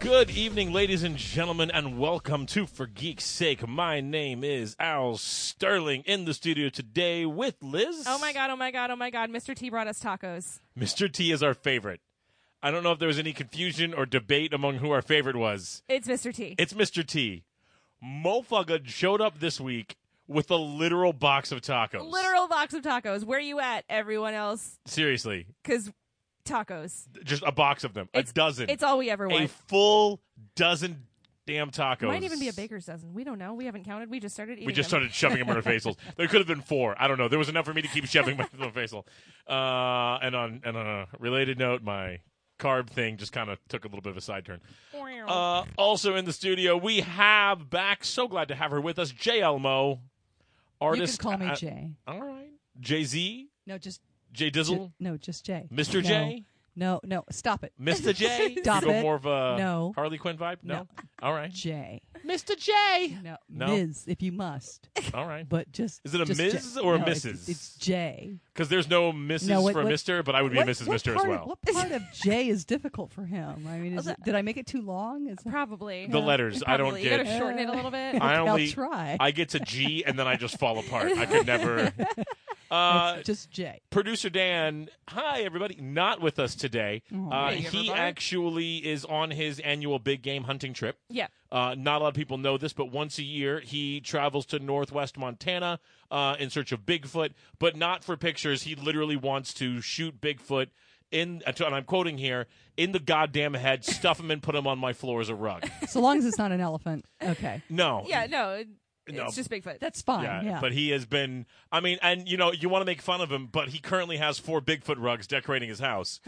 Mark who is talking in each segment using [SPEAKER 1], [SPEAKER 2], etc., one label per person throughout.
[SPEAKER 1] Good evening, ladies and gentlemen, and welcome to For Geek's Sake. My name is Al Sterling in the studio today with Liz.
[SPEAKER 2] Oh my god, oh my god, oh my god. Mr. T brought us tacos.
[SPEAKER 1] Mr. T is our favorite. I don't know if there was any confusion or debate among who our favorite was.
[SPEAKER 2] It's Mr. T.
[SPEAKER 1] It's Mr. T. Mofugga showed up this week with a literal box of tacos.
[SPEAKER 2] Literal box of tacos. Where you at, everyone else?
[SPEAKER 1] Seriously,
[SPEAKER 2] Because tacos.
[SPEAKER 1] just a box of them,
[SPEAKER 2] It's-
[SPEAKER 1] a dozen.
[SPEAKER 2] It's all we ever
[SPEAKER 1] a
[SPEAKER 2] want.
[SPEAKER 1] full dozen damn tacos.
[SPEAKER 2] Might even be a baker's dozen. We don't know. We haven't counted. We just started eating.
[SPEAKER 1] We just
[SPEAKER 2] them.
[SPEAKER 1] started shoving them in our faces. There could have been four. I don't know. There was enough for me to keep shoving my little facial. Uh, and on and on a related note, my carb thing just kind of took a little bit of a side turn.
[SPEAKER 3] Oh.
[SPEAKER 1] Uh, also in the studio, we have back. So glad to have her with us, Jay Elmo, artist.
[SPEAKER 3] you could call me
[SPEAKER 1] uh,
[SPEAKER 3] Jay.
[SPEAKER 1] all right, Jay Z,
[SPEAKER 3] No, just
[SPEAKER 1] Jay
[SPEAKER 3] J-
[SPEAKER 1] Dizzle,
[SPEAKER 3] no, just Jay.
[SPEAKER 1] Mr.
[SPEAKER 3] No.
[SPEAKER 1] J,
[SPEAKER 3] No, no, stop it.
[SPEAKER 1] Mr. J.
[SPEAKER 3] Stop
[SPEAKER 1] you go
[SPEAKER 3] it.
[SPEAKER 1] more of a
[SPEAKER 3] No.
[SPEAKER 1] Harley Quinn vibe. No.
[SPEAKER 3] No.
[SPEAKER 1] All right.
[SPEAKER 3] Jay.
[SPEAKER 1] Mr. J.
[SPEAKER 3] No,
[SPEAKER 1] No.
[SPEAKER 3] Ms. If you must,
[SPEAKER 1] All right.
[SPEAKER 3] but just
[SPEAKER 1] Is it a
[SPEAKER 3] just
[SPEAKER 1] Ms.
[SPEAKER 3] Jay.
[SPEAKER 1] or a
[SPEAKER 3] No, it's-
[SPEAKER 1] Mrs.?
[SPEAKER 3] It's, Jay.
[SPEAKER 1] Because there's no Mrs.
[SPEAKER 3] No, what-
[SPEAKER 1] for
[SPEAKER 3] what-
[SPEAKER 1] Mr., but I would be Mrs.
[SPEAKER 3] what
[SPEAKER 1] Mr. as
[SPEAKER 3] part of-
[SPEAKER 1] well.
[SPEAKER 3] What part of Jay is difficult for him? I mean, is it, did I make it too long? Is
[SPEAKER 2] Probably.
[SPEAKER 1] the letters. I don't
[SPEAKER 2] Probably. You
[SPEAKER 1] get.
[SPEAKER 2] gotta shorten it a little bit.
[SPEAKER 1] I
[SPEAKER 3] I'll
[SPEAKER 1] only
[SPEAKER 3] try.
[SPEAKER 1] I get to G and then I just fall apart. I could never. Uh,
[SPEAKER 3] It's just Jay.
[SPEAKER 1] Producer Dan, hi everybody. Not with us today. Uh,
[SPEAKER 2] Hey,
[SPEAKER 1] he
[SPEAKER 2] everybody.
[SPEAKER 1] actually is on his annual big game hunting trip.
[SPEAKER 2] yeah.
[SPEAKER 1] Uh, not a lot of people know this, but once a year he travels to northwest Montana uh, in search of Bigfoot, but not for pictures. He literally wants to shoot Bigfoot in, and I'm quoting here, in the goddamn head, stuff him and put him on my floor as a rug.
[SPEAKER 3] So long as it's not an elephant, okay,
[SPEAKER 1] No.
[SPEAKER 2] Yeah, no. it- It's
[SPEAKER 1] No.
[SPEAKER 2] just Bigfoot.
[SPEAKER 3] that's fine.
[SPEAKER 1] Yeah,
[SPEAKER 3] Yeah,
[SPEAKER 1] but he has been. I mean, and you know, you want to make fun of him, but he currently has four Bigfoot rugs decorating his house.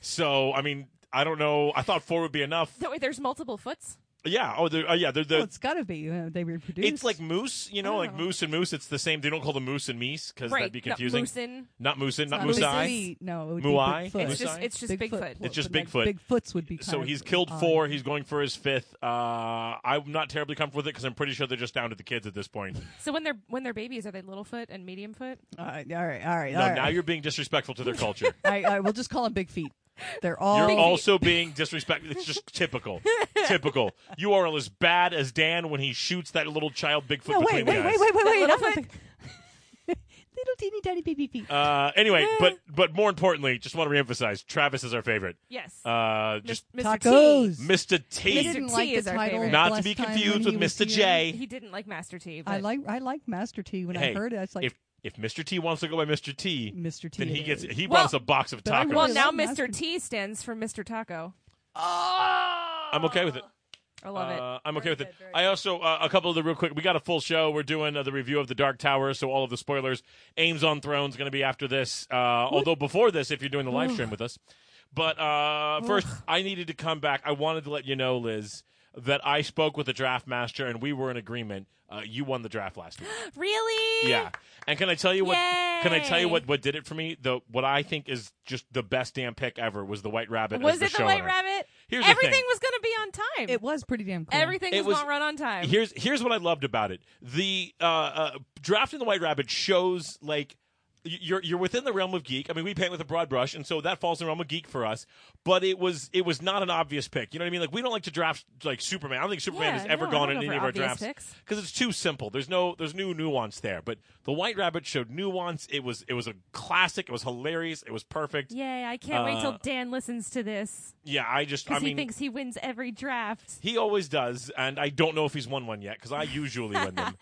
[SPEAKER 1] so, I mean, I don't know. I thought four would be enough.
[SPEAKER 2] So wait, there's multiple foots?
[SPEAKER 1] Yeah. Oh, they're, uh, yeah. They're,
[SPEAKER 3] well,
[SPEAKER 1] they're,
[SPEAKER 3] it's got to be. Uh, they reproduce.
[SPEAKER 1] it's like moose. You know, like
[SPEAKER 2] Oh.
[SPEAKER 1] moose and moose. It's the same. They don't call them moose and meese because
[SPEAKER 2] right.
[SPEAKER 1] that'd be
[SPEAKER 2] no,
[SPEAKER 1] confusing.
[SPEAKER 2] Moosin.
[SPEAKER 1] Not moose and not
[SPEAKER 2] not
[SPEAKER 1] moose eye.
[SPEAKER 3] Mooseye. No, it would be
[SPEAKER 1] Muai?
[SPEAKER 3] Bigfoot.
[SPEAKER 2] It's just
[SPEAKER 1] Mooseye?
[SPEAKER 2] it's just Bigfoot.
[SPEAKER 1] It's just
[SPEAKER 3] but like
[SPEAKER 1] Bigfoot.
[SPEAKER 3] Bigfoots would be. Kind
[SPEAKER 1] So
[SPEAKER 3] of
[SPEAKER 1] he's killed
[SPEAKER 3] odd.
[SPEAKER 1] four. He's going for his fifth. Uh, I'm not terribly comfortable with it because I'm pretty sure they're just down to the kids at this point.
[SPEAKER 2] So when they're when they're babies, are they little foot and medium foot?
[SPEAKER 3] All right, all right, all right.
[SPEAKER 1] No,
[SPEAKER 3] all right.
[SPEAKER 1] now you're being disrespectful to their culture.
[SPEAKER 3] I, I will just call them big feet. They're all.
[SPEAKER 1] You're also being disrespectful. It's just typical. typical. You are as bad as Dan when he shoots that little child Bigfoot
[SPEAKER 3] no,
[SPEAKER 1] between
[SPEAKER 3] wait, wait,
[SPEAKER 1] the
[SPEAKER 3] wait,
[SPEAKER 1] eyes.
[SPEAKER 3] wait, wait, wait,
[SPEAKER 2] That
[SPEAKER 3] wait.
[SPEAKER 2] little
[SPEAKER 3] that's not
[SPEAKER 2] foot.
[SPEAKER 3] big- little teeny tiny baby feet.
[SPEAKER 1] Uh, anyway, but but more importantly, just want to reemphasize, Travis is our favorite.
[SPEAKER 2] Yes.
[SPEAKER 1] Uh, just
[SPEAKER 2] Mis- Mr. T.
[SPEAKER 3] Tacos.
[SPEAKER 1] Mr.
[SPEAKER 3] He
[SPEAKER 1] T.
[SPEAKER 2] Mr.
[SPEAKER 3] didn't
[SPEAKER 2] T
[SPEAKER 3] like the
[SPEAKER 2] is our
[SPEAKER 3] title
[SPEAKER 2] favorite.
[SPEAKER 1] Not to
[SPEAKER 3] last
[SPEAKER 1] be
[SPEAKER 3] time
[SPEAKER 1] confused
[SPEAKER 3] when
[SPEAKER 1] with
[SPEAKER 3] he was
[SPEAKER 1] Mr.
[SPEAKER 3] here.
[SPEAKER 1] J.
[SPEAKER 2] He didn't like Master T. But
[SPEAKER 3] I like I like Master T. When
[SPEAKER 1] Hey,
[SPEAKER 3] I heard it, it's like
[SPEAKER 1] if if Mr. T wants to go by Mr. T,
[SPEAKER 3] Mr. T.
[SPEAKER 1] then he
[SPEAKER 3] it
[SPEAKER 1] gets
[SPEAKER 3] is.
[SPEAKER 1] he
[SPEAKER 2] Well-
[SPEAKER 1] wants a box of
[SPEAKER 3] But I
[SPEAKER 1] tacos.
[SPEAKER 3] really
[SPEAKER 2] Well, now
[SPEAKER 3] like
[SPEAKER 2] Mr.
[SPEAKER 3] Master
[SPEAKER 2] T stands for Mr. Taco.
[SPEAKER 1] I'm okay with it.
[SPEAKER 2] I love it.
[SPEAKER 1] Uh, I'm okay with it. I also uh, a couple of the real quick. We got a full show. We're doing uh, the review of the Dark Tower, so all of the spoilers. Ames on Throne's going to be after this. Uh, although before this, if you're doing the live stream with us. But uh, first, I needed to come back. I wanted to let you know, Liz, that I spoke with the draft master and we were in agreement. Uh, you won the draft last week.
[SPEAKER 2] Really?
[SPEAKER 1] Yeah. And can I tell you what? Can I tell you
[SPEAKER 2] Yay.
[SPEAKER 1] what? What did it for me? The what I think is just the best damn pick ever was the White Rabbit.
[SPEAKER 2] Was
[SPEAKER 1] as the
[SPEAKER 2] it the White
[SPEAKER 1] showrunner.
[SPEAKER 2] Rabbit?
[SPEAKER 1] Here's the
[SPEAKER 2] Everything
[SPEAKER 1] thing.
[SPEAKER 2] was going to be on time.
[SPEAKER 3] It was pretty damn cool.
[SPEAKER 2] Everything
[SPEAKER 1] It
[SPEAKER 2] was,
[SPEAKER 1] was-
[SPEAKER 2] not run on time.
[SPEAKER 1] Here's here's what I loved about it. The uh, uh, drafting the White Rabbit shows like y- you're you're within the realm of geek. I mean, we paint with a broad brush, and so that falls in the realm of geek for us. But it was it was not an obvious pick. You know what I mean? Like we don't like to draft like Superman. I don't think Superman
[SPEAKER 2] Yeah,
[SPEAKER 1] has ever
[SPEAKER 2] no, I
[SPEAKER 1] gone
[SPEAKER 2] don't
[SPEAKER 1] in any
[SPEAKER 2] go for
[SPEAKER 1] of our
[SPEAKER 2] obvious
[SPEAKER 1] drafts
[SPEAKER 2] picks.
[SPEAKER 1] because it's too simple. There's no there's no nuance there. But the White Rabbit showed nuance. It was it was a classic. It was hilarious. It was perfect. Yeah,
[SPEAKER 2] Yay, I can't wait
[SPEAKER 1] Uh,
[SPEAKER 2] till Dan listens to this
[SPEAKER 1] I just I
[SPEAKER 2] because he
[SPEAKER 1] mean.
[SPEAKER 2] thinks he wins every draft.
[SPEAKER 1] He always does, and I don't know if he's won one yet because I usually win them.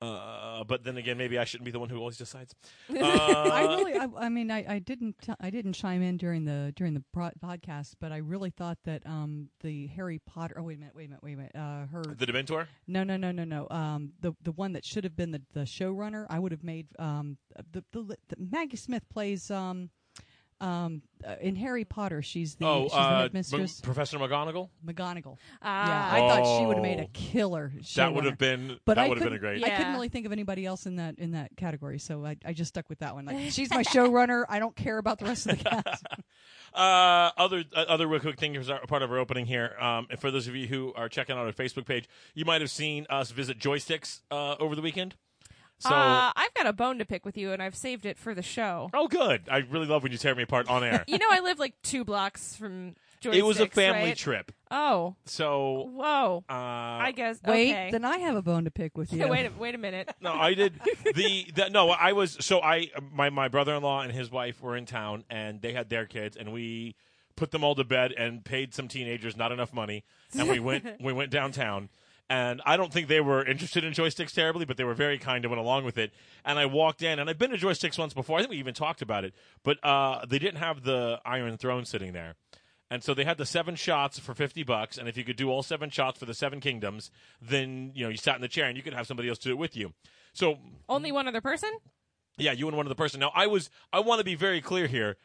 [SPEAKER 1] Uh, but then again, maybe I shouldn't be the one who always decides.
[SPEAKER 3] I
[SPEAKER 1] Uh,
[SPEAKER 3] really, I, I mean, I, I didn't, t- I didn't chime in during the during the pro- podcast, but I really thought that um the Harry Potter. Oh wait a minute, wait a minute, wait a minute. Uh, her
[SPEAKER 1] the Dementor.
[SPEAKER 3] No, no, no, no, no. Um, the the one that should have been the, the showrunner, I would have made um the the, li- the Maggie Smith plays um um uh, in Harry Potter. She's the
[SPEAKER 1] oh,
[SPEAKER 3] she's
[SPEAKER 1] uh,
[SPEAKER 3] the
[SPEAKER 1] M-
[SPEAKER 3] headmistress
[SPEAKER 1] Professor McGonagall.
[SPEAKER 3] McGonagall. yeah,
[SPEAKER 2] Ah,
[SPEAKER 3] I thought she would have made
[SPEAKER 1] Oh.
[SPEAKER 3] a killer.
[SPEAKER 1] That would have
[SPEAKER 3] showrunner.
[SPEAKER 1] been.
[SPEAKER 3] But
[SPEAKER 1] that
[SPEAKER 3] I
[SPEAKER 1] would have been a
[SPEAKER 3] couldn't-
[SPEAKER 1] great.
[SPEAKER 3] I couldn't
[SPEAKER 2] Yeah.
[SPEAKER 3] really think of anybody else in that in that category, so I, I just stuck with that one. Like she's my showrunner. I don't care about the rest of the cast.
[SPEAKER 1] Uh, other uh, other real quick thing is our, part of our opening here. Um, and for those of you who are checking out our Facebook page, you might have seen us visit Joysticks uh, over the weekend. So
[SPEAKER 2] uh, I've got a bone to pick with you, and I've saved it for the show.
[SPEAKER 1] oh, good. I really love when you tear me apart on air.
[SPEAKER 2] You know, I live like two blocks from. Joy
[SPEAKER 1] it was a
[SPEAKER 2] Six,
[SPEAKER 1] family
[SPEAKER 2] right?
[SPEAKER 1] trip,
[SPEAKER 2] Oh,
[SPEAKER 1] so
[SPEAKER 2] whoa!
[SPEAKER 1] uh,
[SPEAKER 2] I guess.
[SPEAKER 3] Wait,
[SPEAKER 2] okay.
[SPEAKER 3] then I have a bone to pick with you.
[SPEAKER 2] Hey, wait, a, wait a minute.
[SPEAKER 1] No, I did the, the no. I was so I my my brother in law and his wife were in town and they had their kids and we put them all to bed and paid some teenagers not enough money and we went we went downtown and I don't think they were interested in joysticks terribly but they were very kind and went along with it and I walked in and I've been to joysticks once before I think we even talked about it but uh, they didn't have the Iron Throne sitting there. And so they had the seven shots for fifty bucks, and if you could do all seven shots for the seven kingdoms, then you know you sat in the chair and you could have somebody else do it with you. So
[SPEAKER 2] Only one other person.
[SPEAKER 1] yeah, you and one other person. Now I was I want to be very clear here.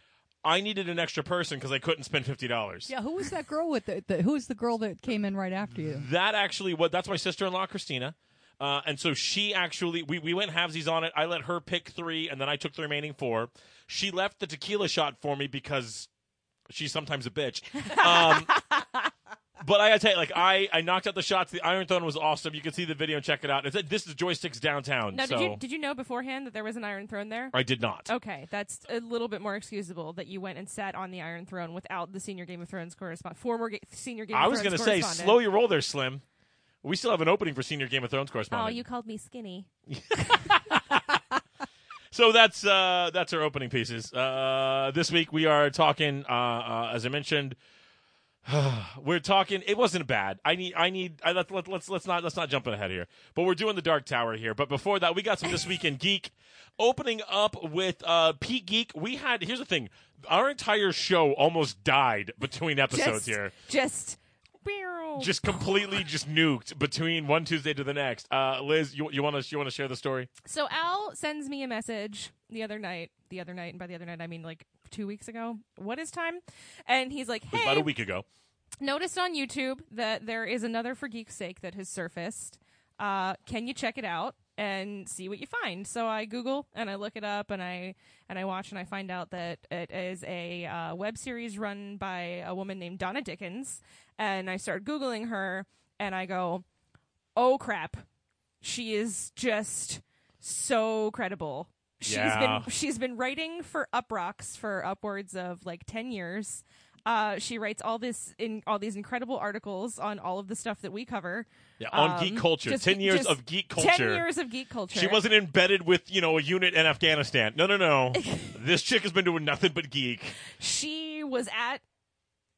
[SPEAKER 1] I needed an extra person because I couldn't spend fifty dollars.
[SPEAKER 3] Yeah, who was that girl with the, the who was the girl that came in right after you?
[SPEAKER 1] That actually what that's my sister in law Christina. Uh, and so she actually we, we went halvesies on it. I let her pick three and then I took the remaining four. She left the tequila shot for me because she's sometimes a bitch. Um, but I gotta tell you, like I, I knocked out the shots. The Iron Throne was awesome. You can see the video and check it out. It's at, this is Joysticks Downtown.
[SPEAKER 2] No,
[SPEAKER 1] so
[SPEAKER 2] did you Oh, did you know beforehand that there was an Iron Throne there?
[SPEAKER 1] I did not.
[SPEAKER 2] Okay, that's a little bit more excusable that you went and sat on the Iron Throne without the senior Game of Thrones correspondent, former ga- senior Game
[SPEAKER 1] I
[SPEAKER 2] of
[SPEAKER 1] was
[SPEAKER 2] Thrones
[SPEAKER 1] gonna say
[SPEAKER 2] correspondent.
[SPEAKER 1] slow your roll there, Slim. We still have an opening for senior Game of Thrones
[SPEAKER 2] Oh,
[SPEAKER 1] correspondent.
[SPEAKER 2] you called me skinny.
[SPEAKER 1] So that's uh, that's our opening pieces. Uh, this week we are talking, uh, uh, as I mentioned, we're talking. It wasn't bad. I need, I need. I, let, let, let's let's not let's not jump ahead here. But we're doing the Dark Tower here. But before that, we got some this week in geek. Opening up with uh, Pete Geek, we had. Here's the thing: our entire show almost died between episodes
[SPEAKER 2] just,
[SPEAKER 1] here.
[SPEAKER 2] Just. Meow.
[SPEAKER 1] Just completely just nuked between one Tuesday to the next. Uh, Liz, you you want to you want to share the story?
[SPEAKER 2] So Al sends me a message the other night. The other night, and by the other night, I mean like two weeks ago. What is time? And he's like,
[SPEAKER 1] It was
[SPEAKER 2] "Hey,
[SPEAKER 1] about a week ago.
[SPEAKER 2] noticed on YouTube that there is another for geek's sake that has surfaced. Uh, can you check it out and see what you find? So I Google and I look it up and I and I watch and I find out that it is a uh, web series run by a woman named Donna Dickens. And I start googling her and I go, "Oh crap, she is just so credible." She's
[SPEAKER 1] Yeah.
[SPEAKER 2] been she's been writing for Uprocks for upwards of like 10 years. Uh, she writes all this in all these incredible articles on all of the stuff that we cover.
[SPEAKER 1] Yeah, on
[SPEAKER 2] Um,
[SPEAKER 1] geek culture.
[SPEAKER 2] just-
[SPEAKER 1] Ten years
[SPEAKER 2] just
[SPEAKER 1] of geek
[SPEAKER 2] 10
[SPEAKER 1] culture.
[SPEAKER 2] years of geek culture.
[SPEAKER 1] She wasn't embedded with you know a unit in Afghanistan. No, no, no. this chick has been doing nothing but geek.
[SPEAKER 2] She was at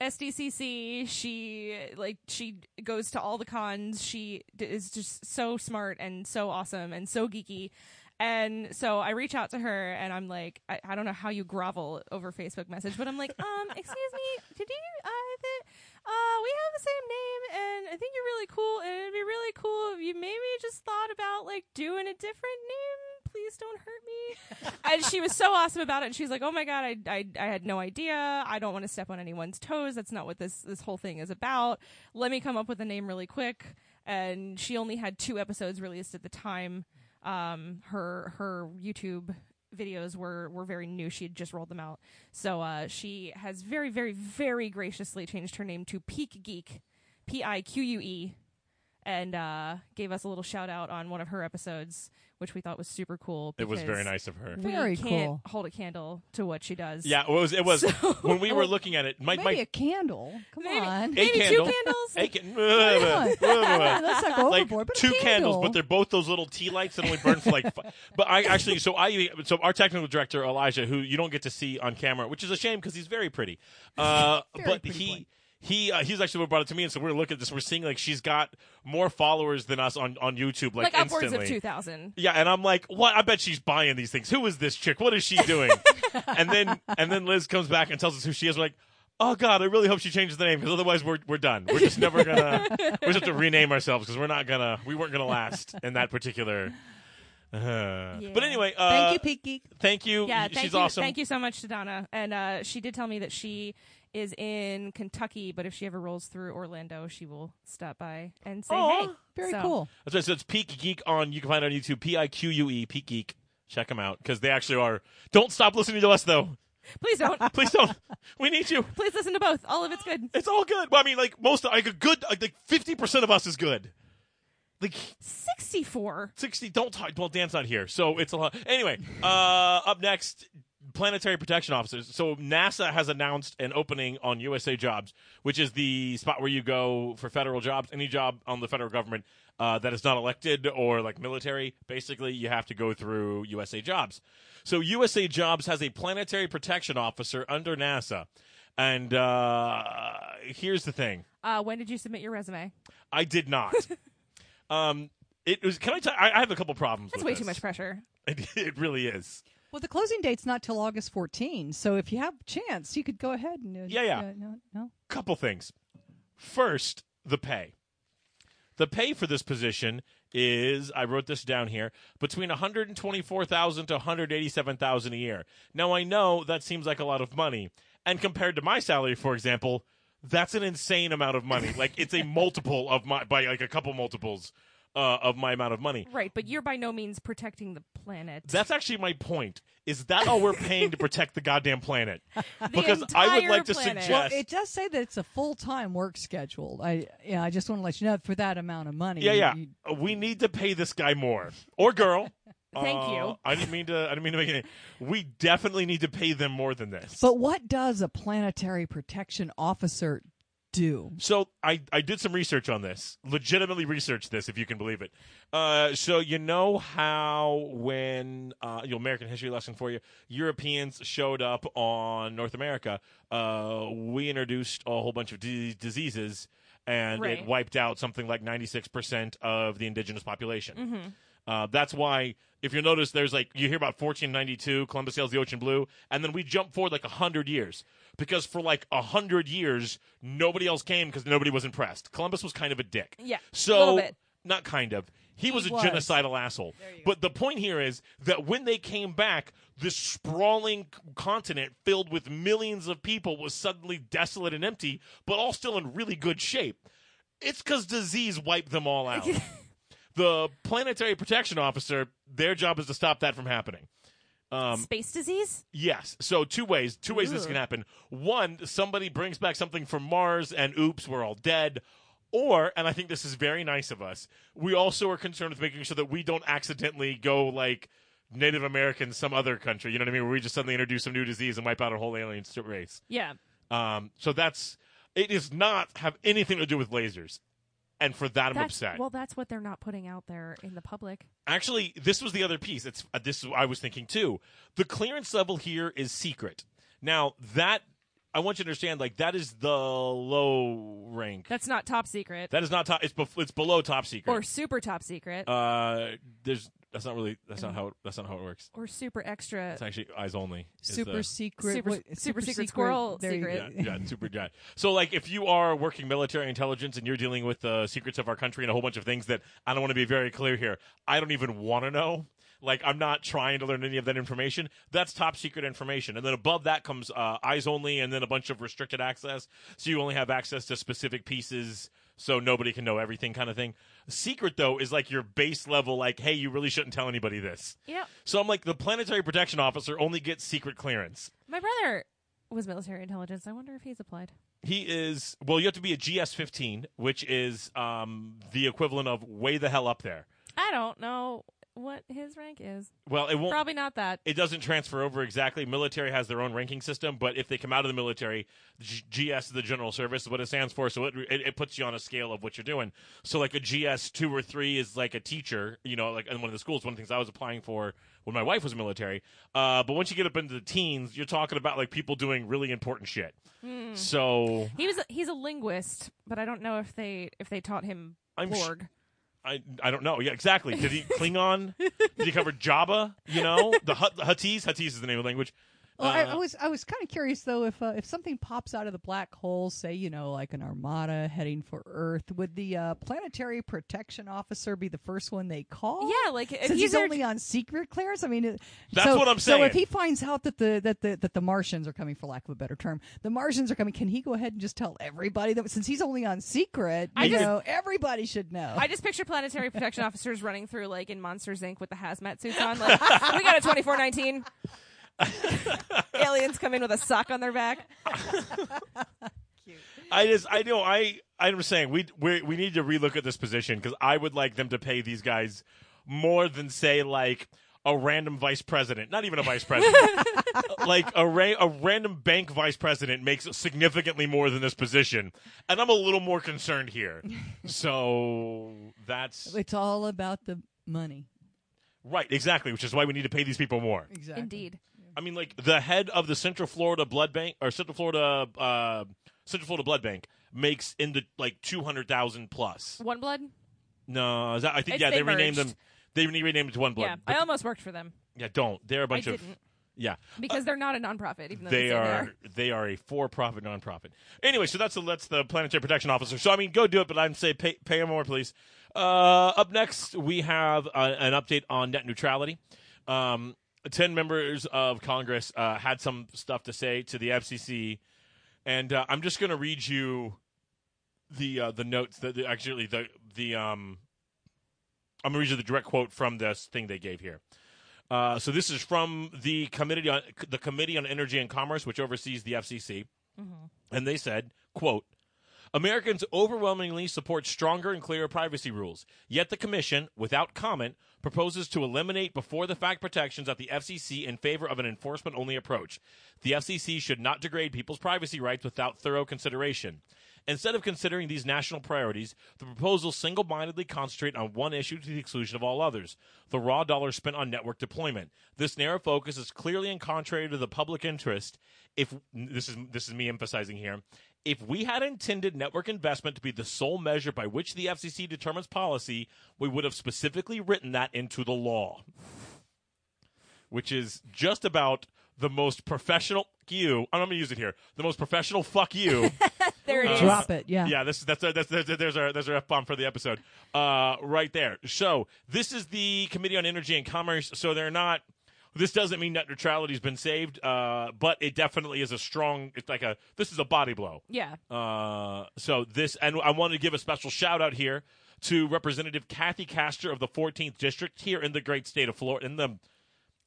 [SPEAKER 2] SDCC. She like she goes to all the cons. She d- is just so smart and so awesome and so geeky. And so I reach out to her and I'm like, I, I don't know how you grovel over Facebook message, but I'm like, um, excuse me, did you? Uh, th- uh, we have the same name, and I think you're really cool. And it'd be really cool if you maybe just thought about like doing a different name. Please don't hurt me and she was so awesome about it. And she's like, "Oh my god, I, I, I had no idea. I don't want to step on anyone's toes. That's not what this this whole thing is about. Let me come up with a name really quick." And she only had two episodes released at the time. Um, her her YouTube videos were were very new. She had just rolled them out, so uh, she has very very very graciously changed her name to Peak Geek, P I Q U E and uh, gave us a little shout out on one of her episodes, which we thought was super cool.
[SPEAKER 1] It was very
[SPEAKER 2] because
[SPEAKER 1] nice of her.
[SPEAKER 2] We
[SPEAKER 3] Very
[SPEAKER 2] can't
[SPEAKER 3] cool.
[SPEAKER 2] Hold a candle to what she does.
[SPEAKER 1] Yeah, it was. It was
[SPEAKER 2] So-
[SPEAKER 1] when we were looking at it. My,
[SPEAKER 3] Maybe
[SPEAKER 1] my,
[SPEAKER 3] a candle. Come
[SPEAKER 2] Maybe-
[SPEAKER 3] on.
[SPEAKER 1] a
[SPEAKER 2] maybe two
[SPEAKER 1] candle,
[SPEAKER 2] candles?
[SPEAKER 1] a can-
[SPEAKER 3] Yeah, Let's not go
[SPEAKER 1] like
[SPEAKER 3] overboard. But a
[SPEAKER 1] two candles,
[SPEAKER 3] candle.
[SPEAKER 1] but they're both those little tea lights that only burn for like. Five. But I actually, so I, so our technical director Elijah, who you don't get to see on camera, which is a shame because he's very pretty. Uh,
[SPEAKER 3] Very
[SPEAKER 1] but
[SPEAKER 3] pretty
[SPEAKER 1] he.
[SPEAKER 3] boy.
[SPEAKER 1] He uh, he's actually what brought it to me, and so we're looking at this. We're seeing like she's got more followers than us on, on YouTube, like,
[SPEAKER 2] like upwards
[SPEAKER 1] instantly.
[SPEAKER 2] of two thousand.
[SPEAKER 1] Yeah, and I'm like, what? I bet she's buying these things. Who is this chick? What is she doing? and then and then Liz comes back and tells us who she is. We're like, oh god, I really hope she changes the name because otherwise we're we're done. We're just never gonna. we just have to rename ourselves because we're not gonna. We weren't gonna last in that particular. Uh, But anyway, uh,
[SPEAKER 3] Thank you, Pete Geek.
[SPEAKER 1] Thank you.
[SPEAKER 2] Yeah,
[SPEAKER 1] Y-
[SPEAKER 2] thank
[SPEAKER 1] she's
[SPEAKER 2] you,
[SPEAKER 1] awesome.
[SPEAKER 2] thank you so much to Donna, and uh, she did tell me that she is in Kentucky, but if she ever rolls through Orlando, she will stop by and say
[SPEAKER 1] Aw,
[SPEAKER 2] hey.
[SPEAKER 3] Very
[SPEAKER 2] So-
[SPEAKER 3] cool.
[SPEAKER 1] That's right. So it's Peak Geek on. You can find it on YouTube. P I Q U E. Peak Geek. Check them out because they actually are. Don't stop listening to us though.
[SPEAKER 2] Please don't.
[SPEAKER 1] Please don't. we need you.
[SPEAKER 2] Please listen to both. All of it's good.
[SPEAKER 1] It's all good. Well, I mean, like most, like a good, like fifty percent of us is good. Like
[SPEAKER 2] 64.
[SPEAKER 1] sixty. Don't talk. Well, Dan's not here, so it's a lot. Anyway, uh, up next, planetary protection officers. So NASA has announced an opening on USA Jobs, which is the spot where you go for federal jobs. Any job on the federal government uh, that is not elected or like military, basically, you have to go through USA Jobs. So USA Jobs has a planetary protection officer under NASA, and uh, here's the thing.
[SPEAKER 2] Uh, when did you submit your resume?
[SPEAKER 1] I did not. um, it was. Can I tell? I, I have a couple problems.
[SPEAKER 2] That's
[SPEAKER 1] with
[SPEAKER 2] way
[SPEAKER 1] this.
[SPEAKER 2] too much pressure.
[SPEAKER 1] It, it really is.
[SPEAKER 3] Well, the closing date's not till August 14, so if you have a chance, you could go ahead and uh,
[SPEAKER 1] Yeah, yeah.
[SPEAKER 3] no, no.
[SPEAKER 1] Couple things. First, the pay. The pay for this position is I wrote this down here between 124,000 to 187,000 a year. Now I know that seems like a lot of money, and compared to my salary, for example, that's an insane amount of money. like it's a multiple of my by like a couple multiples uh, of my amount of money.
[SPEAKER 2] Right, but you're by no means protecting the planet.
[SPEAKER 1] That's actually my point. Is that all we're paying to protect the goddamn planet?
[SPEAKER 2] The
[SPEAKER 1] because I would
[SPEAKER 2] entire
[SPEAKER 1] like to
[SPEAKER 2] planet.
[SPEAKER 1] suggest- Yes.
[SPEAKER 3] Well, it does say that it's a full time work schedule. I yeah, I just want to let you know for that amount of money.
[SPEAKER 1] Yeah, yeah.
[SPEAKER 3] you-
[SPEAKER 1] Uh, we need to pay this guy more or girl.
[SPEAKER 2] Thank
[SPEAKER 1] Uh,
[SPEAKER 2] you.
[SPEAKER 1] I didn't mean to. I didn't mean to make any. We definitely need to pay them more than this.
[SPEAKER 3] But what does a planetary protection officer do?
[SPEAKER 1] so I I did some research on this. Legitimately researched this, if you can believe it. Uh, so you know how when uh, your American history lesson for you, Europeans showed up on North America. Uh, we introduced a whole bunch of d- diseases, and it
[SPEAKER 2] Right.
[SPEAKER 1] wiped out something like ninety six percent of the indigenous population. Uh, that's why, if you notice, there's like you hear about 1492, Columbus sails the ocean blue, and then we jump forward like hundred years because for like hundred years nobody else came because nobody was impressed. Columbus was kind of a dick.
[SPEAKER 2] Yeah,
[SPEAKER 1] so
[SPEAKER 2] little bit.
[SPEAKER 1] not kind of. He, was a
[SPEAKER 3] was.
[SPEAKER 1] genocidal asshole. But the point here is that when they came back, this sprawling c- continent filled with millions of people was suddenly desolate and empty, but all still in really good shape. It's because disease wiped them all out. the planetary protection officer, their job is to stop that from happening. um,
[SPEAKER 2] Space disease?
[SPEAKER 1] Yes. So two ways, two ways this
[SPEAKER 2] Ugh.
[SPEAKER 1] can happen. One, somebody brings back something from Mars and oops, we're all dead. Or, and I think this is very nice of us, we also are concerned with making sure that we don't accidentally go like Native Americans, some other country. You know what I mean? Where we just suddenly introduce some new disease and wipe out a whole alien st- race.
[SPEAKER 2] Yeah.
[SPEAKER 1] Um, so that's it does not have anything to do with lasers. And for that, I'm
[SPEAKER 2] That's,
[SPEAKER 1] upset.
[SPEAKER 2] Well, that's what they're not putting out there in the public.
[SPEAKER 1] Actually, this was the other piece. It's uh, this is what I was thinking too. The clearance level here is secret. Now that I want you to understand, like that is the low rank.
[SPEAKER 2] That's not top secret
[SPEAKER 1] That is not top. It's bef- it's below top secret.
[SPEAKER 2] or super top secret
[SPEAKER 1] uh, there's that's not really that's not how it, that's not how it works.
[SPEAKER 2] or super extra.
[SPEAKER 1] It's actually eyes only. is
[SPEAKER 3] Super
[SPEAKER 1] the-
[SPEAKER 3] secret,
[SPEAKER 2] Super-
[SPEAKER 3] what-
[SPEAKER 2] super secret squirrel
[SPEAKER 3] there you
[SPEAKER 2] secret.
[SPEAKER 1] yeah, yeah, super giant. So, like, if you are working military intelligence and you're dealing with the secrets of our country and a whole bunch of things that I don't want to be very clear here, I don't even want to know. Like, I'm not trying to learn any of that information. That's top secret information. And then above that comes uh, eyes only and then a bunch of restricted access. So you only have access to specific pieces so nobody can know everything kind of thing. Secret, though, is like your base level, like, hey, you really shouldn't tell anybody this.
[SPEAKER 2] Yeah.
[SPEAKER 1] So I'm like, the planetary protection officer only gets secret clearance.
[SPEAKER 2] My brother was military intelligence. I wonder if he's applied.
[SPEAKER 1] He is well. You have to be a GS fifteen, which is um, the equivalent of way the hell up there.
[SPEAKER 2] I don't know what his rank is.
[SPEAKER 1] Well, it won't.
[SPEAKER 2] Probably not that.
[SPEAKER 1] It doesn't transfer over exactly. Military has their own ranking system, but if they come out of the military, G- GS is the General Service, is what it stands for. So it, it it puts you on a scale of what you're doing. So like a GS two or three is like a teacher, you know, like in one of the schools. One of the things I was applying for when my wife was military. Uh, but once you get up into the teens, you're talking about like people doing really important shit. So
[SPEAKER 2] He was a, he's a linguist, but I don't know if they if they taught him
[SPEAKER 1] I'm sh-
[SPEAKER 2] Borg.
[SPEAKER 1] I, I don't know. Yeah, exactly. Did he Klingon? Did he cover Jabba? You know, the Hut, the Huttese. Huttese is the name of the language.
[SPEAKER 3] Well, I, I
[SPEAKER 1] Uh,
[SPEAKER 3] was I was kind of curious though if uh, if something pops out of the black hole, say you know like an armada heading for Earth, would the uh, planetary protection officer be the first one they call?
[SPEAKER 2] yeah, like if
[SPEAKER 3] since he's,
[SPEAKER 2] he's, there-
[SPEAKER 3] only on secret clearance. I mean, it-
[SPEAKER 1] That's
[SPEAKER 3] so-
[SPEAKER 1] what I'm
[SPEAKER 3] So
[SPEAKER 1] saying.
[SPEAKER 3] if he finds out that the that the that the Martians are coming, for lack of a better term, the Martians are coming, can he go ahead and just tell everybody that since he's only on secret,
[SPEAKER 2] I
[SPEAKER 3] you
[SPEAKER 2] just-
[SPEAKER 3] know, everybody should know.
[SPEAKER 2] I just picture planetary protection officers running through like in Monsters Inc. with the hazmat suits on. Like we got a twenty four nineteen. Aliens come in with a sock on their back.
[SPEAKER 1] I just, I know, I, I'm saying we, we, we need to relook at this position because I would like them to pay these guys more than say like a random vice president, not even a vice president, like a ra- a random bank vice president makes significantly more than this position, and I'm a little more concerned here. So that's
[SPEAKER 3] It's all about the money.
[SPEAKER 1] right, exactly, which is why we need to pay these people more.
[SPEAKER 3] Exactly.
[SPEAKER 2] Indeed.
[SPEAKER 1] I mean, like the head of the Central Florida Blood Bank or Central Florida uh, Central Florida Blood Bank makes in the like two hundred thousand plus.
[SPEAKER 2] One blood.
[SPEAKER 1] No, is that, I think
[SPEAKER 2] It's-
[SPEAKER 1] yeah, they,
[SPEAKER 2] they
[SPEAKER 1] renamed
[SPEAKER 2] merged.
[SPEAKER 1] them. They renamed it to One Blood.
[SPEAKER 2] yeah,
[SPEAKER 1] But-
[SPEAKER 2] I almost worked for them.
[SPEAKER 1] yeah, don't. They're a bunch of
[SPEAKER 2] didn't.
[SPEAKER 1] yeah.
[SPEAKER 2] because they're not a nonprofit, even though
[SPEAKER 1] They
[SPEAKER 2] say
[SPEAKER 1] are they are a for profit nonprofit. Anyway, so that's the, that's the planetary protection officer. So I mean, go do it, but I'd say pay pay 'em more, please. Uh, up next, we have uh, an update on net neutrality. Um, Ten members of Congress uh, had some stuff to say to the FCC, and uh, I'm just going to read you the uh, the notes that the, actually the the um I'm going to read you the direct quote from this thing they gave here. Uh, so this is from the committee on the Committee on Energy and Commerce, which oversees the FCC, and they said, "quote." Americans overwhelmingly support stronger and clearer privacy rules. Yet the Commission, without comment, proposes to eliminate before the fact protections at the FCC in favor of an enforcement only approach. The FCC should not degrade people's privacy rights without thorough consideration. Instead of considering these national priorities, the proposals single mindedly concentrate on one issue to the exclusion of all others the raw dollar spent on network deployment. This narrow focus is clearly and contrary to the public interest. If this is this is me emphasizing here, if we had intended network investment to be the sole measure by which the FCC determines policy, we would have specifically written that into the law. Which is just about the most professional fuck you. I'm going to use it here. The most professional fuck you.
[SPEAKER 2] There it
[SPEAKER 1] Uh,
[SPEAKER 2] is.
[SPEAKER 3] Drop it. Yeah.
[SPEAKER 1] yeah, this that's that's, that's there's our there's our f bomb for the episode. Uh, right there. So this is the Committee on Energy and Commerce. So they're not. This doesn't mean net neutrality's been saved, uh, but it definitely is a strong. It's like a this is a body blow.
[SPEAKER 2] Yeah.
[SPEAKER 1] Uh, so this, and I wanted to give a special shout out here to Representative Kathy Castor of the 14th District here in the great state of Florida, in the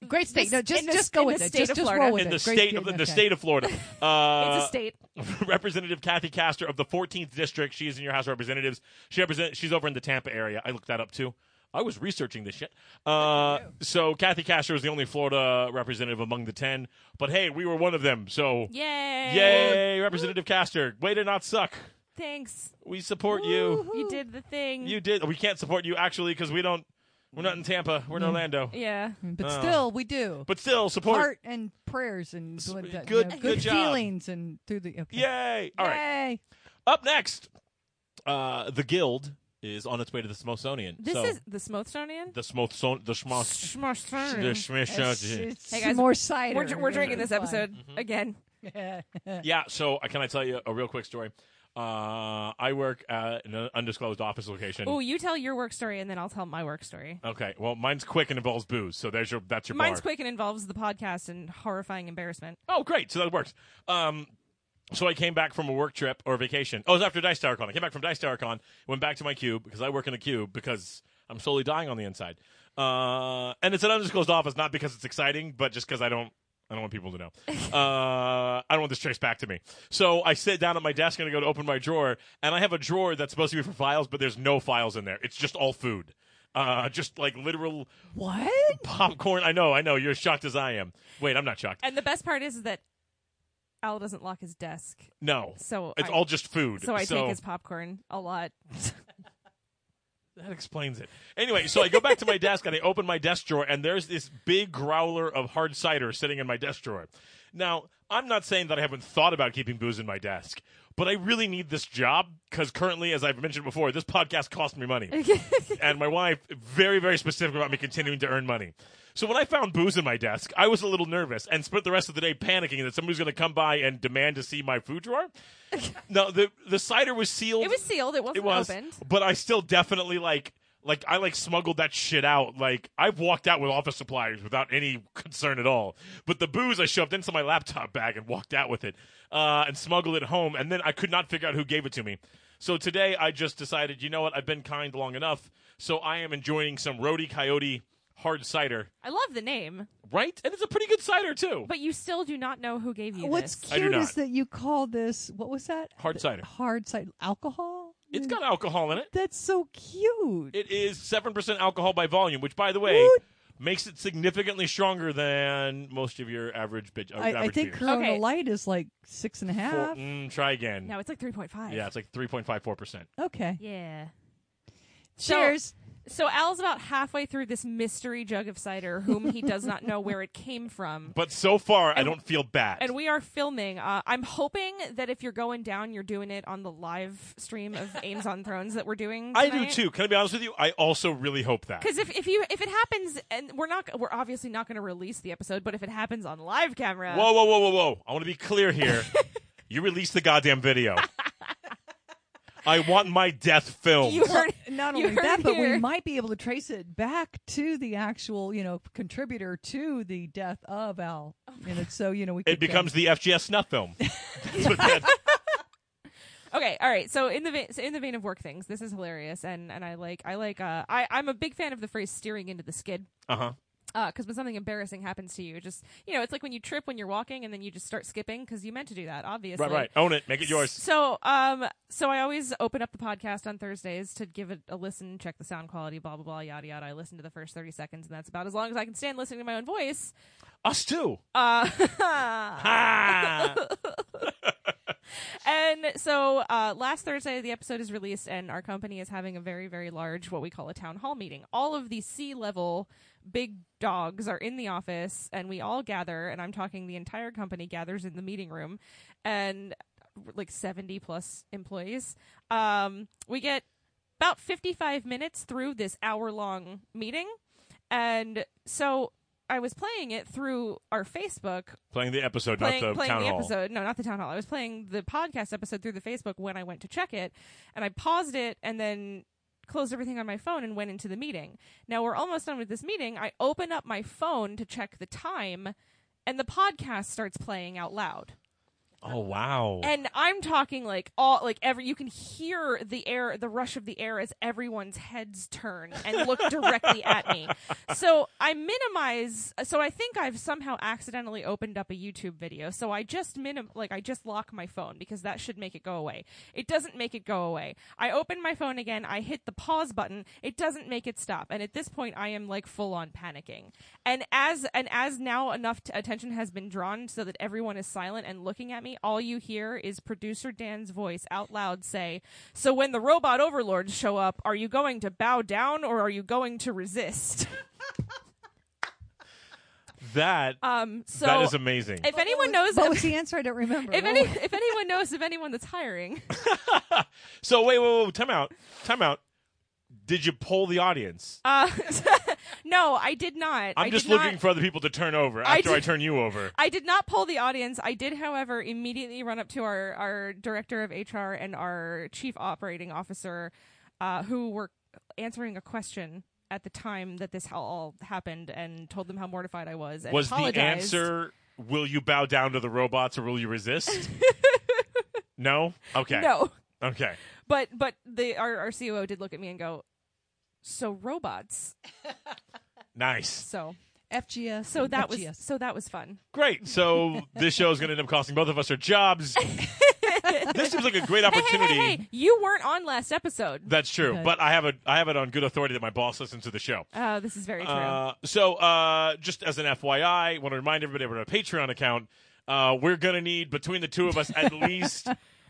[SPEAKER 4] Great state.
[SPEAKER 2] This-
[SPEAKER 4] no, just
[SPEAKER 2] in the-
[SPEAKER 4] just
[SPEAKER 2] in
[SPEAKER 4] go
[SPEAKER 2] the
[SPEAKER 4] with it.
[SPEAKER 2] state
[SPEAKER 4] Just,
[SPEAKER 2] of
[SPEAKER 4] just
[SPEAKER 2] Florida.
[SPEAKER 4] roll with
[SPEAKER 1] in
[SPEAKER 4] it.
[SPEAKER 1] the
[SPEAKER 4] Great
[SPEAKER 1] state of the, in the
[SPEAKER 3] okay.
[SPEAKER 1] state of Florida. Uh,
[SPEAKER 2] it's a state.
[SPEAKER 1] Representative Kathy Castor of the 14th District. She is in your House of Representatives. She represent. She's over in the Tampa area. I looked that up too. I was researching this shit. Uh, so Kathy Castor was the only Florida representative among the ten. But hey, we were one of them. So
[SPEAKER 2] Yay.
[SPEAKER 1] yay, Representative Castor, way to not suck.
[SPEAKER 2] Thanks.
[SPEAKER 1] We support you.
[SPEAKER 2] You did the thing.
[SPEAKER 1] You did. We can't support you actually because we don't. We're not in Tampa. We're in
[SPEAKER 2] Mm.
[SPEAKER 1] Orlando.
[SPEAKER 2] Yeah.
[SPEAKER 3] But
[SPEAKER 1] Oh.
[SPEAKER 3] still, we do.
[SPEAKER 1] But still, support.
[SPEAKER 3] Heart and prayers and
[SPEAKER 1] S-
[SPEAKER 3] bl- that, you know,
[SPEAKER 1] good-
[SPEAKER 3] good,
[SPEAKER 1] good job.
[SPEAKER 3] feelings and through the. Okay.
[SPEAKER 1] Yay! All right.
[SPEAKER 3] Yay.
[SPEAKER 1] Up next, uh, the Guild is on its way to the Smithsonian.
[SPEAKER 2] This
[SPEAKER 1] so
[SPEAKER 2] is the Smithsonian.
[SPEAKER 1] the Smithsonian. The Smithsonian.
[SPEAKER 2] Smithsonian.
[SPEAKER 1] The Smithsonian.
[SPEAKER 2] Hey, guys,
[SPEAKER 3] more cider.
[SPEAKER 2] We're, dr- we're drinking this episode
[SPEAKER 1] Mm-hmm.
[SPEAKER 2] again.
[SPEAKER 1] Yeah. So uh, can I tell you a real quick story? Uh, I work at an undisclosed office location.
[SPEAKER 2] Oh, you tell your work story and then I'll tell my work story.
[SPEAKER 1] Okay. Well, mine's quick and involves booze. So there's your that's your
[SPEAKER 2] Mine's
[SPEAKER 1] bar.
[SPEAKER 2] quick and involves the podcast and horrifying embarrassment.
[SPEAKER 1] Oh, great. So that works. Um, so I came back from a work trip or vacation. Oh, it was after Dice Tower Con. I came back from Dice Tower Con, went back to my cube because I work in a cube because I'm slowly dying on the inside. Uh, and it's an undisclosed office, not because it's exciting, but just because I don't. I don't want people to know. Uh, I don't want this traced back to me. So I sit down at my desk and I go to open my drawer, and I have a drawer that's supposed to be for files, but there's no files in there. It's just all food, uh, just like literal
[SPEAKER 3] What?
[SPEAKER 1] popcorn. I know, I know. You're as shocked as I am. Wait, I'm not shocked.
[SPEAKER 2] And the best part is that Al doesn't lock his desk.
[SPEAKER 1] No,
[SPEAKER 2] So
[SPEAKER 1] it's
[SPEAKER 2] I-
[SPEAKER 1] all just food.
[SPEAKER 2] So I take his popcorn a lot.
[SPEAKER 1] that explains it. Anyway, so I go back to my desk and I open my desk drawer, and there's this big growler of hard cider sitting in my desk drawer. Now, I'm not saying that I haven't thought about keeping booze in my desk, but I really need this job because currently, as I've mentioned before, this podcast cost me money, and my wife very, very specific about me continuing to earn money. So when I found booze in my desk, I was a little nervous and spent the rest of the day panicking that somebody was going to come by and demand to see my food drawer. no, the the cider was sealed.
[SPEAKER 2] It was sealed. It wasn't
[SPEAKER 1] It was,
[SPEAKER 2] opened.
[SPEAKER 1] but I still definitely like like I like smuggled that shit out. Like I've walked out with office supplies without any concern at all. But the booze I shoved into my laptop bag and walked out with it uh, and smuggled it home. And then I could not figure out who gave it to me. So today I just decided, you know what? I've been kind long enough, so I am enjoying some Rhodey Coyote hard cider,
[SPEAKER 2] I love the name,
[SPEAKER 1] right? And it's a pretty good cider too.
[SPEAKER 2] but you still do not know who gave you
[SPEAKER 3] What's
[SPEAKER 2] this.
[SPEAKER 1] I do
[SPEAKER 3] cute is
[SPEAKER 1] not.
[SPEAKER 3] that you call this what was that?
[SPEAKER 1] Hard
[SPEAKER 3] Th-
[SPEAKER 1] cider.
[SPEAKER 3] Hard cider alcohol.
[SPEAKER 1] It's got alcohol in it.
[SPEAKER 3] That's so cute.
[SPEAKER 1] It is seven percent alcohol by volume, which, by the way,
[SPEAKER 3] What?
[SPEAKER 1] makes it significantly stronger than most of your average bitch. Uh,
[SPEAKER 3] I, I
[SPEAKER 1] average
[SPEAKER 3] think
[SPEAKER 1] beers.
[SPEAKER 3] Corona
[SPEAKER 2] Okay.
[SPEAKER 3] Light is like six and a
[SPEAKER 1] Four-
[SPEAKER 3] half.
[SPEAKER 1] mm, try again.
[SPEAKER 2] No, it's like three point five.
[SPEAKER 1] Yeah, it's like three point five four percent.
[SPEAKER 3] Okay.
[SPEAKER 2] Yeah. So-
[SPEAKER 3] Cheers.
[SPEAKER 2] So Al's about halfway through this mystery jug of cider, whom he does not know where it came from.
[SPEAKER 1] But so far, I don't feel bad.
[SPEAKER 2] And we are filming. Uh, I'm hoping that if you're going down, you're doing it on the live stream of Ames on Thrones that we're doing.
[SPEAKER 1] I do too. Can I be honest with you? I also really hope that.
[SPEAKER 2] Because if, if you if it happens, and we're not we're obviously not going to release the episode, but if it happens on live camera,
[SPEAKER 1] Whoa, whoa, whoa, whoa, whoa! I want to be clear here. you released the goddamn video. I want my death film.
[SPEAKER 2] you heard
[SPEAKER 3] Oh, Not
[SPEAKER 2] you
[SPEAKER 3] only
[SPEAKER 2] heard
[SPEAKER 3] that, but we
[SPEAKER 2] here.
[SPEAKER 3] might be able to trace it back to the actual, you know, contributor to the death of Al.
[SPEAKER 2] Oh
[SPEAKER 3] And it's so, you know, we
[SPEAKER 1] it
[SPEAKER 3] could, uh,
[SPEAKER 1] becomes the FGS snuff film. That's what that-
[SPEAKER 2] Okay, all right. So in the vein, so in the vein of work things, this is hilarious, and and I like I like uh I I'm a big fan of the phrase steering into the skid.
[SPEAKER 1] uh-huh.
[SPEAKER 2] Uh, because when something embarrassing happens to you, just you know, it's like when you trip when you're walking and then you just start skipping because you meant to do that, obviously.
[SPEAKER 1] Right, right. Own it. Make it yours.
[SPEAKER 2] So, um, so I always open up the podcast on Thursdays to give it a listen, check the sound quality, blah blah blah, yada yada. I listen to the first thirty seconds, and that's about as long as I can stand listening to my own voice.
[SPEAKER 1] Us too.
[SPEAKER 2] Uh,
[SPEAKER 1] Ah!
[SPEAKER 2] And so uh, last Thursday, the episode is released, and our company is having a very, very large, what we call a town hall meeting. All of the C level big dogs are in the office, and we all gather, and I'm talking the entire company gathers in the meeting room, and like 70 plus employees. Um, we get about 55 minutes through this hour long meeting. And so I was playing it through our Facebook
[SPEAKER 1] playing the episode,
[SPEAKER 2] playing,
[SPEAKER 1] not the
[SPEAKER 2] playing
[SPEAKER 1] town
[SPEAKER 2] the
[SPEAKER 1] hall.
[SPEAKER 2] episode. No, not the town hall. I was playing the podcast episode through the Facebook when I went to check it, and I paused it and then closed everything on my phone and went into the meeting. Now we're almost done with this meeting. I open up my phone to check the time, and the podcast starts playing out loud.
[SPEAKER 1] Oh wow!
[SPEAKER 2] And I'm talking like all like every you can hear the air the rush of the air as everyone's heads turn and look directly at me. So I minimize so I think I've somehow accidentally opened up a YouTube video. So I just minim like I just lock my phone because that should make it go away. It doesn't make it go away. I open my phone again, I hit the pause button, it doesn't make it stop. And at this point I am like full on panicking. And as and as now enough t- attention has been drawn so that everyone is silent and looking at me, all you hear is producer Dan's voice out loud say, "So when the robot overlords show up, are you going to bow down or are you going to resist?"
[SPEAKER 1] that
[SPEAKER 2] Um so
[SPEAKER 1] that is amazing.
[SPEAKER 2] if anyone knows
[SPEAKER 3] What
[SPEAKER 2] if,
[SPEAKER 3] was the answer? I don't remember. Oh,
[SPEAKER 2] any if anyone knows of anyone that's hiring,
[SPEAKER 1] so wait, wait, wait, time out, time out. Did you poll the audience?
[SPEAKER 2] uh no, I did not.
[SPEAKER 1] I'm
[SPEAKER 2] I
[SPEAKER 1] just
[SPEAKER 2] did not-
[SPEAKER 1] looking for other people to turn over
[SPEAKER 2] I
[SPEAKER 1] after I,
[SPEAKER 2] did-
[SPEAKER 1] turn you over.
[SPEAKER 2] I did not poll the audience. I did, however, immediately run up to our, our director of HR and our chief operating officer, uh, who were answering a question at the time that this all happened, and told them how mortified I was. And
[SPEAKER 1] Was the
[SPEAKER 2] apologized.
[SPEAKER 1] answer "Will you bow down to the robots or will you resist"? no. Okay.
[SPEAKER 2] no?
[SPEAKER 1] Okay.
[SPEAKER 2] But but the our, our COO did look at me and go, "So robots."
[SPEAKER 1] Nice.
[SPEAKER 2] So
[SPEAKER 3] FGS.
[SPEAKER 2] so that was
[SPEAKER 3] FGS.
[SPEAKER 2] so that was fun.
[SPEAKER 1] Great. So this show is going to end up costing both of us our jobs. this seems like a great
[SPEAKER 2] Hey, hey
[SPEAKER 1] opportunity.
[SPEAKER 2] hey hey! You weren't on last episode.
[SPEAKER 1] That's true,
[SPEAKER 3] Okay.
[SPEAKER 1] but I have a I have it on good authority that my boss listens to the show.
[SPEAKER 2] Uh, this is very true.
[SPEAKER 1] Uh, so, uh, just as an FYI, want to remind everybody about our Patreon account. Uh, we're gonna need between the two of us at least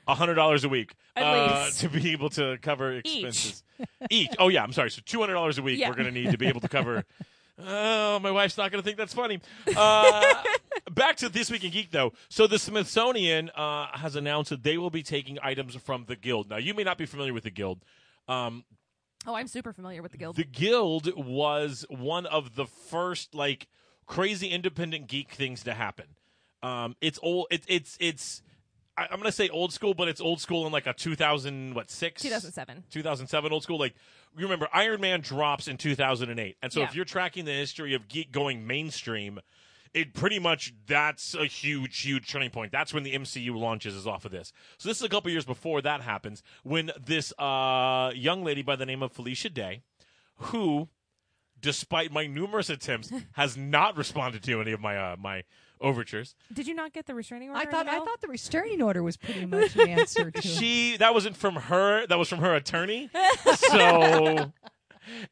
[SPEAKER 1] hundred dollars a week
[SPEAKER 2] At
[SPEAKER 1] uh,
[SPEAKER 2] least.
[SPEAKER 1] to be able to cover expenses. Each. Oh yeah, I'm sorry. So two hundred dollars a week
[SPEAKER 2] Yeah.
[SPEAKER 1] we're gonna need to be able to cover. Oh, my wife's not going to think that's funny. Uh, back to This Week in Geek, though. So, the Smithsonian uh, has announced that they will be taking items from the Guild. Now, you may not be familiar with the Guild. Um,
[SPEAKER 2] oh, I'm super familiar with the guild.
[SPEAKER 1] the Guild was one of the first like crazy independent geek things to happen. Um, it's old. It, it's it's. I, I'm gonna say old school, but it's old school in like a 2000 what six
[SPEAKER 2] 2007.
[SPEAKER 1] 2007 old school. Like you remember, Iron Man drops in 2008, and so if
[SPEAKER 2] Yeah.
[SPEAKER 1] you're tracking the history of geek going mainstream, it pretty much that's a huge, huge turning point. That's when the MCU launches is off of this. So this is a couple years before that happens when this uh, young lady by the name of Felicia Day, who despite my numerous attempts, has not responded to any of my uh, my overtures.
[SPEAKER 2] Did you not get the restraining order?
[SPEAKER 3] I
[SPEAKER 2] in
[SPEAKER 3] thought
[SPEAKER 2] the
[SPEAKER 3] I
[SPEAKER 2] mail?
[SPEAKER 3] thought the restraining order was pretty much an answer to. it.
[SPEAKER 1] She that wasn't from her. That was from her attorney. So.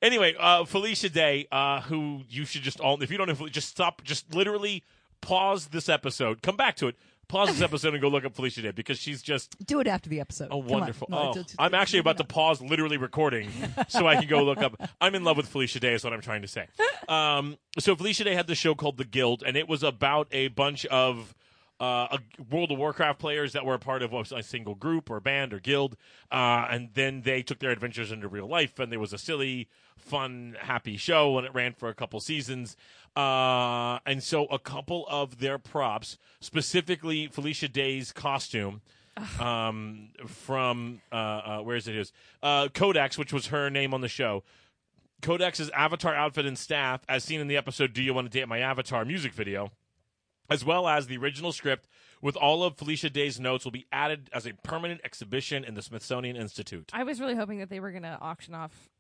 [SPEAKER 1] Anyway, uh, Felicia Day, uh, who you should just all, if you don't know, Fel- just stop, just literally pause this episode, come back to it, pause this episode and go look up Felicia Day because she's just
[SPEAKER 3] Do it after the episode.
[SPEAKER 1] a
[SPEAKER 3] Come on.
[SPEAKER 1] wonderful.
[SPEAKER 3] No,
[SPEAKER 1] oh,
[SPEAKER 3] just- just-
[SPEAKER 1] I'm actually
[SPEAKER 3] leave it
[SPEAKER 1] about to
[SPEAKER 3] up.
[SPEAKER 1] pause literally recording so I can go look up. I'm in love with Felicia Day, is what I'm trying to say. Um, so Felicia Day had the show called The Guild, and it was about a bunch of uh, a- World of Warcraft players that were a part of a single group or band or guild, uh, and then they took their adventures into real life, and there was a silly, fun, happy show, and it ran for a couple seasons. Uh, and so a couple of their props, specifically Felicia Day's costume, um, from uh, uh, where is it? Is uh, Codex, which was her name on the show. Codex's avatar outfit and staff, as seen in the episode "Do You Want to Date My Avatar?" music video, as well as the original script with all of Felicia Day's notes, will be added as a permanent exhibition in the Smithsonian Institute.
[SPEAKER 2] I was really hoping that they were going to auction off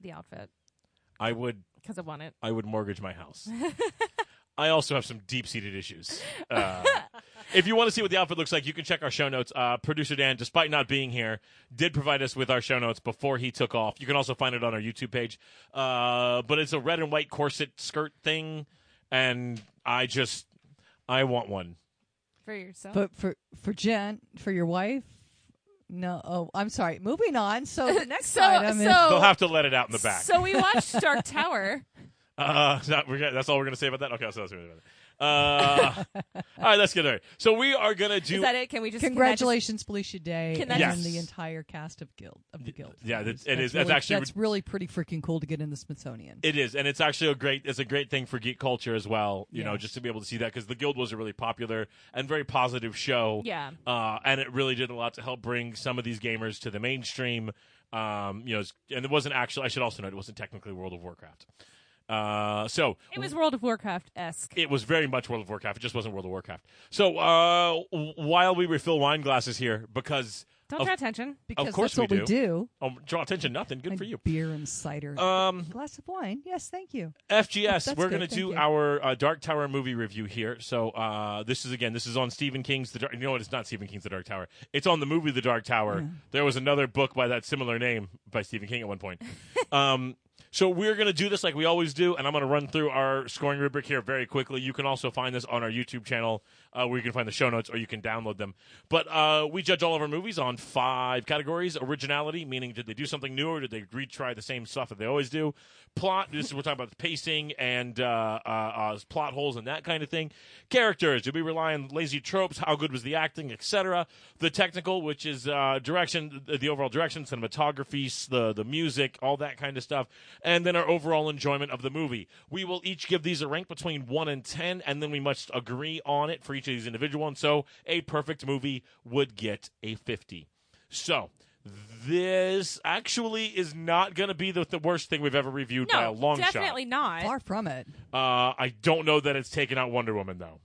[SPEAKER 2] the outfit
[SPEAKER 1] I would,
[SPEAKER 2] because I want it.
[SPEAKER 1] I would mortgage my house. I also have some deep-seated issues. Uh, if you want to see what the outfit looks like, you can check our show notes. Uh, Producer Dan, despite not being here, did provide us with our show notes before he took off. You can also find it on our YouTube page. Uh, but it's a red and white corset skirt thing, and I just I want one.
[SPEAKER 2] for yourself.
[SPEAKER 3] But for for Jen, for your wife. No, oh, I'm sorry. Moving on. So the next
[SPEAKER 2] so,
[SPEAKER 3] item is
[SPEAKER 2] so,
[SPEAKER 1] They'll have to let it out in the back.
[SPEAKER 2] so we watched Dark Tower.
[SPEAKER 1] Uh, that- we're gonna- that's all we're gonna say about that. Okay, so that's really about it. Uh, all right, let's get it. So we are gonna do.
[SPEAKER 2] Is that it? Can we just can I just-
[SPEAKER 3] Congratulations, Felicia Day,
[SPEAKER 2] Can that
[SPEAKER 3] and
[SPEAKER 1] just-
[SPEAKER 3] the entire cast of Guild of the Guild.
[SPEAKER 1] yeah,
[SPEAKER 3] That's-
[SPEAKER 1] that- it is- that's
[SPEAKER 3] really-
[SPEAKER 1] actually-
[SPEAKER 3] that's really pretty freaking cool to get in the Smithsonian.
[SPEAKER 1] It is, and it's actually a great it's a great thing for geek culture as well. You know,
[SPEAKER 3] Yeah.
[SPEAKER 1] just to be able to see that because the Guild was a really popular and very positive show.
[SPEAKER 2] Yeah.
[SPEAKER 1] uh, and it really did a lot to help bring some of these gamers to the mainstream. Um, you know, it's- and it wasn't actually. I should also note it wasn't technically World of Warcraft. Uh, so
[SPEAKER 2] It was World of Warcraft esque.
[SPEAKER 1] it was very much World of Warcraft. It just wasn't World of Warcraft. So uh, w- while we refill wine glasses here, because
[SPEAKER 2] Don't
[SPEAKER 1] of-
[SPEAKER 2] draw attention.
[SPEAKER 3] Because
[SPEAKER 1] course
[SPEAKER 3] that's what
[SPEAKER 1] we
[SPEAKER 3] we do.
[SPEAKER 1] oh, draw attention, nothing good
[SPEAKER 3] And
[SPEAKER 1] for you.
[SPEAKER 3] Beer and cider.
[SPEAKER 1] Um,
[SPEAKER 3] glass of wine. Yes, thank you.
[SPEAKER 1] FGS,
[SPEAKER 3] That's
[SPEAKER 1] we're
[SPEAKER 3] good,
[SPEAKER 1] going to
[SPEAKER 3] thank
[SPEAKER 1] do
[SPEAKER 3] you.
[SPEAKER 1] our uh, Dark Tower movie review here. So uh, this is again, this is on Stephen King's. The Dark, you know what? It's not Stephen King's The Dark Tower. It's on the movie The Dark Tower. There was another book by that similar name by Stephen King at one point. um, so we're going to do this like we always do, and I'm going to run through our scoring rubric here very quickly. You can also find this on our YouTube channel, uh, where you can find the show notes or you can download them. But uh, we judge all of our movies on five categories: originality, meaning did they do something new or did they retry the same stuff that they always do? Plot, this is we're talking about the pacing and uh, uh, uh, plot holes and that kind of thing. Characters, did we rely on lazy tropes? How good was the acting, etc. The technical, which is uh, direction, the the overall direction, cinematography, s- the the music, all that kind of stuff, and then our overall enjoyment of the movie. We will each give these a rank between one and ten, and then we must agree on it for each of these individual ones. So a perfect movie would get a fifty. So. This actually is not going to be the, the worst thing we've ever reviewed by a
[SPEAKER 2] No,
[SPEAKER 1] long
[SPEAKER 2] definitely not.
[SPEAKER 3] Far from it.
[SPEAKER 1] shot. Uh, I don't know that it's taken out Wonder Woman though.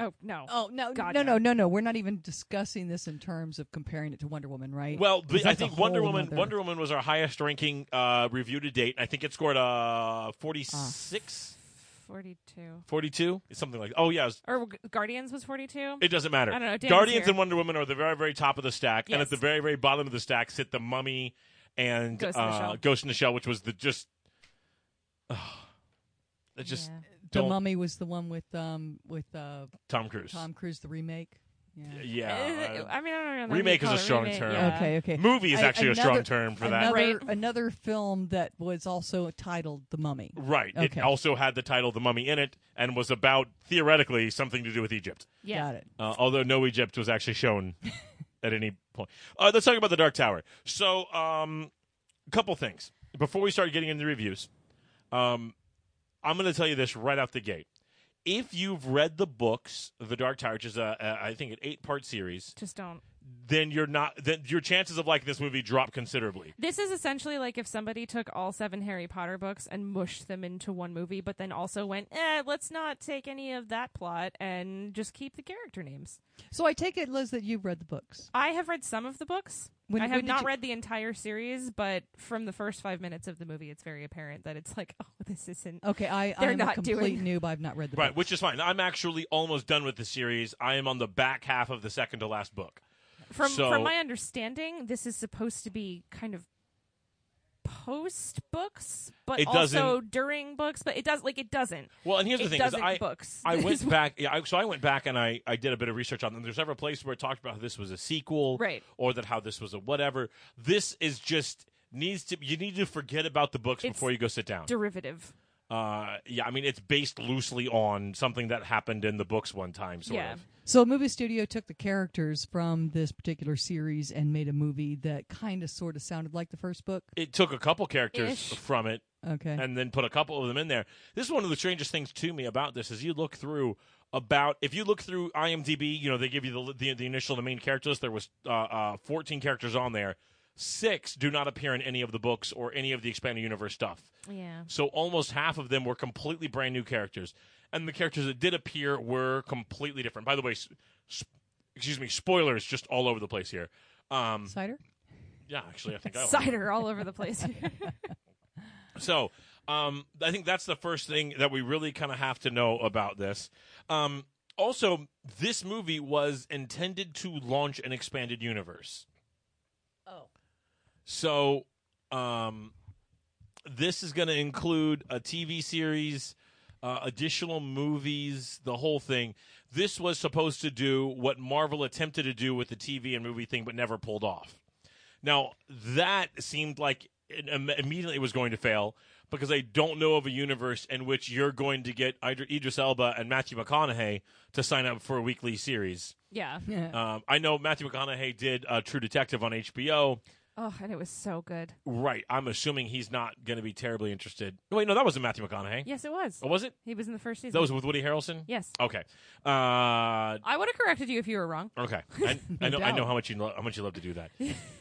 [SPEAKER 2] Oh no.
[SPEAKER 3] Oh no,
[SPEAKER 2] God,
[SPEAKER 3] no,
[SPEAKER 2] no.
[SPEAKER 3] no, no, no. We're not even discussing this in terms of comparing it to Wonder Woman, right?
[SPEAKER 1] Well,
[SPEAKER 3] Because
[SPEAKER 1] the, I
[SPEAKER 3] that's a
[SPEAKER 1] think Wonder
[SPEAKER 3] whole
[SPEAKER 1] Woman.
[SPEAKER 3] nother-
[SPEAKER 1] Wonder Woman was our highest ranking uh, review to date. I think it scored uh, 46,
[SPEAKER 2] Ah. Forty-two.
[SPEAKER 1] 42, something like. Oh yeah, it, was-
[SPEAKER 2] Or G- Guardians was forty-two.
[SPEAKER 1] it doesn't matter.
[SPEAKER 2] I don't know, Dan
[SPEAKER 1] Guardians
[SPEAKER 2] was here.
[SPEAKER 1] and Wonder Woman are the very very top of the stack, and
[SPEAKER 2] Yes.
[SPEAKER 1] at the very very bottom of the stack sit the Mummy and
[SPEAKER 2] Ghost in the
[SPEAKER 1] uh,
[SPEAKER 2] Shell.
[SPEAKER 1] Ghost in the Shell, which was the just. That just
[SPEAKER 2] Yeah.
[SPEAKER 3] the
[SPEAKER 1] don't
[SPEAKER 3] Mummy was the one with um with uh
[SPEAKER 1] Tom Cruise.
[SPEAKER 3] Tom Cruise, the remake. Yeah.
[SPEAKER 1] Yeah.
[SPEAKER 2] Uh, I mean, I don't know. if
[SPEAKER 1] remake
[SPEAKER 2] you call
[SPEAKER 1] is a
[SPEAKER 2] it
[SPEAKER 1] strong
[SPEAKER 2] remake,
[SPEAKER 1] term.
[SPEAKER 2] yeah.
[SPEAKER 3] Okay, okay.
[SPEAKER 1] Movie is
[SPEAKER 3] I-
[SPEAKER 1] actually a strong
[SPEAKER 3] another-
[SPEAKER 1] term for that.
[SPEAKER 3] another,
[SPEAKER 2] Right.
[SPEAKER 3] Another film that was also titled The Mummy.
[SPEAKER 1] Right.
[SPEAKER 3] Okay.
[SPEAKER 1] It also had the title The Mummy in it and was about theoretically something to do with Egypt.
[SPEAKER 2] Yeah.
[SPEAKER 3] Got it.
[SPEAKER 1] Uh, although no Egypt was actually shown at any point. Uh, let's talk about the Dark Tower. So, um, a couple things before we start getting into reviews. Um, I'm going to tell you this right out the gate. If you've read the books, The Dark Tower, which is a, a I think an eight part series,
[SPEAKER 2] Just don't.
[SPEAKER 1] then you're not then your chances of liking this movie drop considerably.
[SPEAKER 2] This is essentially like if somebody took all seven Harry Potter books and mushed them into one movie, but then also went, eh, let's not take any of that plot and just keep the character names.
[SPEAKER 3] So I take it, Liz, that you've read the books.
[SPEAKER 2] I have read some of the books.
[SPEAKER 3] When,
[SPEAKER 2] I
[SPEAKER 3] when
[SPEAKER 2] have
[SPEAKER 3] did
[SPEAKER 2] not
[SPEAKER 3] you-
[SPEAKER 2] read the entire series, but from the first five minutes of the movie, it's very apparent that it's like, oh, this isn't.
[SPEAKER 3] Okay, I,
[SPEAKER 2] They're
[SPEAKER 3] I'm a
[SPEAKER 2] not
[SPEAKER 3] complete
[SPEAKER 2] doing-
[SPEAKER 3] noob. I've not read the
[SPEAKER 1] Right,
[SPEAKER 3] book.
[SPEAKER 1] which is fine. I'm actually almost done with the series. I am on the back half of the second to last book.
[SPEAKER 2] From
[SPEAKER 1] So-
[SPEAKER 2] from my understanding, this is supposed to be kind of post books, but
[SPEAKER 1] It
[SPEAKER 2] also
[SPEAKER 1] doesn't-
[SPEAKER 2] during books. But it does like it doesn't.
[SPEAKER 1] Well, and here's the
[SPEAKER 2] it
[SPEAKER 1] thing: is
[SPEAKER 2] doesn't
[SPEAKER 1] I
[SPEAKER 2] books.
[SPEAKER 1] I went back. Yeah, I, so I went back and I, I did a bit of research on them. There's several places where it talked about how this was a sequel,
[SPEAKER 2] Right.
[SPEAKER 1] Or that how this was a whatever. This is just needs to. You need to forget about the books
[SPEAKER 2] It's
[SPEAKER 1] before you go sit down.
[SPEAKER 2] derivative.
[SPEAKER 1] uh, yeah, I mean it's based loosely on something that happened in the books one time, sort
[SPEAKER 2] Yeah.
[SPEAKER 1] of.
[SPEAKER 3] So, a movie studio took the characters from this particular series and made a movie that kind of sort of sounded like the first book.
[SPEAKER 1] It took a couple characters
[SPEAKER 2] Ish.
[SPEAKER 1] from it
[SPEAKER 3] Okay.
[SPEAKER 1] and then put a couple of them in there. This is one of the strangest things to me about this is you look through about if you look through IMDb, you know they give you the the, the initial the main character list. There was uh, uh, fourteen characters on there. Six do not appear in any of the books or any of the expanded universe stuff.
[SPEAKER 2] Yeah.
[SPEAKER 1] So almost half of them were completely brand new characters, and the characters that did appear were completely different. By the way, s- s- excuse me, spoilers just all over the place here. Um,
[SPEAKER 3] Cider?
[SPEAKER 1] yeah, actually, I think I
[SPEAKER 2] Cider all over the place.
[SPEAKER 1] So, um, I think that's the first thing that we really kind of have to know about this. Um, also, this movie was intended to launch an expanded universe.
[SPEAKER 3] Oh.
[SPEAKER 1] So, um, this is going to include a TV series, uh, additional movies, the whole thing. This was supposed to do what Marvel attempted to do with the TV and movie thing, but never pulled off. Now, that seemed like it im- immediately was going to fail because I don't know of a universe in which you're going to get Idr- Idris Elba and Matthew McConaughey to sign up for a weekly series.
[SPEAKER 2] yeah.
[SPEAKER 3] Yeah.
[SPEAKER 1] Um, I know Matthew McConaughey did uh, True Detective on HBO.
[SPEAKER 2] Oh, and it was so good.
[SPEAKER 1] Right. I'm assuming he's not going to be terribly interested. No, Wait, no, that wasn't Matthew McConaughey.
[SPEAKER 2] Yes, it was.
[SPEAKER 1] Oh, was it?
[SPEAKER 2] He was in the first season.
[SPEAKER 1] That was with Woody Harrelson?
[SPEAKER 2] yes.
[SPEAKER 1] Okay. Uh,
[SPEAKER 2] I would have corrected you if you were wrong.
[SPEAKER 1] Okay, I, I know. I know
[SPEAKER 3] doubt.
[SPEAKER 1] how much you lo- how much you love to do that.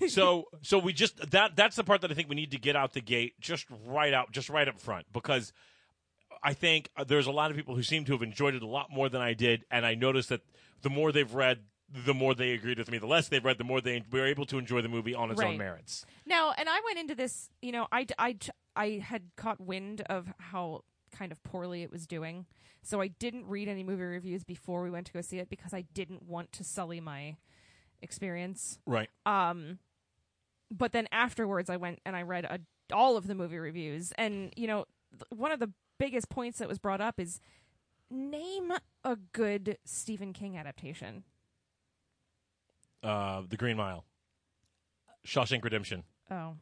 [SPEAKER 1] so, so we just that that's the part that I think we need to get out the gate, just right out, just right up front, because I think uh, there's a lot of people who seem to have enjoyed it a lot more than I did, and I noticed that the more they've read, the more they agreed with me. The less they've read, the more they were able to enjoy the movie on its own
[SPEAKER 2] Right.
[SPEAKER 1] merits.
[SPEAKER 2] Now, and I went into this, you know, I, I, I had caught wind of how kind of poorly it was doing. So I didn't read any movie reviews before we went to go see it because I didn't want to sully my experience.
[SPEAKER 1] Right.
[SPEAKER 2] Um, but then afterwards, I went and I read a, all of the movie reviews. And, you know, th- one of the biggest points that was brought up is name a good Stephen King adaptation.
[SPEAKER 1] Uh, the Green Mile, Shawshank Redemption.
[SPEAKER 2] Oh.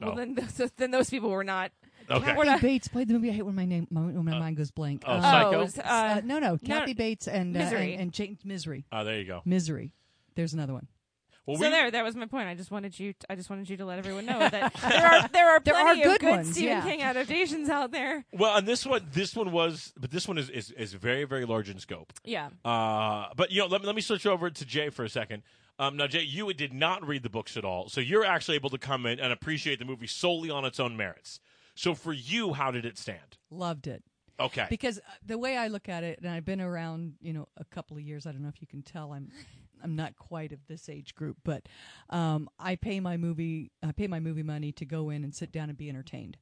[SPEAKER 2] Well,
[SPEAKER 1] Oh.
[SPEAKER 2] then, th- then those people were not.
[SPEAKER 1] Okay.
[SPEAKER 2] We're
[SPEAKER 3] Kathy
[SPEAKER 2] not-
[SPEAKER 3] Bates played the movie. I hate when my name my- when my mind goes blank.
[SPEAKER 1] oh,
[SPEAKER 3] Uh,
[SPEAKER 1] Psycho?
[SPEAKER 2] Oh, it's,
[SPEAKER 3] uh,
[SPEAKER 2] uh,
[SPEAKER 3] no, no, Kathy Bates and uh,
[SPEAKER 2] Misery.
[SPEAKER 3] and, and Jane- Misery.
[SPEAKER 1] Ah, there you go.
[SPEAKER 3] Misery. There's another one.
[SPEAKER 1] Well,
[SPEAKER 2] so
[SPEAKER 1] we,
[SPEAKER 2] there, that was my point. I just wanted you. I just wanted you to let everyone know that there are there are
[SPEAKER 3] There are
[SPEAKER 2] plenty
[SPEAKER 3] good
[SPEAKER 2] of good
[SPEAKER 3] ones,
[SPEAKER 2] Stephen
[SPEAKER 3] yeah.
[SPEAKER 2] King adaptations out there.
[SPEAKER 1] well, and this one, this one was, but this one is is, is very very large in scope.
[SPEAKER 2] Yeah,
[SPEAKER 1] Uh, but you know, let me let me switch over to Jay for a second. Um, now, Jay, you did not read the books at all, so you're actually able to come in and appreciate the movie solely on its own merits. So, for you, how did it stand?
[SPEAKER 3] Loved it.
[SPEAKER 1] Okay,
[SPEAKER 3] because uh, the way I look at it, and I've been around, you know, a couple of years. I don't know if you can tell, I'm, I'm not quite of this age group, but um, I pay my movie, I pay my movie money to go in and sit down and be entertained.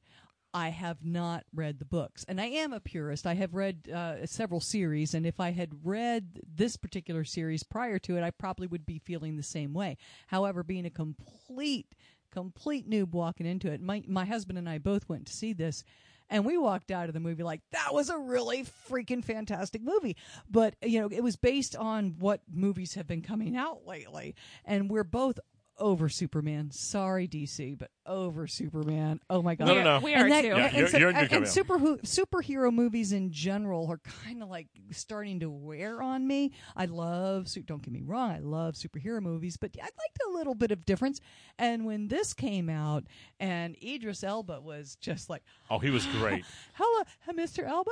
[SPEAKER 3] I have not read the books, and I am a purist. I have read uh, several series, and if I had read this particular series prior to it, I probably would be feeling the same way. However, being a complete, complete noob walking into it, my my husband and I both went to see this, and we walked out of the movie like that was a really freaking fantastic movie. But you know, it was based on what movies have been coming out lately, and we're both over Superman. Sorry, DC, but over Superman. Oh my god!
[SPEAKER 1] No, no, no.
[SPEAKER 2] we
[SPEAKER 3] And
[SPEAKER 2] are
[SPEAKER 3] that-
[SPEAKER 2] too.
[SPEAKER 1] Yeah,
[SPEAKER 3] and
[SPEAKER 1] you're-
[SPEAKER 3] so-
[SPEAKER 1] you're in good
[SPEAKER 3] and, and
[SPEAKER 1] company.
[SPEAKER 3] super superhero movies in general are kind of like starting to wear on me. I love su- don't get me wrong, I love superhero movies, but I liked a little bit of difference. And when this came out, and Idris Elba was just like,
[SPEAKER 1] oh, he was great.
[SPEAKER 3] "Hello, Mr. uh, Elba,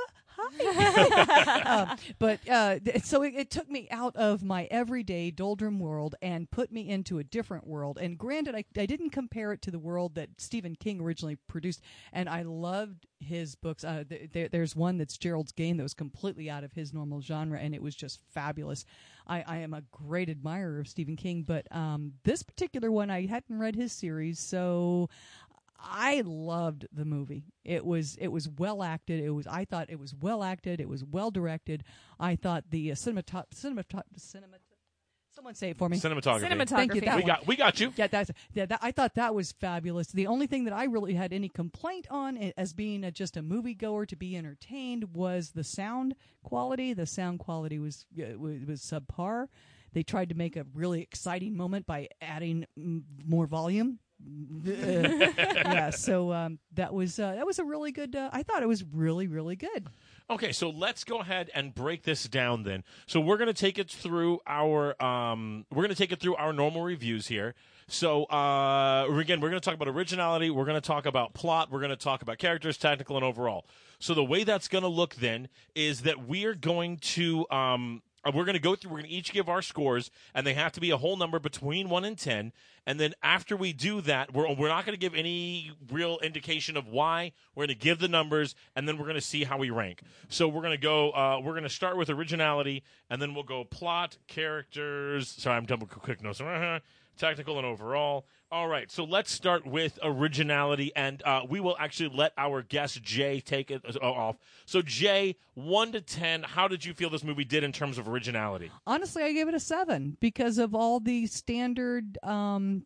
[SPEAKER 3] hi. um, but uh, th- so it, it took me out of my everyday doldrum world and put me into a different world. And granted, I, I didn't compare it to the world that Stephen King originally produced, and I loved his books. Uh, th- there, there's one that's Gerald's Game that was completely out of his normal genre, and it was just fabulous. I, I am a great admirer of Stephen King, but um, this particular one, I hadn't read his series, so I loved the movie. It was it was well acted. It was I thought it was well acted. It was well directed. I thought the uh, cinematop cinematop cinemat someone say it for me.
[SPEAKER 1] Cinematography.
[SPEAKER 2] Cinematography.
[SPEAKER 3] Thank you. That
[SPEAKER 1] We
[SPEAKER 3] one.
[SPEAKER 1] got we got you.
[SPEAKER 3] Yeah, that's yeah, that, I thought that was fabulous. The only thing that I really had any complaint on i- as being a, just a moviegoer to be entertained was the sound quality. The sound quality was uh, was, was subpar. They tried to make a really exciting moment by adding mm, more volume. yeah, so um, that was uh, that was a really good. Uh, I thought it was really really good.
[SPEAKER 1] Okay, so let's go ahead and break this down then. So we're gonna take it through our um, we're gonna take it through our normal reviews here. So uh, again, we're gonna talk about originality. We're gonna talk about plot. We're gonna talk about characters, technical, and overall. So the way that's gonna look then is that we are going to um, uh, we're gonna go through. We're gonna each give our scores, and they have to be a whole number between one and ten. And then after we do that, we're we're not gonna give any real indication of why. We're gonna give the numbers, and then we're gonna see how we rank. So we're gonna go. Uh, we're gonna start with originality, and then we'll go plot, characters. Sorry, I'm double quick notes. Technical and overall. All right, so let's start with originality, and uh, we will actually let our guest Jay take it uh, off. So Jay, one to ten, how did you feel this movie did in terms of originality?
[SPEAKER 3] honestly, I gave it a seven because of all the standard um,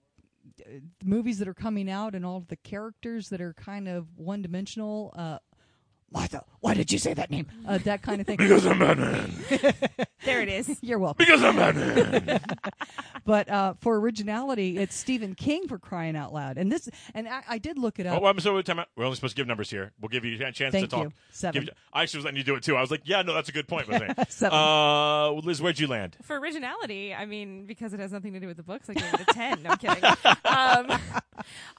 [SPEAKER 3] d- movies that are coming out and all of the characters that are kind of one dimensional. Uh, Martha, why did you say that name? Uh, that kind of thing.
[SPEAKER 1] I'm Batman.
[SPEAKER 2] There it is.
[SPEAKER 3] You're welcome.
[SPEAKER 1] Because I'm Batman.
[SPEAKER 3] But uh, for originality, it's Stephen King for crying out loud. And this, and I, I did look it up.
[SPEAKER 1] oh, I'm sorry. Time out. We're only supposed to give numbers here. We'll give you a chance to
[SPEAKER 3] Thank
[SPEAKER 1] talk.
[SPEAKER 3] you. Seven.
[SPEAKER 1] Give you- I actually was letting you do it too. I was like, yeah, no, that's a good point. wasn't it?
[SPEAKER 3] Seven.
[SPEAKER 1] Uh, Liz, where'd you land?
[SPEAKER 2] For originality, I mean, because it has nothing to do with the books, I gave it a 10. No, I'm kidding. Um,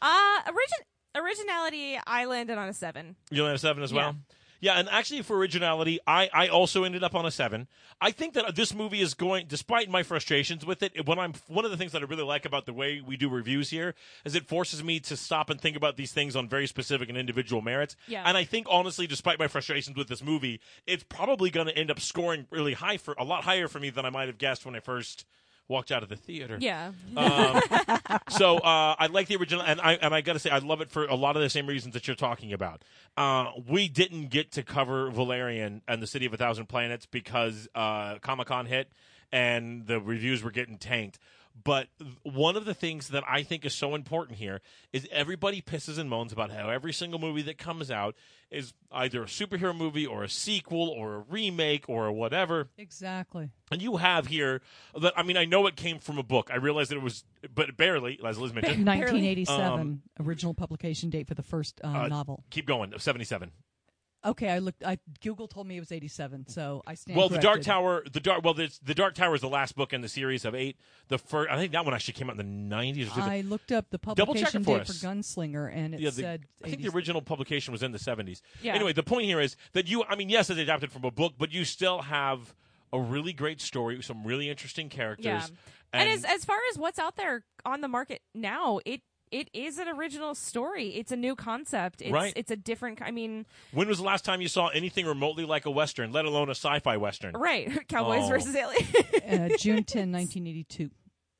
[SPEAKER 2] uh, origin- originality, I landed on a 7.
[SPEAKER 1] You landed a seven as well. Yeah, and actually for originality, I, I also ended up on a seven. I think that this movie is going, despite my frustrations with it, when I'm one of the things that I really like about the way we do reviews here is it forces me to stop and think about these things on very specific and individual merits.
[SPEAKER 2] Yeah.
[SPEAKER 1] And I think honestly, despite my frustrations with this movie, it's probably going to end up scoring really high for a lot higher for me than I might have guessed when I first walked out of the theater.
[SPEAKER 2] Yeah.
[SPEAKER 1] Um, so uh, I like the original, and I and I got to say I love it for a lot of the same reasons that you're talking about. Uh, we didn't get to cover Valerian and the City of a Thousand Planets because uh, Comic Con hit, and the reviews were getting tanked. But one of the things that I think is so important here is everybody pisses and moans about how every single movie that comes out is either a superhero movie or a sequel or a remake or whatever.
[SPEAKER 3] exactly.
[SPEAKER 1] And you have here that I mean I know it came from a book. I realized that it was, but barely, as Liz mentioned.
[SPEAKER 3] 1987 original publication date for the first uh,
[SPEAKER 1] Um, Uh,
[SPEAKER 3] novel.
[SPEAKER 1] Keep going. Seventy-seven.
[SPEAKER 3] Okay, I looked. I Google told me it was 87, so I stand.
[SPEAKER 1] Well, the Dark
[SPEAKER 3] corrected.
[SPEAKER 1] Tower, the dark. Well, the, the Dark Tower is the last book in the series of eight. The first, I think that one actually came out in the nineties. or something.
[SPEAKER 3] I looked up the
[SPEAKER 1] Double check it
[SPEAKER 3] publication
[SPEAKER 1] for
[SPEAKER 3] date for
[SPEAKER 1] us.
[SPEAKER 3] Gunslinger, and it
[SPEAKER 1] Yeah, the-
[SPEAKER 3] said.
[SPEAKER 1] I think
[SPEAKER 3] 80s.
[SPEAKER 1] the original publication was in the 70s.
[SPEAKER 2] Yeah.
[SPEAKER 1] Anyway, the point here is that you, I mean, yes, it's adapted from a book, but you still have a really great story with some really interesting characters.
[SPEAKER 2] Yeah. And, as, as far as what's out there on the market now, it it is an original story. It's a new concept. It's,
[SPEAKER 1] Right.
[SPEAKER 2] It's a different. I mean,
[SPEAKER 1] when was the last time you saw anything remotely like a Western, let alone a sci fi Western?
[SPEAKER 2] right? Cowboys
[SPEAKER 1] Oh.
[SPEAKER 2] versus aliens.
[SPEAKER 3] uh, June 10, 1982.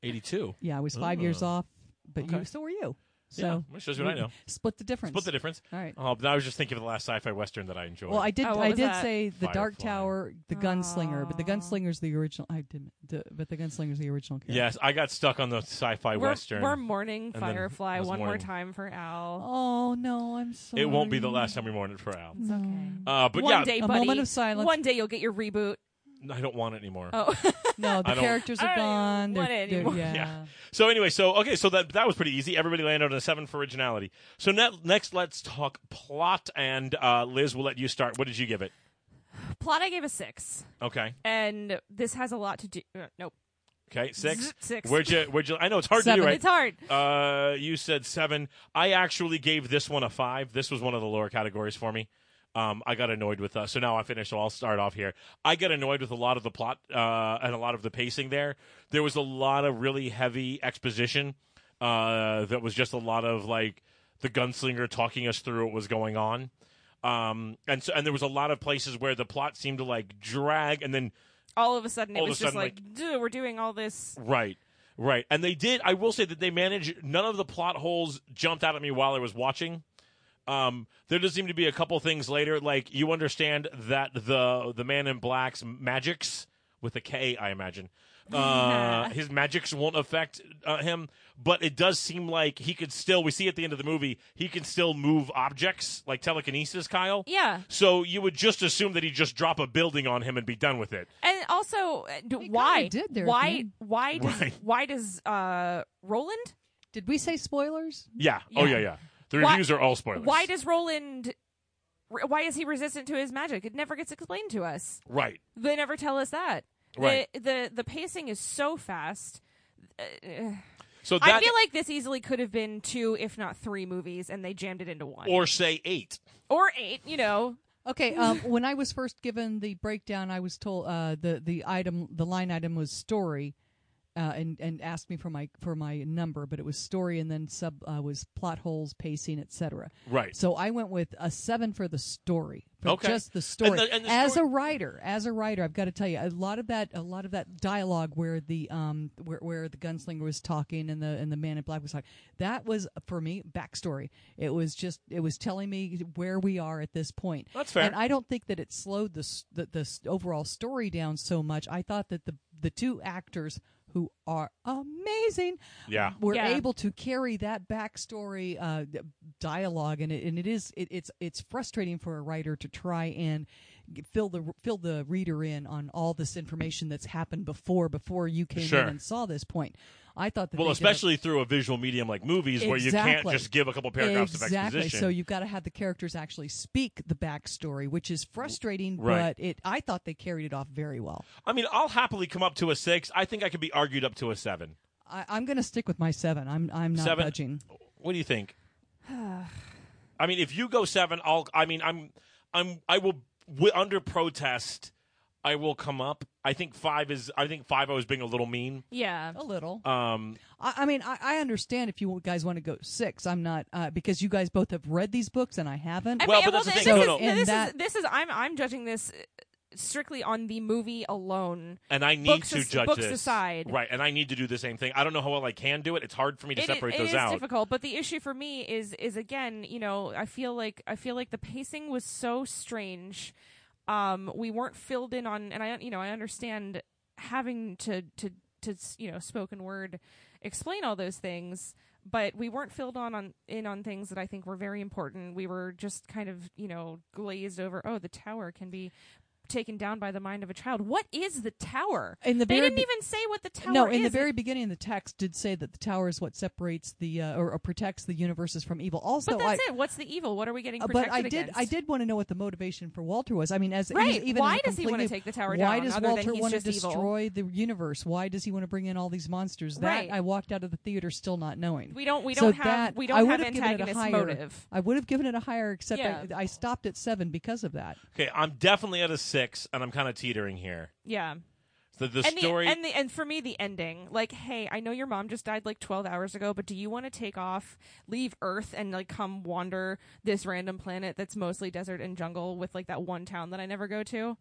[SPEAKER 1] 82.
[SPEAKER 3] Yeah, I was five years
[SPEAKER 1] Ooh.
[SPEAKER 3] off, but
[SPEAKER 1] Uh. Okay.
[SPEAKER 3] you, so were you. So
[SPEAKER 1] Yeah, which shows what I
[SPEAKER 3] we-
[SPEAKER 1] know.
[SPEAKER 3] Split the difference.
[SPEAKER 1] Split the difference.
[SPEAKER 3] All right.
[SPEAKER 1] Oh, but I was just thinking of the last sci fi Western that I enjoyed.
[SPEAKER 3] Well, I did.
[SPEAKER 2] Oh, what
[SPEAKER 3] I
[SPEAKER 2] was
[SPEAKER 3] did
[SPEAKER 2] that?
[SPEAKER 3] say the Dark
[SPEAKER 1] Firefly.
[SPEAKER 3] Tower, the Gunslinger, but the
[SPEAKER 2] Aw.
[SPEAKER 3] Gunslinger's the original. I didn't, the, but the Gunslinger's the original character.
[SPEAKER 1] yes, I got stuck on the sci fi
[SPEAKER 2] we're,
[SPEAKER 1] Western.
[SPEAKER 2] we're mourning
[SPEAKER 1] then
[SPEAKER 2] Firefly
[SPEAKER 1] it was
[SPEAKER 2] one more
[SPEAKER 1] morning.
[SPEAKER 2] time for Al.
[SPEAKER 3] Oh no, I'm sorry.
[SPEAKER 1] it won't be the last time we mourn it for Al.
[SPEAKER 2] It's okay.
[SPEAKER 1] Uh, but
[SPEAKER 2] one
[SPEAKER 1] yeah,
[SPEAKER 2] day,
[SPEAKER 3] A
[SPEAKER 2] buddy,
[SPEAKER 3] moment of silence.
[SPEAKER 2] One day you'll get your reboot.
[SPEAKER 1] I don't want it anymore.
[SPEAKER 2] Oh,
[SPEAKER 3] No,
[SPEAKER 1] I
[SPEAKER 3] the
[SPEAKER 1] don't-
[SPEAKER 3] characters
[SPEAKER 2] I
[SPEAKER 3] are
[SPEAKER 2] don't even
[SPEAKER 3] gone.
[SPEAKER 2] want
[SPEAKER 3] They're-
[SPEAKER 2] it
[SPEAKER 3] they're-
[SPEAKER 2] anymore.
[SPEAKER 3] yeah.
[SPEAKER 1] Yeah. So anyway, so okay, so that that was pretty easy. Everybody landed on a seven for originality. So net, next, let's talk plot. And uh, Liz, we'll let you start. What did you give it?
[SPEAKER 2] plot. I gave a six,
[SPEAKER 1] Okay,
[SPEAKER 2] and this has a lot to do. Uh, nope,
[SPEAKER 1] okay, six.
[SPEAKER 2] Six.
[SPEAKER 1] Where'd you? Where'd you? I know it's hard
[SPEAKER 3] Seven.
[SPEAKER 1] to do, right?
[SPEAKER 2] it's hard.
[SPEAKER 1] Uh, you said seven. I actually gave this one a five. This was one of the lower categories for me. Um, I got annoyed with, uh, so now I'm finished, so I'll start off here. I got annoyed with a lot of the plot uh, and a lot of the pacing there. There was a lot of really heavy exposition uh, that was just a lot of like the gunslinger talking us through what was going on. Um, and so, and there was a lot of places where the plot seemed to like drag and then
[SPEAKER 2] all of a sudden it
[SPEAKER 1] All of a
[SPEAKER 2] was just
[SPEAKER 1] sudden,
[SPEAKER 2] like, "Duh, we're doing all this
[SPEAKER 1] Right. Right. And they did I will say that they managed none of the plot holes jumped out at me while I was watching. Um, there does seem to be a couple things later, like you understand that the the man in black's magics with a K, I imagine. Uh, his magics won't affect uh, him, but it does seem like he could still. We see at the end of the movie, he can still move objects like telekinesis, Kyle.
[SPEAKER 2] yeah
[SPEAKER 1] So you would just assume that he'd just drop a building on him and be done with it.
[SPEAKER 2] and also uh, d-
[SPEAKER 3] kinda
[SPEAKER 2] why
[SPEAKER 3] did there at the
[SPEAKER 2] why
[SPEAKER 3] end.
[SPEAKER 2] why does
[SPEAKER 1] Right.
[SPEAKER 2] why does uh roland
[SPEAKER 3] Did we say spoilers?
[SPEAKER 1] Yeah. Oh
[SPEAKER 2] Yeah.
[SPEAKER 1] yeah, yeah. The
[SPEAKER 2] Why-
[SPEAKER 1] reviews are all spoilers.
[SPEAKER 2] why does roland re- why is he resistant to his magic it never gets explained to us
[SPEAKER 1] Right.
[SPEAKER 2] they never tell us that
[SPEAKER 1] Right.
[SPEAKER 2] the the, the pacing is so fast
[SPEAKER 1] So that
[SPEAKER 2] i feel like this easily could have been two if not three movies and they jammed it into one
[SPEAKER 1] or say 8.
[SPEAKER 2] or eight you know
[SPEAKER 3] Okay, um, when I was first given the breakdown, I was told uh, the the item the line item was story, uh, and and asked me for my for my number, but it was story, and then sub uh, was plot holes, pacing, etc.
[SPEAKER 1] Right.
[SPEAKER 3] So I went with a seven for the story, for
[SPEAKER 1] Okay.
[SPEAKER 3] just the story.
[SPEAKER 1] And the- and the
[SPEAKER 3] as
[SPEAKER 1] story-
[SPEAKER 3] a writer, as a writer, I've got to tell you, a lot of that, a lot of that dialogue where the um where, where the gunslinger was talking and the and the man in black was talking, that was for me backstory. It was just it was telling me where we are at this point.
[SPEAKER 1] That's fair.
[SPEAKER 3] And I don't think that it slowed the s- the, the s- overall story down so much. I thought that the the two actors who are amazing
[SPEAKER 1] Yeah.
[SPEAKER 3] were
[SPEAKER 2] Yeah.
[SPEAKER 3] able to carry that backstory uh, d- dialogue, and it and it is it, it's it's frustrating for a writer to try and g- fill the fill the reader in on all this information that's happened before before you came
[SPEAKER 1] Sure.
[SPEAKER 3] in and saw this point. I thought that
[SPEAKER 1] Well,
[SPEAKER 3] they did a-
[SPEAKER 1] especially through a visual medium like movies where you can't
[SPEAKER 3] Exactly.
[SPEAKER 1] just give a couple paragraphs of
[SPEAKER 3] exactly.
[SPEAKER 1] exposition.
[SPEAKER 3] So you've got to have the characters actually speak the backstory, which is frustrating.
[SPEAKER 1] Right.
[SPEAKER 3] But it I thought they carried it off very well.
[SPEAKER 1] I mean, I'll happily come up to a 6. I think I could be argued up to a 7.
[SPEAKER 3] I, I'm going to stick with my seven. I'm I'm not
[SPEAKER 1] Seven?
[SPEAKER 3] budging.
[SPEAKER 1] What do you think? I mean, if you go 7, I'll I mean, I'm I'm I will wi- under protest I will come up. I think 5 is I think 5 I was being a little mean.
[SPEAKER 2] yeah
[SPEAKER 3] A little.
[SPEAKER 1] Um
[SPEAKER 3] I, I mean, I, I understand if you guys want to go six. I'm not uh, because you guys both have read these books and I haven't.
[SPEAKER 2] I
[SPEAKER 1] Well,
[SPEAKER 2] mean,
[SPEAKER 1] but
[SPEAKER 2] well,
[SPEAKER 1] that's the
[SPEAKER 2] this,
[SPEAKER 1] thing.
[SPEAKER 2] Is,
[SPEAKER 1] No, no.
[SPEAKER 2] this,
[SPEAKER 3] And
[SPEAKER 2] is,
[SPEAKER 3] that-
[SPEAKER 2] this is I'm I'm judging this uh, strictly on the movie alone.
[SPEAKER 1] and I need
[SPEAKER 2] Books
[SPEAKER 1] to
[SPEAKER 2] as-
[SPEAKER 1] judge
[SPEAKER 2] books
[SPEAKER 1] this.
[SPEAKER 2] aside.
[SPEAKER 1] Right, and I need to do the same thing. I don't know how well I can do it. It's hard for me to
[SPEAKER 2] It i-
[SPEAKER 1] separate
[SPEAKER 2] it
[SPEAKER 1] those
[SPEAKER 2] is
[SPEAKER 1] out.
[SPEAKER 2] difficult, but the issue for me is is again, you know, I feel like I feel like the pacing was so strange. Um, we weren't filled in on, and I you know I understand having to to to you know spoken word explain all those things. But we weren't filled on, on in on things that I think were very important. We were just kind of, you know, glazed over. Oh, the tower can be taken down by the mind of a child. What is the tower?
[SPEAKER 3] In the
[SPEAKER 2] they
[SPEAKER 3] very
[SPEAKER 2] didn't
[SPEAKER 3] be-
[SPEAKER 2] even say what the tower
[SPEAKER 3] no,
[SPEAKER 2] is.
[SPEAKER 3] in the very beginning, the text did say that the tower is what separates the uh, or, or protects the universes from evil. Also,
[SPEAKER 2] but that's
[SPEAKER 3] I,
[SPEAKER 2] it. What's the evil? What are we getting
[SPEAKER 3] Uh,
[SPEAKER 2] protected
[SPEAKER 3] but I did
[SPEAKER 2] against?
[SPEAKER 3] I did want to know what the motivation for Walter was. I mean, as
[SPEAKER 2] Right.
[SPEAKER 3] even- even
[SPEAKER 2] Why
[SPEAKER 3] as a
[SPEAKER 2] does he wanna
[SPEAKER 3] completely-
[SPEAKER 2] take the tower
[SPEAKER 3] Why
[SPEAKER 2] down
[SPEAKER 3] does
[SPEAKER 2] other than
[SPEAKER 3] Walter
[SPEAKER 2] he's
[SPEAKER 3] want to
[SPEAKER 2] just evil?
[SPEAKER 3] destroy the universe? Why does he want to bring in all these monsters? That
[SPEAKER 2] Right.
[SPEAKER 3] I walked out of the theater still not knowing.
[SPEAKER 2] We don't- we
[SPEAKER 3] So
[SPEAKER 2] don't have-
[SPEAKER 3] that-
[SPEAKER 2] we don't
[SPEAKER 3] I
[SPEAKER 2] have
[SPEAKER 3] would have given it a
[SPEAKER 2] antagonist
[SPEAKER 3] higher-
[SPEAKER 2] motive.
[SPEAKER 3] I would have given it a higher, except
[SPEAKER 2] Yeah.
[SPEAKER 3] I, I stopped at seven because of that.
[SPEAKER 1] Okay, I'm definitely at a six, and I'm kind of teetering here.
[SPEAKER 2] yeah.
[SPEAKER 1] The, the
[SPEAKER 2] And
[SPEAKER 1] story,
[SPEAKER 2] the, and the and for me the ending, like, hey, I know your mom just died like twelve hours ago, but do you want to take off, leave Earth, and like come wander this random planet that's mostly desert and jungle with like that one town that I never go to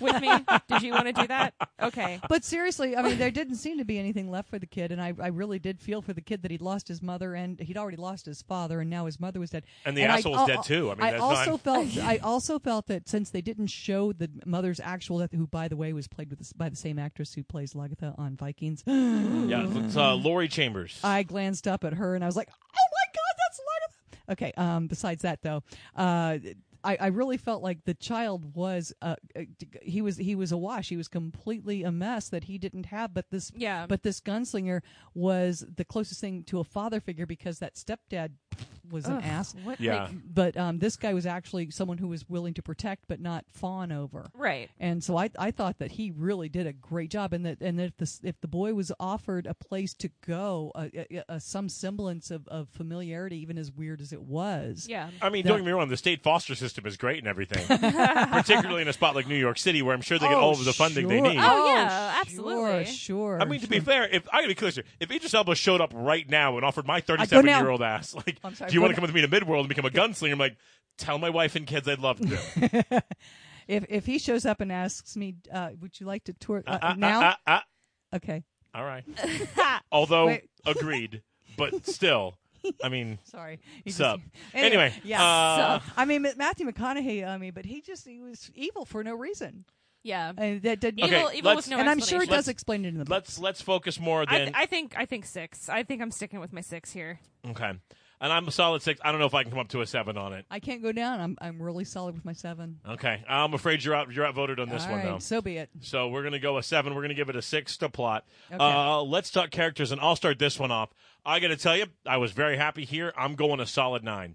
[SPEAKER 2] with me? Did you want to do that? Okay.
[SPEAKER 3] But seriously, I mean, there didn't seem to be anything left for the kid, and I, I really did feel for the kid that he'd lost his mother, and he'd already lost his father, and now his mother was dead.
[SPEAKER 1] And the
[SPEAKER 3] I-
[SPEAKER 1] asshole's
[SPEAKER 3] al-
[SPEAKER 1] dead, too. I mean, that's
[SPEAKER 3] also
[SPEAKER 1] not-
[SPEAKER 3] felt I also felt that since they didn't show the mother's actual death, who by the way was played with the, s- by the same actress who plays Lagatha on Vikings,
[SPEAKER 1] yeah, it's, uh, Lori Chambers.
[SPEAKER 3] Mm. I glanced up at her and I was like, "Oh my god, that's Lagatha!" Okay. Um. Besides that, though, uh, I I really felt like the child was uh uh, he was he was awash. He was completely a mess that he didn't have. But this
[SPEAKER 2] Yeah.
[SPEAKER 3] But this gunslinger was the closest thing to a father figure because that stepdad was an
[SPEAKER 2] Ugh,
[SPEAKER 3] ass.
[SPEAKER 2] What
[SPEAKER 1] Yeah.
[SPEAKER 2] like-
[SPEAKER 3] But um, this guy was actually someone who was willing to protect but not fawn over.
[SPEAKER 2] right.
[SPEAKER 3] And so I, I thought that he really did a great job, and that and that if the if the boy was offered a place to go, uh, uh, uh, some semblance of, of familiarity, even as weird as it was,
[SPEAKER 2] Yeah.
[SPEAKER 1] I mean,
[SPEAKER 3] The-
[SPEAKER 1] don't get me wrong. The state foster system is great and everything, particularly in a spot like New York City, where I'm sure they get all of the funding they
[SPEAKER 3] sure.
[SPEAKER 1] need.
[SPEAKER 2] Oh, yeah, absolutely.
[SPEAKER 3] Sure, sure.
[SPEAKER 1] I mean, to be
[SPEAKER 3] sure.
[SPEAKER 1] fair, if I gotta be clear, sir, if Idris Elba showed up right now and offered my
[SPEAKER 3] now.
[SPEAKER 1] 37 year old ass, like,
[SPEAKER 3] I'm sorry,
[SPEAKER 1] do you want to
[SPEAKER 3] go
[SPEAKER 1] come with me to Midworld and become a gunslinger? I'm like, tell my wife and kids I'd love to.
[SPEAKER 3] if if he shows up and asks me, uh, would you like to tour uh,
[SPEAKER 1] Ah,
[SPEAKER 3] now?
[SPEAKER 1] ah, ah,
[SPEAKER 3] okay,
[SPEAKER 1] ah. all right. Although
[SPEAKER 3] Wait.
[SPEAKER 1] agreed, but still, I mean,
[SPEAKER 3] sorry. He just-
[SPEAKER 1] Sub. Anyway,
[SPEAKER 3] yeah.
[SPEAKER 1] uh,
[SPEAKER 3] sub. I mean, Matthew McConaughey. uh, I mean, but he just he was evil for no reason.
[SPEAKER 2] yeah.
[SPEAKER 3] And that did.
[SPEAKER 1] Okay,
[SPEAKER 2] evil, evil
[SPEAKER 1] let's-
[SPEAKER 2] with no
[SPEAKER 3] and I'm sure
[SPEAKER 2] explanation.
[SPEAKER 3] it does explain it in the book.
[SPEAKER 1] let's let's focus more
[SPEAKER 2] I, th-
[SPEAKER 1] than
[SPEAKER 2] I think I think six. I think I'm sticking with my six here.
[SPEAKER 1] okay. And I'm a solid six. I don't know if I can come up to a seven on it.
[SPEAKER 3] I can't go down. I'm I'm really solid with my seven.
[SPEAKER 1] Okay, I'm afraid you're out. You're outvoted on this
[SPEAKER 3] All
[SPEAKER 1] one
[SPEAKER 3] right,
[SPEAKER 1] though.
[SPEAKER 3] So be it.
[SPEAKER 1] So we're gonna go a seven. We're gonna give it a six to plot.
[SPEAKER 3] Okay.
[SPEAKER 1] Uh, let's talk characters, and I'll start this one off. I gotta tell you, I was very happy here. I'm going a solid nine.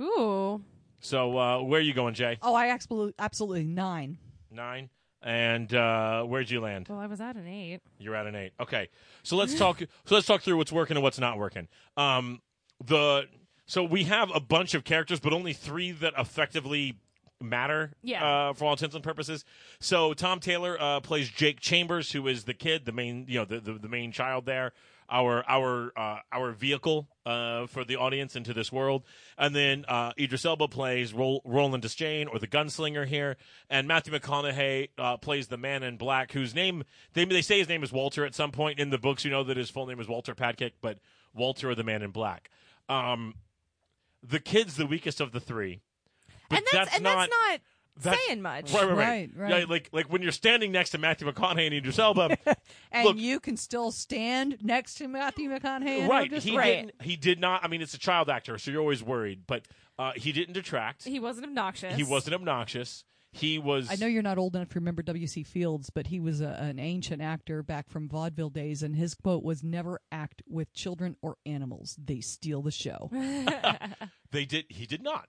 [SPEAKER 2] Ooh.
[SPEAKER 1] So uh, where are you going, Jay?
[SPEAKER 3] Oh, I absolutely absolutely nine.
[SPEAKER 1] Nine. And uh, where'd you land?
[SPEAKER 2] Well, I was at an eight.
[SPEAKER 1] You're at an eight. Okay, so let's talk. So let's talk through what's working and what's not working. Um, the so we have a bunch of characters, but only three that effectively matter.
[SPEAKER 2] Yeah.
[SPEAKER 1] Uh, for all intents and purposes. So Tom Taylor uh, plays Jake Chambers, who is the kid, the main, you know, the the, the main child there. Our our uh, our vehicle uh, for the audience into this world, and then uh, Idris Elba plays Rol- Roland Deschain or the gunslinger here, and Matthew McConaughey uh, plays the man in black, whose name they they say his name is Walter at some point in the books. You know that his full name is Walter Padkick, but Walter or the man in black. Um, the kid's the weakest of the three, but
[SPEAKER 2] and that's, and that's not
[SPEAKER 1] that's-
[SPEAKER 2] saying much.
[SPEAKER 1] Right, right, right.
[SPEAKER 3] Right, right.
[SPEAKER 1] Yeah, like like when you're standing next to Matthew McConaughey and Idris Elba,
[SPEAKER 3] And
[SPEAKER 1] Look-
[SPEAKER 3] you can still stand next to Matthew McConaughey. and
[SPEAKER 1] right?
[SPEAKER 3] just-
[SPEAKER 1] He
[SPEAKER 2] right.
[SPEAKER 1] didn't. He did not. I mean, it's a child actor, so you're always worried. But uh, he didn't detract.
[SPEAKER 2] He wasn't obnoxious.
[SPEAKER 1] He wasn't obnoxious. He was.
[SPEAKER 3] I know you're not old enough to remember W.C. Fields, but he was a, an ancient actor back from vaudeville days, and his quote was "Never act with children or animals; they steal the show."
[SPEAKER 1] They did. He did not.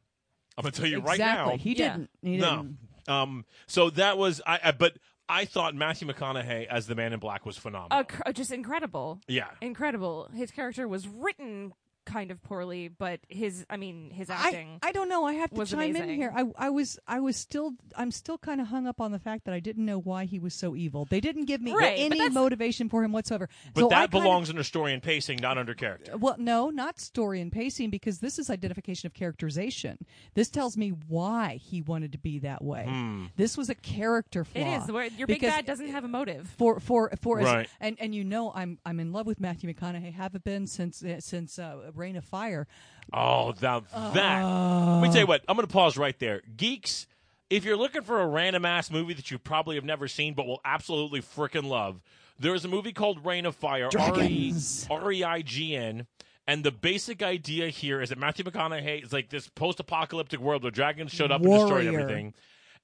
[SPEAKER 1] I'm gonna tell you
[SPEAKER 3] exactly.
[SPEAKER 1] right now.
[SPEAKER 3] He
[SPEAKER 2] Yeah.
[SPEAKER 3] didn't. He
[SPEAKER 1] no.
[SPEAKER 3] didn't.
[SPEAKER 1] Um. So that was. I, I. But I thought Matthew McConaughey as the Man in Black was phenomenal.
[SPEAKER 2] Uh, cr- just incredible.
[SPEAKER 1] yeah.
[SPEAKER 2] Incredible. His character was written kind of poorly, but his I mean his
[SPEAKER 3] I,
[SPEAKER 2] acting.
[SPEAKER 3] I don't know. I have to
[SPEAKER 2] was
[SPEAKER 3] chime in
[SPEAKER 2] amazing.
[SPEAKER 3] here. I, I was I was still I'm still kind of hung up on the fact that I didn't know why he was so evil. They didn't give me
[SPEAKER 2] Right, but
[SPEAKER 3] any
[SPEAKER 2] that's-
[SPEAKER 3] motivation for him whatsoever.
[SPEAKER 1] But
[SPEAKER 3] So I
[SPEAKER 1] that
[SPEAKER 3] kinda-
[SPEAKER 1] belongs under story and pacing, not under character.
[SPEAKER 3] well, no, not story and pacing because this is identification of characterization. This tells me why he wanted to be that way.
[SPEAKER 1] Hmm.
[SPEAKER 3] This was a character flaw.
[SPEAKER 2] it is where your big
[SPEAKER 3] Because
[SPEAKER 2] bad doesn't have a motive.
[SPEAKER 3] for for for as-
[SPEAKER 1] Right.
[SPEAKER 3] and and you know I'm I'm in love with Matthew McConaughey. Have it been since uh, since uh, Rain of Fire.
[SPEAKER 1] Oh, now that. Let me tell you what. I'm going to pause right there. Geeks, if you're looking for a random ass movie that you probably have never seen but will absolutely frickin' love, there is a movie called Reign of Fire.
[SPEAKER 3] Dragons.
[SPEAKER 1] R E I G N. And the basic idea here is that Matthew McConaughey is like this post-apocalyptic world where dragons showed up and destroyed
[SPEAKER 3] Warrior.
[SPEAKER 1] everything.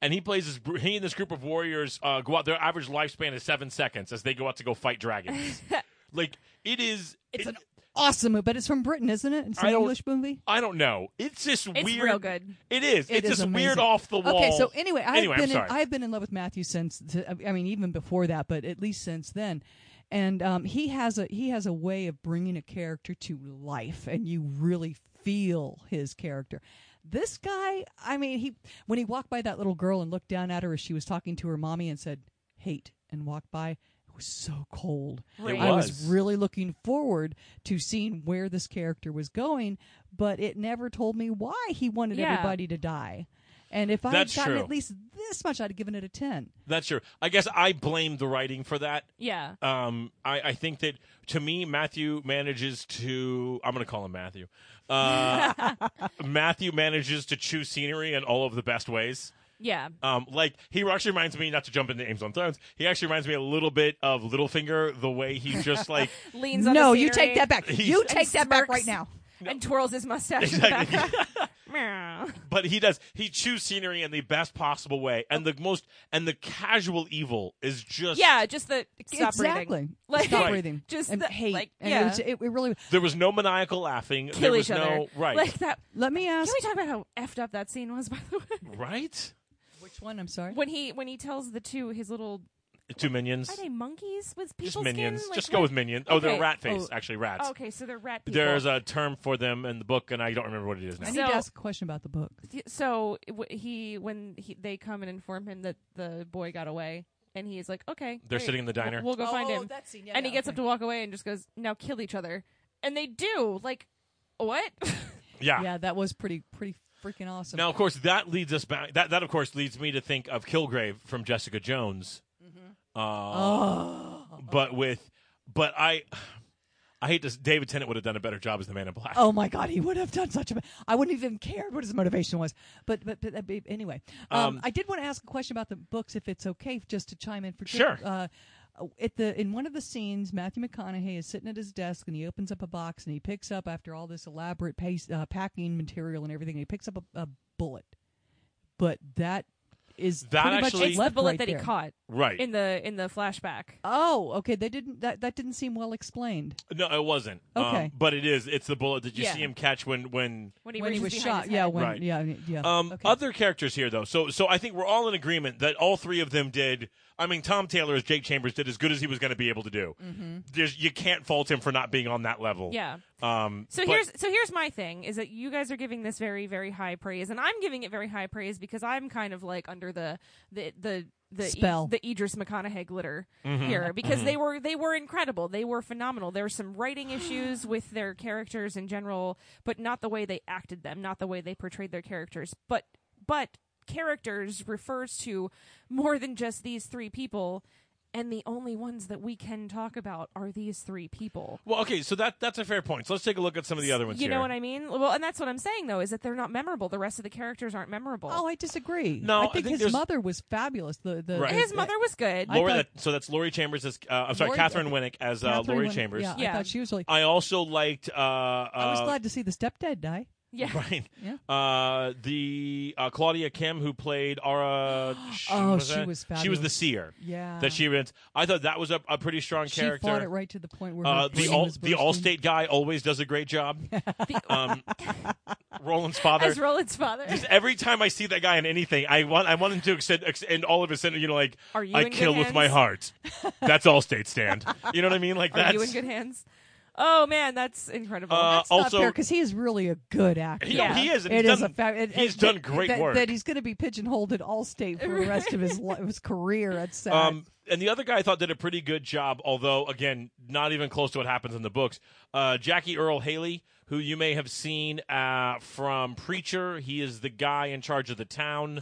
[SPEAKER 1] And he plays this. He and this group of warriors uh, go out. Their average lifespan is seven seconds as they go out to go fight dragons. like it is.
[SPEAKER 3] It's
[SPEAKER 1] it-
[SPEAKER 3] an awesome movie, but it's from Britain, isn't it? It's
[SPEAKER 1] I
[SPEAKER 3] an
[SPEAKER 1] don't-
[SPEAKER 3] English movie.
[SPEAKER 1] I don't know. It's just
[SPEAKER 2] It's
[SPEAKER 1] weird.
[SPEAKER 2] real good.
[SPEAKER 1] It is.
[SPEAKER 3] It
[SPEAKER 1] it's
[SPEAKER 3] is
[SPEAKER 1] just weird
[SPEAKER 3] amazing.
[SPEAKER 1] off the wall.
[SPEAKER 3] Okay, so anyway, I've
[SPEAKER 1] Anyway, I'm
[SPEAKER 3] been in,
[SPEAKER 1] sorry.
[SPEAKER 3] I've been in love with Matthew since I mean even before that, but at least since then. And um, he has a he has a way of bringing a character to life, and you really feel his character. This guy, I mean, he when he walked by that little girl and looked down at her as she was talking to her mommy and said "hate" and walked by. It was so cold.
[SPEAKER 2] It
[SPEAKER 3] I was
[SPEAKER 1] was.
[SPEAKER 3] really looking forward to seeing where this character was going, but it never told me why he wanted
[SPEAKER 2] Yeah.
[SPEAKER 3] everybody to die. And if I had
[SPEAKER 1] That's
[SPEAKER 3] gotten
[SPEAKER 1] true.
[SPEAKER 3] at least this much, I'd have given it a ten.
[SPEAKER 1] That's true. I guess I blame the writing for that.
[SPEAKER 2] Yeah.
[SPEAKER 1] Um, I, I think that to me, Matthew manages to. I'm going to call him Matthew. Uh, Matthew manages to choose scenery in all of the best ways.
[SPEAKER 2] Yeah.
[SPEAKER 1] Um, like he actually reminds me not to jump into Ames on Thrones. He actually reminds me a little bit of Littlefinger, the way he just like
[SPEAKER 2] Leans on
[SPEAKER 3] No,
[SPEAKER 2] his
[SPEAKER 3] you take
[SPEAKER 2] scenery
[SPEAKER 3] that back.
[SPEAKER 1] He's-
[SPEAKER 3] You
[SPEAKER 2] and
[SPEAKER 3] take that back
[SPEAKER 2] smirks
[SPEAKER 3] right now.
[SPEAKER 2] And twirls his mustache. in the
[SPEAKER 1] Exactly.
[SPEAKER 2] background. Meow.
[SPEAKER 1] but he does he chews scenery in the best possible way and the most and the casual evil is just
[SPEAKER 2] Yeah, just the stop
[SPEAKER 3] exactly.
[SPEAKER 2] breathing. Like-
[SPEAKER 3] stop
[SPEAKER 1] Right.
[SPEAKER 3] breathing.
[SPEAKER 2] Just
[SPEAKER 3] and
[SPEAKER 2] the-
[SPEAKER 3] hate.
[SPEAKER 2] like,
[SPEAKER 3] and
[SPEAKER 2] yeah.
[SPEAKER 3] it, was, it, it really.
[SPEAKER 1] there was no maniacal laughing there
[SPEAKER 2] Kill
[SPEAKER 1] was
[SPEAKER 2] each other.
[SPEAKER 1] no right
[SPEAKER 2] Like that.
[SPEAKER 3] Let me
[SPEAKER 2] Can
[SPEAKER 3] ask
[SPEAKER 2] we talk about how effed up that scene was? By the way,
[SPEAKER 1] right
[SPEAKER 3] which one. I'm sorry.
[SPEAKER 2] when he when he tells the two his little
[SPEAKER 1] two minions
[SPEAKER 2] are they monkeys with
[SPEAKER 1] just
[SPEAKER 2] people
[SPEAKER 1] minions
[SPEAKER 2] Skin? Like,
[SPEAKER 1] just go
[SPEAKER 2] what-
[SPEAKER 1] with minions oh they're
[SPEAKER 2] Okay.
[SPEAKER 1] rat face
[SPEAKER 3] Oh.
[SPEAKER 1] actually rats
[SPEAKER 2] Oh, okay, so they're rat people.
[SPEAKER 1] there's a term for them in the book and I don't remember what it is
[SPEAKER 3] I
[SPEAKER 1] now
[SPEAKER 3] need
[SPEAKER 2] So-
[SPEAKER 3] to ask a question about the book.
[SPEAKER 2] so w- he when he, they come and inform him that the boy got away, and he's like, okay,
[SPEAKER 1] They're
[SPEAKER 2] great.
[SPEAKER 1] sitting in the
[SPEAKER 2] We'll-
[SPEAKER 1] diner.
[SPEAKER 2] We'll, go find him.
[SPEAKER 3] Oh, that scene.
[SPEAKER 2] and he gets up to walk away and just goes, now kill each other, and they do. Like what?
[SPEAKER 1] yeah
[SPEAKER 3] Yeah, that was pretty pretty freaking awesome.
[SPEAKER 1] Now, of course, that leads us back. That, that of course, leads me to think of Kilgrave from Jessica Jones. Uh,
[SPEAKER 3] Oh.
[SPEAKER 1] But with, but I, I hate this. David Tennant would have done a better job as the Man in Black.
[SPEAKER 3] Oh my God, he would have done such a. I wouldn't even cared what his motivation was. But but, but, but anyway, um,
[SPEAKER 1] Um,
[SPEAKER 3] I did want to ask a question about the books, if it's okay, just to chime in for
[SPEAKER 1] Sure.
[SPEAKER 3] Uh, at the in one of the scenes, Matthew McConaughey is sitting at his desk and he opens up a box and he picks up after all this elaborate pace, uh, packing material and everything, he picks up a, a bullet. But that is
[SPEAKER 1] That
[SPEAKER 3] pretty
[SPEAKER 1] actually-
[SPEAKER 3] much
[SPEAKER 2] it's the
[SPEAKER 3] left
[SPEAKER 2] bullet
[SPEAKER 3] right
[SPEAKER 2] that
[SPEAKER 3] there.
[SPEAKER 2] he caught
[SPEAKER 1] right?
[SPEAKER 2] in the in the flashback.
[SPEAKER 3] Oh, okay. They didn't. That that didn't seem well explained.
[SPEAKER 1] no, it wasn't.
[SPEAKER 3] Okay.
[SPEAKER 1] um, but it is. It's the bullet that you
[SPEAKER 2] Yeah.
[SPEAKER 1] see him catch when when.
[SPEAKER 2] When he,
[SPEAKER 3] when he was
[SPEAKER 2] reaches behind
[SPEAKER 3] shot,
[SPEAKER 2] his
[SPEAKER 3] yeah.
[SPEAKER 2] head.
[SPEAKER 3] When
[SPEAKER 1] Right.
[SPEAKER 3] yeah yeah.
[SPEAKER 1] Um,
[SPEAKER 3] okay.
[SPEAKER 1] Other characters here, though. So, so I think we're all in agreement that all three of them did. I mean, Tom Taylor as Jake Chambers did as good as he was going to be able to do.
[SPEAKER 3] Mm-hmm.
[SPEAKER 1] There's, you can't fault him for not being on that level.
[SPEAKER 2] Yeah.
[SPEAKER 1] Um,
[SPEAKER 2] So
[SPEAKER 1] but-
[SPEAKER 2] here's so here's my thing is that you guys are giving this very very high praise and I'm giving it very high praise because I'm kind of like under the the the the E-
[SPEAKER 3] Spell.
[SPEAKER 2] the Idris McConaughey glitter here because they were they were incredible they were phenomenal there were some writing issues with their characters in general but not the way they acted them not the way they portrayed their characters but but characters refers to more than just these three people and the only ones that we can talk about are these three people
[SPEAKER 1] Well, okay, so that that's a fair point. So let's take a look at some of the other ones.
[SPEAKER 2] you
[SPEAKER 1] here.
[SPEAKER 2] know what I mean? Well, and that's what I'm saying though is that they're not memorable. The rest of the characters aren't memorable.
[SPEAKER 3] Oh, I disagree.
[SPEAKER 1] No, I
[SPEAKER 3] I think,
[SPEAKER 1] think
[SPEAKER 3] his
[SPEAKER 1] there's-
[SPEAKER 3] mother was fabulous. The the
[SPEAKER 1] Right.
[SPEAKER 2] His
[SPEAKER 3] the-
[SPEAKER 2] mother was good.
[SPEAKER 3] I
[SPEAKER 1] Lori,
[SPEAKER 3] thought-
[SPEAKER 1] that, so that's Lori Chambers as uh, I'm sorry,
[SPEAKER 3] Lori-
[SPEAKER 1] Catherine Winnick as uh,
[SPEAKER 3] Catherine
[SPEAKER 1] Lori
[SPEAKER 3] Win-
[SPEAKER 1] Chambers.
[SPEAKER 3] Yeah,
[SPEAKER 2] Yeah.
[SPEAKER 3] I thought she was really.
[SPEAKER 1] I also liked. Uh, uh,
[SPEAKER 3] I was glad to see the stepdad die.
[SPEAKER 2] yeah.
[SPEAKER 1] Right.
[SPEAKER 3] Yeah.
[SPEAKER 1] Uh, the uh, Claudia Kim who played Ara.
[SPEAKER 3] Oh,
[SPEAKER 1] was
[SPEAKER 3] she
[SPEAKER 1] that?
[SPEAKER 3] was
[SPEAKER 1] She was the
[SPEAKER 3] fabulous.
[SPEAKER 1] seer.
[SPEAKER 3] Yeah.
[SPEAKER 1] That she was. I thought that was a, a pretty strong
[SPEAKER 3] She
[SPEAKER 1] character.
[SPEAKER 3] fought it right to the point where
[SPEAKER 1] Uh,
[SPEAKER 3] her
[SPEAKER 1] the
[SPEAKER 3] brain
[SPEAKER 1] all
[SPEAKER 3] was
[SPEAKER 1] the
[SPEAKER 3] bursting.
[SPEAKER 1] Allstate guy always does a great job.
[SPEAKER 2] The-
[SPEAKER 1] Um, Roland's father.
[SPEAKER 2] as Roland's father.
[SPEAKER 1] Just every time I see that guy in anything, I want I want him to extend, extend all of his sentence. You know, like
[SPEAKER 2] Are you
[SPEAKER 1] I
[SPEAKER 2] in good
[SPEAKER 1] kill with my
[SPEAKER 2] hands?
[SPEAKER 1] heart. That's all state stand. You know what I mean? Like
[SPEAKER 2] Are
[SPEAKER 1] that's
[SPEAKER 2] you in good hands? Oh man, that's incredible.
[SPEAKER 1] Uh,
[SPEAKER 2] That's-
[SPEAKER 3] Not
[SPEAKER 1] also-
[SPEAKER 3] fair because he is really a good actor.
[SPEAKER 1] He,
[SPEAKER 2] Yeah.
[SPEAKER 1] he is. And
[SPEAKER 3] It
[SPEAKER 1] he's
[SPEAKER 3] is
[SPEAKER 1] done,
[SPEAKER 3] a fa- it-
[SPEAKER 1] he's
[SPEAKER 3] it-
[SPEAKER 1] done
[SPEAKER 3] that-
[SPEAKER 1] great
[SPEAKER 3] that,
[SPEAKER 1] work.
[SPEAKER 3] That he's going to be pigeonholed at Allstate for the rest of his li- his career. That's sad.
[SPEAKER 1] um, and the other guy I thought did a pretty good job, although again, not even close to what happens in the books. Uh, Jackie Earl Haley, who you may have seen uh, from Preacher, he is the guy in charge of the town.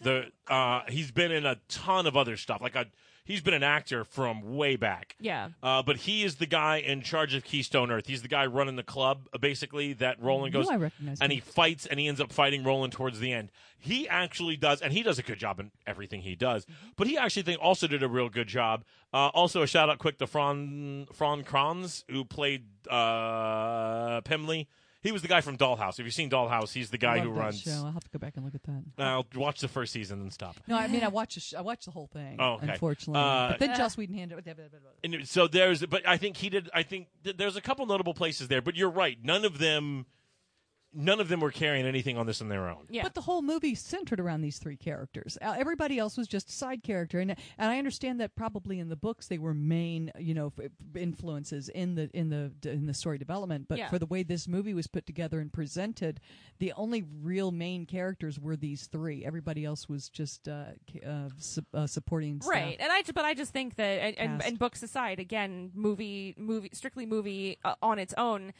[SPEAKER 1] the uh, he's been in a ton of other stuff. Like a, he's been an actor from way back.
[SPEAKER 2] yeah.
[SPEAKER 1] Uh, but he is the guy in charge of Keystone Earth. He's the guy running the club, uh, basically. That Roland
[SPEAKER 3] Who
[SPEAKER 1] goes
[SPEAKER 3] I recognize
[SPEAKER 1] and
[SPEAKER 3] him.
[SPEAKER 1] he fights, and he ends up fighting Roland towards the end. He actually does, and he does a good job in everything he does.
[SPEAKER 3] Mm-hmm.
[SPEAKER 1] But he actually think also did a real good job. Uh, also, a shout out quick to Fran Fran Kranz, who played uh, Pimley. He was the guy from Dollhouse. If you've seen Dollhouse, he's the guy
[SPEAKER 3] Love
[SPEAKER 1] who
[SPEAKER 3] that
[SPEAKER 1] runs.
[SPEAKER 3] Show. I'll have to go back and look at that.
[SPEAKER 1] I'll watch the first season and stop.
[SPEAKER 3] No, I mean I watch the sh- I watch the whole thing.
[SPEAKER 1] Oh, okay.
[SPEAKER 3] Unfortunately,
[SPEAKER 1] Uh,
[SPEAKER 3] but then Joss Whedon handed.
[SPEAKER 1] And so there's, but I think he did. I think th- there's a couple notable places there, but you're right. None of them, none of them were carrying anything on this on their own.
[SPEAKER 2] Yeah.
[SPEAKER 3] But the whole movie centered around these three characters. Uh, everybody else was just a side character, and and I understand that probably in the books they were main, you know, f- influences in the in the in the story development. But
[SPEAKER 2] Yeah.
[SPEAKER 3] for the way this movie was put together and presented, the only real main characters were these three. Everybody else was just uh, ca- uh, su- uh, supporting. staff.
[SPEAKER 2] Right, and I ju- but I just think that and, and,
[SPEAKER 3] Cast.
[SPEAKER 2] and books aside, again, movie movie strictly movie uh, on its own,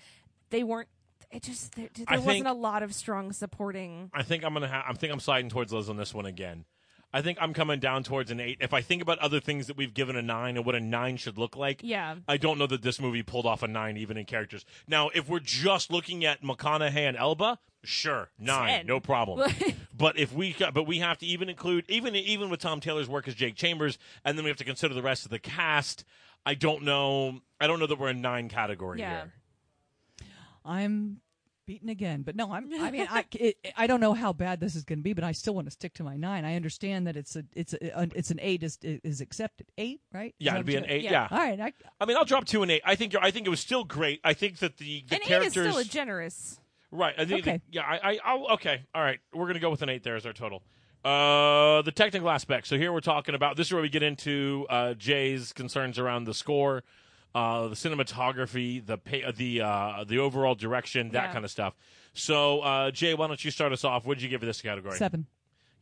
[SPEAKER 2] they weren't. It just there, there
[SPEAKER 1] I
[SPEAKER 2] wasn't
[SPEAKER 1] think-
[SPEAKER 2] a lot of strong supporting.
[SPEAKER 1] I think I'm gonna. Ha- I think I'm sliding towards Liz on this one again. I think I'm coming down towards an eight. If I think about other things that we've given a nine and what a nine should look like,
[SPEAKER 2] Yeah.
[SPEAKER 1] I don't know that this movie pulled off a nine even in characters. Now, if we're just looking at McConaughey and Elba, sure, nine,
[SPEAKER 2] Ten.
[SPEAKER 1] no problem. but if we, ca- but we have to even include even even with Tom Taylor's work as Jake Chambers, and then we have to consider the rest of the cast. I don't know. I don't know that we're in nine category
[SPEAKER 2] Yeah.
[SPEAKER 1] here.
[SPEAKER 3] I'm beaten again. But no, I'm. I mean, I it, I don't know how bad this is going to be, but I still want to stick to my nine. I understand that it's a it's a it's an eight is is accepted eight right? Is
[SPEAKER 1] Yeah,
[SPEAKER 3] that
[SPEAKER 1] it'd
[SPEAKER 3] what
[SPEAKER 1] be
[SPEAKER 3] you
[SPEAKER 1] an
[SPEAKER 3] said?
[SPEAKER 1] eight.
[SPEAKER 2] Yeah.
[SPEAKER 1] Yeah.
[SPEAKER 3] All right, I,
[SPEAKER 1] I mean, I'll drop two and eight. I think you're, I think it was still great. I think that the, the
[SPEAKER 2] and eight is
[SPEAKER 1] characters
[SPEAKER 2] still a generous.
[SPEAKER 1] right. I think the-
[SPEAKER 3] Okay.
[SPEAKER 1] yeah. I, I I'll, okay. All right. We're gonna go with an eight there as our total. Uh, the technical aspect. So here we're talking about this is where we get into uh, Jay's concerns around the score, uh, the cinematography, the pay, uh, the uh, the overall direction, that
[SPEAKER 2] Yeah.
[SPEAKER 1] kind of stuff. So uh, Jay, why don't you start us off? What'd you give this category?
[SPEAKER 3] seven.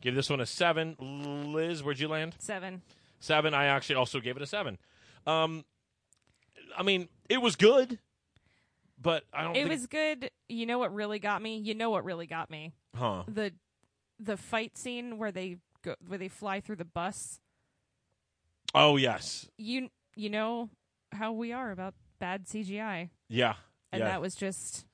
[SPEAKER 1] Give this one a seven. Liz, where'd you land?
[SPEAKER 2] Seven.
[SPEAKER 1] Seven. I actually also gave it a seven. Um, I mean, it was good, but I don't.
[SPEAKER 2] It
[SPEAKER 1] think,
[SPEAKER 2] was good. You know what really got me? You know what really got me?
[SPEAKER 1] huh?
[SPEAKER 2] The the fight scene where they go where they fly through the bus.
[SPEAKER 1] Oh yes,
[SPEAKER 2] You you know how we are about bad CGI.
[SPEAKER 1] yeah,
[SPEAKER 2] And
[SPEAKER 1] yeah.
[SPEAKER 2] that was just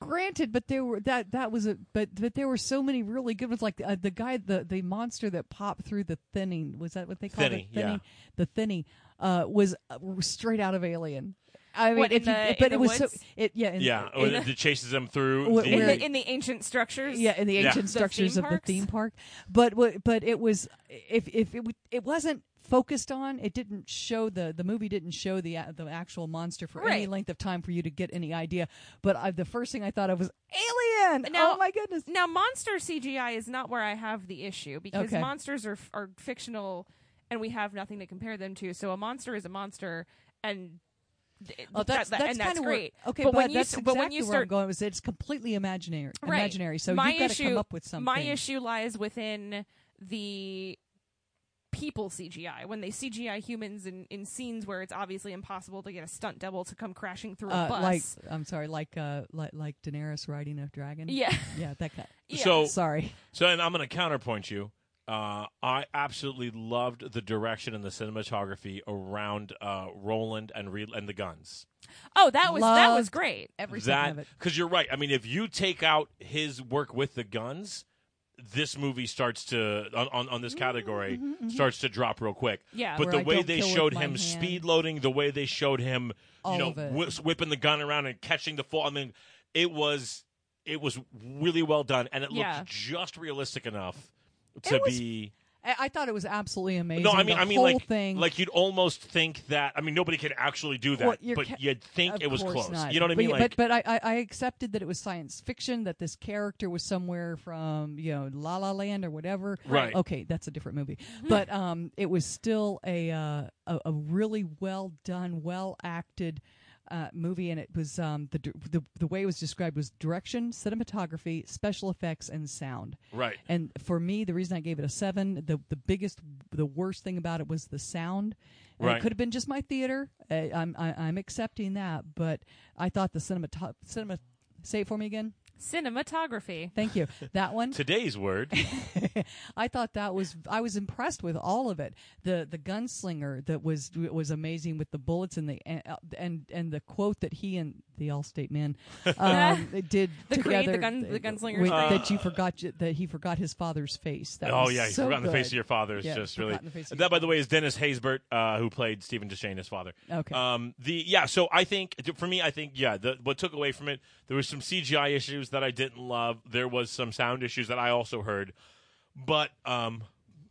[SPEAKER 3] Granted, but there were that that was a but but there were so many really good ones. Like uh, the guy, the the monster that popped through the thinning was that what they called
[SPEAKER 1] Thinny,
[SPEAKER 3] it?
[SPEAKER 1] yeah.
[SPEAKER 3] The thinny uh, was uh, straight out of Alien. I mean,
[SPEAKER 2] What,
[SPEAKER 3] if
[SPEAKER 2] in
[SPEAKER 3] you,
[SPEAKER 2] the-
[SPEAKER 3] but
[SPEAKER 2] in
[SPEAKER 3] it
[SPEAKER 2] the
[SPEAKER 3] was so
[SPEAKER 2] woods?
[SPEAKER 3] it yeah in,
[SPEAKER 1] yeah,
[SPEAKER 3] in-
[SPEAKER 1] or it chases them through.
[SPEAKER 3] Wh-
[SPEAKER 1] the,
[SPEAKER 2] in
[SPEAKER 3] where-
[SPEAKER 2] the, in the ancient structures.
[SPEAKER 3] yeah in the
[SPEAKER 1] Yeah.
[SPEAKER 3] ancient
[SPEAKER 2] The
[SPEAKER 3] structures
[SPEAKER 2] theme
[SPEAKER 3] of the
[SPEAKER 2] parks?
[SPEAKER 3] theme park. But what but it was if if it w- it wasn't focused on it didn't show the the movie didn't show the a- the actual monster for any
[SPEAKER 2] Right.
[SPEAKER 3] length of time for you to get any idea. But I, the first thing I thought of was Alien.
[SPEAKER 2] Now-
[SPEAKER 3] oh my goodness.
[SPEAKER 2] Now, monster CGI is not where I have the issue because
[SPEAKER 3] Okay.
[SPEAKER 2] monsters are are fictional, and we have nothing to compare them to. So a monster is a monster, and th-
[SPEAKER 3] Oh, that's
[SPEAKER 2] that-
[SPEAKER 3] that's
[SPEAKER 2] and that's
[SPEAKER 3] kinda
[SPEAKER 2] great.
[SPEAKER 3] Where, okay,
[SPEAKER 2] but,
[SPEAKER 3] but,
[SPEAKER 2] when you
[SPEAKER 3] that's
[SPEAKER 2] s-
[SPEAKER 3] exactly
[SPEAKER 2] but when you
[SPEAKER 3] where I'm
[SPEAKER 2] start
[SPEAKER 3] going was it's completely imaginary.
[SPEAKER 2] Right.
[SPEAKER 3] Imaginary. So
[SPEAKER 2] My
[SPEAKER 3] you've got to
[SPEAKER 2] issue-
[SPEAKER 3] come up with something.
[SPEAKER 2] my issue lies within the people CGI when they CGI humans in, in scenes where it's obviously impossible to get a stunt double to come crashing through a
[SPEAKER 3] uh,
[SPEAKER 2] bus.
[SPEAKER 3] like I'm sorry, like uh, like like Daenerys riding a dragon.
[SPEAKER 2] yeah,
[SPEAKER 3] yeah, that kind.
[SPEAKER 2] yeah.
[SPEAKER 1] So-
[SPEAKER 3] sorry.
[SPEAKER 1] So, and I'm going to counterpoint you. Uh, I absolutely loved the direction and the cinematography around uh, Roland and Re- and the guns.
[SPEAKER 2] oh, that was that was
[SPEAKER 3] Loved-
[SPEAKER 2] great.
[SPEAKER 3] Every second of
[SPEAKER 1] That
[SPEAKER 3] it.
[SPEAKER 1] because you're right. I mean, if you take out his work with the guns, this movie starts to on on, on
[SPEAKER 3] Mm-hmm,
[SPEAKER 1] this category starts to drop real quick.
[SPEAKER 2] Yeah.
[SPEAKER 1] but
[SPEAKER 3] Where
[SPEAKER 1] the
[SPEAKER 3] I
[SPEAKER 1] way
[SPEAKER 3] don't
[SPEAKER 1] they
[SPEAKER 3] kill with
[SPEAKER 1] showed
[SPEAKER 3] my
[SPEAKER 1] him
[SPEAKER 3] hand.
[SPEAKER 1] speed loading, the way they showed him,
[SPEAKER 3] All
[SPEAKER 1] you know,
[SPEAKER 3] of it.
[SPEAKER 1] whips- whipping the gun around and catching the fall. I mean, it was it was really well done, and it looked
[SPEAKER 2] Yeah.
[SPEAKER 1] just realistic enough to
[SPEAKER 3] was
[SPEAKER 1] be.
[SPEAKER 3] I, I thought it was absolutely amazing.
[SPEAKER 1] No, I mean,
[SPEAKER 3] the
[SPEAKER 1] I mean,
[SPEAKER 3] whole
[SPEAKER 1] like,
[SPEAKER 3] thing.
[SPEAKER 1] like you'd almost think that. I mean, nobody could actually do that,
[SPEAKER 3] Well, you're
[SPEAKER 1] but
[SPEAKER 3] ca-
[SPEAKER 1] you'd think
[SPEAKER 3] Of
[SPEAKER 1] it was
[SPEAKER 3] course
[SPEAKER 1] close.
[SPEAKER 3] not.
[SPEAKER 1] You know what I mean?
[SPEAKER 3] But,
[SPEAKER 1] like,
[SPEAKER 3] but, but I, I I accepted that it was science fiction, that this character was somewhere from you know La La Land or whatever.
[SPEAKER 1] Right.
[SPEAKER 3] Okay, that's a different movie, but um, it was still a uh, a, a really well done, well acted. Uh, movie and it was um, the, dir- the the way it was described was direction, cinematography, special effects, and sound.
[SPEAKER 1] Right.
[SPEAKER 3] And for me, the reason I gave it a seven, the the biggest, the worst thing about it was the sound. And
[SPEAKER 1] Right.
[SPEAKER 3] It could have been just my theater. I, I'm I, I'm accepting that, but I thought the cinematog cinema. Say it for me again.
[SPEAKER 2] Cinematography.
[SPEAKER 3] Thank you. That one.
[SPEAKER 1] today's word.
[SPEAKER 3] I thought that was I was impressed with all of it. The the gunslinger that was was amazing with the bullets and the and and the quote that he and the Allstate man um, did
[SPEAKER 2] The
[SPEAKER 3] together.
[SPEAKER 2] creed, the gun- the gunslinger's
[SPEAKER 3] with-
[SPEAKER 2] thing.
[SPEAKER 3] that you forgot you- that he forgot his father's face. That
[SPEAKER 1] oh
[SPEAKER 3] was
[SPEAKER 1] yeah, you
[SPEAKER 3] so
[SPEAKER 1] forgot the face
[SPEAKER 3] good.
[SPEAKER 1] of your father. It's
[SPEAKER 3] Yeah,
[SPEAKER 1] just
[SPEAKER 3] forgot
[SPEAKER 1] really
[SPEAKER 3] the face of
[SPEAKER 1] that.
[SPEAKER 3] your
[SPEAKER 1] By the way, is Dennis Haysbert, uh, who played Stephen Deschain's father.
[SPEAKER 3] Okay.
[SPEAKER 1] Um. The yeah. So I think for me, I think yeah. The, what took away from it, there was some CGI issues that I didn't love. There was some sound issues that I also heard, but um.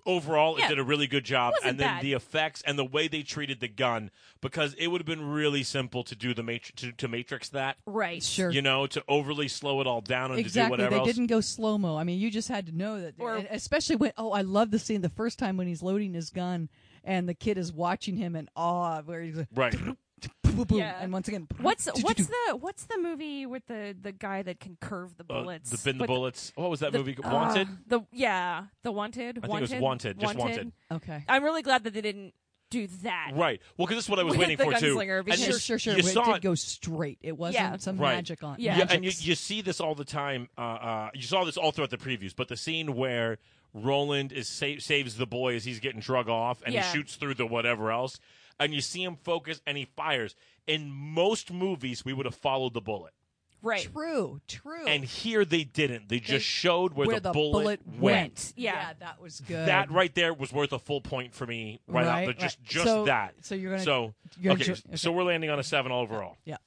[SPEAKER 1] Overall, it
[SPEAKER 2] Yeah.
[SPEAKER 1] did a really good job,
[SPEAKER 2] Wasn't
[SPEAKER 1] and then
[SPEAKER 2] bad.
[SPEAKER 1] the effects and the way they treated the gun, because it would have been really simple to do the matrix to, to matrix that,
[SPEAKER 2] Right.
[SPEAKER 3] Sure.
[SPEAKER 1] you know, to overly slow it all down and to do
[SPEAKER 3] Exactly.
[SPEAKER 1] whatever
[SPEAKER 3] They
[SPEAKER 1] else.
[SPEAKER 3] didn't go slow mo. I mean, you just had to know that.
[SPEAKER 2] Or-
[SPEAKER 3] and especially when oh, I love the scene the first time when he's loading his gun and the kid is watching him in awe, where he's like,
[SPEAKER 1] Right.
[SPEAKER 3] boom, boom, boom,
[SPEAKER 2] Yeah.
[SPEAKER 3] and once again,
[SPEAKER 2] What's
[SPEAKER 3] do, do,
[SPEAKER 2] what's
[SPEAKER 3] do.
[SPEAKER 2] the what's the movie with the the guy that can curve the
[SPEAKER 1] Uh,
[SPEAKER 2] bullets?
[SPEAKER 1] the bin the
[SPEAKER 2] But-
[SPEAKER 1] bullets. What was that
[SPEAKER 2] the-
[SPEAKER 1] movie?
[SPEAKER 2] uh,
[SPEAKER 1] Wanted.
[SPEAKER 2] The yeah, the wanted.
[SPEAKER 1] I think it
[SPEAKER 2] wanted,
[SPEAKER 1] was Wanted, just Wanted.
[SPEAKER 3] okay?
[SPEAKER 2] I'm really glad that they didn't do that.
[SPEAKER 1] Right. Well, because that's what I was
[SPEAKER 2] With
[SPEAKER 1] waiting
[SPEAKER 2] the
[SPEAKER 1] for too.
[SPEAKER 2] gunslinger,
[SPEAKER 1] And
[SPEAKER 2] because-
[SPEAKER 3] Sure,
[SPEAKER 1] you-
[SPEAKER 3] sure, sure.
[SPEAKER 1] You
[SPEAKER 3] It
[SPEAKER 1] saw
[SPEAKER 3] did go straight. It wasn't
[SPEAKER 2] Yeah.
[SPEAKER 3] some
[SPEAKER 1] Right.
[SPEAKER 3] magic on.
[SPEAKER 2] Yeah.
[SPEAKER 1] yeah, and you,
[SPEAKER 3] magics.
[SPEAKER 1] you see this all the time. Uh, uh, you saw this all throughout the previews, but the scene where Roland is sa- saves the boy as he's getting drug off, and
[SPEAKER 2] Yeah.
[SPEAKER 1] he shoots through the whatever else, and you see him focus, and he fires. In most movies, we would have followed the bullet,
[SPEAKER 2] Right.
[SPEAKER 3] True, true.
[SPEAKER 1] and here they didn't. They just showed where,
[SPEAKER 3] where
[SPEAKER 1] the,
[SPEAKER 3] the
[SPEAKER 1] bullet,
[SPEAKER 3] bullet
[SPEAKER 1] went.
[SPEAKER 3] went.
[SPEAKER 2] Yeah.
[SPEAKER 3] that was good.
[SPEAKER 1] That right there was worth a full point for me. Right, out
[SPEAKER 3] Right,
[SPEAKER 1] there. just
[SPEAKER 3] right.
[SPEAKER 1] just
[SPEAKER 3] So-
[SPEAKER 1] that.
[SPEAKER 3] so you're gonna-
[SPEAKER 1] so
[SPEAKER 3] you're gonna
[SPEAKER 1] okay,
[SPEAKER 3] ju-
[SPEAKER 1] So we're landing on a seven overall.
[SPEAKER 3] yeah.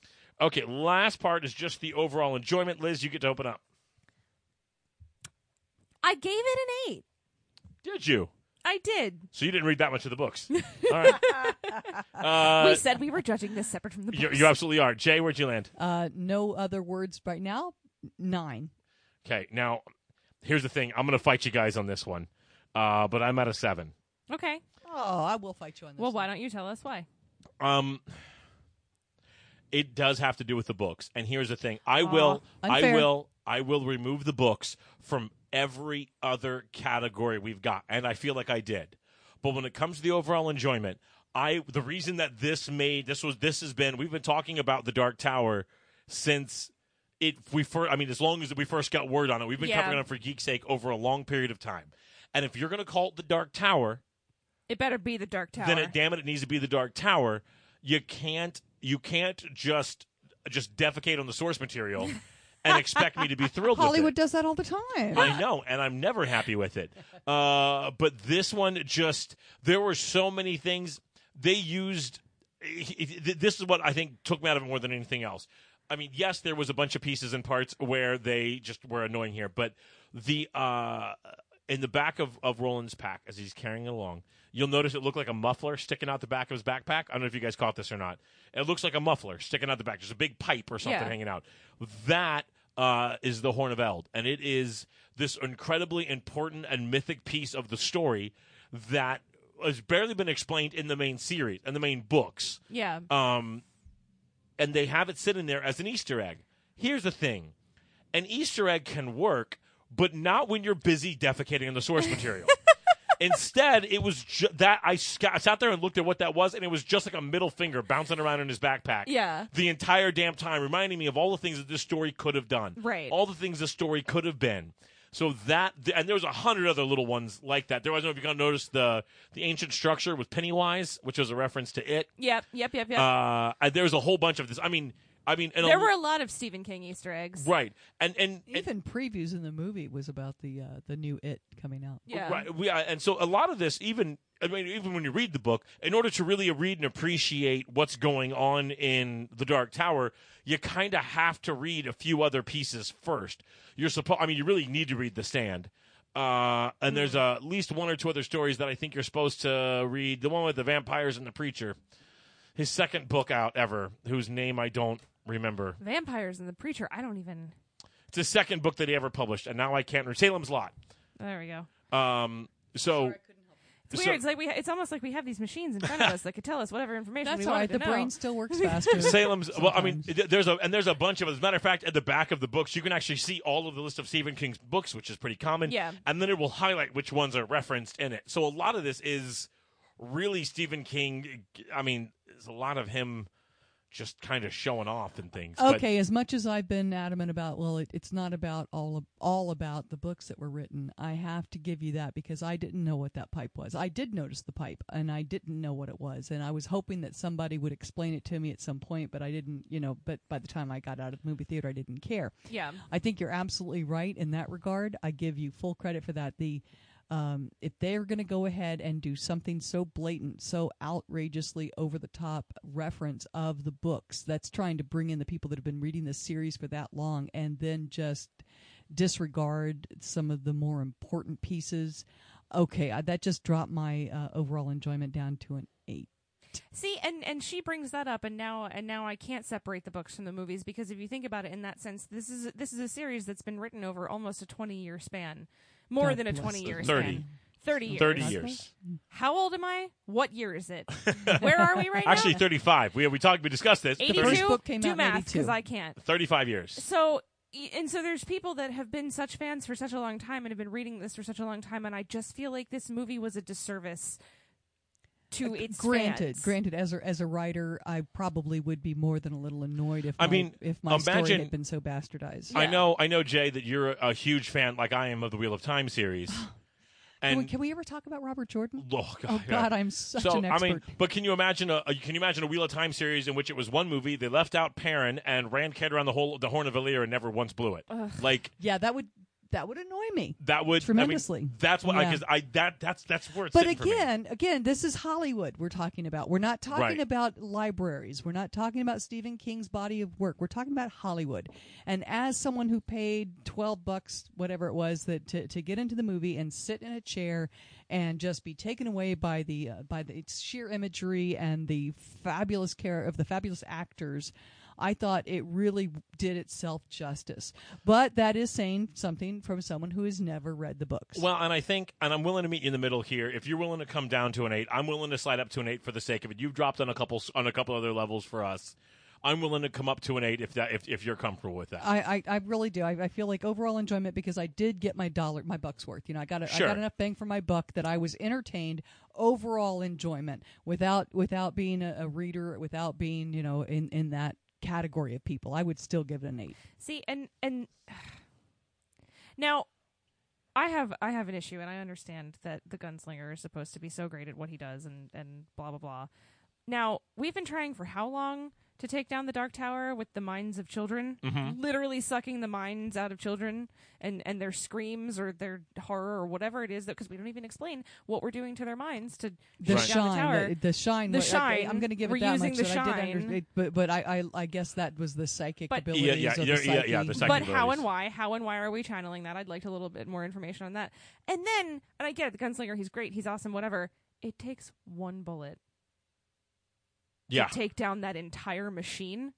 [SPEAKER 1] Okay, last part is just the overall enjoyment. Liz, you get to open up.
[SPEAKER 2] I gave it an eight.
[SPEAKER 1] Did you?
[SPEAKER 2] I did.
[SPEAKER 1] So you didn't read that much of the books. All right. Uh,
[SPEAKER 2] we said we were judging this separate from the
[SPEAKER 1] you,
[SPEAKER 2] books.
[SPEAKER 1] you absolutely are. Jay, where'd you land?
[SPEAKER 3] Uh, no other words right now. Nine.
[SPEAKER 1] Okay, now here's the thing. I'm going to fight you guys on this one, uh, but I'm at a seven.
[SPEAKER 2] okay.
[SPEAKER 3] Oh, I will fight you on this.
[SPEAKER 2] Well, why don't you tell us why?
[SPEAKER 1] Um, it does have to do with the books, and here's the thing. I will, I
[SPEAKER 3] unfair.
[SPEAKER 1] will, I will remove the books from every other category we've got, and I feel like I did. But when it comes to the overall enjoyment, I the reason that this made this was this has been we've been talking about the Dark Tower since it we first I mean as long as we first got word on it we've been
[SPEAKER 2] Yeah.
[SPEAKER 1] covering it for geek's sake over a long period of time. And if you're going to call it the Dark Tower,
[SPEAKER 2] It better be the Dark Tower.
[SPEAKER 1] then it, damn it, it needs to be the Dark Tower. You can't you can't just just defecate on the source material and expect me to be thrilled
[SPEAKER 3] Hollywood
[SPEAKER 1] with
[SPEAKER 3] does that all the time.
[SPEAKER 1] it. I know, and I'm never happy with it. Uh, but this one just there were so many things they used. it- it- This is what I think took me out of it more than anything else. I mean, yes, there was a bunch of pieces and parts where they just were annoying here, but the uh, in the back of, of Roland's pack as he's carrying it along, you'll notice it looked like a muffler sticking out the back of his backpack. I don't know if you guys caught this or not. It looks like a muffler sticking out the back, just a big pipe or something
[SPEAKER 2] Yeah.
[SPEAKER 1] hanging out. That uh, is the Horn of Eld, and it is this incredibly important and mythic piece of the story that has barely been explained in the main series and the main books
[SPEAKER 2] yeah.
[SPEAKER 1] um, and they have it sitting there as an Easter egg. Here's the thing: an Easter egg can work, but not when you're busy defecating on the source material. Instead, it was ju- that I sca- I sat there and looked at what that was, and it was just like a middle finger bouncing around in his backpack.
[SPEAKER 2] Yeah.
[SPEAKER 1] the entire damn time, reminding me of all the things that this story could have done.
[SPEAKER 2] Right.
[SPEAKER 1] all the things this story could have been. So that, th- and there was a hundred other little ones like that. There was, I don't know if you are gonna notice the the ancient structure with Pennywise, which was a reference to it
[SPEAKER 2] Yep. Yep. Yep. Yep.
[SPEAKER 1] uh, and there's a whole bunch of this. I mean, I mean, and a
[SPEAKER 2] there
[SPEAKER 1] l-
[SPEAKER 2] were a lot of Stephen King Easter eggs.
[SPEAKER 1] right, and and, and
[SPEAKER 3] Even previews in the movie was about the uh, the new It coming out.
[SPEAKER 2] Yeah.
[SPEAKER 1] right, we, I- and so a lot of this, even I mean, even when you read the book, in order to really read and appreciate what's going on in the Dark Tower, you kind of have to read a few other pieces first. You're supposed, I mean, you really need to read The Stand. Uh, and there's
[SPEAKER 2] Mm-hmm.
[SPEAKER 1] uh, at least one or two other stories that I think you're supposed to read. The one with the vampires and the preacher, his second book out ever, whose name I don't remember.
[SPEAKER 2] Vampires and the Preacher. I don't even.
[SPEAKER 1] It's the second book that he ever published, and now I can't remember Salem's Lot.
[SPEAKER 2] There we go.
[SPEAKER 1] Um, so
[SPEAKER 2] It's weird.
[SPEAKER 1] So-
[SPEAKER 2] it's like we. It's almost like we have these machines in front of us that could tell us whatever information
[SPEAKER 3] That's
[SPEAKER 2] we
[SPEAKER 3] all
[SPEAKER 2] wanted to
[SPEAKER 3] right. The
[SPEAKER 2] know.
[SPEAKER 3] brain still works faster.
[SPEAKER 1] Salem's. Well, I mean,
[SPEAKER 3] Sometimes.
[SPEAKER 1] th- there's a and there's a bunch of. As a matter of fact, at the back of the books, you can actually see all of the list of Stephen King's books, which is pretty common.
[SPEAKER 2] Yeah.
[SPEAKER 1] and then it will highlight which ones are referenced in it. So a lot of this is really Stephen King. I mean, there's a lot of him just kind of showing off and things. but-
[SPEAKER 3] Okay, as much as I've been adamant about, well, it, it's not about all of, all about the books that were written. I have to give you that because I didn't know what that pipe was. I did notice the pipe, and I didn't know what it was, and I was hoping that somebody would explain it to me at some point, but I didn't. You know, but by the time I got out of the movie theater, I didn't care.
[SPEAKER 2] Yeah.
[SPEAKER 3] I think you're absolutely right in that regard. I give you full credit for that. The um, if they're going to go ahead and do something so blatant, so outrageously over the top reference of the books, that's trying to bring in the people that have been reading this series for that long, and then just disregard some of the more important pieces. Okay, I, that just dropped my uh, overall enjoyment down to an eight.
[SPEAKER 2] See, and and she brings that up, and now and now I can't separate the books from the movies because if you think about it in that sense, this is this is a series that's been written over almost a twenty year span, more
[SPEAKER 3] God
[SPEAKER 2] than a
[SPEAKER 3] bless
[SPEAKER 2] twenty
[SPEAKER 3] them.
[SPEAKER 2] year
[SPEAKER 1] 30.
[SPEAKER 2] span. Thirty years.
[SPEAKER 1] 30
[SPEAKER 3] Okay.
[SPEAKER 1] years.
[SPEAKER 2] How old am I? What year is it? Where are we right
[SPEAKER 1] Actually,
[SPEAKER 2] now?
[SPEAKER 1] 35. We we talked. We discussed this.
[SPEAKER 2] Eighty
[SPEAKER 3] first
[SPEAKER 2] two.
[SPEAKER 3] book came
[SPEAKER 2] Do
[SPEAKER 3] out in
[SPEAKER 2] math
[SPEAKER 3] 82.
[SPEAKER 2] because I can't.
[SPEAKER 1] 35 years.
[SPEAKER 2] So y- and so there's people that have been such fans for such a long time and have been reading this for such a long time and I just feel like this movie was a disservice to its
[SPEAKER 3] Uh, granted,
[SPEAKER 2] fans.
[SPEAKER 3] granted, as a as a writer, I probably would be more than a little annoyed if
[SPEAKER 1] I
[SPEAKER 3] my,
[SPEAKER 1] mean,
[SPEAKER 3] if my story
[SPEAKER 1] imagine-
[SPEAKER 3] had been so bastardized.
[SPEAKER 1] I
[SPEAKER 2] Yeah.
[SPEAKER 1] know. I know, Jay, that you're a, a huge fan, like I am, of the Wheel of Time series.
[SPEAKER 3] Can
[SPEAKER 1] And
[SPEAKER 3] we- can we ever talk about Robert Jordan?
[SPEAKER 1] Oh God,
[SPEAKER 3] Oh
[SPEAKER 1] yeah.
[SPEAKER 3] God, I'm such
[SPEAKER 1] so
[SPEAKER 3] an
[SPEAKER 1] I
[SPEAKER 3] expert.
[SPEAKER 1] mean, but can you imagine a, a- can you imagine a Wheel of Time series in which it was one movie they left out Perrin and ran Ked around the whole the Horn of Valir and never once blew it? Like
[SPEAKER 3] yeah, that would that would annoy me.
[SPEAKER 1] That would I mean,
[SPEAKER 3] Tremendously.
[SPEAKER 1] that's what I
[SPEAKER 3] Yeah.
[SPEAKER 1] because I that that's that's where it's
[SPEAKER 3] But
[SPEAKER 1] sitting for me.
[SPEAKER 3] again, again, this is Hollywood we're talking about. We're not talking
[SPEAKER 1] Right.
[SPEAKER 3] about libraries. We're not talking about Stephen King's body of work. We're talking about Hollywood. And as someone who paid twelve bucks, whatever it was, that to, to get into the movie and sit in a chair and just be taken away by the uh, by the sheer imagery and the fabulous care of the fabulous actors. I thought it really did itself justice, but that is saying something from someone who has never read the books.
[SPEAKER 1] Well, and I think, and I'm willing to meet you in the middle here. If you're willing to come down to an eight, I'm willing to slide up to an eight for the sake of it. You've dropped on a couple on a couple other levels for us. I'm willing to come up to an eight if that if, if you're comfortable with that.
[SPEAKER 3] I, I, I really do. I, I feel like overall enjoyment because I did get my dollar, my buck's worth. You know, I got a, I
[SPEAKER 1] Sure.
[SPEAKER 3] got enough bang for my buck that I was entertained. Overall enjoyment without without being a, a reader, without being you know in in that category of people, I would still give it an eight.
[SPEAKER 2] See, and and now I have I have an issue, and I understand that the gunslinger is supposed to be so great at what he does, and and blah blah blah. Now we've been trying for how long to take down the Dark Tower with the minds of children, literally sucking the minds out of children and and their screams or their horror or whatever it is that because we don't even explain what we're doing to their minds to
[SPEAKER 3] The
[SPEAKER 1] Right.
[SPEAKER 2] shoot down the tower.
[SPEAKER 3] shine, the, the shine,
[SPEAKER 2] The
[SPEAKER 3] what- I,
[SPEAKER 2] shine.
[SPEAKER 3] am going to give
[SPEAKER 2] We're
[SPEAKER 3] it that
[SPEAKER 2] using
[SPEAKER 3] much.
[SPEAKER 2] the
[SPEAKER 3] that I did
[SPEAKER 2] shine.
[SPEAKER 3] under, it, but but I, I I guess that was the psychic
[SPEAKER 2] But- Yeah,
[SPEAKER 3] abilities
[SPEAKER 1] yeah,
[SPEAKER 3] of the
[SPEAKER 1] yeah, yeah, yeah,
[SPEAKER 3] psyche.
[SPEAKER 1] the psychic
[SPEAKER 2] but how
[SPEAKER 1] abilities.
[SPEAKER 2] and why? How and why are we channeling that? I'd like to a little bit more information on that. And then, and I get it, the gunslinger, he's great, he's awesome, whatever. It takes one bullet
[SPEAKER 1] yeah, Oh,
[SPEAKER 2] to take down that entire machine.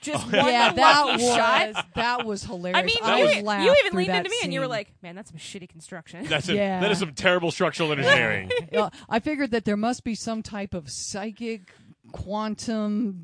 [SPEAKER 2] Just one
[SPEAKER 3] yeah, that
[SPEAKER 2] lucky
[SPEAKER 3] was
[SPEAKER 2] shot.
[SPEAKER 3] that was hilarious.
[SPEAKER 2] I mean,
[SPEAKER 1] That
[SPEAKER 2] you, e,
[SPEAKER 1] was-
[SPEAKER 2] you
[SPEAKER 3] laughed
[SPEAKER 2] even
[SPEAKER 3] through
[SPEAKER 2] leaned
[SPEAKER 3] that
[SPEAKER 2] into me and you were
[SPEAKER 3] scene.
[SPEAKER 2] like, "Man, that's some shitty construction."
[SPEAKER 1] that's a,
[SPEAKER 3] Yeah.
[SPEAKER 1] that is some terrible structural engineering.
[SPEAKER 3] Yeah, Uh, I figured that there must be some type of psychic quantum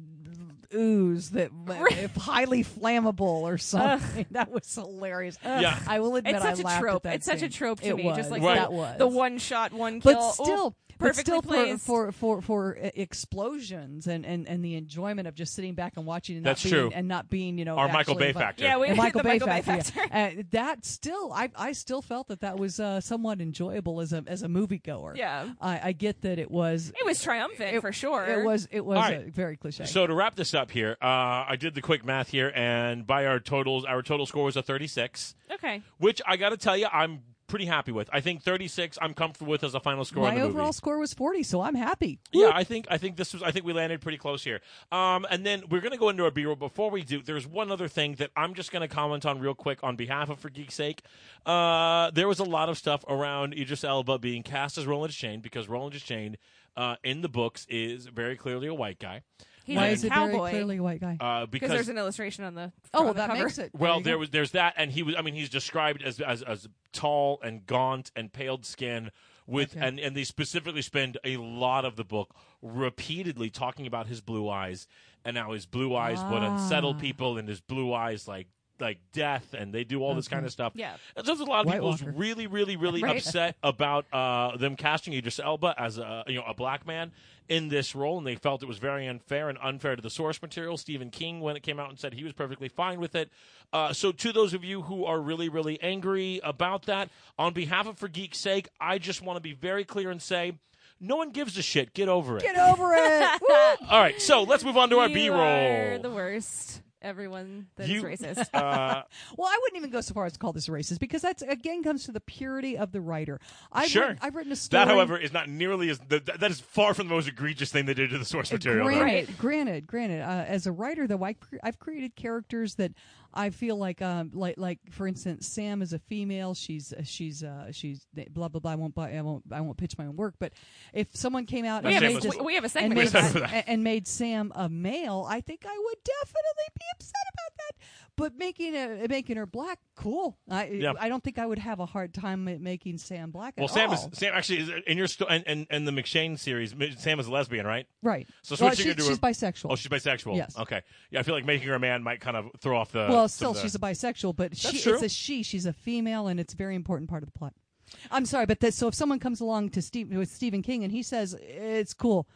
[SPEAKER 3] ooze that if highly flammable or something. That was hilarious.
[SPEAKER 1] Yeah.
[SPEAKER 3] I will admit
[SPEAKER 2] it's such
[SPEAKER 3] I
[SPEAKER 2] a
[SPEAKER 3] laughed at
[SPEAKER 2] trope.
[SPEAKER 3] that
[SPEAKER 2] It's such a
[SPEAKER 3] scene.
[SPEAKER 2] trope to
[SPEAKER 3] it
[SPEAKER 2] me.
[SPEAKER 3] Was.
[SPEAKER 2] Just like
[SPEAKER 1] Right.
[SPEAKER 2] the,
[SPEAKER 3] that was
[SPEAKER 2] the one shot, one kill.
[SPEAKER 3] But still,
[SPEAKER 2] Ooh,
[SPEAKER 3] but
[SPEAKER 2] perfectly
[SPEAKER 3] still for,
[SPEAKER 2] placed.
[SPEAKER 3] for for for uh, explosions and, and, and the enjoyment of just sitting back and watching. And
[SPEAKER 1] That's
[SPEAKER 3] not
[SPEAKER 1] true.
[SPEAKER 3] being, and not being you know
[SPEAKER 1] Our Michael Bay
[SPEAKER 3] actually invi-
[SPEAKER 1] factor.
[SPEAKER 2] yeah, we
[SPEAKER 3] the Michael,
[SPEAKER 2] the
[SPEAKER 3] Bay,
[SPEAKER 2] Michael Bay
[SPEAKER 3] factor. Uh, that still, I I still felt that that was uh, somewhat enjoyable as a as a moviegoer.
[SPEAKER 2] Yeah.
[SPEAKER 3] I, I get that it was
[SPEAKER 2] It was triumphant for sure.
[SPEAKER 3] it was it was
[SPEAKER 1] All right.
[SPEAKER 3] uh, very cliche.
[SPEAKER 1] So to wrap this up here, uh, I did the quick math here, and by our totals, our total score was a 36,
[SPEAKER 2] okay.
[SPEAKER 1] which I got to tell you, I'm pretty happy with. I think 36, I'm comfortable with as a final score. in
[SPEAKER 3] My
[SPEAKER 1] the
[SPEAKER 3] overall
[SPEAKER 1] movie.
[SPEAKER 3] score was forty, so I'm happy.
[SPEAKER 1] Yeah, I think I think this was I think we landed pretty close here. Um, and then we're gonna go into our B roll. Before we do, there's one other thing that I'm just gonna comment on real quick on behalf of for geek's sake. Uh, there was a lot of stuff around Idris Elba being cast as Roland Shane because Roland Shane uh, in the books is very clearly a white guy.
[SPEAKER 2] He's
[SPEAKER 3] Why
[SPEAKER 2] a
[SPEAKER 3] is it
[SPEAKER 2] cowboy.
[SPEAKER 3] very clearly a white guy?
[SPEAKER 1] Uh,
[SPEAKER 2] because there's
[SPEAKER 1] because
[SPEAKER 2] an illustration on the
[SPEAKER 3] oh,
[SPEAKER 2] on
[SPEAKER 3] well,
[SPEAKER 2] the
[SPEAKER 3] that
[SPEAKER 2] cover.
[SPEAKER 3] makes it.
[SPEAKER 1] well,
[SPEAKER 3] you
[SPEAKER 1] there
[SPEAKER 3] go.
[SPEAKER 1] was there's that, and he was I mean he's described as as, as tall and gaunt and pale skinned with
[SPEAKER 3] Okay.
[SPEAKER 1] and and they specifically spend a lot of the book repeatedly talking about his blue eyes and how his blue eyes would unsettle
[SPEAKER 3] Ah.
[SPEAKER 1] people and his blue eyes like like death and they do all this kind of stuff.
[SPEAKER 2] Yeah.
[SPEAKER 1] And so there's a lot of
[SPEAKER 3] White
[SPEAKER 1] people
[SPEAKER 3] Walker.
[SPEAKER 1] really, really, really
[SPEAKER 2] Right.
[SPEAKER 1] upset about uh, them casting Idris Elba as a you know a black man in this role, and they felt it was very unfair and unfair to the source material. Stephen King, when it came out, and said he was perfectly fine with it. Uh, so, to those of you who are really, really angry about that, on behalf of For Geek's sake, I just want to be very clear and say, no one gives a shit. Get over it.
[SPEAKER 3] Get over it. Woo!
[SPEAKER 1] All right, so let's move on to our
[SPEAKER 2] You
[SPEAKER 1] B
[SPEAKER 2] are the
[SPEAKER 1] roll.
[SPEAKER 2] worst. Everyone that's
[SPEAKER 1] You-
[SPEAKER 2] racist.
[SPEAKER 1] Uh,
[SPEAKER 3] Well, I wouldn't even go so far as to call this racist because that's again comes to the purity of the writer. I've
[SPEAKER 1] Sure.
[SPEAKER 3] written, I've written a story.
[SPEAKER 1] that, however, is not nearly as that, that is far from the most egregious thing they did to the source material. though.
[SPEAKER 3] Granted, granted, granted. Uh, as a writer, though, I cre- I've created characters that I feel like, um, like, like for instance, Sam is a female. She's uh, she's uh, she's blah blah blah. I won't buy, I won't I won't pitch my own work. But if someone came out
[SPEAKER 1] We
[SPEAKER 2] we,
[SPEAKER 3] and
[SPEAKER 1] Sam
[SPEAKER 2] have
[SPEAKER 3] made
[SPEAKER 2] a,
[SPEAKER 1] was-
[SPEAKER 3] this,
[SPEAKER 2] we, we have a
[SPEAKER 3] and
[SPEAKER 2] segment.
[SPEAKER 3] made,
[SPEAKER 1] Wait a second.
[SPEAKER 3] and- and made Sam a male, I think I would definitely be upset about that. But making a, making her black, cool. I
[SPEAKER 1] Yeah.
[SPEAKER 3] I don't think I would have a hard time at making Sam black.
[SPEAKER 1] Well,
[SPEAKER 3] at
[SPEAKER 1] Sam
[SPEAKER 3] all.
[SPEAKER 1] is Sam actually is in your sto- and, and and the McShane series. M- Sam is a lesbian, right?
[SPEAKER 3] right.
[SPEAKER 1] So
[SPEAKER 3] well,
[SPEAKER 1] switching
[SPEAKER 3] she-
[SPEAKER 1] her to a-
[SPEAKER 3] she's bisexual.
[SPEAKER 1] Oh, she's bisexual.
[SPEAKER 3] Yes.
[SPEAKER 1] Okay. Yeah, I feel like making her a man might kind of throw off the.
[SPEAKER 3] well,
[SPEAKER 1] some
[SPEAKER 3] still,
[SPEAKER 1] of Uh, the-
[SPEAKER 3] she's a bisexual, but she
[SPEAKER 1] true.
[SPEAKER 3] it's a she. She's a female, and it's a very important part of the plot. I'm sorry, but that, so if someone comes along to Steve with Stephen King and he says it's cool,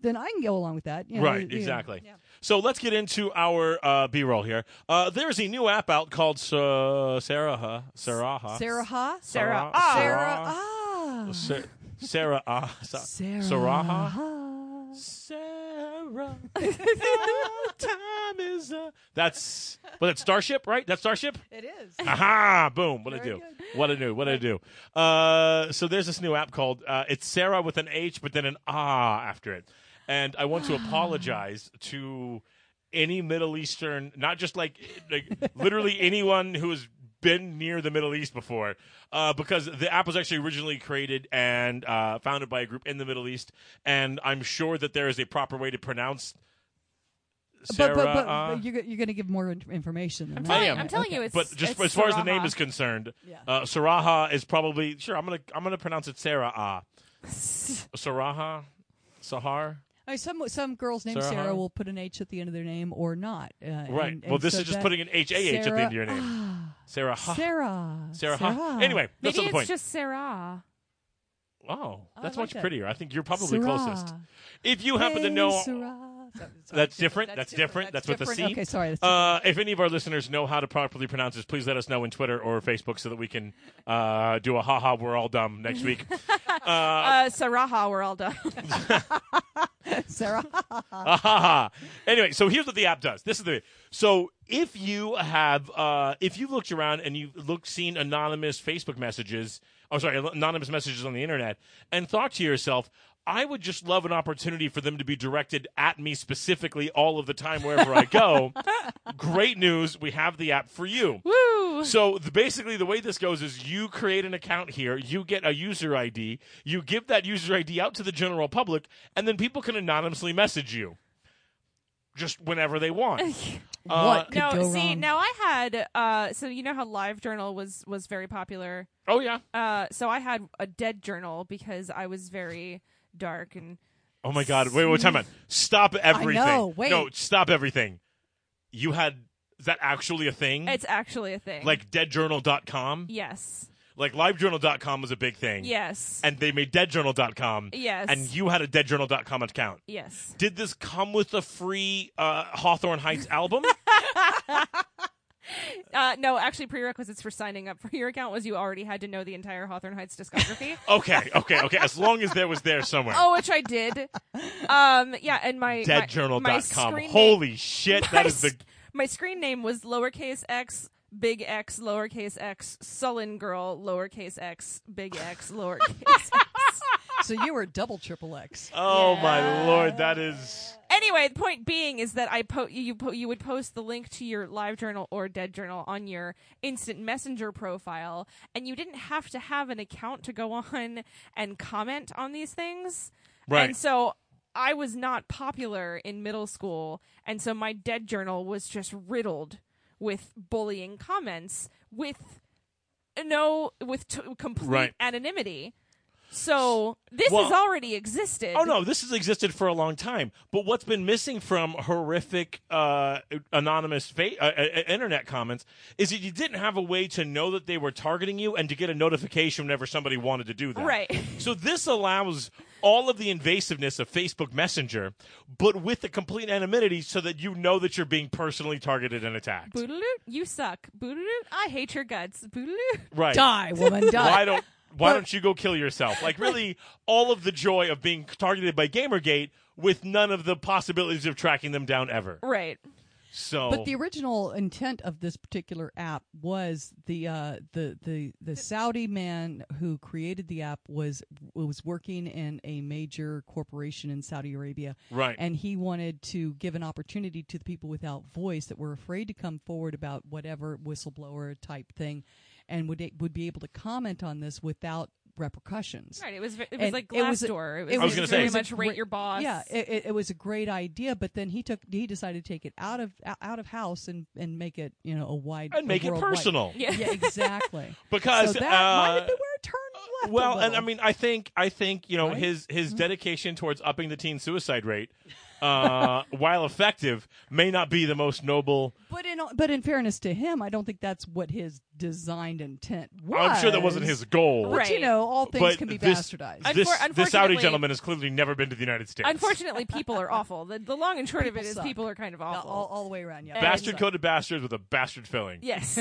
[SPEAKER 3] then I can go along with that. you know,
[SPEAKER 1] Right,
[SPEAKER 3] you- you-
[SPEAKER 1] exactly. So let's get into our uh, B roll here. Uh, there's a new app out called Sa- Sarah, huh? Sarah, huh?
[SPEAKER 3] Sarah Ha,
[SPEAKER 1] Sarah,
[SPEAKER 2] Ah.
[SPEAKER 3] Sarah Ah,
[SPEAKER 1] Sarah, Sarah, ah, Sa-
[SPEAKER 3] Sarah
[SPEAKER 1] Sarah, huh?
[SPEAKER 3] Ha.
[SPEAKER 1] Sarah, Sarah. Our time is up. That's well, that's Starship, right? That's Starship.
[SPEAKER 3] It is.
[SPEAKER 1] Aha! Boom! What I
[SPEAKER 3] Very
[SPEAKER 1] do? What I do? What I do? Uh, so there's this new app called uh, it's Sarah with an H, but then an ah after it. And I want to apologize to any Middle Eastern, not just like like literally anyone who has been near the Middle East before, uh, because the app was actually originally created and uh, founded by a group in the Middle East, and I'm sure that there is a proper way to pronounce. Sarah,
[SPEAKER 3] but but, but,
[SPEAKER 1] ah.
[SPEAKER 3] but you're, go- you're going to give more in- information than
[SPEAKER 1] I
[SPEAKER 3] that.
[SPEAKER 1] am.
[SPEAKER 2] I'm telling you, it's
[SPEAKER 1] but just
[SPEAKER 2] it's
[SPEAKER 1] as far as the
[SPEAKER 2] Saraha.
[SPEAKER 1] name is concerned,
[SPEAKER 3] Yeah.
[SPEAKER 1] uh, Saraha is probably sure. I'm gonna I'm gonna pronounce it Sarah. Ah, Saraha, Sahar.
[SPEAKER 3] I mean, some some girls named
[SPEAKER 1] Sarah
[SPEAKER 3] Sarah,
[SPEAKER 1] Hahn?
[SPEAKER 3] will put an H at the end of their name or not. Uh,
[SPEAKER 1] Right.
[SPEAKER 3] and-
[SPEAKER 1] well,
[SPEAKER 3] and
[SPEAKER 1] this
[SPEAKER 3] so
[SPEAKER 1] is just
[SPEAKER 3] that-
[SPEAKER 1] putting an H A H at the end of your name.
[SPEAKER 3] Ah,
[SPEAKER 1] Sarah. Ha.
[SPEAKER 3] Sarah.
[SPEAKER 1] Sarah. Ha. Anyway, that's not
[SPEAKER 2] Maybe
[SPEAKER 1] the
[SPEAKER 2] it's
[SPEAKER 1] point.
[SPEAKER 2] just Sarah.
[SPEAKER 1] wow,
[SPEAKER 3] I
[SPEAKER 1] that's
[SPEAKER 3] like
[SPEAKER 1] much
[SPEAKER 3] that.
[SPEAKER 1] prettier. I think you're probably
[SPEAKER 3] Sarah.
[SPEAKER 1] closest. If you happen to
[SPEAKER 3] Hey,
[SPEAKER 1] know.
[SPEAKER 3] Sarah. That-
[SPEAKER 1] That's different. That's different. That's with a
[SPEAKER 3] different.
[SPEAKER 1] C.
[SPEAKER 3] Okay, sorry. That's
[SPEAKER 1] Uh, if any of our listeners know how to properly pronounce this, please let us know in Twitter or Facebook so that we can uh, do a haha, we're all dumb next week. Uh,
[SPEAKER 2] Uh, Saraha, we're all done.
[SPEAKER 3] different. Sarah.
[SPEAKER 1] Ahaha. Anyway, so here's what the app does. This is the so if you have uh, if you looked around and you've looked seen anonymous Facebook messages, oh sorry, anonymous messages on the internet, and thought to yourself, I would just love an opportunity for them to be directed at me specifically all of the time wherever I go. Great news, we have the app for you.
[SPEAKER 2] Woo!
[SPEAKER 1] So the, basically, the way this goes is you create an account here, you get a user ID, you give that user ID out to the general public, and then people can anonymously message you just whenever they want. Uh,
[SPEAKER 3] what could
[SPEAKER 2] No,
[SPEAKER 3] go
[SPEAKER 2] see,
[SPEAKER 3] wrong?
[SPEAKER 2] now I had uh, so you know how LiveJournal was was very popular.
[SPEAKER 1] oh, yeah.
[SPEAKER 2] Uh, so I had a dead journal because I was very dark and
[SPEAKER 1] Oh, my God. Wait, wait, time out. Stop everything.
[SPEAKER 3] know, wait.
[SPEAKER 1] No, stop everything. You had. Is that actually a thing?
[SPEAKER 2] it's actually a thing.
[SPEAKER 1] like deadjournal.com?
[SPEAKER 2] yes,
[SPEAKER 1] Like livejournal.com was a big thing.
[SPEAKER 2] yes,
[SPEAKER 1] And they made deadjournal.com.
[SPEAKER 2] yes,
[SPEAKER 1] And you had a deadjournal.com account.
[SPEAKER 2] yes.
[SPEAKER 1] Did this come with a free uh, Hawthorne Heights album?
[SPEAKER 2] Uh, no, actually, prerequisites for signing up for your account was you already had to know the entire Hawthorne Heights discography.
[SPEAKER 1] okay, okay, okay. As long as there was there somewhere.
[SPEAKER 2] oh, which I did. Um, yeah, and my my- my
[SPEAKER 1] Deadjournal.com.
[SPEAKER 2] screen name-
[SPEAKER 1] Holy shit, that
[SPEAKER 2] my
[SPEAKER 1] is the.
[SPEAKER 2] sc- my screen name was lowercase x big x lowercase x sullen girl lowercase x big x lowercase x.
[SPEAKER 3] so you were double triple X.
[SPEAKER 1] Oh my lord, that is.
[SPEAKER 2] Anyway, the point being is that I po- you po- you would post the link to your live journal or dead journal on your instant messenger profile, and you didn't have to have an account to go on and comment on these things.
[SPEAKER 1] Right.
[SPEAKER 2] And so I was not popular in middle school, and so my dead journal was just riddled with bullying comments with no with t- complete
[SPEAKER 1] Right.
[SPEAKER 2] anonymity. So this
[SPEAKER 1] Well-
[SPEAKER 2] has already existed.
[SPEAKER 1] Oh no, this has existed for a long time. But what's been missing from horrific uh, anonymous fa- uh, uh, internet comments is that you didn't have a way to know that they were targeting you and to get a notification whenever somebody wanted to do that.
[SPEAKER 2] Right.
[SPEAKER 1] So this allows all of the invasiveness of Facebook Messenger, but with the complete anonymity, so that you know that you're being personally targeted and attacked.
[SPEAKER 2] Boodaloo, you suck. Boodaloo, I hate your guts. Boodaloo.
[SPEAKER 1] Right.
[SPEAKER 3] Die, woman, die.
[SPEAKER 1] Why don't Why don't you go kill yourself? Like really, all of the joy of being targeted by GamerGate with none of the possibilities of tracking them down ever.
[SPEAKER 2] Right.
[SPEAKER 1] So.
[SPEAKER 3] But the original intent of this particular app was the uh, the the the Saudi man who created the app was was working in a major corporation in Saudi Arabia,
[SPEAKER 1] Right.
[SPEAKER 3] And he wanted to give an opportunity to the people without voice that were afraid to come forward about whatever whistleblower type thing, and would would be able to comment on this without repercussions.
[SPEAKER 2] Right. It was ve- it was
[SPEAKER 3] And
[SPEAKER 2] like
[SPEAKER 3] it was a-
[SPEAKER 2] Glassdoor. It was,
[SPEAKER 3] it
[SPEAKER 1] I was gonna
[SPEAKER 2] very
[SPEAKER 1] say-
[SPEAKER 2] much
[SPEAKER 3] it was a
[SPEAKER 2] rate
[SPEAKER 3] great-
[SPEAKER 2] your boss.
[SPEAKER 3] Yeah, it, it, it was a great idea, but then he took he decided to take it out of out of house and and make it you know a wide
[SPEAKER 1] and
[SPEAKER 3] a
[SPEAKER 1] make it
[SPEAKER 3] worldwide-
[SPEAKER 1] personal
[SPEAKER 2] yeah.
[SPEAKER 3] Yeah, exactly.
[SPEAKER 1] because
[SPEAKER 3] so that might
[SPEAKER 1] uh,
[SPEAKER 3] have been where it turned left. a
[SPEAKER 1] well, and
[SPEAKER 3] little.
[SPEAKER 1] I mean, I think I think you know
[SPEAKER 3] Right? Mm-hmm.
[SPEAKER 1] his his dedication towards upping the teen suicide rate, uh, while effective, may not be the most noble.
[SPEAKER 3] but in but in fairness to him, I don't think that's what his designed intent was.
[SPEAKER 1] I'm sure that wasn't his goal.
[SPEAKER 3] But,
[SPEAKER 2] Right.
[SPEAKER 3] You know, all things
[SPEAKER 1] But
[SPEAKER 3] can be
[SPEAKER 1] this-
[SPEAKER 3] bastardized.
[SPEAKER 2] Unfor-
[SPEAKER 1] This, this Saudi
[SPEAKER 2] unfortunately-
[SPEAKER 1] gentleman has clearly never been to the United States.
[SPEAKER 2] Unfortunately, people are awful. The, the long and short of it
[SPEAKER 3] People
[SPEAKER 2] is
[SPEAKER 3] suck.
[SPEAKER 2] people are kind of
[SPEAKER 3] all,
[SPEAKER 2] awful.
[SPEAKER 3] all, all the way around. Yeah,
[SPEAKER 1] bastard
[SPEAKER 3] Sorry.
[SPEAKER 1] coated bastards with a bastard filling.
[SPEAKER 2] yes.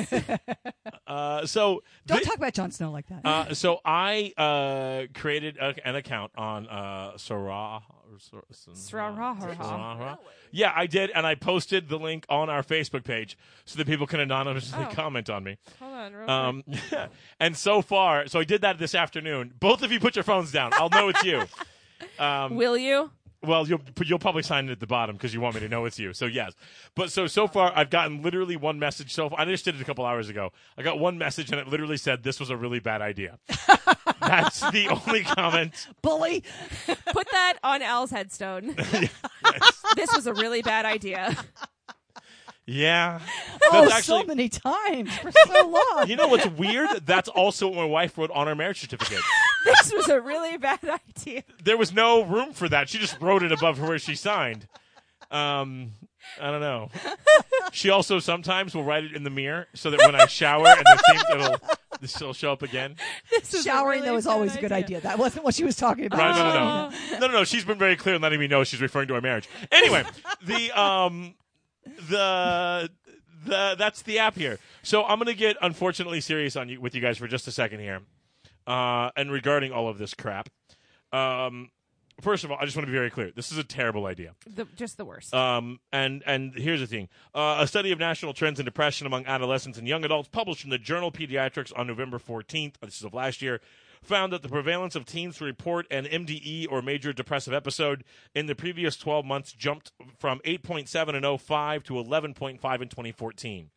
[SPEAKER 1] Uh, so
[SPEAKER 3] Don't
[SPEAKER 1] thi-
[SPEAKER 3] talk about Jon Snow like that.
[SPEAKER 1] Uh, so I uh, created a, an account on uh, Sarah
[SPEAKER 2] Sraraha.
[SPEAKER 1] Sraraha. Yeah, I did, and I posted the link on our Facebook page so that people can anonymously
[SPEAKER 2] Oh.
[SPEAKER 1] comment on me.
[SPEAKER 2] Hold on, real quick.
[SPEAKER 1] Um, and so far, so I did that this afternoon. Both of you put your phones down. I'll know it's you. Um,
[SPEAKER 2] Will you?
[SPEAKER 1] well, you'll you'll probably sign it at the bottom because you want me to know it's you. So yes, but so so far I've gotten literally one message. So far. I just did it a couple hours ago. I got one message and it literally said this was a really bad idea. That's the only comment.
[SPEAKER 3] Bully.
[SPEAKER 2] Put that on Al's headstone. This was a really bad idea.
[SPEAKER 1] Yeah,
[SPEAKER 3] Oh,
[SPEAKER 1] That's
[SPEAKER 3] so
[SPEAKER 1] actually-
[SPEAKER 3] many times for so long.
[SPEAKER 1] You know what's weird? That's also what my wife wrote on her marriage certificate.
[SPEAKER 2] This was a really bad idea.
[SPEAKER 1] There was no room for that. She just wrote it above where she signed. Um, I don't know. She also sometimes will write it in the mirror so that when I shower and the thing it'll this will show up again.
[SPEAKER 2] This was a
[SPEAKER 3] Showering
[SPEAKER 2] really
[SPEAKER 3] though is always a good idea. Um, That wasn't what she was talking about.
[SPEAKER 1] Right, no, no, no, no, no, no. She's been very clear in letting me know she's referring to our marriage. Anyway, the um, the the that's the app here. So I'm gonna get unfortunately serious on you with you guys for just a second here, uh, and regarding all of this crap. Um, first of all, I just want to be very clear. This is a terrible idea.
[SPEAKER 2] The, just the worst.
[SPEAKER 1] Um, and and here's the thing: uh, a study of national trends in depression among adolescents and young adults, published in the journal Pediatrics on November 14th, this is of last year, found that the prevalence of teens who report an MDE or major depressive episode in the previous 12 months jumped from 8.7 in 05 to 11.5 in 2014.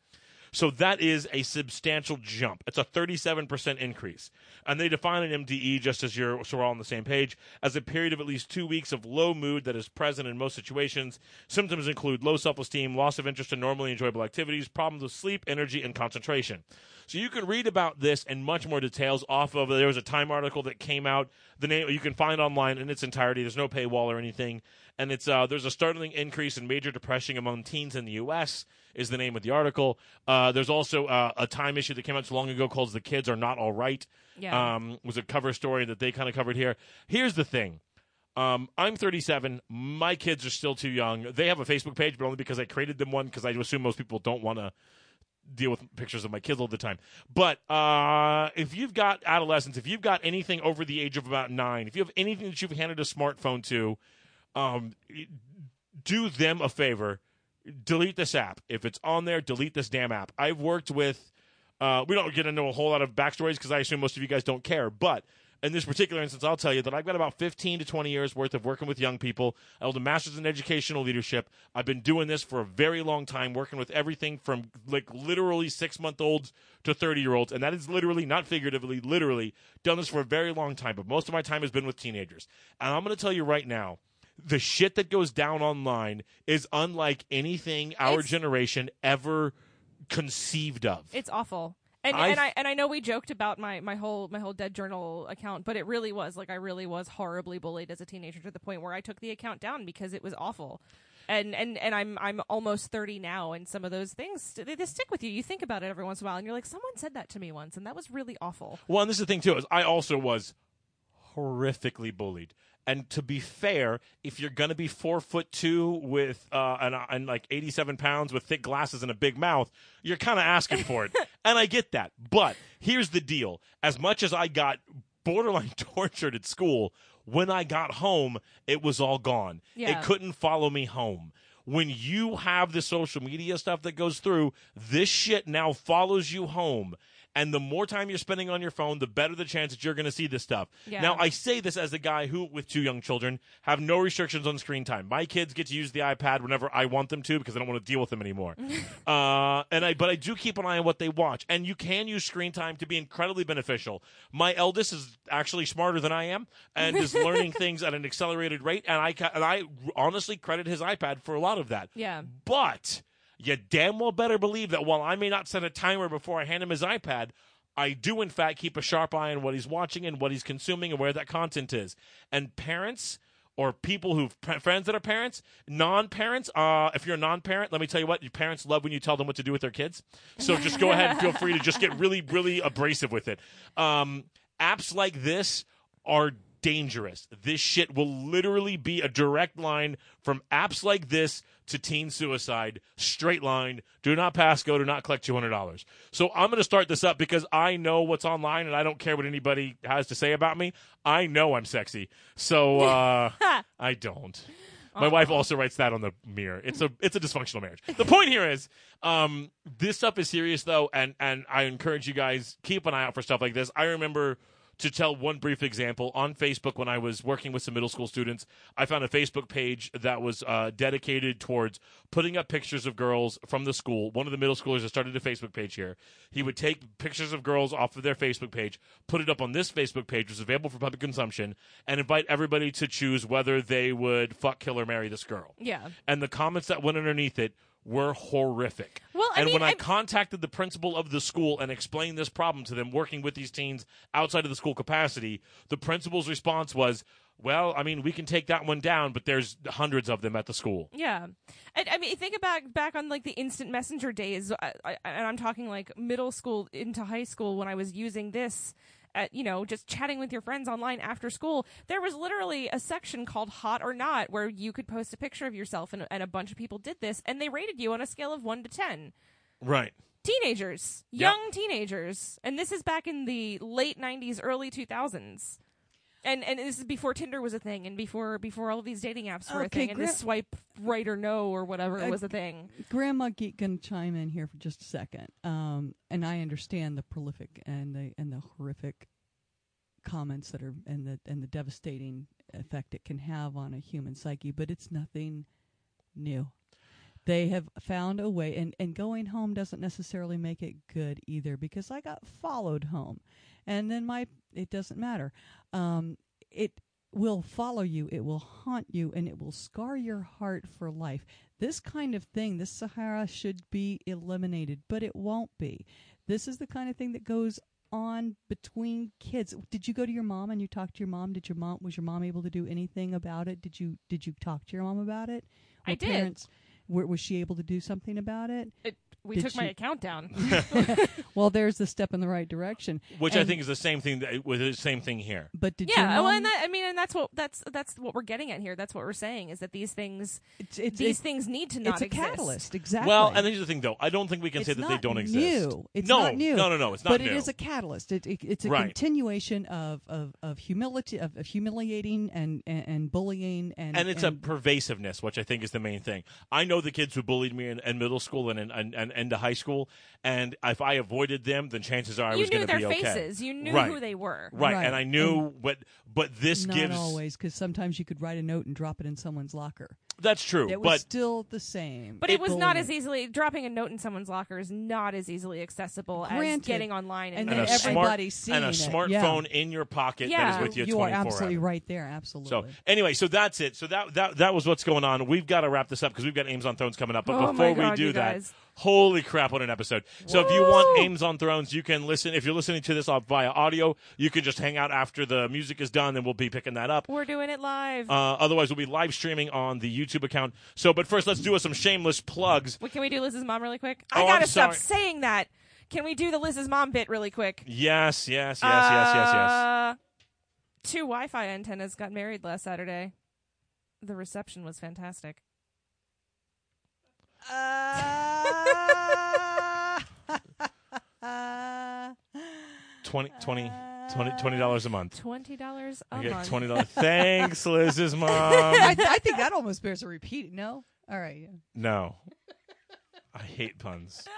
[SPEAKER 1] So that is a substantial jump. It's a 37% increase. And they define an MDE, just as you're, so we're all on the same page, as a period of at least two weeks of low mood that is present in most situations. Symptoms include low self esteem, loss of interest in normally enjoyable activities, problems with sleep, energy, and concentration. So you can read about this and much more details off of there was a Time article that came out. The name you can find online in its entirety. There's no paywall or anything. And it's uh, there's a startling increase in major depression among teens in the U.S is the name of the article. Uh, there's also uh, a Time issue that came out so long ago called "The Kids Are Not All Right."
[SPEAKER 2] Yeah.
[SPEAKER 1] um, was a cover story that they kind of covered here. Here's the thing. Um, I'm 37. My kids are still too young. They have a Facebook page, but only because I created them one because I assume most people don't want to deal with pictures of my kids all the time. But uh, if you've got adolescents, if you've got anything over the age of about nine, if you have anything that you've handed a smartphone to, um, do them a favor. Delete this app. If it's on there, delete this damn app. I've worked with. Uh, we don't get into a whole lot of backstories because I assume most of you guys don't care. But in this particular instance, I'll tell you that I've got about 15 to 20 years worth of working with young people. I hold a master's in educational leadership. I've been doing this for a very long time, working with everything from like literally six month olds to 30 year olds. And that is literally, not figuratively, literally done this for a very long time. But most of my time has been with teenagers. And I'm going to tell you right now the shit that goes down online is unlike anything our
[SPEAKER 2] It's-
[SPEAKER 1] generation ever conceived of.
[SPEAKER 2] It's awful. And
[SPEAKER 1] I-
[SPEAKER 2] and I and I know we joked about my my whole my whole dead journal account, but it really was like I really was horribly bullied as a teenager to the point where I took the account down because it was awful. And and and I'm I'm almost 30 now and some of those things they, they stick with you. You think about it every once in a while and you're like someone said that to me once and that was really awful.
[SPEAKER 1] Well, and this is the thing too is I also was horrifically bullied. And to be fair, if you're gonna be four foot two with uh, and, and like 87 pounds with thick glasses and a big mouth, you're kind of asking for it. and I get that, but here's the deal: as much as I got borderline tortured at school, when I got home, it was all gone.
[SPEAKER 2] Yeah.
[SPEAKER 1] It couldn't follow me home. When you have the social media stuff that goes through, this shit now follows you home. And the more time you're spending on your phone, the better the chance that you're going to see this stuff.
[SPEAKER 2] Yeah.
[SPEAKER 1] Now, I say this as a guy who, with two young children, have no restrictions on screen time. My kids get to use the iPad whenever I want them to because I don't want to deal with them anymore. uh, and I, but I do keep an eye on what they watch. And you can use screen time to be incredibly beneficial. My eldest is actually smarter than I am and is learning things at an accelerated rate. And I, ca- and I honestly credit his iPad for a lot of that.
[SPEAKER 2] Yeah.
[SPEAKER 1] But you damn well better believe that while I may not set a timer before I hand him his iPad, I do in fact keep a sharp eye on what he's watching and what he's consuming and where that content is. And parents or people who've p- friends that are parents, non-parents. Uh, if you're a non-parent, let me tell you what your parents love when you tell them what to do with their kids. So just go ahead and feel free to just get really, really abrasive with it. Um, apps like this are dangerous. This shit will literally be a direct line from apps like this to teen suicide, straight line. Do not pass go. Do not collect two hundred dollars. So I'm going to start this up because I know what's online and I don't care what anybody has to say about me. I know I'm sexy, so uh, I don't. My wife also writes that on the mirror. It's a it's a dysfunctional marriage. The point here is, um, this stuff is serious though, and and I encourage you guys keep an eye out for stuff like this. I remember to tell one brief example on Facebook when I was working with some middle school students, I found a Facebook page that was uh, dedicated towards putting up pictures of girls from the school. One of the middle schoolers that started a Facebook page here, he would take pictures of girls off of their Facebook page, put it up on this Facebook page, which is available for public consumption, and invite everybody to choose whether they would fuck, kill, or marry this girl.
[SPEAKER 2] Yeah.
[SPEAKER 1] And the comments that went underneath it were horrific.
[SPEAKER 2] Well, I
[SPEAKER 1] and
[SPEAKER 2] mean,
[SPEAKER 1] when I
[SPEAKER 2] I've-
[SPEAKER 1] contacted the principal of the school and explained this problem to them, working with these teens outside of the school capacity, the principal's response was, "Well, I mean, we can take that one down, but there's hundreds of them at the school."
[SPEAKER 2] Yeah, and, I mean, think about back on like the instant messenger days, I, I, and I'm talking like middle school into high school when I was using this. At, you know, just chatting with your friends online after school, there was literally a section called "Hot or Not" where you could post a picture of yourself, and, and a bunch of people did this, and they rated you on a scale of one to ten.
[SPEAKER 1] Right.
[SPEAKER 2] Teenagers,
[SPEAKER 1] Yep.
[SPEAKER 2] young teenagers, and this is back in the late '90s, early 2000s, and and this is before Tinder was a thing, and before before all of these dating apps were a
[SPEAKER 3] Okay,
[SPEAKER 2] thing, and
[SPEAKER 3] gra-
[SPEAKER 2] this swipe right or no or whatever
[SPEAKER 3] Uh,
[SPEAKER 2] was a thing.
[SPEAKER 3] Grandma Geek can chime in here for just a second. Um, and I understand the prolific and the and the horrific comments that are and the and the devastating effect it can have on a human psyche, but it's nothing new. They have found a way and, and going home doesn't necessarily make it good either because I got followed home. And then my it doesn't matter. Um, it will follow you, it will haunt you, and it will scar your heart for life. This kind of thing, this Sahara should be eliminated, but it won't be. This is the kind of thing that goes on between kids. Did you go to your mom and you talked to your mom? Did your mom was your mom able to do anything about it? Did you did you talk to your mom about it?
[SPEAKER 2] I
[SPEAKER 3] Were
[SPEAKER 2] did.
[SPEAKER 3] Parents, were, was she able to do something about it?
[SPEAKER 2] It, we
[SPEAKER 3] Did
[SPEAKER 2] took my
[SPEAKER 3] she-
[SPEAKER 2] account down.
[SPEAKER 3] Well, there's the step in the right direction.
[SPEAKER 1] Which I
[SPEAKER 3] And-
[SPEAKER 1] think is the same thing that was the same thing here.
[SPEAKER 3] But did your
[SPEAKER 2] yeah, well,
[SPEAKER 3] mom-
[SPEAKER 2] and that, I mean, and that's what that's that's what we're getting at here. That's what we're saying is that these things
[SPEAKER 3] it's, it's,
[SPEAKER 2] these
[SPEAKER 3] it's,
[SPEAKER 2] things need to not
[SPEAKER 3] it's a
[SPEAKER 2] exist.
[SPEAKER 3] catalyst exactly.
[SPEAKER 1] Well, and here's the thing though, I don't think we can
[SPEAKER 3] It's
[SPEAKER 1] say that they
[SPEAKER 3] not
[SPEAKER 1] don't
[SPEAKER 3] new.
[SPEAKER 1] exist.
[SPEAKER 3] It's
[SPEAKER 1] no,
[SPEAKER 3] not new.
[SPEAKER 1] no, no, no, it's not
[SPEAKER 3] but
[SPEAKER 1] new.
[SPEAKER 3] it is a catalyst. It, it, it's a
[SPEAKER 1] Right.
[SPEAKER 3] continuation of of of humility of, of humiliating and, and and bullying and
[SPEAKER 1] and it's a pervasiveness, which I think is the main thing. I know the kids who bullied me in, in middle school and, in, and and into high school, and if I avoided them, then chances are I
[SPEAKER 2] you
[SPEAKER 1] was
[SPEAKER 2] knew
[SPEAKER 1] going to
[SPEAKER 2] their
[SPEAKER 1] be okay.
[SPEAKER 2] faces. You knew
[SPEAKER 1] Right.
[SPEAKER 2] who they were.
[SPEAKER 1] Right.
[SPEAKER 3] Right.
[SPEAKER 1] and I knew what, but this
[SPEAKER 3] not
[SPEAKER 1] gives
[SPEAKER 3] always because sometimes you could write a note and drop it in someone's locker.
[SPEAKER 1] that's true,
[SPEAKER 3] It was
[SPEAKER 1] but
[SPEAKER 3] still the same.
[SPEAKER 2] But it, was not
[SPEAKER 3] Bullying.
[SPEAKER 2] as easily dropping a note in someone's locker is not as easily accessible as
[SPEAKER 3] Granted.
[SPEAKER 2] getting online and,
[SPEAKER 3] And
[SPEAKER 1] and
[SPEAKER 3] then
[SPEAKER 1] a
[SPEAKER 2] messaging.
[SPEAKER 1] smart
[SPEAKER 3] everybody's
[SPEAKER 1] and a
[SPEAKER 3] seeing it. Yeah.
[SPEAKER 1] smartphone in your pocket
[SPEAKER 2] Yeah.
[SPEAKER 1] that is with you,
[SPEAKER 3] you are
[SPEAKER 1] 24
[SPEAKER 3] absolutely
[SPEAKER 1] hours.
[SPEAKER 3] right there. Absolutely.
[SPEAKER 1] So anyway, so that's it. So that that that was what's going on. We've got to wrap this up because we've got Ames on Thrones coming up. But
[SPEAKER 2] Oh my
[SPEAKER 1] before we
[SPEAKER 2] God,
[SPEAKER 1] do
[SPEAKER 2] you
[SPEAKER 1] that,
[SPEAKER 2] guys.
[SPEAKER 1] holy crap, what an episode! So if you want
[SPEAKER 2] Woo!
[SPEAKER 1] Ames on Thrones, you can listen. If you're listening to this off via audio, you can just hang out after the music is done, and we'll be picking that up.
[SPEAKER 2] We're doing it live.
[SPEAKER 1] Uh, otherwise, we'll be live streaming on the YouTube account. So, but first, let's do us some shameless plugs.
[SPEAKER 2] What can we do, Liz's mom, really quick?
[SPEAKER 1] Oh,
[SPEAKER 2] I
[SPEAKER 1] I'm
[SPEAKER 2] gotta stop
[SPEAKER 1] sorry.
[SPEAKER 2] saying that. Can we do the Liz's mom bit really quick? Yes,
[SPEAKER 1] Yes, yes, yes, yes, yes,
[SPEAKER 2] Uh,
[SPEAKER 1] yes.
[SPEAKER 2] Two Wi-Fi antennas got married last Saturday. The reception was fantastic.
[SPEAKER 1] Uh. Twenty, twenty, twenty, twenty dollars a month.
[SPEAKER 2] Twenty dollars a
[SPEAKER 1] I get
[SPEAKER 2] month.
[SPEAKER 1] twenty dollars. Thanks, Liz's mom.
[SPEAKER 3] I, th- I think that almost bears a repeat. No. All right. yeah.
[SPEAKER 1] No, I hate puns.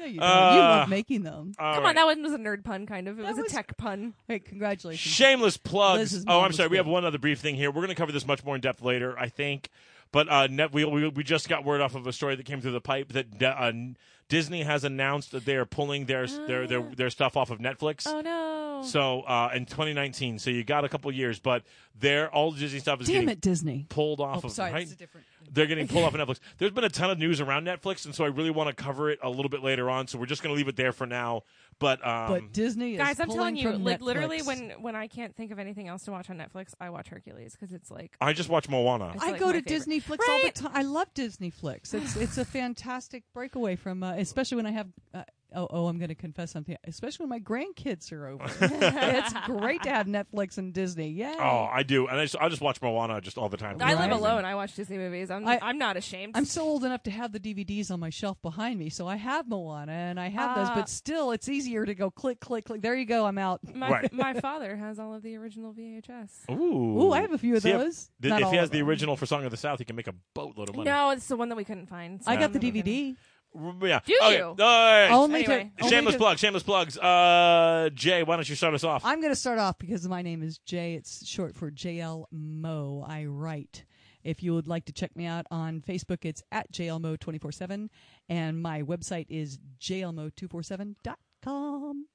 [SPEAKER 3] No, you don't. you
[SPEAKER 1] Uh,
[SPEAKER 3] love making them.
[SPEAKER 1] All
[SPEAKER 2] Come
[SPEAKER 1] right.
[SPEAKER 2] on, that one was a nerd pun, kind of. It
[SPEAKER 3] That
[SPEAKER 2] was a
[SPEAKER 3] was-
[SPEAKER 2] tech pun.
[SPEAKER 3] Hey, congratulations.
[SPEAKER 1] Shameless
[SPEAKER 3] Liz is
[SPEAKER 1] plugs. Oh, I'm
[SPEAKER 3] mom
[SPEAKER 1] sorry.
[SPEAKER 3] was
[SPEAKER 1] We have
[SPEAKER 3] good.
[SPEAKER 1] one other brief thing here. We're going to cover this much more in depth later, I think. But uh, net, we, we we just got word off of a story that came through the pipe that uh, n- Disney has announced that they are pulling their their,
[SPEAKER 3] Oh.
[SPEAKER 1] their their stuff off of Netflix.
[SPEAKER 2] Oh no!
[SPEAKER 1] So uh, in 2019, so you got a couple years, but they're all Disney stuff is
[SPEAKER 3] Damn
[SPEAKER 1] getting
[SPEAKER 3] it, Disney.
[SPEAKER 1] pulled off
[SPEAKER 3] Oh,
[SPEAKER 1] of
[SPEAKER 3] sorry,
[SPEAKER 1] right?
[SPEAKER 3] this is different.
[SPEAKER 1] they're getting pulled off of Netflix. There's been a ton of news around Netflix, and so I really want to cover it a little bit later on. So we're just going to leave it there for now. But um,
[SPEAKER 3] But Disney is
[SPEAKER 2] Guys, I'm
[SPEAKER 3] pulling
[SPEAKER 2] telling you,
[SPEAKER 3] from
[SPEAKER 2] like literally,
[SPEAKER 3] Netflix.
[SPEAKER 2] when when I can't think of anything else to watch on Netflix, I watch Hercules because it's like
[SPEAKER 1] I just watched Moana.
[SPEAKER 2] It's
[SPEAKER 3] I
[SPEAKER 2] like
[SPEAKER 3] go
[SPEAKER 2] my
[SPEAKER 3] to
[SPEAKER 2] favorite.
[SPEAKER 3] Disney Flix all
[SPEAKER 2] Right?
[SPEAKER 3] the time. I love Disney Flix. It's it's a fantastic breakaway from, uh, especially when I have uh, oh oh I'm going to confess something, especially when my grandkids are over. it's great to have Netflix and Disney. Yeah.
[SPEAKER 1] Oh, I do, and I just I just watch Moana just all the time.
[SPEAKER 2] I live
[SPEAKER 3] Right.
[SPEAKER 2] alone. I watch Disney movies. I'm
[SPEAKER 3] I-
[SPEAKER 2] I, am i am not ashamed.
[SPEAKER 3] I'm so old enough to have the DVDs on my shelf behind me, so I have Moana and I have those,
[SPEAKER 2] Ah.
[SPEAKER 3] but still, it's easier to go click, click, click. There you go, I'm out.
[SPEAKER 2] my
[SPEAKER 1] Right.
[SPEAKER 2] my father has all of the original VHS.
[SPEAKER 1] Ooh,
[SPEAKER 3] Ooh, I have a few of
[SPEAKER 1] See, if-
[SPEAKER 3] those.
[SPEAKER 1] th-
[SPEAKER 3] Not
[SPEAKER 1] if he
[SPEAKER 3] all
[SPEAKER 1] has
[SPEAKER 3] of
[SPEAKER 1] the
[SPEAKER 3] them.
[SPEAKER 1] original for Song of the South, he can make a boatload of money.
[SPEAKER 2] No, it's the one that we couldn't find. so
[SPEAKER 3] I got
[SPEAKER 2] I'm
[SPEAKER 3] the
[SPEAKER 2] not gonna-
[SPEAKER 3] DVD.
[SPEAKER 1] R- yeah.
[SPEAKER 2] Do
[SPEAKER 1] Okay.
[SPEAKER 2] you?
[SPEAKER 1] All right.
[SPEAKER 3] Only
[SPEAKER 2] Anyway.
[SPEAKER 3] to, only
[SPEAKER 1] shameless
[SPEAKER 3] to-
[SPEAKER 1] plug. Shameless plugs. Uh, Jay, why don't you start us off?
[SPEAKER 3] I'm going to start off because my name is Jay. It's short for JL Mo. I write. If you would like to check me out on Facebook, it's at JLMo247, and my website is JLMo247.com.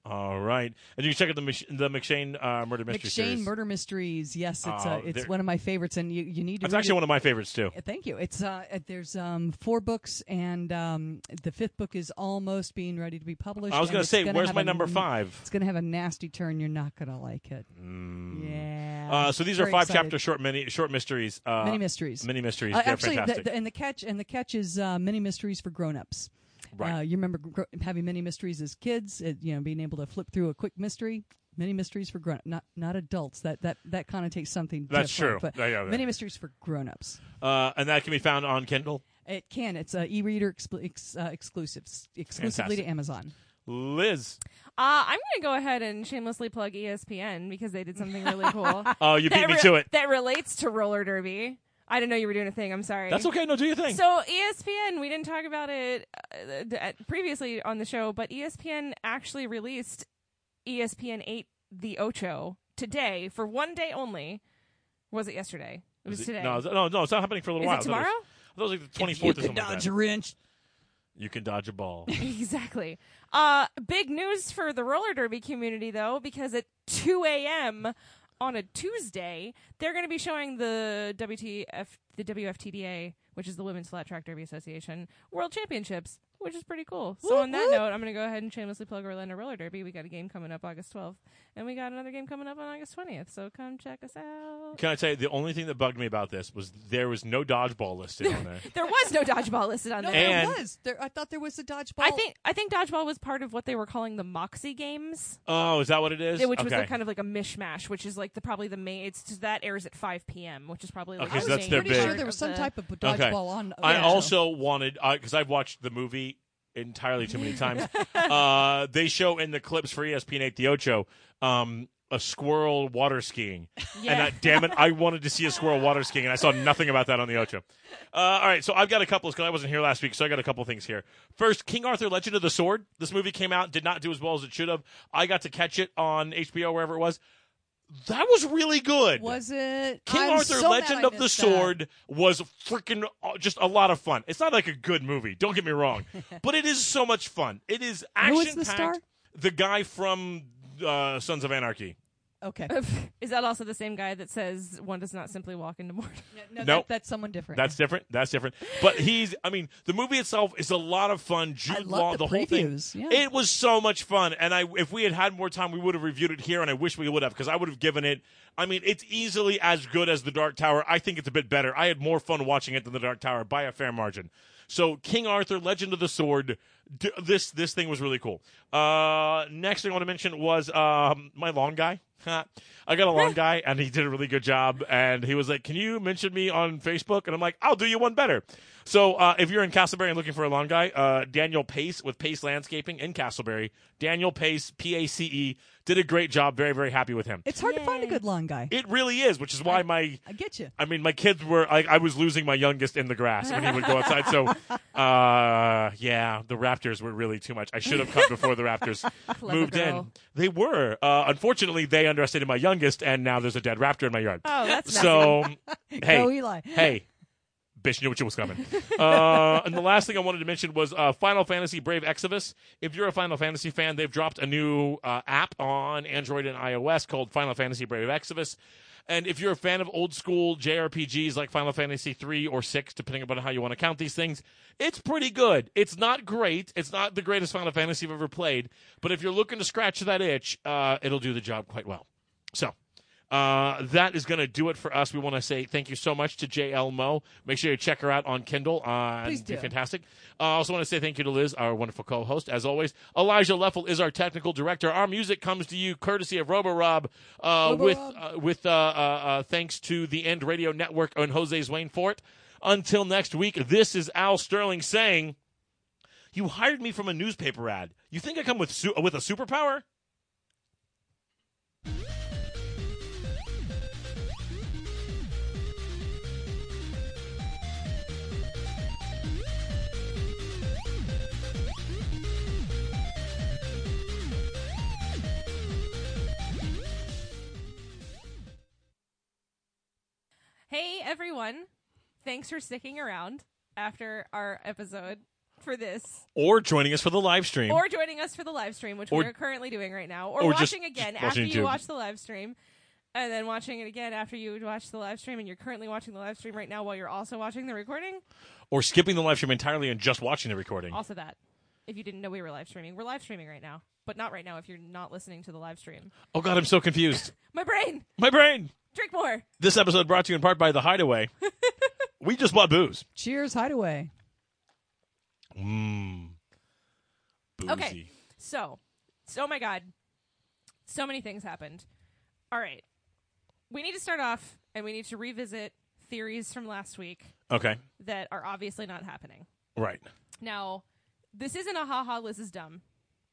[SPEAKER 1] All right, and you can check out the Mich- the McShane uh, murder mystery
[SPEAKER 3] McShane
[SPEAKER 1] series.
[SPEAKER 3] Murder Mysteries. Yes, it's
[SPEAKER 1] Oh,
[SPEAKER 3] uh, it's
[SPEAKER 1] there-
[SPEAKER 3] one of my favorites, and you, you need to.
[SPEAKER 1] That's
[SPEAKER 3] read
[SPEAKER 1] actually
[SPEAKER 3] it.
[SPEAKER 1] one of my favorites too.
[SPEAKER 3] Uh, Thank you. It's uh, uh, there's um, four books, and um, the fifth book is almost being ready to be published.
[SPEAKER 1] I was
[SPEAKER 3] and
[SPEAKER 1] gonna
[SPEAKER 3] it's
[SPEAKER 1] say,
[SPEAKER 3] gonna
[SPEAKER 1] where's
[SPEAKER 3] have
[SPEAKER 1] my
[SPEAKER 3] a
[SPEAKER 1] number
[SPEAKER 3] n-
[SPEAKER 1] five?
[SPEAKER 3] It's going to have a nasty turn. You're not going to like it. Yeah.
[SPEAKER 1] Uh, so these are
[SPEAKER 3] Very
[SPEAKER 1] five
[SPEAKER 3] excited.
[SPEAKER 1] chapter short mini short mysteries. Uh,
[SPEAKER 3] Mini mysteries.
[SPEAKER 1] Mini mysteries.
[SPEAKER 3] Uh,
[SPEAKER 1] They're
[SPEAKER 3] actually, the-
[SPEAKER 1] fantastic.
[SPEAKER 3] the- and the catch and the catch is uh, mini mysteries for grown-ups.
[SPEAKER 1] Right.
[SPEAKER 3] Uh, you remember gr- having mini mysteries as kids, uh, you know, being able to flip through a quick mystery. Mini mysteries for grown not not adults. That that that connotates something.
[SPEAKER 1] That's
[SPEAKER 3] different,
[SPEAKER 1] true.
[SPEAKER 3] But
[SPEAKER 1] Yeah, yeah, yeah.
[SPEAKER 3] mini mysteries for grown-ups.
[SPEAKER 1] uh, and that can be found on Kindle.
[SPEAKER 3] It can. It's uh, e-reader expl- ex- uh, exclusives, exclusively
[SPEAKER 1] Fantastic.
[SPEAKER 3] to Amazon.
[SPEAKER 1] Liz,
[SPEAKER 2] Uh, I'm gonna go ahead and shamelessly plug E ESPN because they did something really cool.
[SPEAKER 1] oh, you beat
[SPEAKER 2] that
[SPEAKER 1] me
[SPEAKER 2] re-
[SPEAKER 1] to it.
[SPEAKER 2] That relates to roller derby. I didn't know you were doing a thing. I'm sorry.
[SPEAKER 1] That's okay. No, do your thing.
[SPEAKER 2] So E ESPN, we didn't talk about it uh, d- uh, previously on the show, but E ESPN actually released E ESPN 8 The Ocho today for one day only. Was it yesterday? It was,
[SPEAKER 1] Is it-
[SPEAKER 2] today.
[SPEAKER 1] No, no, no, it's not happening for a little
[SPEAKER 2] Is
[SPEAKER 1] while.
[SPEAKER 2] it
[SPEAKER 1] I thought
[SPEAKER 2] tomorrow?
[SPEAKER 1] That was, I thought it was like the twenty fourth or something. like that.
[SPEAKER 3] wrench.
[SPEAKER 1] You can dodge a ball.
[SPEAKER 2] exactly. Uh, big news for the roller derby community, though, because at 2 a.m. on a Tuesday, they're going to be showing the WTF, the WFTDA, which is the Women's Flat Track Derby Association World Championships, which is pretty cool. So on that note, I'm going to go ahead and shamelessly plug Orlando Roller Derby. We got a game coming up August 12th, and we got another game coming up on August 20th. So come check us out.
[SPEAKER 1] Can I tell you the only thing that bugged me about this was there was no dodgeball listed on there.
[SPEAKER 2] There was no dodgeball listed on
[SPEAKER 3] No,
[SPEAKER 2] there.
[SPEAKER 1] And-
[SPEAKER 3] there was. There, I thought there was a dodgeball.
[SPEAKER 2] I think I think dodgeball was part of what they were calling the Moxie games.
[SPEAKER 1] Oh, is that what it is?
[SPEAKER 2] Yeah, which was
[SPEAKER 1] okay.
[SPEAKER 2] like kind of like a mishmash, which is like the probably the main. It's just that airs at 5 p.m., which is probably like
[SPEAKER 1] Okay,
[SPEAKER 2] the
[SPEAKER 1] so that's
[SPEAKER 2] main
[SPEAKER 1] their
[SPEAKER 3] pretty
[SPEAKER 1] big-
[SPEAKER 3] sure
[SPEAKER 2] part
[SPEAKER 3] there was some
[SPEAKER 2] the-
[SPEAKER 3] type of a dodgeball
[SPEAKER 1] Okay.
[SPEAKER 3] on.
[SPEAKER 1] I
[SPEAKER 3] yeah.
[SPEAKER 1] also wanted because I've watched the movie entirely too many times. uh, they show in the clips for E ESPN eight the Ocho um, a squirrel water skiing, and
[SPEAKER 2] Yeah.
[SPEAKER 1] I, damn it, I wanted to see a squirrel water skiing, and I saw nothing about that on the Ocho. Uh, all right, so I've got a couple because I wasn't here last week, so I got a couple things here. First, King Arthur: Legend of the Sword. This movie came out, did not do as well as it should have. I got to catch it on HBO wherever it was. That was really good.
[SPEAKER 3] was it
[SPEAKER 1] King
[SPEAKER 3] I'm
[SPEAKER 1] Arthur:
[SPEAKER 3] so mad
[SPEAKER 1] Legend
[SPEAKER 3] I
[SPEAKER 1] of the
[SPEAKER 3] missed
[SPEAKER 1] Sword was freaking uh, just a lot of fun. It's not like a good movie, don't get me wrong, but it is so much fun. It is
[SPEAKER 3] Who was
[SPEAKER 1] action
[SPEAKER 3] the star?
[SPEAKER 1] packed. The guy from uh, Sons of Anarchy.
[SPEAKER 3] That. Okay,
[SPEAKER 2] Is that also the same guy that says one does not simply walk into mortar?
[SPEAKER 3] no,
[SPEAKER 1] Nope.
[SPEAKER 3] that, that's someone different.
[SPEAKER 1] That's different. That's different. But he's, I mean, the movie itself is a lot of fun. Jude
[SPEAKER 3] I
[SPEAKER 1] Law,
[SPEAKER 3] love the,
[SPEAKER 1] whole thing.
[SPEAKER 3] previews. Yeah.
[SPEAKER 1] It was so much fun, and I if we had had more time, we would have reviewed it here, and I wish we would have because I would have given it. I mean, it's easily as good as the Dark Tower. I think it's a bit better. I had more fun watching it than the Dark Tower by a fair margin. So, King Arthur, Legend of the Sword, d- this this thing was really cool. Uh, next thing I want to mention was um, my long guy. I got a long guy, and he did a really good job. And he was like, "Can you mention me on Facebook?" And I'm like, "I'll do you one better." So uh, if you're in Castleberry and looking for a lawn guy, uh, Daniel Pace with Pace Landscaping in Castleberry, Daniel Pace P A C E did a great job. Very very happy with him.
[SPEAKER 3] it's hard to find a
[SPEAKER 2] Yay.
[SPEAKER 3] good lawn guy.
[SPEAKER 1] It really is, which is why my
[SPEAKER 3] I get you.
[SPEAKER 1] I mean, my kids were. I, I was losing my youngest in the grass when he would go outside. So, uh, yeah, the Raptors were really too much. I should have come before the Raptors
[SPEAKER 2] Clever
[SPEAKER 1] moved
[SPEAKER 2] girl.
[SPEAKER 1] in. They were. Uh, unfortunately, they underestimated my youngest, and now there's a dead Raptor in my yard.
[SPEAKER 2] Oh, that's
[SPEAKER 1] so, hey,
[SPEAKER 3] Go Eli.
[SPEAKER 1] hey, bitch knew what you was coming. Uh, and the last thing I wanted to mention was uh, Final Fantasy Brave Exodus. If you're a Final Fantasy fan, they've dropped a new uh, app on Android and iOS called Final Fantasy Brave Exodus. And if you're a fan of old school JRPGs like Final Fantasy 3 or 6, depending upon how you want to count these things, it's pretty good. It's not great. It's not the greatest Final Fantasy I've ever played. But if you're looking to scratch that itch, uh, it'll do the job quite well. So Uh, that is going to do it for us. We want to say thank you so much to JL Mo. Make sure you check her out on Kindle. Uh,
[SPEAKER 3] Please
[SPEAKER 1] it'd be
[SPEAKER 3] do.
[SPEAKER 1] Fantastic. Uh, I also want to say thank you to Liz, our wonderful co host. As always, Elijah Leffel is our technical director. Our music comes to you courtesy of Roborob uh, with, uh, with uh, uh, uh, thanks to the End Radio Network and Jose's Wayne Fort. Until next week, this is Al Sterling saying, You hired me from a newspaper ad. You think I come with, su- with a superpower?
[SPEAKER 2] Hey everyone. Thanks for sticking around after our episode for this
[SPEAKER 1] Or joining us for the live stream.
[SPEAKER 2] or joining us for the live stream which
[SPEAKER 1] Or-
[SPEAKER 2] we're currently doing right now or,
[SPEAKER 1] or just-
[SPEAKER 2] watching again
[SPEAKER 1] just
[SPEAKER 2] after
[SPEAKER 1] watching
[SPEAKER 2] you
[SPEAKER 1] YouTube.
[SPEAKER 2] watch the live stream and then watching it again after you watch the live stream and you're currently watching the live stream right now while you're also watching the recording
[SPEAKER 1] or skipping the live stream entirely and just watching the recording.
[SPEAKER 2] also that if you didn't know we were live streaming we're live streaming right now but not right now if you're not listening to the live stream
[SPEAKER 1] Oh God, I'm so confused.
[SPEAKER 2] my brain
[SPEAKER 1] My brain.
[SPEAKER 2] drink more
[SPEAKER 1] This episode brought to you in part by the Hideaway. we just bought booze.
[SPEAKER 3] Cheers, Hideaway.
[SPEAKER 1] Mmm. Boozy.
[SPEAKER 2] Okay. So, so oh my god, so many things happened. All right, we need to start off, and we need to revisit theories from last week
[SPEAKER 1] Okay.
[SPEAKER 2] that are obviously not happening.
[SPEAKER 1] Right.
[SPEAKER 2] Now, this isn't a haha. Liz is dumb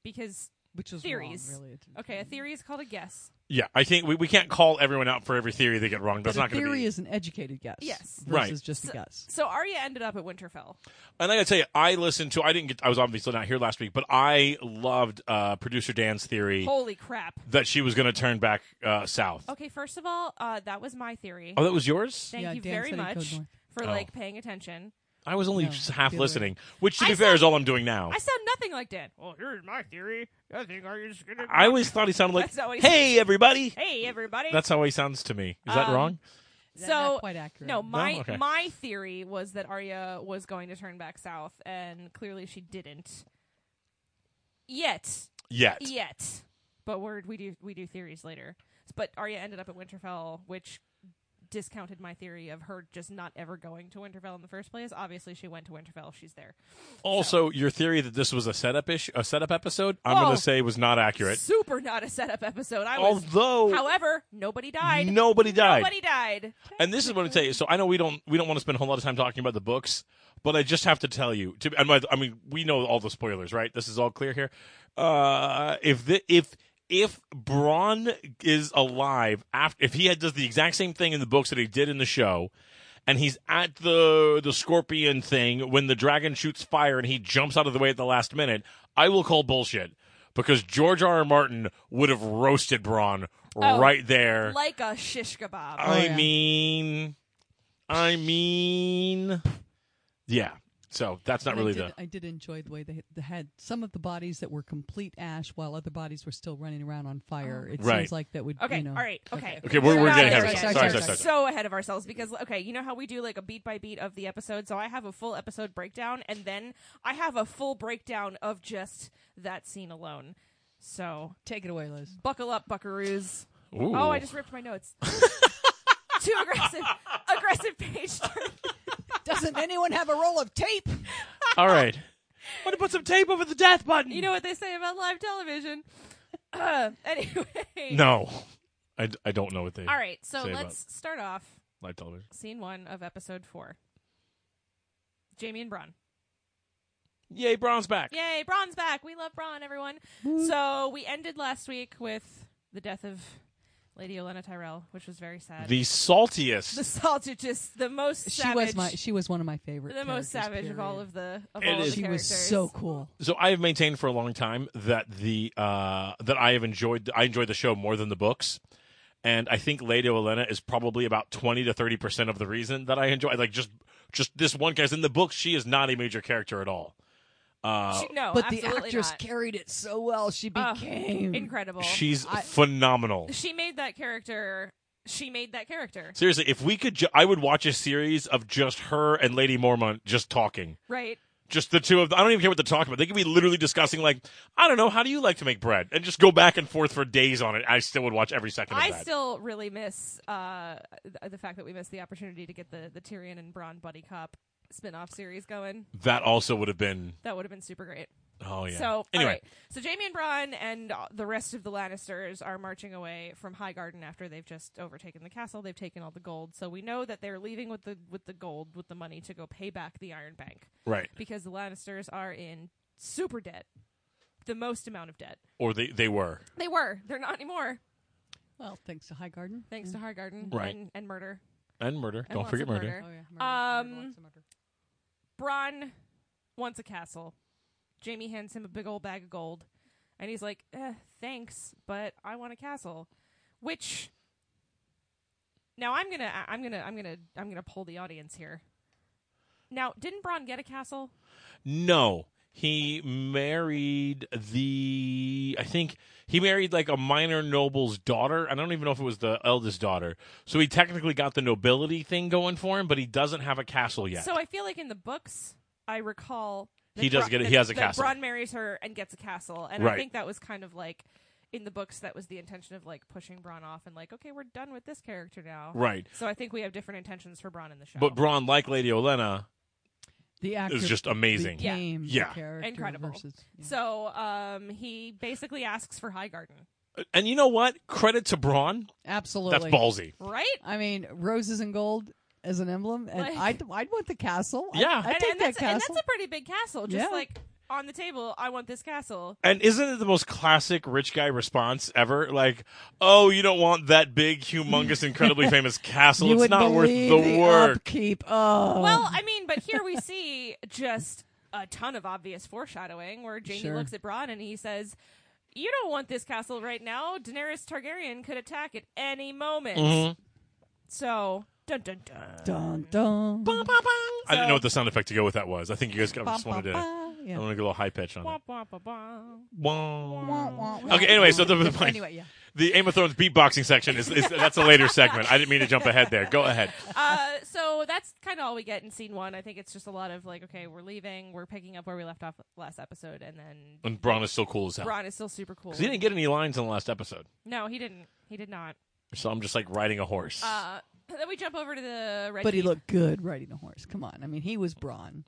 [SPEAKER 2] because
[SPEAKER 3] Which was
[SPEAKER 2] Theories.
[SPEAKER 3] wrong, really. It's-
[SPEAKER 2] okay, a theory is called a guess.
[SPEAKER 1] Yeah, I think we, we can't call everyone out for every theory they get wrong. That's
[SPEAKER 3] But
[SPEAKER 1] not
[SPEAKER 3] a
[SPEAKER 1] going to
[SPEAKER 3] theory
[SPEAKER 1] be.
[SPEAKER 3] is an educated guess.
[SPEAKER 2] Yes.
[SPEAKER 1] Right.
[SPEAKER 3] Versus just
[SPEAKER 2] So-
[SPEAKER 3] a guess.
[SPEAKER 2] So Arya ended up at Winterfell.
[SPEAKER 1] and I got to tell you, I listened to. I didn't get. I was obviously not here last week, but I loved uh, producer Dan's theory
[SPEAKER 2] Holy crap!
[SPEAKER 1] that she was going to turn back uh, south.
[SPEAKER 2] Okay, first of all, uh, that was my theory.
[SPEAKER 1] Oh, that was yours.
[SPEAKER 2] Thank
[SPEAKER 3] Yeah,
[SPEAKER 2] you
[SPEAKER 3] Dan
[SPEAKER 2] very
[SPEAKER 3] said he
[SPEAKER 2] much
[SPEAKER 3] goes north.
[SPEAKER 2] for
[SPEAKER 1] Oh.
[SPEAKER 2] like paying attention.
[SPEAKER 1] I was only
[SPEAKER 3] No,
[SPEAKER 1] just half
[SPEAKER 3] the other way.
[SPEAKER 1] listening, which to
[SPEAKER 2] I
[SPEAKER 1] be
[SPEAKER 2] saw-
[SPEAKER 1] fair is all I'm doing now.
[SPEAKER 2] I sound nothing like Dan.
[SPEAKER 4] Well, here's my theory. I think Arya's gonna.
[SPEAKER 1] I always thought he sounded like,
[SPEAKER 2] That's not what he
[SPEAKER 1] "Hey, everybody."
[SPEAKER 2] Hey everybody!
[SPEAKER 1] That's how he sounds to me. Is that
[SPEAKER 2] Um,
[SPEAKER 1] wrong?
[SPEAKER 3] Is that
[SPEAKER 2] so
[SPEAKER 3] not quite accurate.
[SPEAKER 2] No, my
[SPEAKER 1] Oh, okay.
[SPEAKER 2] my theory was that Arya was going to turn back south, and clearly she didn't. Yet,
[SPEAKER 1] Yet.
[SPEAKER 2] yet, but we're, we do we do theories later. But Arya ended up at Winterfell, which discounted my theory of her just not ever going to Winterfell in the first place. Obviously, she went to Winterfell. She's there.
[SPEAKER 1] Also, your theory that this was a setup ish a setup episode, I'm
[SPEAKER 2] Whoa.
[SPEAKER 1] going to say was not accurate.
[SPEAKER 2] Super not a setup episode. I
[SPEAKER 1] Oh,
[SPEAKER 2] was.
[SPEAKER 1] Although
[SPEAKER 2] however, nobody died.
[SPEAKER 1] nobody died,
[SPEAKER 2] Nobody died.
[SPEAKER 1] and this is what I tell you. So I know we don't we don't want to spend a whole lot of time talking about the books, but I just have to tell you. To, and by, the- I mean, we know all the spoilers, right? This is all clear here. Uh, if the, if if Braun is alive after if he had does the exact same thing in the books that he did in the show, and he's at the the scorpion thing when the dragon shoots fire and he jumps out of the way at the last minute, I will call bullshit because George R. R. Martin would have roasted Braun
[SPEAKER 2] Oh,
[SPEAKER 1] right there.
[SPEAKER 2] Like a shish kebab.
[SPEAKER 1] I
[SPEAKER 3] yeah.
[SPEAKER 1] mean, I mean, yeah. So that's not
[SPEAKER 3] And I
[SPEAKER 1] really
[SPEAKER 3] did,
[SPEAKER 1] the
[SPEAKER 3] I did enjoy the way they, they had some of the bodies that were complete ash, while other bodies were still running around on fire. it
[SPEAKER 1] Right.
[SPEAKER 3] seems like that would.
[SPEAKER 2] Okay,
[SPEAKER 3] You know,
[SPEAKER 2] all right, okay.
[SPEAKER 1] Okay, we're-
[SPEAKER 2] So
[SPEAKER 1] we're
[SPEAKER 2] now
[SPEAKER 1] getting
[SPEAKER 2] we're
[SPEAKER 1] ahead of
[SPEAKER 2] getting
[SPEAKER 1] ourselves. Sorry, sorry, sorry,
[SPEAKER 2] So ahead of ourselves because okay, you know how we do like a beat by beat of the episode. So I have a full episode breakdown, and then I have a full breakdown of just that scene alone. So
[SPEAKER 3] Take it away, Liz.
[SPEAKER 2] buckle up, Buckaroos.
[SPEAKER 1] Ooh.
[SPEAKER 2] Oh, I just ripped my notes. Too aggressive, aggressive page turn.
[SPEAKER 3] Doesn't anyone have a roll of tape?
[SPEAKER 1] all right. Want to put some tape over the death button?
[SPEAKER 2] You know what they say about live television. Uh, anyway,
[SPEAKER 1] no, I, d- I don't know what they
[SPEAKER 2] All right, so
[SPEAKER 1] Say about-
[SPEAKER 2] let's start off
[SPEAKER 1] live television.
[SPEAKER 2] scene one of episode four. Jamie and Bron.
[SPEAKER 1] Yay, Braun's back.
[SPEAKER 2] Yay, Braun's back. We love Braun, everyone. So we ended last week with the death of Lady Olenna Tyrell, which was very sad.
[SPEAKER 1] The saltiest.
[SPEAKER 2] the salted, just the most
[SPEAKER 3] She
[SPEAKER 2] savage.
[SPEAKER 3] was my. She was one of my favorite.
[SPEAKER 2] the most
[SPEAKER 3] characters,
[SPEAKER 2] savage of all
[SPEAKER 3] period.
[SPEAKER 2] of the of
[SPEAKER 1] It
[SPEAKER 2] all
[SPEAKER 1] is.
[SPEAKER 2] of the
[SPEAKER 3] She was
[SPEAKER 2] characters.
[SPEAKER 3] so cool.
[SPEAKER 1] so I have maintained for a long time that the uh, that I have enjoyed I enjoyed the show more than the books, and I think Lady Olenna is probably about twenty to thirty percent of the reason that I enjoy. Like just just this one case in the books, she is not a major character at all. Uh,
[SPEAKER 2] She- no,
[SPEAKER 3] but the
[SPEAKER 2] Oh, absolutely
[SPEAKER 3] actress
[SPEAKER 2] not.
[SPEAKER 3] carried it so well. She
[SPEAKER 2] Oh,
[SPEAKER 3] became
[SPEAKER 2] incredible. She,
[SPEAKER 1] She's
[SPEAKER 3] I-
[SPEAKER 1] phenomenal.
[SPEAKER 2] made that character. She made that character
[SPEAKER 1] Seriously, if we could, ju- I would watch a series of just her and Lady Mormont just talking.
[SPEAKER 2] right.
[SPEAKER 1] Just the two of them. I don't even care what they're talking about. They could be literally discussing like, I don't know, how do you like to make bread, and just go back and forth for days on it. I still would watch every second of
[SPEAKER 2] I
[SPEAKER 1] that.
[SPEAKER 2] still really miss uh, th- the fact that we missed the opportunity to get the, the Tyrion and Braun buddy cop spin-off series going.
[SPEAKER 1] that also would have been.
[SPEAKER 2] That would have been super great.
[SPEAKER 1] Oh yeah.
[SPEAKER 2] So
[SPEAKER 1] anyway,
[SPEAKER 2] all right. so Jamie and Braun and uh, the rest of the Lannisters are marching away from Highgarden after they've just overtaken the castle. They've taken all the gold, so we know that they're leaving with the with the gold, with the money to go pay back the Iron Bank
[SPEAKER 1] right.
[SPEAKER 2] because the Lannisters are in super debt, the most amount of debt
[SPEAKER 1] Or they they were.
[SPEAKER 2] they were. They're not anymore,
[SPEAKER 3] Well, thanks to High Garden.
[SPEAKER 2] thanks to Highgarden
[SPEAKER 1] Right.
[SPEAKER 2] and, and murder.
[SPEAKER 1] And murder.
[SPEAKER 2] And
[SPEAKER 1] don't
[SPEAKER 2] lots
[SPEAKER 1] forget
[SPEAKER 2] of
[SPEAKER 1] murder.
[SPEAKER 2] murder.
[SPEAKER 3] Oh, yeah.
[SPEAKER 2] Um, Braun wants a castle. Jamie hands him a big old bag of gold, and he's like, eh, "Thanks, but I want a castle." Which now I'm gonna, I- I'm gonna, I'm gonna, I'm gonna pull the audience here. Now, didn't Braun get a castle?
[SPEAKER 1] No, he married the. I think he married like a minor noble's daughter. I don't even know if it was the eldest daughter. So he technically got the nobility thing going for him, but he doesn't have a castle yet.
[SPEAKER 2] So I feel like in the books, I recall that
[SPEAKER 1] He does
[SPEAKER 2] Bra-
[SPEAKER 1] get it.
[SPEAKER 2] that-
[SPEAKER 1] He has a
[SPEAKER 2] that
[SPEAKER 1] castle.
[SPEAKER 2] Braun marries her and gets a castle, and I
[SPEAKER 1] Right.
[SPEAKER 2] think that was kind of like in the books that was the intention of like pushing Braun off and like, okay, we're done with this character now.
[SPEAKER 1] right.
[SPEAKER 2] So I think we have different intentions for Braun in the show.
[SPEAKER 1] But Braun, like Lady Olenna,
[SPEAKER 3] the actor
[SPEAKER 1] is just amazing.
[SPEAKER 2] Yeah.
[SPEAKER 3] became the
[SPEAKER 1] Yeah.
[SPEAKER 3] character
[SPEAKER 2] Incredible.
[SPEAKER 3] versus- yeah.
[SPEAKER 2] So um, he basically asks for Highgarden,
[SPEAKER 1] And you know what? Credit to Braun. That's
[SPEAKER 3] absolutely
[SPEAKER 1] ballsy.
[SPEAKER 2] right?
[SPEAKER 3] I mean, roses and gold as an emblem, and
[SPEAKER 2] Like-
[SPEAKER 3] I'd, I'd want the castle. I'd-
[SPEAKER 1] Yeah.
[SPEAKER 3] I'd,
[SPEAKER 2] and,
[SPEAKER 3] take
[SPEAKER 2] and
[SPEAKER 3] that
[SPEAKER 2] that's, and
[SPEAKER 3] castle.
[SPEAKER 2] that's a pretty big castle. Just
[SPEAKER 3] Yeah.
[SPEAKER 2] like on the table, I want this castle.
[SPEAKER 1] And isn't it the most classic rich guy response ever? Like, oh, you don't want that big, humongous, incredibly famous castle.
[SPEAKER 3] you
[SPEAKER 1] it's
[SPEAKER 3] would
[SPEAKER 1] not worth
[SPEAKER 3] believe
[SPEAKER 1] the work.
[SPEAKER 3] upkeep. Oh,
[SPEAKER 2] Well, I mean, but here we see just a ton of obvious foreshadowing where Jamie
[SPEAKER 3] Sure.
[SPEAKER 2] looks at Bronn and he says, "You don't want this castle right now. Daenerys Targaryen could attack at any moment."
[SPEAKER 1] Mhm.
[SPEAKER 2] So, dun dun dun.
[SPEAKER 3] dun dun.
[SPEAKER 1] I didn't
[SPEAKER 2] So-
[SPEAKER 1] know what the sound effect to go with that was. I think you guys got, just
[SPEAKER 3] Ba,
[SPEAKER 1] wanted to. Oh.
[SPEAKER 3] ba,
[SPEAKER 1] I
[SPEAKER 3] ba. Yeah.
[SPEAKER 1] want to go a little high pitch on
[SPEAKER 2] Wah,
[SPEAKER 1] it.
[SPEAKER 2] wah, bah, bah.
[SPEAKER 1] Wah.
[SPEAKER 3] Wah, wah, wah.
[SPEAKER 1] Okay. Anyway, so the, the point.
[SPEAKER 3] Anyway, yeah.
[SPEAKER 1] The Game of Thrones beatboxing section is, is that's a later segment. I didn't mean to jump ahead there. Go ahead.
[SPEAKER 2] uh, so that's kind of all we get in scene one. I think it's just a lot of like, okay, we're leaving, we're picking up where we left off last episode, and then
[SPEAKER 1] And Braun is still cool as hell.
[SPEAKER 2] Bron is still super cool.
[SPEAKER 1] Oh, 'Cause he didn't get any lines in the last episode,
[SPEAKER 2] no, he didn't. He did not.
[SPEAKER 1] so I'm just like riding a horse.
[SPEAKER 2] Uh, then we jump over to the red.
[SPEAKER 3] But he
[SPEAKER 2] Keep.
[SPEAKER 3] looked good riding a horse. Come on, I mean, he was brawn.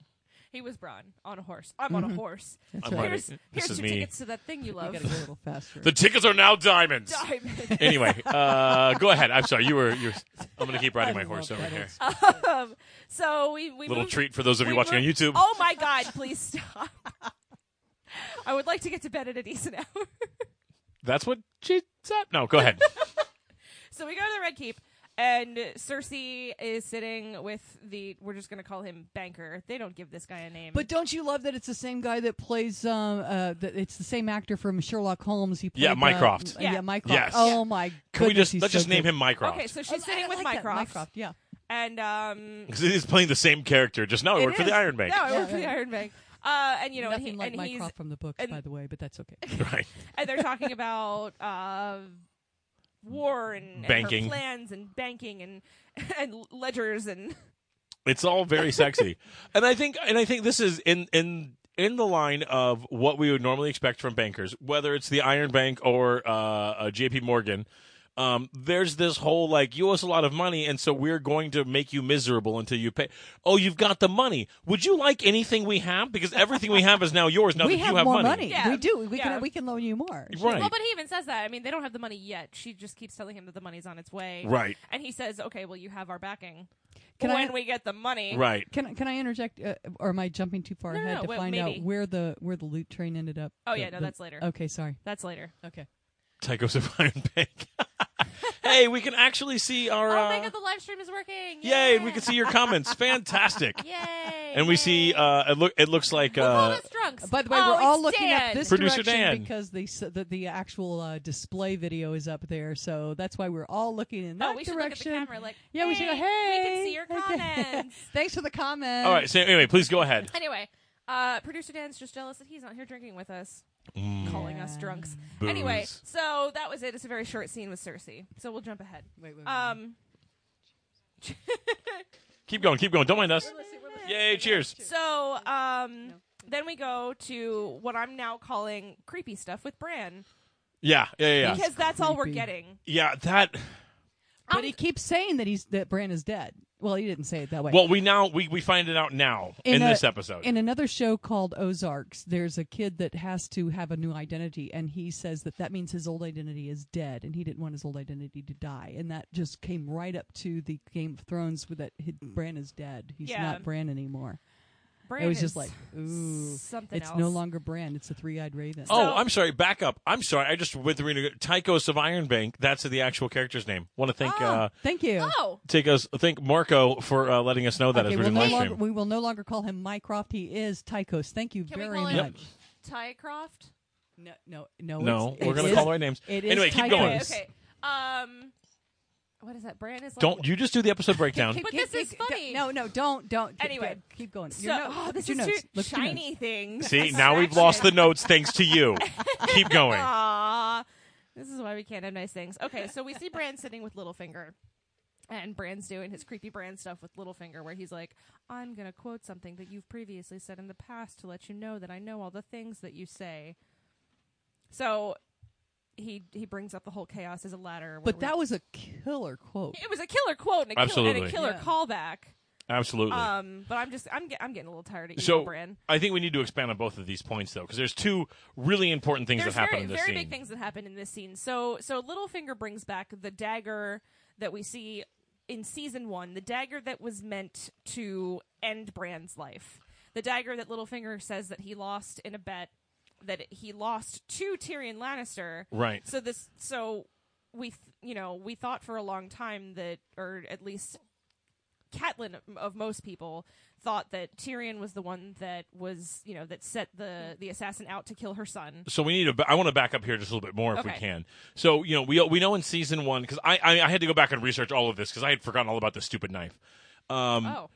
[SPEAKER 2] He was Bron on a horse. I'm
[SPEAKER 3] Mm-hmm.
[SPEAKER 2] on a horse.
[SPEAKER 1] I'm
[SPEAKER 3] right.
[SPEAKER 1] riding.
[SPEAKER 2] Here's here's
[SPEAKER 1] is
[SPEAKER 2] your
[SPEAKER 1] me.
[SPEAKER 2] tickets to that thing you
[SPEAKER 3] You
[SPEAKER 2] love.
[SPEAKER 3] gotta go a little faster.
[SPEAKER 1] the tickets are now diamonds.
[SPEAKER 2] Diamond.
[SPEAKER 1] anyway, uh, go ahead. I'm sorry. You were. You're, I'm going to keep riding my
[SPEAKER 3] I love
[SPEAKER 1] horse over
[SPEAKER 3] that Uh,
[SPEAKER 1] here.
[SPEAKER 3] old-
[SPEAKER 2] um, so we we
[SPEAKER 1] Little
[SPEAKER 2] move-
[SPEAKER 1] treat for those of you
[SPEAKER 2] we
[SPEAKER 1] watching on
[SPEAKER 2] move-
[SPEAKER 1] YouTube.
[SPEAKER 2] Oh my God! Please stop. I would like to get to bed at a decent hour.
[SPEAKER 1] That's what she said. No, go ahead.
[SPEAKER 2] So we go to the Red Keep, and Cersei is sitting with the. We're just going to call him Banker. They don't give this guy a name.
[SPEAKER 3] But don't you love that it's the same guy that plays? Um, uh, that it's the same actor from Sherlock Holmes. He played,
[SPEAKER 1] Yeah,
[SPEAKER 3] uh,
[SPEAKER 1] Mycroft.
[SPEAKER 3] yeah,
[SPEAKER 2] Yeah.
[SPEAKER 3] Mycroft.
[SPEAKER 1] Yes.
[SPEAKER 3] Oh my.
[SPEAKER 1] Can we
[SPEAKER 3] goodness,
[SPEAKER 1] just
[SPEAKER 3] he's
[SPEAKER 1] let's
[SPEAKER 3] so
[SPEAKER 1] just name
[SPEAKER 3] good.
[SPEAKER 1] him Mycroft?
[SPEAKER 2] okay, so
[SPEAKER 3] Oh,
[SPEAKER 2] she's
[SPEAKER 3] I-
[SPEAKER 2] sitting
[SPEAKER 3] I
[SPEAKER 2] with
[SPEAKER 3] like that,
[SPEAKER 2] Mycroft,
[SPEAKER 3] Mycroft. Yeah.
[SPEAKER 2] and um,
[SPEAKER 1] Because he's playing the same character, just now I
[SPEAKER 2] it
[SPEAKER 1] work for the
[SPEAKER 2] is.
[SPEAKER 1] Iron Bank.
[SPEAKER 2] No, I
[SPEAKER 3] Yeah,
[SPEAKER 2] work for the
[SPEAKER 3] yeah.
[SPEAKER 2] Iron Bank. Uh, and you know, and,
[SPEAKER 3] nothing
[SPEAKER 2] he,
[SPEAKER 3] like
[SPEAKER 2] and he's
[SPEAKER 3] Mycroft from the books,
[SPEAKER 2] and-
[SPEAKER 3] by the way, but that's okay.
[SPEAKER 1] Right.
[SPEAKER 2] and they're talking about uh, war and, and her
[SPEAKER 1] Banking.
[SPEAKER 2] plans and banking and and ledgers and
[SPEAKER 1] It's all very sexy. and I think and I think this is in in in the line of what we would normally expect from bankers, whether it's the Iron Bank or uh, uh JP Morgan. Um, there's this whole like you owe us a lot of money, and so we're going to make you miserable until you pay. Oh, you've got the money. Would you like anything we have? Because everything we have is now yours. Now
[SPEAKER 3] we
[SPEAKER 1] that
[SPEAKER 3] have,
[SPEAKER 1] you have
[SPEAKER 3] more money.
[SPEAKER 2] Yeah.
[SPEAKER 3] We do. We
[SPEAKER 2] Yeah.
[SPEAKER 3] can we can loan you more.
[SPEAKER 1] Right.
[SPEAKER 2] Well, but he even says that. I mean, they don't have the money yet. She just keeps telling him that the money's on its way.
[SPEAKER 1] Right.
[SPEAKER 2] And he says, "Okay, well, you have our backing
[SPEAKER 3] Can I-
[SPEAKER 2] when we get the money."
[SPEAKER 1] right.
[SPEAKER 3] Can I- can I interject? Uh, or am I jumping too far
[SPEAKER 2] No, no,
[SPEAKER 3] ahead
[SPEAKER 2] no,
[SPEAKER 3] to
[SPEAKER 2] well,
[SPEAKER 3] find
[SPEAKER 2] maybe.
[SPEAKER 3] out where the where the loot train ended up?
[SPEAKER 2] Oh,
[SPEAKER 3] The-
[SPEAKER 2] yeah, no,
[SPEAKER 3] the-
[SPEAKER 2] that's later.
[SPEAKER 3] Okay, sorry.
[SPEAKER 2] That's later.
[SPEAKER 3] Okay.
[SPEAKER 1] Tycho's of Iron Bank. hey, we can actually see our.
[SPEAKER 2] Oh
[SPEAKER 1] uh,
[SPEAKER 2] my god, the live stream is working!
[SPEAKER 1] Yay,
[SPEAKER 2] Yeah.
[SPEAKER 1] we can see your comments. Fantastic.
[SPEAKER 2] Yay!
[SPEAKER 1] And we
[SPEAKER 2] yay.
[SPEAKER 1] see uh it look it looks like
[SPEAKER 2] We'll call
[SPEAKER 1] uh
[SPEAKER 2] us drunks.
[SPEAKER 3] By the way,
[SPEAKER 2] Oh,
[SPEAKER 3] we're all
[SPEAKER 2] it's
[SPEAKER 3] looking
[SPEAKER 2] Dan.
[SPEAKER 3] at this
[SPEAKER 1] Producer
[SPEAKER 3] direction
[SPEAKER 1] Dan.
[SPEAKER 3] because the s- the, the actual uh, display video is up there, so that's why we're all looking in
[SPEAKER 2] Oh,
[SPEAKER 3] that
[SPEAKER 2] we should
[SPEAKER 3] direction.
[SPEAKER 2] look at the camera. Like,
[SPEAKER 3] yeah, we should go. Hey,
[SPEAKER 2] we can see your
[SPEAKER 3] Okay.
[SPEAKER 2] comments.
[SPEAKER 3] Thanks for the comment.
[SPEAKER 1] All right, so anyway, please go ahead.
[SPEAKER 2] Anyway, uh, producer Dan's just jealous that he's not here drinking with us, calling us
[SPEAKER 3] Yeah.
[SPEAKER 2] drunks.
[SPEAKER 1] Mm. Booze.
[SPEAKER 2] Anyway, so that was it. It's a very Um, short scene with Cersei, so we'll jump ahead.
[SPEAKER 3] Wait, wait, wait.
[SPEAKER 2] Um,
[SPEAKER 1] Keep going, keep going. Don't mind us. Yay, cheers.
[SPEAKER 2] So um, then we go to what I'm now calling creepy stuff with Bran
[SPEAKER 1] Yeah, yeah, yeah. Yeah,
[SPEAKER 2] because that's all we're
[SPEAKER 3] creepy.
[SPEAKER 2] getting.
[SPEAKER 1] yeah that.
[SPEAKER 3] But he keeps saying that he's that Bran is dead. Well, he didn't say it that way.
[SPEAKER 1] Well, we now we, we find it out now in,
[SPEAKER 3] a-
[SPEAKER 1] this episode.
[SPEAKER 3] in another show called Ozarks, there's a kid that has to have a new identity, and he says that that means his old identity is dead, and he didn't want his old identity to die, and that just came right up to the Game of Thrones with that hi- Bran is dead. He's
[SPEAKER 2] Yeah.
[SPEAKER 3] not Bran anymore.
[SPEAKER 2] Bran
[SPEAKER 3] it was
[SPEAKER 2] is
[SPEAKER 3] just like, ooh,
[SPEAKER 2] something
[SPEAKER 3] it's
[SPEAKER 2] else.
[SPEAKER 3] no longer Bran. It's a three-eyed raven.
[SPEAKER 1] oh,
[SPEAKER 2] so-
[SPEAKER 1] I'm sorry. Back up. I'm sorry. I just went through. Tychos of Iron Bank. That's the actual character's name. Want to thank
[SPEAKER 2] Oh.
[SPEAKER 1] uh,
[SPEAKER 3] Thank you.
[SPEAKER 2] Oh,
[SPEAKER 1] take us thank Marco for uh, letting us know that
[SPEAKER 3] Okay,
[SPEAKER 1] as we're
[SPEAKER 3] we'll
[SPEAKER 1] doing
[SPEAKER 3] no
[SPEAKER 1] live
[SPEAKER 3] longer,
[SPEAKER 1] stream.
[SPEAKER 3] we will no longer call him Mycroft. He is Tychos. Thank you
[SPEAKER 2] Can we
[SPEAKER 3] very
[SPEAKER 2] call him-
[SPEAKER 1] Yep.
[SPEAKER 3] much.
[SPEAKER 2] Tycroft.
[SPEAKER 3] No, no, no.
[SPEAKER 1] No,
[SPEAKER 3] it's-
[SPEAKER 1] we're
[SPEAKER 3] it
[SPEAKER 1] gonna
[SPEAKER 3] is-
[SPEAKER 1] call our names.
[SPEAKER 3] it is
[SPEAKER 1] anyway, keep going.
[SPEAKER 3] Tychos.
[SPEAKER 2] Okay. Um, what is that? Bran is like,
[SPEAKER 1] Don't you just do the episode breakdown?
[SPEAKER 3] Keep-
[SPEAKER 2] But
[SPEAKER 3] keep-
[SPEAKER 2] this is
[SPEAKER 3] keep- go-
[SPEAKER 2] funny.
[SPEAKER 3] No, no, don't, don't. Keep-
[SPEAKER 2] Anyway.
[SPEAKER 3] keep- keep going.
[SPEAKER 2] So,
[SPEAKER 3] Your notes.
[SPEAKER 2] oh,
[SPEAKER 3] Look
[SPEAKER 2] this
[SPEAKER 3] at your
[SPEAKER 2] is
[SPEAKER 3] notes.
[SPEAKER 2] too
[SPEAKER 3] Look at your notes.
[SPEAKER 2] shiny things.
[SPEAKER 1] See, now we've lost the notes thanks to you. keep going.
[SPEAKER 2] Aww. This is why we can't have nice things. Okay, so we see Bran sitting with Littlefinger. And Bran's doing his creepy Bran stuff with Littlefinger, where he's like, I'm going to quote something that you've previously said in the past to let you know that I know all the things that you say. So he he brings up the whole chaos as a ladder. where
[SPEAKER 3] But
[SPEAKER 2] we-
[SPEAKER 3] that was a killer quote.
[SPEAKER 2] it was a killer quote and a, kill, and a
[SPEAKER 1] Absolutely.
[SPEAKER 2] killer
[SPEAKER 3] Yeah.
[SPEAKER 2] callback.
[SPEAKER 1] Absolutely.
[SPEAKER 2] Um, but I'm just I'm get, I'm getting a little tired of evil
[SPEAKER 1] so
[SPEAKER 2] Bran.
[SPEAKER 1] I think we need to expand on both of these points though, because there's two really important things
[SPEAKER 2] There's
[SPEAKER 1] that happen
[SPEAKER 2] very,
[SPEAKER 1] in this
[SPEAKER 2] very
[SPEAKER 1] scene.
[SPEAKER 2] big things that happen in this scene. So so Littlefinger brings back the dagger that we see in season one, the dagger that was meant to end Bran's life, the dagger that Littlefinger says that he lost in a bet that he lost to Tyrion Lannister.
[SPEAKER 1] Right.
[SPEAKER 2] So this so we th- you know we thought for a long time that or at least Catelyn of- of most people thought that Tyrion was the one that was you know that set the the assassin out to kill her son.
[SPEAKER 1] so we need to. ba- I want to back up here just a little bit more if we
[SPEAKER 2] Okay.
[SPEAKER 1] can. So you know we we know in season one because I, I I had to go back and research all of this because I had forgotten all about the stupid knife. Um,
[SPEAKER 2] Oh,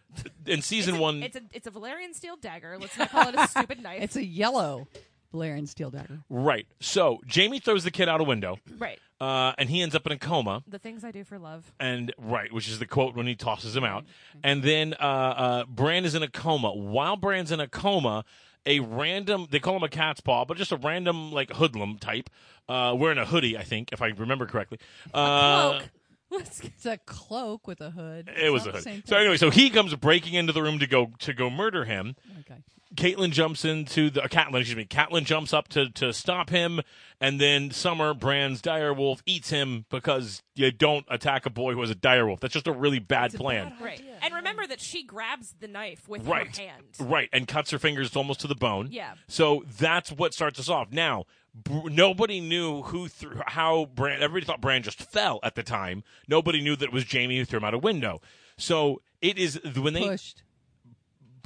[SPEAKER 1] in season
[SPEAKER 2] it's a,
[SPEAKER 1] one,
[SPEAKER 2] It's a it's a Valerian steel dagger. Let's not call it a stupid knife.
[SPEAKER 3] It's a yellow Valerian steel dagger.
[SPEAKER 1] right? So Jamie throws the kid out a window,
[SPEAKER 2] right.
[SPEAKER 1] uh, and he ends up in a coma.
[SPEAKER 2] The things I do for love.
[SPEAKER 1] and right, which is the quote when he tosses him out. And then uh, uh, Bran is in a coma. While Bran's in a coma, a random they call him a cat's paw, but just a random like hoodlum type uh, wearing a hoodie, I think, if I remember correctly. Uh,
[SPEAKER 2] Cloak. Let's get-
[SPEAKER 3] It's a cloak with a hood.
[SPEAKER 1] It was a hood. So anyway, so he comes breaking into the room to go to go murder him.
[SPEAKER 3] okay.
[SPEAKER 1] Caitlyn jumps into the uh, Catelyn, excuse me. Catelyn jumps up to to stop him, and then Summer Brand's dire wolf eats him because you don't attack a boy who has a dire wolf. That's just a really bad plan.
[SPEAKER 2] right. And remember that she grabs the knife with
[SPEAKER 1] right
[SPEAKER 2] her hand.
[SPEAKER 1] right and cuts her fingers almost to the bone
[SPEAKER 2] Yeah.
[SPEAKER 1] so that's what starts us off now br- nobody knew who threw how brand everybody thought brand just fell at the time nobody knew that it was jamie who threw him out a window so it is when they
[SPEAKER 3] Pushed.
[SPEAKER 2] Mm,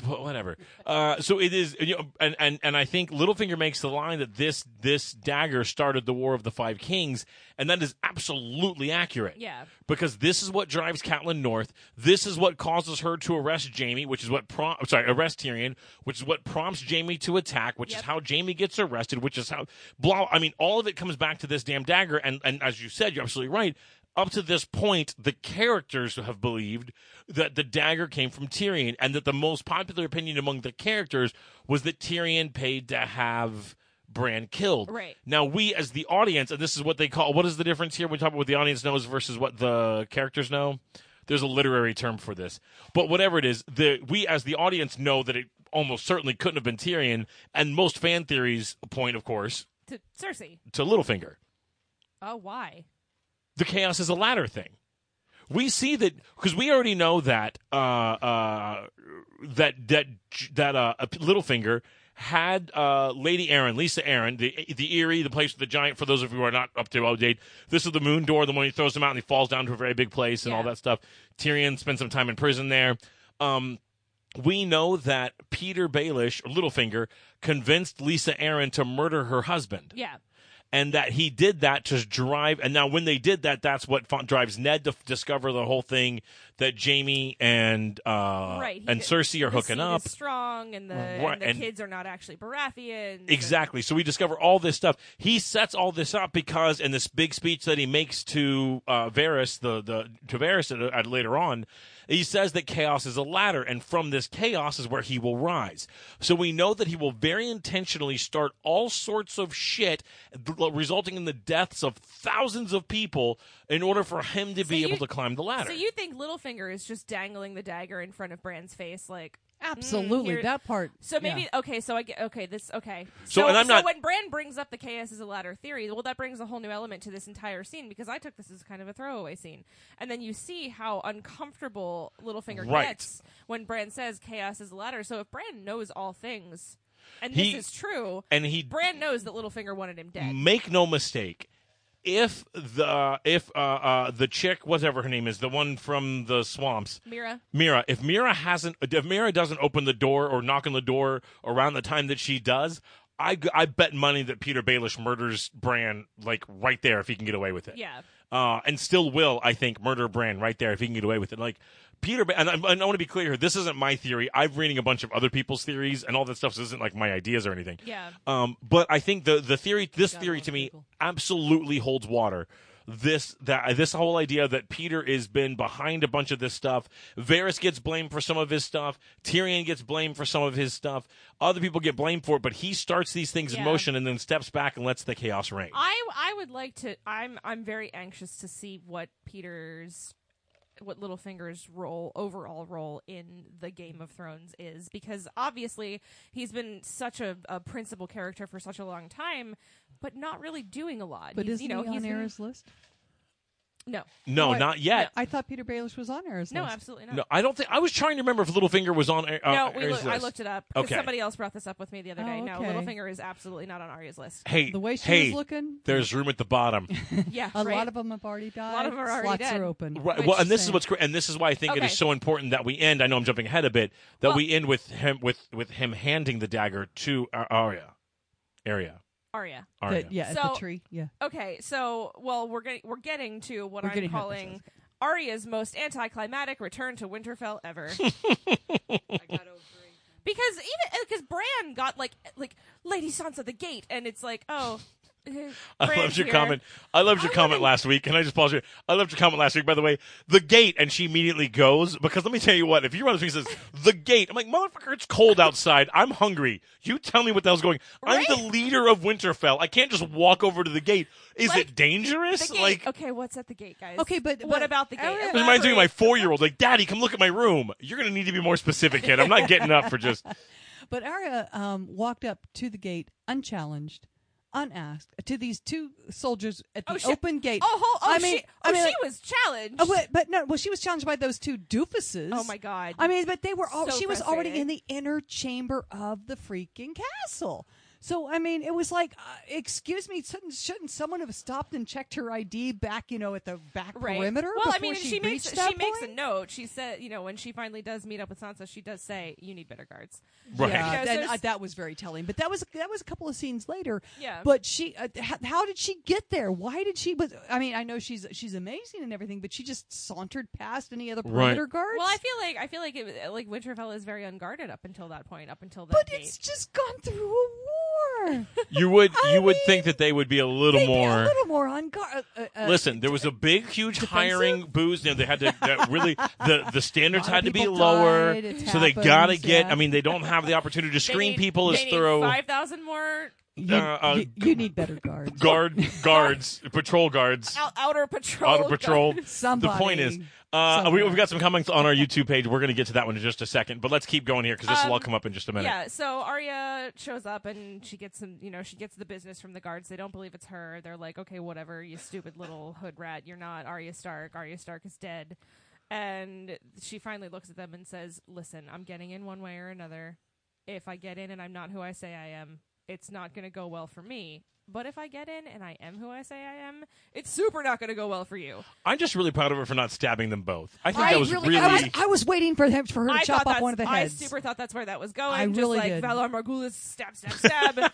[SPEAKER 1] but whatever. Uh, so it is, you know, and, and and I think Littlefinger makes the line that this this dagger started the War of the Five Kings, and that is absolutely accurate.
[SPEAKER 2] Yeah.
[SPEAKER 1] because this is what drives Catelyn north. This is what causes her to arrest Jamie, which is what prom- I'm sorry, arrest Tyrion, which is what prompts Jamie to attack, which is
[SPEAKER 2] Yep.
[SPEAKER 1] how Jamie gets arrested, which is how blah. I mean, all of it comes back to this damn dagger, and and as you said, you're absolutely right. Up to this point, the characters have believed that the dagger came from Tyrion, and that the most popular opinion among the characters was that Tyrion paid to have Bran killed.
[SPEAKER 2] Right.
[SPEAKER 1] Now, we as the audience, and this is what they call what is the difference here? We talk about what the audience knows versus what the characters know. There's a literary term for this, but whatever it is, the we as the audience know that it almost certainly couldn't have been Tyrion, and most fan theories point, of course,
[SPEAKER 2] To Cersei.
[SPEAKER 1] to Littlefinger.
[SPEAKER 2] Oh, why?
[SPEAKER 1] The chaos is a ladder thing. We see that because we already know that uh, uh, that that that uh, Littlefinger had uh, Lady Aaron, Lisa Aaron, the the Erie, the place with the giant. For those of you who are not up to all date, this is the Moon Door, the one he throws him out and he falls down to a very big place and all
[SPEAKER 2] Yeah.
[SPEAKER 1] that stuff. Tyrion spends some time in prison there. Um, we know that Peter Baelish, or Littlefinger, convinced Lisa Aaron to murder her husband
[SPEAKER 2] Yeah.
[SPEAKER 1] and that he did that to drive. And now, when they did that, that's what fun- drives Ned to f- discover the whole thing that Jamie and uh,
[SPEAKER 2] right. he-
[SPEAKER 1] and Cersei are
[SPEAKER 2] the
[SPEAKER 1] hooking
[SPEAKER 2] seed
[SPEAKER 1] up.
[SPEAKER 2] Is strong, and the,
[SPEAKER 1] Right,
[SPEAKER 2] and the
[SPEAKER 1] and-
[SPEAKER 2] kids are not actually Baratheon.
[SPEAKER 1] Exactly. So we discover all this stuff. He sets all this up because in this big speech that he makes to uh, Varys, the the to Varys at, at later on, he says that chaos is a ladder, and from this chaos is where he will rise. So we know that he will very intentionally start all sorts of shit, th- resulting in the deaths of thousands of people, in order for him to be
[SPEAKER 2] you-
[SPEAKER 1] able to climb the ladder.
[SPEAKER 2] So you think Littlefinger is just dangling the dagger in front of Bran's face, like mm,
[SPEAKER 3] Absolutely,
[SPEAKER 2] here-
[SPEAKER 3] that part.
[SPEAKER 2] So maybe
[SPEAKER 3] yeah.
[SPEAKER 2] okay. So I get okay. This okay.
[SPEAKER 1] So- and I'm not-
[SPEAKER 2] when Brand brings up the chaos is a ladder theory, well, that brings a whole new element to this entire scene because I took this as kind of a throwaway scene, and then you see how uncomfortable Littlefinger
[SPEAKER 1] Right.
[SPEAKER 2] gets when Brand says chaos is a ladder. So if Brand knows all things, and
[SPEAKER 1] He-
[SPEAKER 2] this is true,
[SPEAKER 1] and he
[SPEAKER 2] Brand knows that Littlefinger wanted him dead.
[SPEAKER 1] Make no mistake. If the if uh, uh, the chick, whatever her name is, the one from the swamps,
[SPEAKER 2] Mira,
[SPEAKER 1] Mira, if Mira hasn't, if Mira doesn't open the door or knock on the door around the time that she does, I, g- I bet money that Peter Baelish murders Bran like right there if he can get away with it.
[SPEAKER 2] yeah.
[SPEAKER 1] Uh, and still will I think murder Bran right there if he can get away with it. Like Peter, ba- and I, and I want to be clear here. This isn't my theory. I'm reading a bunch of other people's theories and all that stuff. So this isn't like my ideas or anything.
[SPEAKER 2] Yeah.
[SPEAKER 1] Um, but I think the the theory, this
[SPEAKER 3] Got a
[SPEAKER 1] theory
[SPEAKER 3] lot of
[SPEAKER 1] to me,
[SPEAKER 3] people.
[SPEAKER 1] absolutely holds water. This that this whole idea that Peter has been behind a bunch of this stuff. Varys gets blamed for some of his stuff. Tyrion gets blamed for some of his stuff. Other people get blamed for it, but he starts these things in
[SPEAKER 2] Yeah.
[SPEAKER 1] motion and then steps back and lets the chaos reign.
[SPEAKER 3] Uh,
[SPEAKER 2] I I would like to. I'm I'm very anxious to see what Peter's, what Littlefinger's role overall role in the Game of Thrones is because obviously he's been such a, a principal character for such a long time, but not really doing a lot.
[SPEAKER 3] But
[SPEAKER 2] he's,
[SPEAKER 3] isn't
[SPEAKER 2] you know
[SPEAKER 3] he on
[SPEAKER 2] he's been-
[SPEAKER 3] Era's list?
[SPEAKER 2] No,
[SPEAKER 1] no,
[SPEAKER 3] What?
[SPEAKER 1] not yet.
[SPEAKER 3] I thought Peter Baelish was on Era's
[SPEAKER 2] no,
[SPEAKER 3] list.
[SPEAKER 2] absolutely not.
[SPEAKER 1] No, I don't think. I was trying to remember if Littlefinger was on. Uh,
[SPEAKER 2] No, we
[SPEAKER 1] Aerys
[SPEAKER 2] loo- I
[SPEAKER 1] list.
[SPEAKER 2] looked it up because
[SPEAKER 1] Okay.
[SPEAKER 2] somebody else brought this up with me the other
[SPEAKER 3] Oh,
[SPEAKER 2] day. No,
[SPEAKER 3] okay.
[SPEAKER 2] Littlefinger is absolutely not on Arya's list.
[SPEAKER 1] Hey,
[SPEAKER 3] The way she
[SPEAKER 1] hey,
[SPEAKER 3] was looking,
[SPEAKER 1] there's room at the bottom.
[SPEAKER 2] Yeah,
[SPEAKER 3] a
[SPEAKER 2] right.
[SPEAKER 3] lot of them have already died.
[SPEAKER 2] lot of 'em are already
[SPEAKER 3] Slots
[SPEAKER 2] dead.
[SPEAKER 3] are open.
[SPEAKER 1] Right.
[SPEAKER 2] Which-
[SPEAKER 1] Well, and this is
[SPEAKER 3] Same.
[SPEAKER 1] what's great, and this is why I think it
[SPEAKER 2] Okay.
[SPEAKER 1] is so important that we end. I know I'm jumping ahead a bit. That
[SPEAKER 2] Well-
[SPEAKER 1] we end with him with with him handing the dagger to uh, Arya, Arya,
[SPEAKER 2] Arya.
[SPEAKER 1] Arya.
[SPEAKER 3] That- yeah, at
[SPEAKER 2] So-
[SPEAKER 3] the tree. Yeah.
[SPEAKER 2] Okay, so well, we're getting we're getting to what
[SPEAKER 3] We're
[SPEAKER 2] I'm
[SPEAKER 3] getting
[SPEAKER 2] calling Arya's most anticlimactic return to Winterfell ever. because even because Bran got like like Lady Sansa the gate, and it's like oh.
[SPEAKER 1] I
[SPEAKER 2] Bran's
[SPEAKER 1] loved your
[SPEAKER 2] here.
[SPEAKER 1] comment. I loved your
[SPEAKER 2] I
[SPEAKER 1] comment
[SPEAKER 2] wouldn't-
[SPEAKER 1] last week, and I just paused you. I loved your comment last week. By the way, the gate, and she immediately goes because let me tell you what. If you run up to me and says the gate, I'm like motherfucker. It's cold outside. I'm hungry. You tell me what the hell's going.
[SPEAKER 2] Right?
[SPEAKER 1] I'm the leader of Winterfell. I can't just walk over to the gate. Is
[SPEAKER 2] Like,
[SPEAKER 1] it dangerous?
[SPEAKER 2] The gate.
[SPEAKER 1] Like.
[SPEAKER 2] okay, what's at the gate, guys?
[SPEAKER 3] Okay, but-
[SPEAKER 2] what
[SPEAKER 3] but- Oh,
[SPEAKER 2] about the gate?
[SPEAKER 3] Arya-
[SPEAKER 1] It reminds me of my
[SPEAKER 2] Elaborate.
[SPEAKER 1] four year old, like, Daddy, come look at my room. You're going to need to be more specific, kid. I'm not getting up for just.
[SPEAKER 3] But Arya um, walked up to the gate unchallenged, unasked, uh, to these two soldiers at the
[SPEAKER 2] Oh, she-
[SPEAKER 3] open gate.
[SPEAKER 2] Oh, ho- oh,
[SPEAKER 3] I mean,
[SPEAKER 2] she,
[SPEAKER 3] I
[SPEAKER 2] oh,
[SPEAKER 3] mean,
[SPEAKER 2] she
[SPEAKER 3] like-
[SPEAKER 2] was challenged.
[SPEAKER 3] Oh, but, but no, well, she was challenged by those two doofuses.
[SPEAKER 2] Oh, my God.
[SPEAKER 3] I mean, but they were all.
[SPEAKER 2] So
[SPEAKER 3] she was already
[SPEAKER 2] frustrating.
[SPEAKER 3] in the inner chamber of the freaking castle. So I mean, it was like, uh, excuse me, shouldn't, shouldn't someone have stopped and checked her ID back, you know, at the back
[SPEAKER 2] Right.
[SPEAKER 3] perimeter?
[SPEAKER 2] Well, I
[SPEAKER 3] before
[SPEAKER 2] mean,
[SPEAKER 3] she,
[SPEAKER 2] she makes
[SPEAKER 3] reached
[SPEAKER 2] she
[SPEAKER 3] that
[SPEAKER 2] makes a
[SPEAKER 3] point?
[SPEAKER 2] note. She said, you know, when she finally does meet up with Sansa, she does say, "You need better guards."
[SPEAKER 1] Right.
[SPEAKER 3] Yeah,
[SPEAKER 2] Because
[SPEAKER 3] then,
[SPEAKER 2] there's-
[SPEAKER 3] uh, that was very telling. But that was that was a couple of scenes later.
[SPEAKER 2] Yeah.
[SPEAKER 3] But she, uh, how, how did she get there? Why did she? Was I mean, I know she's she's amazing and everything, but she just sauntered past any other
[SPEAKER 1] Right.
[SPEAKER 3] perimeter guards.
[SPEAKER 2] Well, I feel like I feel like it, like Winterfell is very unguarded up until that point, up until that
[SPEAKER 3] but
[SPEAKER 2] date.
[SPEAKER 3] it's just gone through a war.
[SPEAKER 1] You would
[SPEAKER 3] I
[SPEAKER 1] you would
[SPEAKER 3] mean,
[SPEAKER 1] think that they would be a little
[SPEAKER 3] They'd be
[SPEAKER 1] more.
[SPEAKER 3] a little more on guard. Uh, uh,
[SPEAKER 1] Listen, there was a big, huge hiring boost. You know, they had to that really the the standards
[SPEAKER 3] A lot
[SPEAKER 1] had
[SPEAKER 3] of
[SPEAKER 1] to be
[SPEAKER 3] people
[SPEAKER 1] lower,
[SPEAKER 3] died, it
[SPEAKER 1] so they gotta
[SPEAKER 3] happens,
[SPEAKER 1] get.
[SPEAKER 3] yeah.
[SPEAKER 1] I mean, they don't have the opportunity to
[SPEAKER 2] They
[SPEAKER 1] screen
[SPEAKER 2] need-
[SPEAKER 1] people as
[SPEAKER 2] they need
[SPEAKER 1] thorough.
[SPEAKER 2] Five thousand more
[SPEAKER 3] you,
[SPEAKER 1] uh, uh,
[SPEAKER 3] you- you need better guards.
[SPEAKER 1] Guard guards, patrol guards,
[SPEAKER 2] out, outer patrol.
[SPEAKER 1] auto patrol. The
[SPEAKER 3] Somebody.
[SPEAKER 1] point is, uh, we,
[SPEAKER 3] somewhere.
[SPEAKER 1] we've got some comments on our YouTube page. We're going to get to that one in just a second, but let's keep going here because this will all
[SPEAKER 2] Um,
[SPEAKER 1] come up in just a minute.
[SPEAKER 2] Yeah, so Arya shows up and she gets some, you know, she gets the business from the guards. They don't believe it's her. They're like, okay, whatever, you stupid little hood rat. You're not Arya Stark. Arya Stark is dead. And she finally looks at them and says, listen, I'm getting in one way or another. If I get in and I'm not who I say I am, it's not going to go well for me. But if I get in and I am who I say I am, it's super not going to go well for you.
[SPEAKER 1] I'm just really proud of her for not stabbing them both. I think
[SPEAKER 2] I
[SPEAKER 1] that was
[SPEAKER 2] really-
[SPEAKER 1] really.
[SPEAKER 3] I was, I was waiting for him for her to
[SPEAKER 2] I
[SPEAKER 3] chop
[SPEAKER 2] thought
[SPEAKER 3] off one of the
[SPEAKER 2] that's-
[SPEAKER 3] heads.
[SPEAKER 2] I super thought that's where that was going.
[SPEAKER 3] I
[SPEAKER 2] just
[SPEAKER 3] really
[SPEAKER 2] like
[SPEAKER 3] did.
[SPEAKER 2] Valar Morghulis, stab, stab, stab,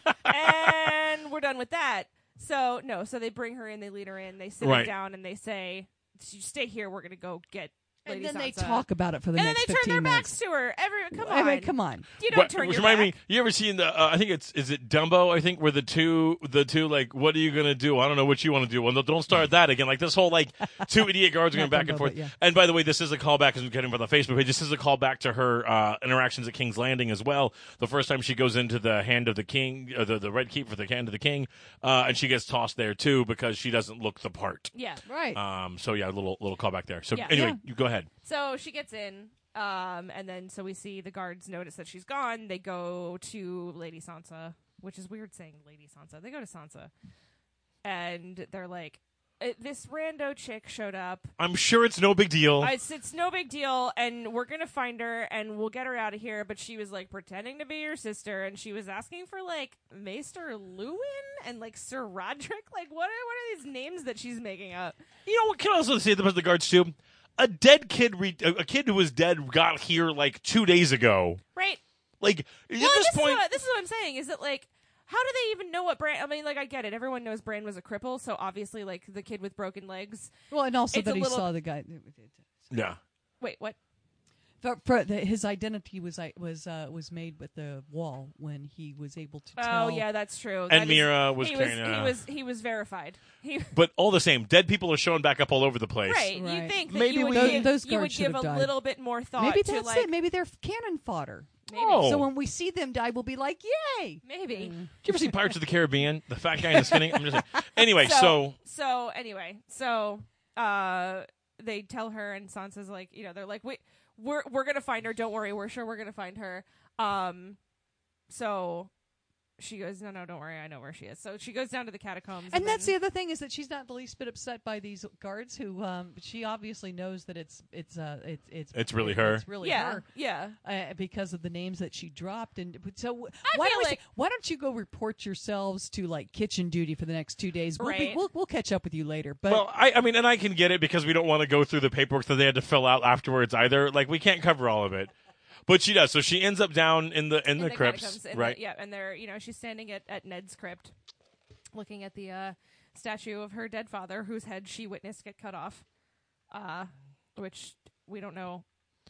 [SPEAKER 2] and we're done with that. So no, so they bring her in, they lead her in, they sit her
[SPEAKER 1] Right.
[SPEAKER 2] down, and they say, "You stay here. We're gonna go get Lady
[SPEAKER 3] and then they
[SPEAKER 2] Sansa.
[SPEAKER 3] talk about it for the
[SPEAKER 2] and then
[SPEAKER 3] next
[SPEAKER 2] they turn
[SPEAKER 3] 15
[SPEAKER 2] their
[SPEAKER 3] minutes.
[SPEAKER 2] backs to her. Every come
[SPEAKER 3] I
[SPEAKER 2] on,
[SPEAKER 3] mean, come on.
[SPEAKER 2] You don't
[SPEAKER 1] What-
[SPEAKER 2] turn
[SPEAKER 1] which
[SPEAKER 2] your
[SPEAKER 1] remind
[SPEAKER 2] back.
[SPEAKER 1] me, you ever seen the? Uh, I think it's is it Dumbo? I think where the two, the two like, what are you gonna do? I don't know what you want to do. Well, no, don't start that again. Like this whole like two idiot guards going
[SPEAKER 3] Not
[SPEAKER 1] back and
[SPEAKER 3] Dumbo,
[SPEAKER 1] forth.
[SPEAKER 3] but yeah.
[SPEAKER 1] And by the way, this is a callback because we're getting from the Facebook page. This is a callback to her uh, interactions at King's Landing as well. The first time she goes into the hand of the king, uh, the the red keep for the hand of the king, uh, and she gets tossed there too because she doesn't look the part.
[SPEAKER 2] Yeah.
[SPEAKER 3] Right.
[SPEAKER 1] Um. So yeah, a little little callback there. So
[SPEAKER 2] Yeah.
[SPEAKER 1] anyway,
[SPEAKER 3] Yeah.
[SPEAKER 1] you go ahead.
[SPEAKER 2] So she gets in, um, and then so we see the guards notice that she's gone. They go to Lady Sansa, which is weird saying Lady Sansa. They go to Sansa, and they're like, "Uh, "This rando chick showed up.
[SPEAKER 1] I'm sure it's no big deal.
[SPEAKER 2] It's, it's no big deal, and we're gonna find her and we'll get her out of here." But she was like pretending to be your sister, and she was asking for like Maester Lewin and like Sir Roderick. Like, what are what are these names that she's making up?
[SPEAKER 1] You know what can I also say about the guards too? A dead kid, re- a a kid who was dead, got here like two days ago.
[SPEAKER 2] Right?
[SPEAKER 1] Like
[SPEAKER 2] Well,
[SPEAKER 1] at this,
[SPEAKER 2] is
[SPEAKER 1] point,
[SPEAKER 2] what, this is what I'm saying is that like, how do they even know what Bran? I mean, like, I get it. Everyone knows Bran was a cripple, so obviously, like, the kid with broken legs.
[SPEAKER 3] well, and also
[SPEAKER 2] it's
[SPEAKER 3] that
[SPEAKER 2] a
[SPEAKER 3] he
[SPEAKER 2] little-
[SPEAKER 3] saw the guy.
[SPEAKER 1] yeah.
[SPEAKER 2] Wait, what?
[SPEAKER 3] For, for the, his identity was I was uh, was made with the wall when he was able to
[SPEAKER 2] Oh,
[SPEAKER 3] tell.
[SPEAKER 2] yeah, that's true. That
[SPEAKER 1] And
[SPEAKER 2] is-
[SPEAKER 1] Mira was
[SPEAKER 2] he was,
[SPEAKER 1] carrying.
[SPEAKER 2] he
[SPEAKER 1] uh,
[SPEAKER 2] was he was verified. He,
[SPEAKER 1] but all the same, dead people are showing back up all over the place.
[SPEAKER 2] right, You
[SPEAKER 3] Right.
[SPEAKER 2] think that
[SPEAKER 1] Maybe
[SPEAKER 2] you would
[SPEAKER 1] we-
[SPEAKER 2] give,
[SPEAKER 3] Those
[SPEAKER 2] you would
[SPEAKER 3] guards should
[SPEAKER 2] give a
[SPEAKER 3] have died.
[SPEAKER 2] little bit more thought
[SPEAKER 3] Maybe
[SPEAKER 2] to
[SPEAKER 3] that's
[SPEAKER 2] like
[SPEAKER 3] it. Maybe they're cannon fodder.
[SPEAKER 2] Maybe.
[SPEAKER 1] Oh,
[SPEAKER 3] So when we see them die, we'll be like, "Yay!"
[SPEAKER 2] maybe.
[SPEAKER 1] did you ever see Pirates of the Caribbean? The fat guy in the skinny. I'm just like, anyway. So,
[SPEAKER 2] so anyway, so uh, they tell her, and Sansa's like, you know, they're like, wait, we're we're gonna find her. Don't worry, we're sure we're gonna find her. Um, so she goes, no, no, don't worry, I know where she is. So she goes down to the catacombs,
[SPEAKER 3] And that's the
[SPEAKER 2] then-
[SPEAKER 3] other thing is that she's not the least bit upset by these guards who um, she obviously knows that it's it's uh, it's it's
[SPEAKER 1] It's really her.
[SPEAKER 3] It's really
[SPEAKER 2] yeah,
[SPEAKER 3] her.
[SPEAKER 2] yeah.
[SPEAKER 3] Uh, because of the names that she dropped, and but so why
[SPEAKER 2] feel
[SPEAKER 3] don't we
[SPEAKER 2] like-
[SPEAKER 3] say- why don't you go report yourselves to like kitchen duty for the next two days? We'll, be,
[SPEAKER 2] Right.
[SPEAKER 3] we'll we'll catch up with you later. But
[SPEAKER 1] well, I, I mean, and I can get it because we don't want to go through the paperwork that they had to fill out afterwards either. Like we can't cover all of it. But she does. So she ends up down in the in,
[SPEAKER 2] In
[SPEAKER 1] the, crypts,
[SPEAKER 2] catacombs, in the-
[SPEAKER 1] right?
[SPEAKER 2] yeah, and they're you know she's standing at at Ned's crypt, looking at the uh, statue of her dead father, whose head she witnessed get cut off, uh, which we don't know.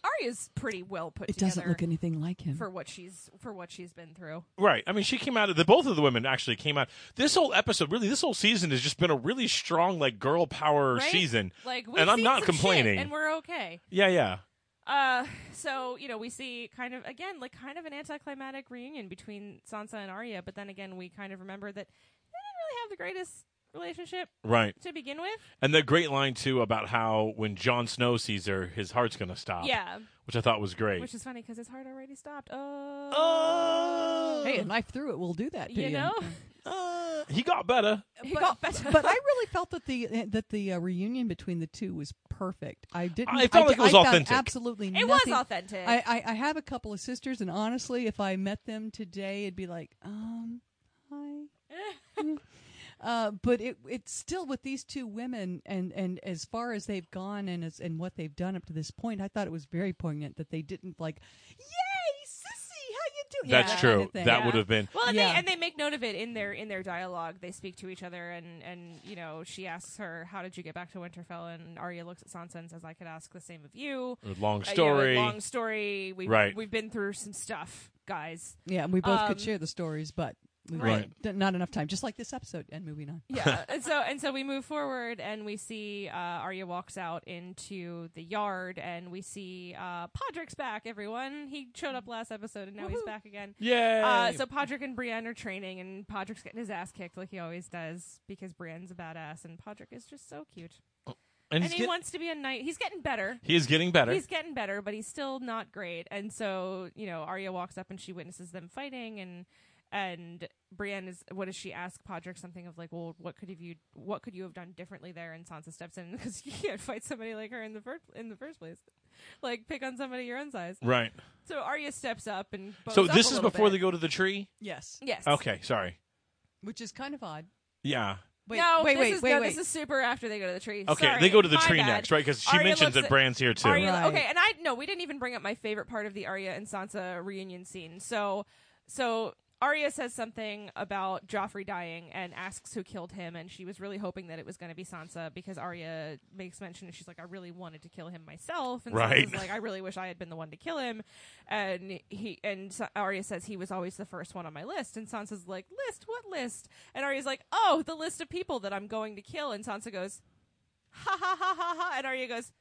[SPEAKER 2] Arya's pretty well put
[SPEAKER 3] it
[SPEAKER 2] together.
[SPEAKER 3] doesn't look anything like him.
[SPEAKER 2] for what she's for what she's been through.
[SPEAKER 1] Right. I mean, she came out of the both of the women actually came out. This whole episode, really, this whole season has just been a really strong like girl power
[SPEAKER 2] Right?
[SPEAKER 1] season.
[SPEAKER 2] Like, we've
[SPEAKER 1] and I'm
[SPEAKER 2] seen
[SPEAKER 1] not
[SPEAKER 2] some
[SPEAKER 1] complaining.
[SPEAKER 2] shit and we're okay.
[SPEAKER 1] yeah, yeah.
[SPEAKER 2] Uh, so you know, we see kind of again like kind of an anticlimactic reunion between Sansa and Arya, but then again, we kind of remember that they didn't really have the greatest relationship
[SPEAKER 1] Right.
[SPEAKER 2] to begin with.
[SPEAKER 1] And the great line too about how when Jon Snow sees her, his heart's gonna stop.
[SPEAKER 2] Yeah,
[SPEAKER 1] Which I thought was great.
[SPEAKER 2] which is funny because his heart already stopped.
[SPEAKER 1] Oh.
[SPEAKER 2] Oh,
[SPEAKER 3] hey, a knife through it will do that. To you,
[SPEAKER 2] you know,
[SPEAKER 1] Uh, he got better.
[SPEAKER 2] he
[SPEAKER 3] but,
[SPEAKER 2] got better.
[SPEAKER 3] but I really felt that the that the uh, reunion between the two was perfect. I didn't.
[SPEAKER 1] I felt
[SPEAKER 3] di-
[SPEAKER 1] like it was
[SPEAKER 3] I found
[SPEAKER 1] authentic.
[SPEAKER 3] Absolutely,
[SPEAKER 2] it was
[SPEAKER 3] nothing-
[SPEAKER 2] authentic.
[SPEAKER 3] I, I I have a couple of sisters, and honestly, if I met them today, it'd be like, um, hi. Uh, but it it's still with these two women, and, and as far as they've gone and as, and what they've done up to this point, I thought it was very poignant that they didn't like, yay, sissy, how you doing?
[SPEAKER 1] That's
[SPEAKER 3] that
[SPEAKER 1] true.
[SPEAKER 3] kind of thing.
[SPEAKER 1] That
[SPEAKER 2] Yeah.
[SPEAKER 1] would have been
[SPEAKER 2] Well, and,
[SPEAKER 3] Yeah.
[SPEAKER 2] they, and they make note of it in their in their dialogue. They speak to each other, and and you know she asks her, "How did you get back to Winterfell?" And Arya looks at Sansa and says, "I could ask the same of you."
[SPEAKER 1] a long
[SPEAKER 2] Uh, you know,
[SPEAKER 1] Mm. story.
[SPEAKER 2] long story. We've
[SPEAKER 1] Right.
[SPEAKER 2] we've been through some stuff, guys.
[SPEAKER 3] Yeah, and we both
[SPEAKER 2] Um,
[SPEAKER 3] could share the stories, but we
[SPEAKER 1] Right.
[SPEAKER 3] d- not enough time. Just like this episode, and moving on.
[SPEAKER 2] Yeah. and so and so we move forward, and we see uh, Arya walks out into the yard, and we see uh, Podrick's back. Everyone, he showed up last episode, and now he's
[SPEAKER 3] Woohoo.
[SPEAKER 2] back again.
[SPEAKER 1] Yay.
[SPEAKER 2] Uh, so Podrick and Brienne are training, and Podrick's getting his ass kicked like he always does because Brienne's a badass, and Podrick is just so cute.
[SPEAKER 1] and
[SPEAKER 2] And,
[SPEAKER 1] he's
[SPEAKER 2] he
[SPEAKER 1] get-
[SPEAKER 2] wants to be a knight. He's getting better.
[SPEAKER 1] he is getting better.
[SPEAKER 2] He's getting better, but he's still not great. And so, you know, Arya walks up and she witnesses them fighting, and and Brienne is what does she ask Podrick something of like, well, what could have you what could you have done differently there? And Sansa steps in because you can't fight somebody like her in the first in the first place. Like pick on somebody your own size.
[SPEAKER 1] right.
[SPEAKER 2] So Arya steps up and bows
[SPEAKER 1] So
[SPEAKER 2] up
[SPEAKER 1] this
[SPEAKER 2] a
[SPEAKER 1] is
[SPEAKER 2] little
[SPEAKER 1] before
[SPEAKER 2] bit.
[SPEAKER 1] they go to the tree?
[SPEAKER 3] Yes,
[SPEAKER 2] yes
[SPEAKER 1] Okay, sorry.
[SPEAKER 3] which is kind of odd.
[SPEAKER 1] Yeah.
[SPEAKER 3] Wait,
[SPEAKER 2] no,
[SPEAKER 3] wait,
[SPEAKER 2] this
[SPEAKER 3] wait,
[SPEAKER 2] is,
[SPEAKER 3] wait,
[SPEAKER 2] no,
[SPEAKER 3] wait.
[SPEAKER 2] This is super after they go to the tree.
[SPEAKER 1] Okay,
[SPEAKER 2] Sorry,
[SPEAKER 1] they go to the
[SPEAKER 2] my
[SPEAKER 1] tree
[SPEAKER 2] bad.
[SPEAKER 1] next, right? Because she
[SPEAKER 2] Arya
[SPEAKER 1] mentions
[SPEAKER 2] looks
[SPEAKER 1] that
[SPEAKER 2] at-
[SPEAKER 1] Bran's here too.
[SPEAKER 2] Arya,
[SPEAKER 3] Right.
[SPEAKER 2] Okay, and I no, we didn't even bring up my favorite part of the Arya and Sansa reunion scene. So, so Arya says something about Joffrey dying and asks who killed him, and she was really hoping that it was going to be Sansa because Arya makes mention and she's like, "I really wanted to kill him myself," and
[SPEAKER 1] Right.
[SPEAKER 2] Sansa's like, "I really wish I had been the one to kill him," and he and Sa- Arya says he was always the first one on my list, and Sansa's like, "List? What list?" And Arya's like, "Oh, the list of people that I'm going to kill," and Sansa goes, "Ha ha ha ha ha," and Arya goes,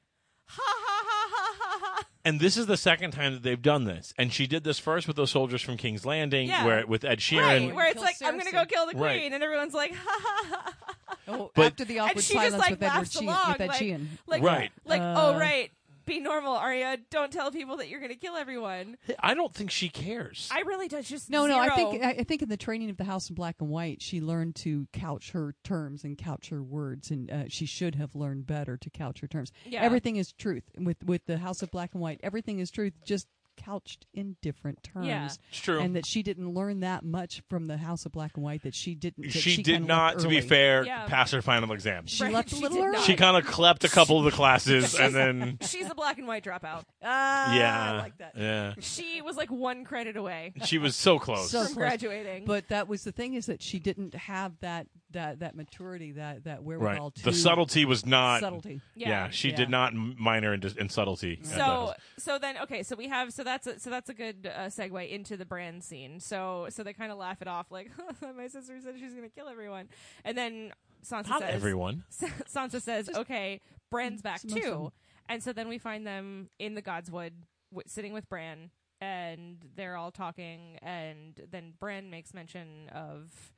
[SPEAKER 2] "Ha ha ha ha ha ha."
[SPEAKER 1] And this is the second time that they've done this. And she did this first with those soldiers from King's Landing,
[SPEAKER 2] Yeah.
[SPEAKER 1] where with Ed Sheeran.
[SPEAKER 2] Right, where it's
[SPEAKER 3] Kill
[SPEAKER 2] like, I'm going to go
[SPEAKER 3] Cersei.
[SPEAKER 2] kill the queen.
[SPEAKER 1] Right.
[SPEAKER 2] And everyone's like, ha ha ha. ha.
[SPEAKER 3] Oh,
[SPEAKER 1] But-
[SPEAKER 3] after the awkward
[SPEAKER 2] and she
[SPEAKER 3] silence
[SPEAKER 2] just like
[SPEAKER 3] with Edward
[SPEAKER 2] laughs
[SPEAKER 3] Sheehan,
[SPEAKER 2] along.
[SPEAKER 3] with Ed
[SPEAKER 2] like,
[SPEAKER 3] Sheehan.
[SPEAKER 2] like,
[SPEAKER 1] Right.
[SPEAKER 2] like
[SPEAKER 3] Uh,
[SPEAKER 2] oh, right. Be normal, Arya. Don't tell people that you're going to kill everyone.
[SPEAKER 1] I don't think she cares.
[SPEAKER 2] I really don't. Just
[SPEAKER 3] No, no. I
[SPEAKER 2] zero.
[SPEAKER 3] think I I think in the training of the House in Black and White, she learned to couch her terms and couch her words, and uh, she should have learned better to couch her terms.
[SPEAKER 2] Yeah.
[SPEAKER 3] Everything is truth with with the House of Black and White. Everything is truth, just couched in different terms.
[SPEAKER 2] Yeah.
[SPEAKER 1] It's true.
[SPEAKER 3] And that she didn't learn that much from the House of Black and White. That she didn't. That
[SPEAKER 1] she,
[SPEAKER 3] she,
[SPEAKER 1] did
[SPEAKER 3] kinda
[SPEAKER 1] not,
[SPEAKER 3] left
[SPEAKER 1] to be
[SPEAKER 3] early.
[SPEAKER 1] fair,
[SPEAKER 2] Yeah.
[SPEAKER 1] pass her final exam.
[SPEAKER 3] She
[SPEAKER 2] Right,
[SPEAKER 3] left a
[SPEAKER 2] she
[SPEAKER 3] little
[SPEAKER 2] did
[SPEAKER 3] early.
[SPEAKER 2] not.
[SPEAKER 1] She kind of clept a couple of the classes and then.
[SPEAKER 2] she's a black and white dropout.
[SPEAKER 3] Ah,
[SPEAKER 1] Yeah.
[SPEAKER 3] I like that.
[SPEAKER 1] Yeah.
[SPEAKER 2] She was like one credit away
[SPEAKER 1] She was so close.
[SPEAKER 3] So-
[SPEAKER 2] from
[SPEAKER 3] close.
[SPEAKER 2] graduating.
[SPEAKER 3] But that was the thing is that she didn't have that that that maturity that that
[SPEAKER 1] right.
[SPEAKER 3] wherewithal.
[SPEAKER 1] The
[SPEAKER 3] to-
[SPEAKER 1] subtlety was not.
[SPEAKER 3] subtlety.
[SPEAKER 1] Yeah,
[SPEAKER 2] yeah.
[SPEAKER 1] she
[SPEAKER 3] Yeah.
[SPEAKER 1] did not m- minor in, dis- in subtlety. at
[SPEAKER 2] so
[SPEAKER 1] that.
[SPEAKER 2] so then okay so we have so that's a, so that's a good uh, segue into the brand scene so so they kind of laugh it off like my sister said she's gonna kill everyone and then Sansa
[SPEAKER 1] not
[SPEAKER 2] says
[SPEAKER 1] everyone.
[SPEAKER 2] Sansa says okay Bran's back
[SPEAKER 3] It's most of
[SPEAKER 2] too
[SPEAKER 3] them.
[SPEAKER 2] and so then we find them in the Godswood w- sitting with Bran and they're all talking and then Bran makes mention of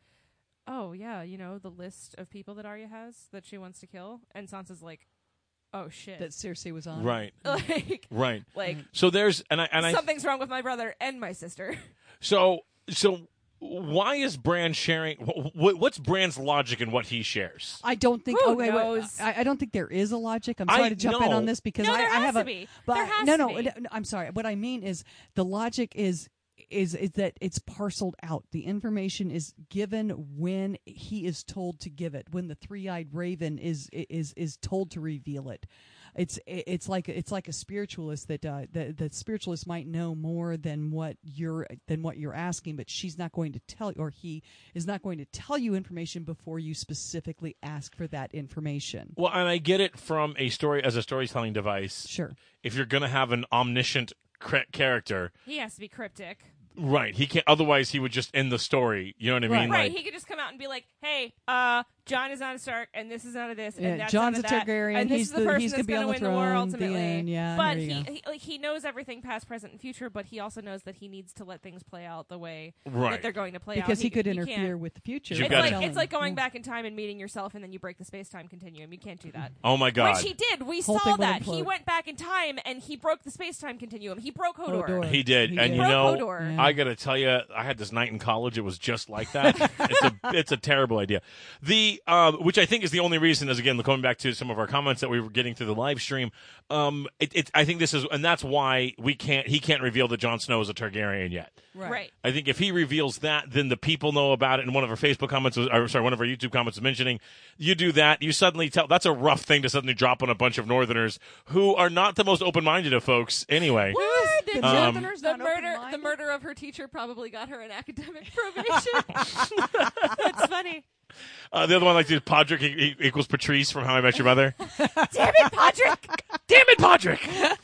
[SPEAKER 2] oh yeah you know the list of people that Arya has that she wants to kill and Sansa's like oh shit
[SPEAKER 3] that Cersei was on.
[SPEAKER 1] Right.
[SPEAKER 2] like
[SPEAKER 1] Right.
[SPEAKER 2] like
[SPEAKER 1] So there's and I and I
[SPEAKER 2] something's wrong with my brother and my sister.
[SPEAKER 1] So, so why is Brand sharing? Wh- wh- what's Brand's logic in what he shares?
[SPEAKER 3] I don't think.
[SPEAKER 2] Who
[SPEAKER 3] oh, wait, wait.
[SPEAKER 2] knows?
[SPEAKER 3] I, I don't think there is a logic. I'm
[SPEAKER 1] I
[SPEAKER 3] sorry to jump in
[SPEAKER 1] know.
[SPEAKER 3] on this because
[SPEAKER 2] No,
[SPEAKER 3] I,
[SPEAKER 2] there
[SPEAKER 3] I
[SPEAKER 2] has
[SPEAKER 3] have
[SPEAKER 2] to
[SPEAKER 3] a.
[SPEAKER 2] be.
[SPEAKER 3] But
[SPEAKER 2] There has
[SPEAKER 3] no,
[SPEAKER 2] to
[SPEAKER 3] uh, no.
[SPEAKER 2] be.
[SPEAKER 3] it- I'm sorry. What I mean is the logic is is is that it's parceled out. The information is given when he is told to give it. When the three eyed raven is is is told to reveal it. It's it's like it's like a spiritualist that uh, that the spiritualist might know more than what you're than what you're asking, but she's not going to tell you, or he is not going to tell you information before you specifically ask for that information.
[SPEAKER 1] Well, and I get it from a story as a storytelling device.
[SPEAKER 3] Sure.
[SPEAKER 1] If you're gonna have an omniscient cra- character,
[SPEAKER 2] He has to be cryptic.
[SPEAKER 1] right? He can't. Otherwise, he would just end the story. You know what I mean?
[SPEAKER 2] Right,
[SPEAKER 1] Like,
[SPEAKER 2] he could just come out and be like, "Hey, uh, John is not a Stark, and this is not a this,
[SPEAKER 3] Yeah,
[SPEAKER 2] and that's
[SPEAKER 3] John's
[SPEAKER 2] not
[SPEAKER 3] a
[SPEAKER 2] that,
[SPEAKER 3] Targaryen,
[SPEAKER 2] and this
[SPEAKER 3] he's
[SPEAKER 2] is the,
[SPEAKER 3] the-
[SPEAKER 2] person
[SPEAKER 3] he's gonna
[SPEAKER 2] that's
[SPEAKER 3] be on
[SPEAKER 2] gonna
[SPEAKER 3] the
[SPEAKER 2] win the war
[SPEAKER 3] throne, the
[SPEAKER 2] ultimately."
[SPEAKER 3] end, yeah,
[SPEAKER 2] but
[SPEAKER 3] there
[SPEAKER 2] he,
[SPEAKER 3] you go.
[SPEAKER 2] he like he knows everything past, present, and future, but he also knows that he needs to let things play out the way
[SPEAKER 1] Right.
[SPEAKER 2] that they're going to play out
[SPEAKER 3] because he, could
[SPEAKER 2] can't-
[SPEAKER 3] interfere with the future.
[SPEAKER 1] You've
[SPEAKER 2] It's
[SPEAKER 1] got
[SPEAKER 2] like
[SPEAKER 1] to-
[SPEAKER 2] it's like going back in time and meeting yourself, and then you break the space time continuum. You can't do that.
[SPEAKER 1] oh my god,
[SPEAKER 2] Which he did. We
[SPEAKER 3] Whole
[SPEAKER 2] saw
[SPEAKER 3] thing will
[SPEAKER 2] that. He
[SPEAKER 3] implode.
[SPEAKER 2] went back in time and he broke the space time continuum. He broke Hodor.
[SPEAKER 3] Hodor.
[SPEAKER 1] He did.
[SPEAKER 3] He
[SPEAKER 1] and
[SPEAKER 3] did.
[SPEAKER 1] you
[SPEAKER 2] Broke
[SPEAKER 1] know,
[SPEAKER 2] Hodor.
[SPEAKER 1] I gotta tell you, I had this night in college. It was just like that. it's a it's a terrible idea. The uh, which I think is the only reason is again going back to some of our comments that we were getting through the live stream. Um, it, it I think this is and that's why we can't he can't reveal that Jon Snow is a Targaryen yet.
[SPEAKER 2] Right.
[SPEAKER 1] I think if he reveals that, then the people know about it. And one of our Facebook comments, was, or sorry, one of our YouTube comments was mentioning, you do that, you suddenly tell. That's a rough thing to suddenly drop on a bunch of Northerners who are not the most open-minded of folks, anyway.
[SPEAKER 2] What?
[SPEAKER 3] The
[SPEAKER 1] Um,
[SPEAKER 3] Northerners
[SPEAKER 2] the
[SPEAKER 3] not
[SPEAKER 2] murder, the
[SPEAKER 3] open-minded?
[SPEAKER 2] murder of her teacher probably got her an academic probation. That's funny.
[SPEAKER 1] Uh, the other one, like, is Podrick e- e- equals Patrice from How I Met Your Mother.
[SPEAKER 2] Damn it, Podrick!
[SPEAKER 1] Damn it, Podrick!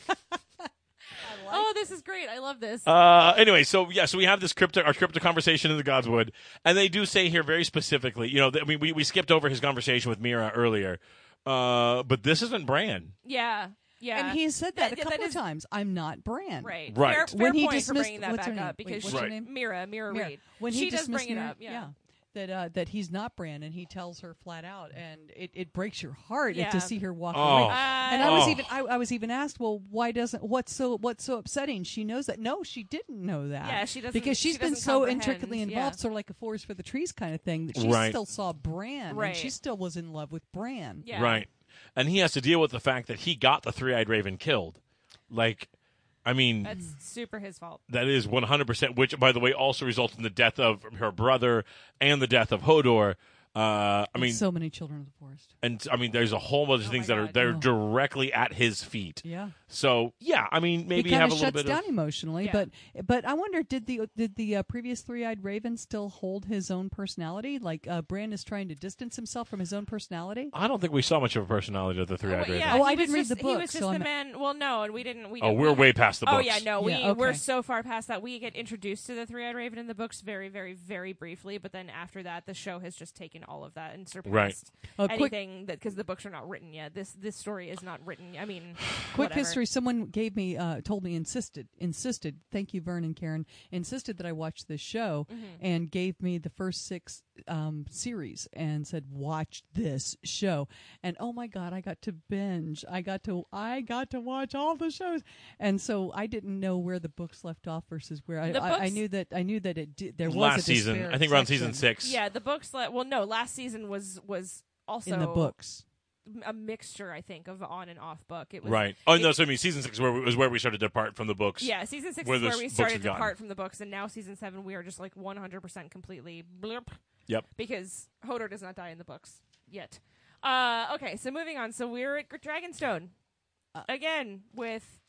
[SPEAKER 2] oh, this is great. I love this.
[SPEAKER 1] Uh, anyway, so yeah, so we have this crypto, our crypto conversation in the Godswood, and they do say here very specifically, you know, that, I mean, we, we skipped over his conversation with Mira earlier, uh, but this isn't Bran.
[SPEAKER 2] yeah, yeah.
[SPEAKER 3] And he said
[SPEAKER 2] That-
[SPEAKER 3] that, a
[SPEAKER 2] that
[SPEAKER 3] couple
[SPEAKER 2] is-
[SPEAKER 3] of times. I'm not Brand.
[SPEAKER 2] right,
[SPEAKER 1] Right.
[SPEAKER 2] Fair, fair
[SPEAKER 3] When he
[SPEAKER 2] point for
[SPEAKER 3] dismissed-
[SPEAKER 2] bringing that
[SPEAKER 3] what's her
[SPEAKER 2] back
[SPEAKER 3] name?
[SPEAKER 2] up
[SPEAKER 3] Wait,
[SPEAKER 2] because
[SPEAKER 3] what's
[SPEAKER 2] she,
[SPEAKER 1] her
[SPEAKER 3] name?
[SPEAKER 2] Mira, Mira Reed.
[SPEAKER 3] When
[SPEAKER 2] she
[SPEAKER 3] he
[SPEAKER 2] does
[SPEAKER 3] dismissed
[SPEAKER 2] bring it
[SPEAKER 3] Mary-
[SPEAKER 2] up. Yeah.
[SPEAKER 3] That uh, that he's not Bran, and he tells her flat out, and it, it breaks your heart
[SPEAKER 2] Yeah.
[SPEAKER 3] to see her walk
[SPEAKER 1] Oh.
[SPEAKER 2] Uh,
[SPEAKER 3] away. And I was
[SPEAKER 1] Oh.
[SPEAKER 3] even I, I was even asked, well, why doesn't what's so what's so upsetting? She knows that. No, she didn't know that.
[SPEAKER 2] Yeah, she doesn't-
[SPEAKER 3] because
[SPEAKER 2] she
[SPEAKER 3] she's been
[SPEAKER 2] doesn't
[SPEAKER 3] so
[SPEAKER 2] comprehend,
[SPEAKER 3] intricately involved,
[SPEAKER 2] yeah.
[SPEAKER 3] sort of like a forest for the trees kind of thing. That she
[SPEAKER 1] Right.
[SPEAKER 3] still saw Bran,
[SPEAKER 2] Right.
[SPEAKER 3] and she still was in love with Bran.
[SPEAKER 2] yeah.
[SPEAKER 1] Right. And he has to deal with the fact that he got the three eyed raven killed. Like, I mean,
[SPEAKER 2] That's super his fault.
[SPEAKER 1] that is 100%, which, by the way, also results in the death of her brother and the death of Hodor. Uh, I mean,
[SPEAKER 3] so many children of the forest.
[SPEAKER 1] and I mean, there's a whole bunch of
[SPEAKER 2] Oh
[SPEAKER 1] things
[SPEAKER 2] my
[SPEAKER 1] that are
[SPEAKER 2] God.
[SPEAKER 1] they're
[SPEAKER 3] Oh.
[SPEAKER 1] directly at his feet.
[SPEAKER 3] Yeah.
[SPEAKER 1] So yeah, I mean, maybe
[SPEAKER 3] it kind
[SPEAKER 1] have a
[SPEAKER 3] of
[SPEAKER 1] little
[SPEAKER 3] shuts
[SPEAKER 1] bit
[SPEAKER 3] down
[SPEAKER 1] of
[SPEAKER 3] emotionally,
[SPEAKER 2] Yeah.
[SPEAKER 3] but but I wonder did the did the uh, previous three eyed raven still hold his own personality? Like uh, Bran is trying to distance himself from his own personality.
[SPEAKER 1] I don't think we saw much of a personality of the three eyed
[SPEAKER 2] Well,
[SPEAKER 1] raven.
[SPEAKER 2] yeah,
[SPEAKER 3] Oh,
[SPEAKER 2] he
[SPEAKER 3] I didn't
[SPEAKER 2] was
[SPEAKER 3] read
[SPEAKER 2] just,
[SPEAKER 3] the
[SPEAKER 2] He
[SPEAKER 3] book,
[SPEAKER 2] was just
[SPEAKER 3] so
[SPEAKER 2] the
[SPEAKER 3] I'm-
[SPEAKER 2] man. Well, no, and we didn't. We
[SPEAKER 1] Oh,
[SPEAKER 2] didn't-
[SPEAKER 1] we're way past the books.
[SPEAKER 2] Oh yeah, no, we
[SPEAKER 3] Yeah, okay.
[SPEAKER 2] we're so far past that. We get introduced to the Three-Eyed Raven in the books very, very, very briefly, but then after that, the show has just taken all of that and surpassed
[SPEAKER 3] A quick
[SPEAKER 2] anything that because the books are not written yet. This this story is not written. I mean,
[SPEAKER 3] quick
[SPEAKER 2] whatever.
[SPEAKER 3] history. Someone gave me uh, told me insisted insisted. Thank you, Vern and Karen. Insisted that I watch this show
[SPEAKER 2] Mm-hmm.
[SPEAKER 3] and gave me the first six um, series and said watch this show. And oh my God, I got to binge. I got to I got to watch all the shows. And so I didn't know where the books left off versus where I,
[SPEAKER 2] The
[SPEAKER 3] I, I
[SPEAKER 2] books-
[SPEAKER 3] knew that I knew that it did, there was
[SPEAKER 1] Last
[SPEAKER 3] a
[SPEAKER 1] season,
[SPEAKER 3] disparate
[SPEAKER 1] I think around
[SPEAKER 3] section
[SPEAKER 1] season six.
[SPEAKER 2] Yeah, the books. Let, well, no, last season was was also
[SPEAKER 3] in the books.
[SPEAKER 2] a mixture. I think of on and off book. It was
[SPEAKER 1] Right. Oh no,
[SPEAKER 2] it-
[SPEAKER 1] so I mean, season six where we, was where we started to depart from the books.
[SPEAKER 2] Yeah, season six
[SPEAKER 1] Where
[SPEAKER 2] is
[SPEAKER 1] the
[SPEAKER 2] where
[SPEAKER 1] s-
[SPEAKER 2] we
[SPEAKER 1] books
[SPEAKER 2] started
[SPEAKER 1] had
[SPEAKER 2] to
[SPEAKER 1] gotten.
[SPEAKER 2] part from the books, and now season seven we are just like one hundred percent completely blurp.
[SPEAKER 1] Yep.
[SPEAKER 2] Because Hodor does not die in the books yet. Uh, okay, so moving on. So we're at Dragonstone
[SPEAKER 3] Uh,
[SPEAKER 2] again with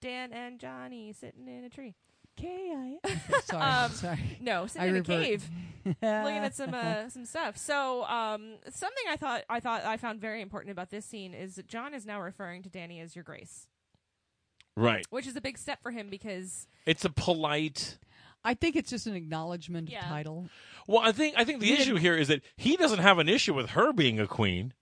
[SPEAKER 2] Dan and Johnny sitting in a tree.
[SPEAKER 3] K I. Sorry,
[SPEAKER 2] Um,
[SPEAKER 3] sorry.
[SPEAKER 2] No, sitting
[SPEAKER 3] I
[SPEAKER 2] in
[SPEAKER 3] revert.
[SPEAKER 2] a cave. looking at some uh, some stuff. So um, something I thought I thought I found very important about this scene is that John is now referring to Danny as your grace,
[SPEAKER 1] Right.
[SPEAKER 2] which is a big step for him because
[SPEAKER 1] It's a polite.
[SPEAKER 3] I think it's just an acknowledgement
[SPEAKER 2] Yeah.
[SPEAKER 3] of title.
[SPEAKER 1] Well, I think I think the
[SPEAKER 2] You
[SPEAKER 1] issue here is that he doesn't have an issue with her being a queen.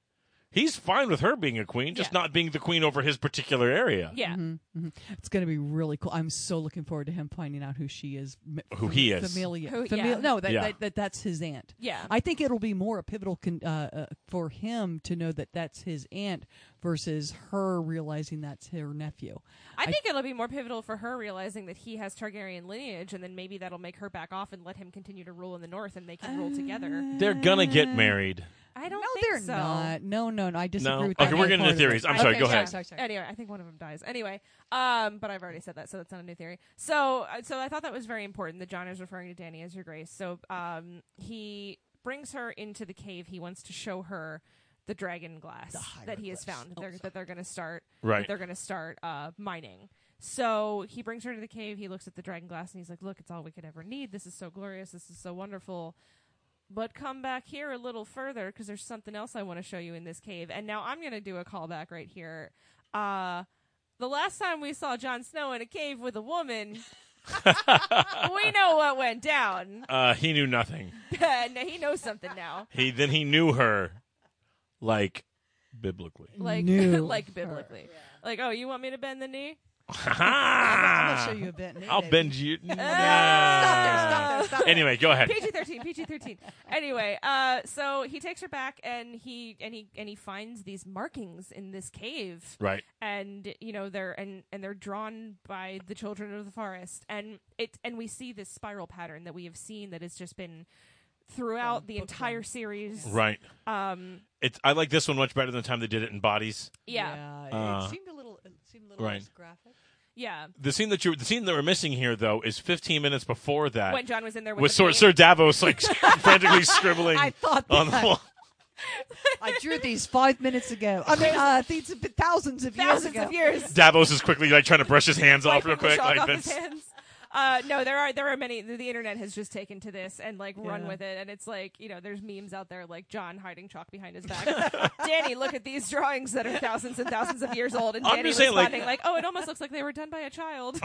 [SPEAKER 1] He's fine with her being a queen, just
[SPEAKER 2] Yeah.
[SPEAKER 1] not being the queen over his particular area.
[SPEAKER 2] yeah,
[SPEAKER 3] Mm-hmm. It's going to be really cool. I'm so looking forward to him finding out who she is. m-
[SPEAKER 1] Who he
[SPEAKER 3] fam-
[SPEAKER 1] is.
[SPEAKER 3] Familia.
[SPEAKER 2] Who-
[SPEAKER 3] fami-
[SPEAKER 2] yeah.
[SPEAKER 3] No, that,
[SPEAKER 1] Yeah.
[SPEAKER 3] that, that that's his aunt.
[SPEAKER 2] yeah.
[SPEAKER 3] I think it'll be more a pivotal con- uh, uh, for him to know that that's his aunt versus her realizing that's her nephew.
[SPEAKER 2] I
[SPEAKER 3] I-
[SPEAKER 2] think it'll be more pivotal for her realizing that he has Targaryen lineage, and then maybe that'll make her back off and let him continue to rule in the north, and they can rule together.
[SPEAKER 1] They're gonna get married.
[SPEAKER 2] I don't
[SPEAKER 3] Uh, no,
[SPEAKER 2] think
[SPEAKER 3] they're
[SPEAKER 2] so.
[SPEAKER 3] not. No, no, no. I disagree
[SPEAKER 1] No?
[SPEAKER 3] with
[SPEAKER 1] Okay,
[SPEAKER 3] that.
[SPEAKER 1] we're getting into
[SPEAKER 3] part of it.
[SPEAKER 1] theories. I'm
[SPEAKER 3] I-
[SPEAKER 1] sorry,
[SPEAKER 2] Okay,
[SPEAKER 1] go ahead.
[SPEAKER 2] yeah. Anyway, I think one of them dies. Anyway, um, but I've already said that, so that's not a new theory. So, uh, so I thought that was very important that John is referring to Danny as your grace. So, um, he brings her into the cave. He wants to show her the Oh, dragon glass that he has found. They're, that they're going to start.
[SPEAKER 1] Right.
[SPEAKER 2] That they're going to start uh, mining. So he brings her to the cave. He looks at the dragon glass and he's like, "Look, it's all we could ever need. This is so glorious. This is so wonderful." But come back here a little further because there's something else I want to show you in this cave. And now I'm going to do a callback right here. Uh, the last time we saw Jon Snow in a cave with a woman, we know what went down.
[SPEAKER 1] Uh, he knew nothing.
[SPEAKER 2] and he knows something now.
[SPEAKER 1] He then he knew her, like biblically.
[SPEAKER 2] Like,
[SPEAKER 3] Knew
[SPEAKER 2] like biblically. Like, oh, you want me to bend the knee?
[SPEAKER 3] I'm going to show you a bit.
[SPEAKER 1] Ah. I'll bend you.
[SPEAKER 2] there, stop there.
[SPEAKER 1] Anyway, go ahead.
[SPEAKER 2] PG thirteen, PG thirteen. Anyway, uh, so he takes her back, and he and he and he finds these markings in this cave.
[SPEAKER 1] Right.
[SPEAKER 2] and you know they're and and they're drawn by the children of the forest and it and we see this spiral pattern that we have seen that has just been throughout the entire series
[SPEAKER 1] Right.
[SPEAKER 2] um
[SPEAKER 1] It's I like this one much better than the time they did it in bodies.
[SPEAKER 2] yeah
[SPEAKER 3] it
[SPEAKER 1] Uh,
[SPEAKER 3] seemed a little, it seemed a little
[SPEAKER 1] right.
[SPEAKER 3] less graphic.
[SPEAKER 2] yeah,
[SPEAKER 1] The scene that you the scene that we're missing here though is 15 minutes before that
[SPEAKER 2] when john was in there with,
[SPEAKER 1] with
[SPEAKER 2] the
[SPEAKER 1] Sir,
[SPEAKER 2] paint.
[SPEAKER 1] Sir Davos like frantically scribbling
[SPEAKER 3] I thought that.
[SPEAKER 1] on the wall.
[SPEAKER 3] I drew these five minutes ago. I mean, uh, these have been thousands of
[SPEAKER 2] thousands
[SPEAKER 3] years ago.
[SPEAKER 2] of years
[SPEAKER 1] Davos is quickly like trying to brush his hands off real
[SPEAKER 2] wiping the
[SPEAKER 1] quick.
[SPEAKER 2] chalk
[SPEAKER 1] Like
[SPEAKER 2] off his
[SPEAKER 1] that's
[SPEAKER 2] hands. Uh, no, there are there are many. The, the internet has just taken to this and like run
[SPEAKER 3] Yeah.
[SPEAKER 2] with it, and it's like you know, there's memes out there like John hiding chalk behind his back. Danny, look at these drawings that are thousands and thousands of years old, and
[SPEAKER 1] I'm
[SPEAKER 2] Danny
[SPEAKER 1] just saying, like-
[SPEAKER 2] responding like, "Oh, it almost looks like they were done by a child."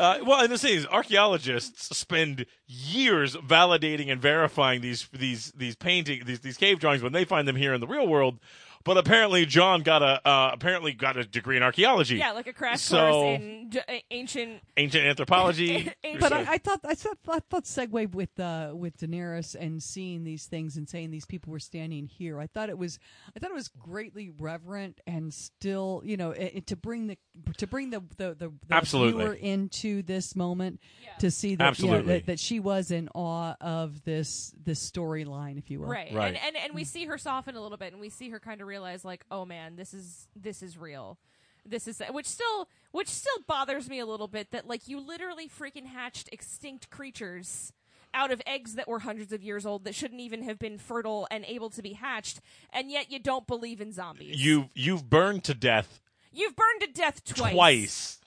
[SPEAKER 1] uh, well. And the thing is, archaeologists spend years validating and verifying these these these painting these these cave drawings when they find them here in the real world. But apparently, John got a uh, apparently got a degree in archaeology,
[SPEAKER 2] yeah, like a crash
[SPEAKER 1] So-
[SPEAKER 2] course in j- uh, ancient.
[SPEAKER 1] ancient anthropology.
[SPEAKER 2] Ancient-
[SPEAKER 3] But I, I thought I thought I thought segue with uh, with Daenerys and seeing these things and saying these people were standing here. I thought it was I thought it was greatly reverent and still you know it, it- to bring the to bring the the, the, the
[SPEAKER 1] Absolutely.
[SPEAKER 3] viewer into this moment to see that, You know,
[SPEAKER 1] Absolutely.
[SPEAKER 3] that that she was in awe of this this storyline, if you will.
[SPEAKER 2] Right.
[SPEAKER 1] Right.
[SPEAKER 2] And, and and we see her soften a little bit and we see her kind of realize like, "Oh man, this is this is real." This is which still which still bothers me a little bit that like you literally freaking hatched extinct creatures out of eggs that were hundreds of years old that shouldn't even have been fertile and able to be hatched, and yet you don't believe in zombies.
[SPEAKER 1] You you've burned to death
[SPEAKER 2] You've burned to death
[SPEAKER 1] twice,
[SPEAKER 2] twice,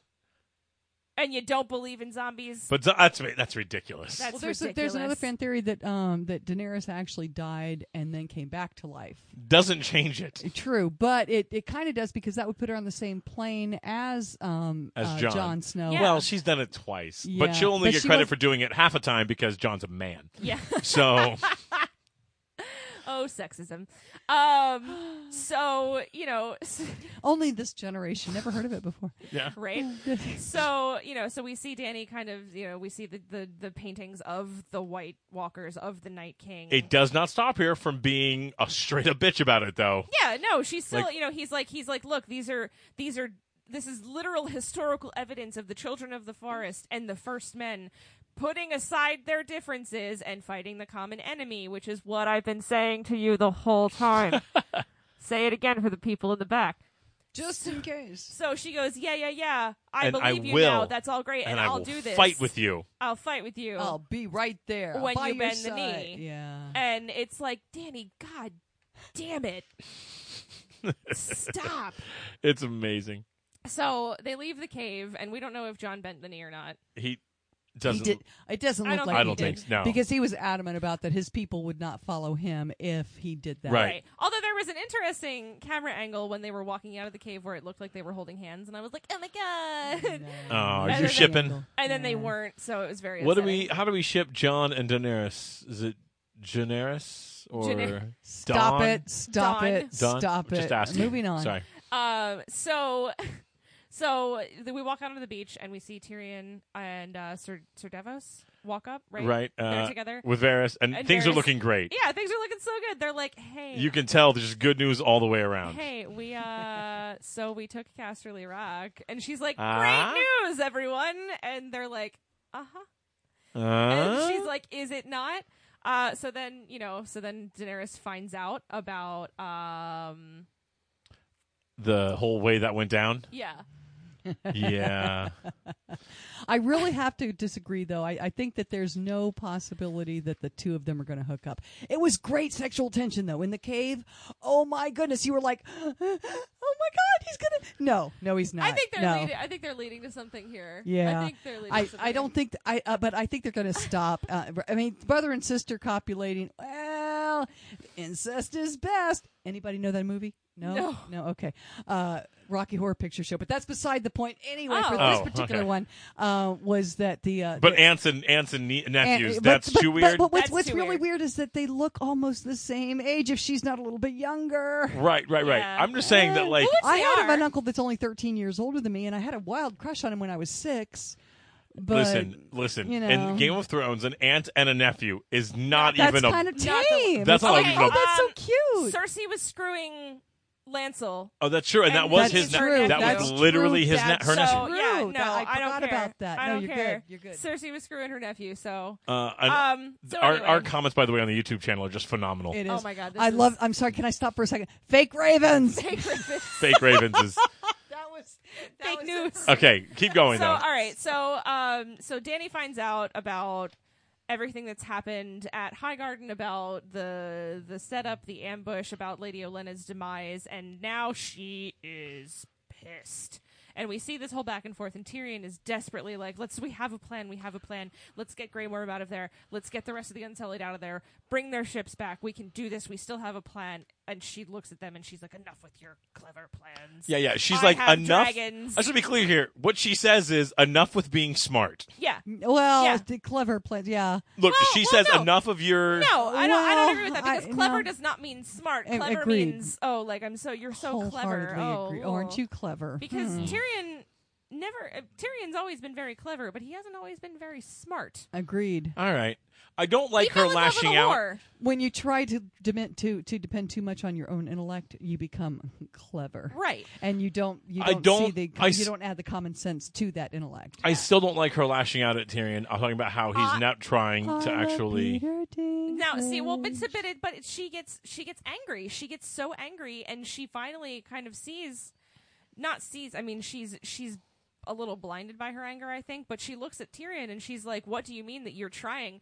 [SPEAKER 2] and you don't believe in zombies.
[SPEAKER 1] but zo- that's that's ridiculous.
[SPEAKER 2] That's-
[SPEAKER 3] well, there's a, there's another
[SPEAKER 2] ridiculous.
[SPEAKER 3] fan theory that um that Daenerys actually died and then came back to life.
[SPEAKER 1] Doesn't change it.
[SPEAKER 3] True, but it, it kind of does because that would put her on the same plane as um
[SPEAKER 1] As
[SPEAKER 3] uh,
[SPEAKER 1] Jon.
[SPEAKER 3] Jon Snow.
[SPEAKER 2] Yeah.
[SPEAKER 1] Well, she's done it twice,
[SPEAKER 3] Yeah.
[SPEAKER 1] but she'll only
[SPEAKER 3] But
[SPEAKER 1] get
[SPEAKER 3] she
[SPEAKER 1] credit
[SPEAKER 3] was-
[SPEAKER 1] for doing it half a time because John's a man.
[SPEAKER 2] yeah.
[SPEAKER 1] So
[SPEAKER 2] oh, sexism. Um. So you know,
[SPEAKER 3] Only this generation never heard of it before.
[SPEAKER 1] yeah,
[SPEAKER 2] right? so you know, so we see Danny kind of you know we see the the, the paintings of the White Walkers of the Night King.
[SPEAKER 1] it does not stop her from being a straight up bitch about it, though.
[SPEAKER 2] yeah, no, she's still
[SPEAKER 1] Like-
[SPEAKER 2] you know he's like he's like look these are these are this is literal historical evidence of the children of the forest and the first men putting aside their differences and fighting the common enemy, which is what I've been saying to you the whole time. Say it again for the people in the back.
[SPEAKER 3] Just in case.
[SPEAKER 2] So she goes, "Yeah, yeah, yeah. I
[SPEAKER 1] And I
[SPEAKER 2] believe you
[SPEAKER 1] will.
[SPEAKER 2] now. That's all great, and,
[SPEAKER 1] I
[SPEAKER 2] will
[SPEAKER 1] will
[SPEAKER 2] do this.
[SPEAKER 1] Fight with you.
[SPEAKER 2] I'll fight with you.
[SPEAKER 3] I'll be right there
[SPEAKER 2] When
[SPEAKER 3] by
[SPEAKER 2] you
[SPEAKER 3] your
[SPEAKER 2] bend the
[SPEAKER 3] side.
[SPEAKER 2] knee.
[SPEAKER 3] Yeah.
[SPEAKER 2] and it's like, Danny, God damn it. Stop.
[SPEAKER 1] It's amazing.
[SPEAKER 2] So they leave the cave, and we don't know if John bent the knee or not.
[SPEAKER 1] He
[SPEAKER 3] He
[SPEAKER 1] doesn't.
[SPEAKER 3] did. It doesn't
[SPEAKER 2] I
[SPEAKER 3] look
[SPEAKER 2] don't
[SPEAKER 3] like
[SPEAKER 2] think
[SPEAKER 1] I
[SPEAKER 3] he
[SPEAKER 1] don't
[SPEAKER 3] did
[SPEAKER 1] think so, no.
[SPEAKER 3] because he was adamant about that his people would not follow him if he did that.
[SPEAKER 1] Right.
[SPEAKER 2] Although there was an interesting camera angle when they were walking out of the cave where it looked like they were holding hands, and I was like, oh my God.
[SPEAKER 1] Oh,
[SPEAKER 2] And
[SPEAKER 1] you're
[SPEAKER 2] then-
[SPEAKER 1] shipping.
[SPEAKER 2] And then they
[SPEAKER 3] Yeah.
[SPEAKER 2] weren't, so it was very
[SPEAKER 1] What do we?
[SPEAKER 2] upsetting.
[SPEAKER 1] How do we ship John and Daenerys? Is it Daenerys or
[SPEAKER 2] Daener-
[SPEAKER 3] Stop
[SPEAKER 1] Dawn?
[SPEAKER 3] it! Stop
[SPEAKER 2] Dawn.
[SPEAKER 3] it!
[SPEAKER 1] Dawn?
[SPEAKER 3] Stop it!
[SPEAKER 1] Just asking.
[SPEAKER 3] Moving on.
[SPEAKER 1] Sorry.
[SPEAKER 2] Um, so, so th- we walk out onto the beach and we see Tyrion and uh, Sir Sir Davos walk up. Right,
[SPEAKER 1] Right.
[SPEAKER 2] They're
[SPEAKER 1] uh,
[SPEAKER 2] together.
[SPEAKER 1] with Varys, and,
[SPEAKER 2] And
[SPEAKER 1] things are
[SPEAKER 2] Varys-
[SPEAKER 1] looking great.
[SPEAKER 2] Yeah, things are looking so good. They're like, hey,
[SPEAKER 1] You can tell there's just good news all the way around.
[SPEAKER 2] Hey, we uh, so we took Casterly Rock, and she's like,
[SPEAKER 1] Ah?
[SPEAKER 2] "Great news, everyone!" And they're like, "Uh huh."
[SPEAKER 1] Huh?
[SPEAKER 2] And she's like, "Is it not?" Uh, so then you know, so then Daenerys finds out about um,
[SPEAKER 1] the whole way that went down.
[SPEAKER 2] yeah,
[SPEAKER 1] Yeah.
[SPEAKER 3] I really have to disagree, though. I, I think that there's no possibility that the two of them are going to hook up. It was great sexual tension, though, in the cave. Oh my goodness, you were like, oh my god, he's gonna. No, no, he's not.
[SPEAKER 2] I think they're
[SPEAKER 3] no.
[SPEAKER 2] leading. I think they're leading to something here.
[SPEAKER 3] Yeah,
[SPEAKER 2] I think they're leading.
[SPEAKER 3] I,
[SPEAKER 2] to something.
[SPEAKER 3] I don't think th- I, uh, but I think they're going to stop. Uh, I mean, brother and sister copulating. Well, incest is best. Anybody know that movie? No,
[SPEAKER 2] No.
[SPEAKER 3] okay. Uh, Rocky Horror Picture Show, but that's beside the point. Anyway, for
[SPEAKER 2] Oh.
[SPEAKER 3] this
[SPEAKER 1] Oh,
[SPEAKER 3] particular
[SPEAKER 1] okay.
[SPEAKER 3] one, uh, was that the uh,
[SPEAKER 1] but
[SPEAKER 3] the-
[SPEAKER 1] aunts and aunts and nie-
[SPEAKER 3] and-
[SPEAKER 1] nephews.
[SPEAKER 3] but-
[SPEAKER 1] that's
[SPEAKER 3] but-
[SPEAKER 1] too
[SPEAKER 3] but-
[SPEAKER 1] weird.
[SPEAKER 3] But, what's,
[SPEAKER 2] That's
[SPEAKER 3] what's
[SPEAKER 2] too
[SPEAKER 3] really
[SPEAKER 2] weird.
[SPEAKER 3] weird. is that they look almost the same age, if she's not a little bit younger.
[SPEAKER 1] right, right, right.
[SPEAKER 2] Yeah.
[SPEAKER 1] I'm just saying that, like,
[SPEAKER 2] Well,
[SPEAKER 3] I
[SPEAKER 2] they
[SPEAKER 3] had
[SPEAKER 2] are.
[SPEAKER 3] an uncle that's only 13 years older than me, and I had a wild crush on him when I was six. But
[SPEAKER 1] listen, listen.
[SPEAKER 3] you know.
[SPEAKER 1] in Game of Thrones, an aunt and a nephew is not
[SPEAKER 3] that's
[SPEAKER 1] even a.
[SPEAKER 3] kind of tame.
[SPEAKER 2] Not the-
[SPEAKER 1] That's
[SPEAKER 3] It's
[SPEAKER 1] not
[SPEAKER 3] like,
[SPEAKER 1] even a-
[SPEAKER 3] oh, that's so
[SPEAKER 2] Um,
[SPEAKER 3] cute.
[SPEAKER 2] Cersei was screwing Lancel.
[SPEAKER 1] oh, that's true, and, that
[SPEAKER 2] and
[SPEAKER 1] was
[SPEAKER 3] that's
[SPEAKER 1] his.
[SPEAKER 2] ne-
[SPEAKER 3] true.
[SPEAKER 1] that
[SPEAKER 3] that's
[SPEAKER 1] was literally
[SPEAKER 3] true.
[SPEAKER 1] his. Ne-
[SPEAKER 3] That's
[SPEAKER 1] her
[SPEAKER 2] so,
[SPEAKER 1] nephew.
[SPEAKER 2] yeah,
[SPEAKER 3] True.
[SPEAKER 2] no,
[SPEAKER 3] That- I
[SPEAKER 2] I don't
[SPEAKER 3] forgot
[SPEAKER 2] care.
[SPEAKER 3] about that.
[SPEAKER 2] I
[SPEAKER 3] No,
[SPEAKER 2] don't
[SPEAKER 3] you're
[SPEAKER 2] care.
[SPEAKER 3] good. You're good.
[SPEAKER 2] Cersei was screwing her nephew, so
[SPEAKER 1] Uh, and
[SPEAKER 2] um, so
[SPEAKER 1] our
[SPEAKER 2] anyway.
[SPEAKER 1] our comments, by the way, on the YouTube channel are just phenomenal.
[SPEAKER 3] It is.
[SPEAKER 2] Oh my God, this
[SPEAKER 3] I
[SPEAKER 2] is-
[SPEAKER 3] love. I'm sorry. Can I stop for a second? Fake ravens.
[SPEAKER 2] Hey, Griffith.
[SPEAKER 1] Fake Ravens is
[SPEAKER 3] that was
[SPEAKER 2] fake news.
[SPEAKER 1] okay. Keep going
[SPEAKER 2] So
[SPEAKER 1] though.
[SPEAKER 2] all right, so um, so Danny finds out about everything that's happened at Highgarden, about the the setup, the ambush, about Lady Olena's demise, and now she is pissed. And we see this whole back and forth, and Tyrion is desperately like, "Let's, we have a plan. We have a plan. Let's get Grey Worm out of there. Let's get the rest of the Unsullied out of there. Bring their ships back. We can do this. We still have a plan." And she looks at them, and she's like, "Enough with your clever plans."
[SPEAKER 1] Yeah, yeah. She's
[SPEAKER 2] I
[SPEAKER 1] like
[SPEAKER 2] have
[SPEAKER 1] enough.
[SPEAKER 2] dragons.
[SPEAKER 1] I should be clear here. What she says is enough with being smart.
[SPEAKER 2] yeah.
[SPEAKER 3] Well,
[SPEAKER 2] Yeah.
[SPEAKER 3] the clever plans. Yeah.
[SPEAKER 1] Look,
[SPEAKER 2] Well,
[SPEAKER 1] she
[SPEAKER 2] well,
[SPEAKER 1] says
[SPEAKER 2] no.
[SPEAKER 1] enough of your.
[SPEAKER 2] No, I don't. I
[SPEAKER 3] Well,
[SPEAKER 2] don't agree with that because
[SPEAKER 3] I-
[SPEAKER 2] clever
[SPEAKER 3] no.
[SPEAKER 2] does not mean smart.
[SPEAKER 3] A-
[SPEAKER 2] Clever
[SPEAKER 3] agreed.
[SPEAKER 2] means oh, like I'm so you're so clever.
[SPEAKER 3] Wholeheartedly
[SPEAKER 2] Oh,
[SPEAKER 3] agree. aren't you clever?
[SPEAKER 2] Because
[SPEAKER 3] Hmm.
[SPEAKER 2] Tyrion never. Uh, Tyrion's always been very clever, but he hasn't always been very smart.
[SPEAKER 3] Hmm. Agreed.
[SPEAKER 1] All right. I don't
[SPEAKER 2] He
[SPEAKER 1] like
[SPEAKER 2] fell
[SPEAKER 1] her
[SPEAKER 2] in love with
[SPEAKER 1] lashing
[SPEAKER 2] a
[SPEAKER 1] out.
[SPEAKER 2] whore.
[SPEAKER 3] When you try to dement to to depend too much on your own intellect, you become clever.
[SPEAKER 2] Right.
[SPEAKER 3] And you don't you
[SPEAKER 1] I
[SPEAKER 3] don't, see
[SPEAKER 1] don't-
[SPEAKER 3] the
[SPEAKER 1] I
[SPEAKER 3] you
[SPEAKER 1] s-
[SPEAKER 3] don't add the common sense to that intellect.
[SPEAKER 1] I still don't like her lashing out at Tyrion. I'm talking about how he's
[SPEAKER 2] Uh,
[SPEAKER 1] not trying to
[SPEAKER 3] Holla,
[SPEAKER 1] actually.
[SPEAKER 3] Peter
[SPEAKER 2] Now, see, well, but,
[SPEAKER 3] Dinklage.
[SPEAKER 2] but, it, but it- she gets she gets angry. She gets so angry, and she finally kind of sees, not sees. I mean, she's she's a little blinded by her anger, I think. But she looks at Tyrion, and she's like, "What do you mean that you're trying?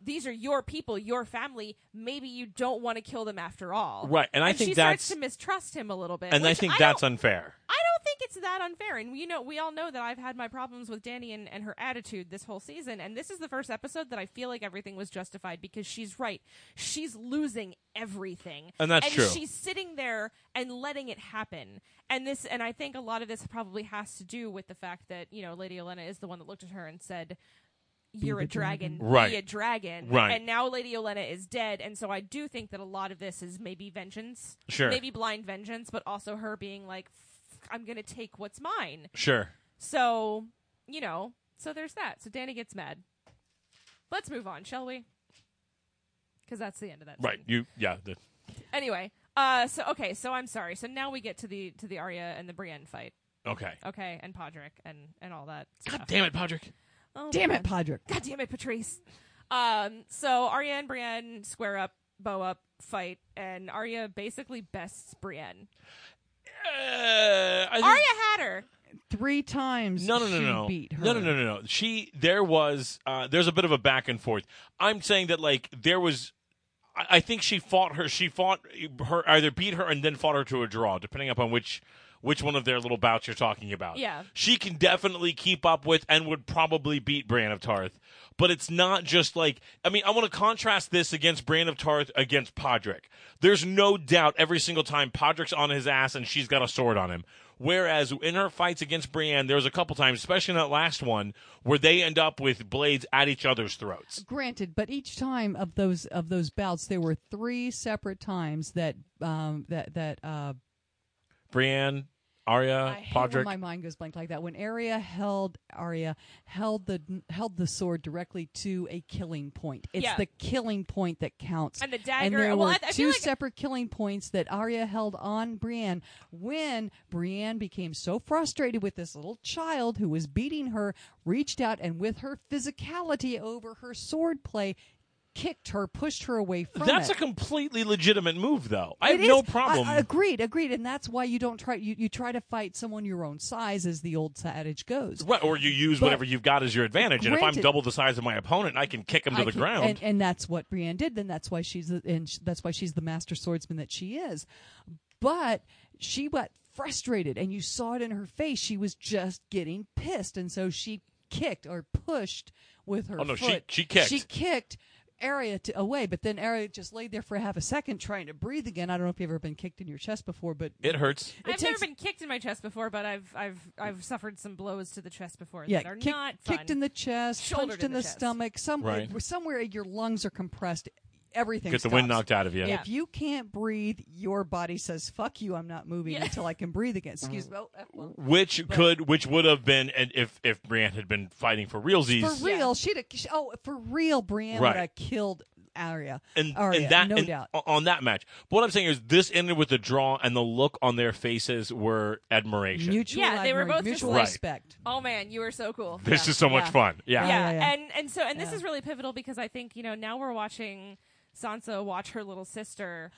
[SPEAKER 2] these are your people, your family. Maybe you don't want to kill them after all.
[SPEAKER 1] Right, and I think
[SPEAKER 2] she
[SPEAKER 1] that's-
[SPEAKER 2] starts to mistrust him a little bit.
[SPEAKER 1] and I
[SPEAKER 2] which
[SPEAKER 1] think
[SPEAKER 2] don't-
[SPEAKER 1] that's unfair.
[SPEAKER 2] I don't think it's that unfair. And you know, we all know that I've had my problems with Danny and, and her attitude this whole season. And this is the first episode that I feel like everything was justified because she's right. She's losing everything.
[SPEAKER 1] And that's true.
[SPEAKER 2] she's sitting there and letting it happen. And this and I think a lot of this probably has to do with the fact that, you know, Lady Elena is the one that looked at her and said, You're
[SPEAKER 3] the
[SPEAKER 2] a dragon.
[SPEAKER 1] dragon." Right.
[SPEAKER 2] Be a dragon.
[SPEAKER 1] Right.
[SPEAKER 2] And now Lady Elena is dead. And so I do think that a lot of this is maybe vengeance.
[SPEAKER 1] Sure.
[SPEAKER 2] Maybe blind vengeance, but also her being like, "F- I'm going to take what's mine.
[SPEAKER 1] Sure.
[SPEAKER 2] So, you know, so there's that. So Danny gets mad. Let's move on, shall we? Because that's the end of that.
[SPEAKER 1] Right.
[SPEAKER 2] scene.
[SPEAKER 1] You. Yeah. The,
[SPEAKER 2] Anyway, uh, so okay, so I'm sorry. So now we get to the to the Arya and the Brienne fight,
[SPEAKER 1] okay.
[SPEAKER 3] Uh,
[SPEAKER 2] okay, and Podrick and and all that.
[SPEAKER 1] God
[SPEAKER 2] Stuff.
[SPEAKER 1] damn it, Podrick.
[SPEAKER 2] Oh,
[SPEAKER 3] Damn
[SPEAKER 2] man.
[SPEAKER 3] it, Podrick.
[SPEAKER 2] God damn it, Patrice. Um, so Arya and Brienne square up, bow up, fight, and Arya basically bests Brienne.
[SPEAKER 1] Uh, I think-
[SPEAKER 2] Arya had her.
[SPEAKER 3] Three times
[SPEAKER 1] No, no, no,
[SPEAKER 3] she
[SPEAKER 1] no,
[SPEAKER 3] beat her.
[SPEAKER 1] no, no, no, no, no. She there was uh, there's a bit of a back and forth. I'm saying that like there was, I, I think she fought her. She fought her either beat her and then fought her to a draw, depending upon which which one of their little bouts you're talking about.
[SPEAKER 2] Yeah.
[SPEAKER 1] she can definitely keep up with and would probably beat Bran of Tarth. But it's not just like I mean I want to contrast this against Bran of Tarth against Podrick. There's no doubt every single time Podrick's on his ass and she's got a sword on him. Whereas in her fights against Brienne, there was a couple times, especially in that last one, where they end up with blades at each other's throats.
[SPEAKER 3] Granted, but each time of those of those bouts, there were three separate times that um that that uh
[SPEAKER 1] Brienne, Arya,
[SPEAKER 3] I hate when
[SPEAKER 1] Podrick.
[SPEAKER 3] my mind goes blank like that. When Arya held Arya held the held the sword directly to a killing point. It's
[SPEAKER 2] Yeah.
[SPEAKER 3] the killing point that counts.
[SPEAKER 2] And the
[SPEAKER 3] And
[SPEAKER 2] dagger.
[SPEAKER 3] there
[SPEAKER 2] well,
[SPEAKER 3] were
[SPEAKER 2] I, I
[SPEAKER 3] two
[SPEAKER 2] feel like
[SPEAKER 3] separate killing points that Arya held on Brienne when Brienne became so frustrated with this little child who was beating her, reached out and with her physicality over her sword play, kicked her, pushed her away from
[SPEAKER 1] That's
[SPEAKER 3] it.
[SPEAKER 1] a completely legitimate move, though. I have
[SPEAKER 3] It
[SPEAKER 1] no
[SPEAKER 3] is.
[SPEAKER 1] problem.
[SPEAKER 3] I- I- agreed, agreed, and that's why you don't try. You, you try to fight someone your own size, as the old adage goes.
[SPEAKER 1] Right, or you use
[SPEAKER 3] But-
[SPEAKER 1] whatever you've got as your advantage. and if I'm
[SPEAKER 3] Granted-
[SPEAKER 1] double the size of my opponent, I can kick him to
[SPEAKER 3] I
[SPEAKER 1] the
[SPEAKER 3] can-
[SPEAKER 1] ground.
[SPEAKER 3] and, and that's what Brienne did. Then that's why she's the, and sh- that's why she's the master swordsman that she is. But she got frustrated, and you saw it in her face. She was just getting pissed, and so she kicked or pushed with her
[SPEAKER 1] Oh, no, she-
[SPEAKER 3] foot.
[SPEAKER 1] she kicked.
[SPEAKER 3] She kicked. Area to, away, but then Area just laid there for half a second trying to breathe again. I don't know if you've ever been kicked in your chest before, but
[SPEAKER 1] it hurts.
[SPEAKER 2] I've
[SPEAKER 3] takes-
[SPEAKER 2] never been kicked in my chest before, but I've I've I've suffered some blows to the chest before
[SPEAKER 3] yeah,
[SPEAKER 2] that are
[SPEAKER 3] kick-
[SPEAKER 2] not fun.
[SPEAKER 3] kicked in the chest,
[SPEAKER 2] Shouldered
[SPEAKER 3] punched
[SPEAKER 2] in
[SPEAKER 3] in the,
[SPEAKER 2] the chest.
[SPEAKER 3] stomach, somewhere,
[SPEAKER 1] Right.
[SPEAKER 3] somewhere your lungs are compressed. Everything
[SPEAKER 1] Get the wind
[SPEAKER 3] stops.
[SPEAKER 1] knocked out of you.
[SPEAKER 2] Yeah.
[SPEAKER 3] If you can't breathe, your body says, fuck you, I'm not moving
[SPEAKER 2] Yeah. Mm-hmm.
[SPEAKER 3] until I can breathe again. Excuse me. Oh, F1.
[SPEAKER 1] Which could, which would have been, and if if Brienne had been fighting for realsies,
[SPEAKER 3] For
[SPEAKER 2] Yeah.
[SPEAKER 3] real, she'd have, she, oh, for real, Brienne
[SPEAKER 1] Right.
[SPEAKER 3] would have killed Arya.
[SPEAKER 1] and,
[SPEAKER 2] Oh,
[SPEAKER 3] Arya,
[SPEAKER 1] and that
[SPEAKER 3] no
[SPEAKER 1] and
[SPEAKER 3] doubt.
[SPEAKER 1] o- on that match. But what I'm saying is, this ended with the draw, and the look on their faces were admiration.
[SPEAKER 3] Mutual
[SPEAKER 2] Yeah, they were
[SPEAKER 3] admiration,
[SPEAKER 2] both just
[SPEAKER 3] mutual
[SPEAKER 1] like-
[SPEAKER 3] respect.
[SPEAKER 2] oh man, you were so cool.
[SPEAKER 1] this
[SPEAKER 2] yeah.
[SPEAKER 1] is so much
[SPEAKER 3] Yeah.
[SPEAKER 1] fun. Yeah.
[SPEAKER 3] Yeah.
[SPEAKER 2] yeah. and and so and this
[SPEAKER 3] Yeah.
[SPEAKER 2] is really pivotal because I think you know now we're watching Sansa watch her little sister.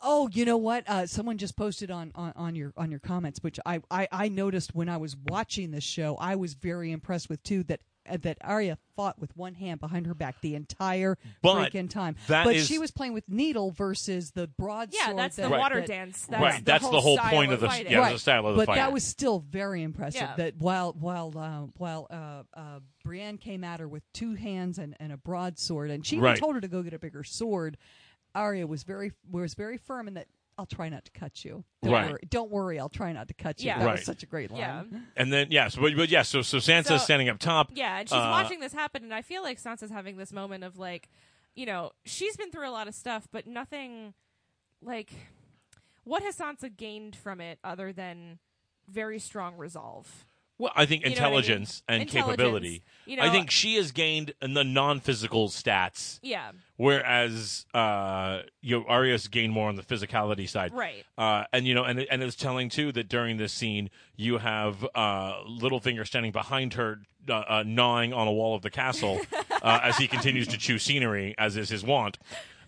[SPEAKER 3] Oh, you know what? Uh, someone just posted on, on, on your on your comments, which I, I, I noticed when I was watching this show. I was very impressed with too that uh, that Arya fought with one hand behind her back the entire
[SPEAKER 1] But
[SPEAKER 3] freaking time.
[SPEAKER 1] that
[SPEAKER 3] but
[SPEAKER 1] is-
[SPEAKER 3] she was playing with needle versus the broadsword.
[SPEAKER 2] Yeah, that's the
[SPEAKER 3] that-
[SPEAKER 1] Right.
[SPEAKER 2] water
[SPEAKER 3] that-
[SPEAKER 2] dance. That's
[SPEAKER 1] Right, that's the whole
[SPEAKER 2] style
[SPEAKER 1] point of the-
[SPEAKER 2] fighting.
[SPEAKER 1] yeah, it was a style of the
[SPEAKER 3] but
[SPEAKER 1] fight.
[SPEAKER 3] that was still very impressive.
[SPEAKER 2] Yeah.
[SPEAKER 3] That while while uh, while uh, uh, Brienne came at her with two hands and, and a broadsword, and she even
[SPEAKER 1] Right.
[SPEAKER 3] told her to go get a bigger sword, Arya was very was very firm in that. I'll try not to cut you. Don't
[SPEAKER 1] Right.
[SPEAKER 3] Worry. Don't worry. I'll try not to cut you.
[SPEAKER 2] Yeah.
[SPEAKER 3] That
[SPEAKER 1] Right.
[SPEAKER 3] was such a great line.
[SPEAKER 2] Yeah. Um,
[SPEAKER 1] And then yeah, so but, but yeah, so so Sansa's
[SPEAKER 2] So-
[SPEAKER 1] standing up top.
[SPEAKER 2] Yeah, and she's
[SPEAKER 1] Uh,
[SPEAKER 2] watching this happen, and I feel like Sansa's having this moment of like, you know, she's been through a lot of stuff, but nothing like what has Sansa gained from it other than very strong resolve,
[SPEAKER 1] Well, I think
[SPEAKER 2] You know what I mean?
[SPEAKER 1] intelligence and
[SPEAKER 2] Intelligence,
[SPEAKER 1] capability.
[SPEAKER 2] You know,
[SPEAKER 1] I think she has gained in the non-physical stats,
[SPEAKER 2] yeah,
[SPEAKER 1] whereas uh, you know, Arya's gained more on the physicality side.
[SPEAKER 2] right.
[SPEAKER 1] Uh, and you know, and and it's telling too that during this scene you have uh, Littlefinger standing behind her, uh, uh, gnawing on a wall of the castle uh, as he continues to chew scenery, as is his wont.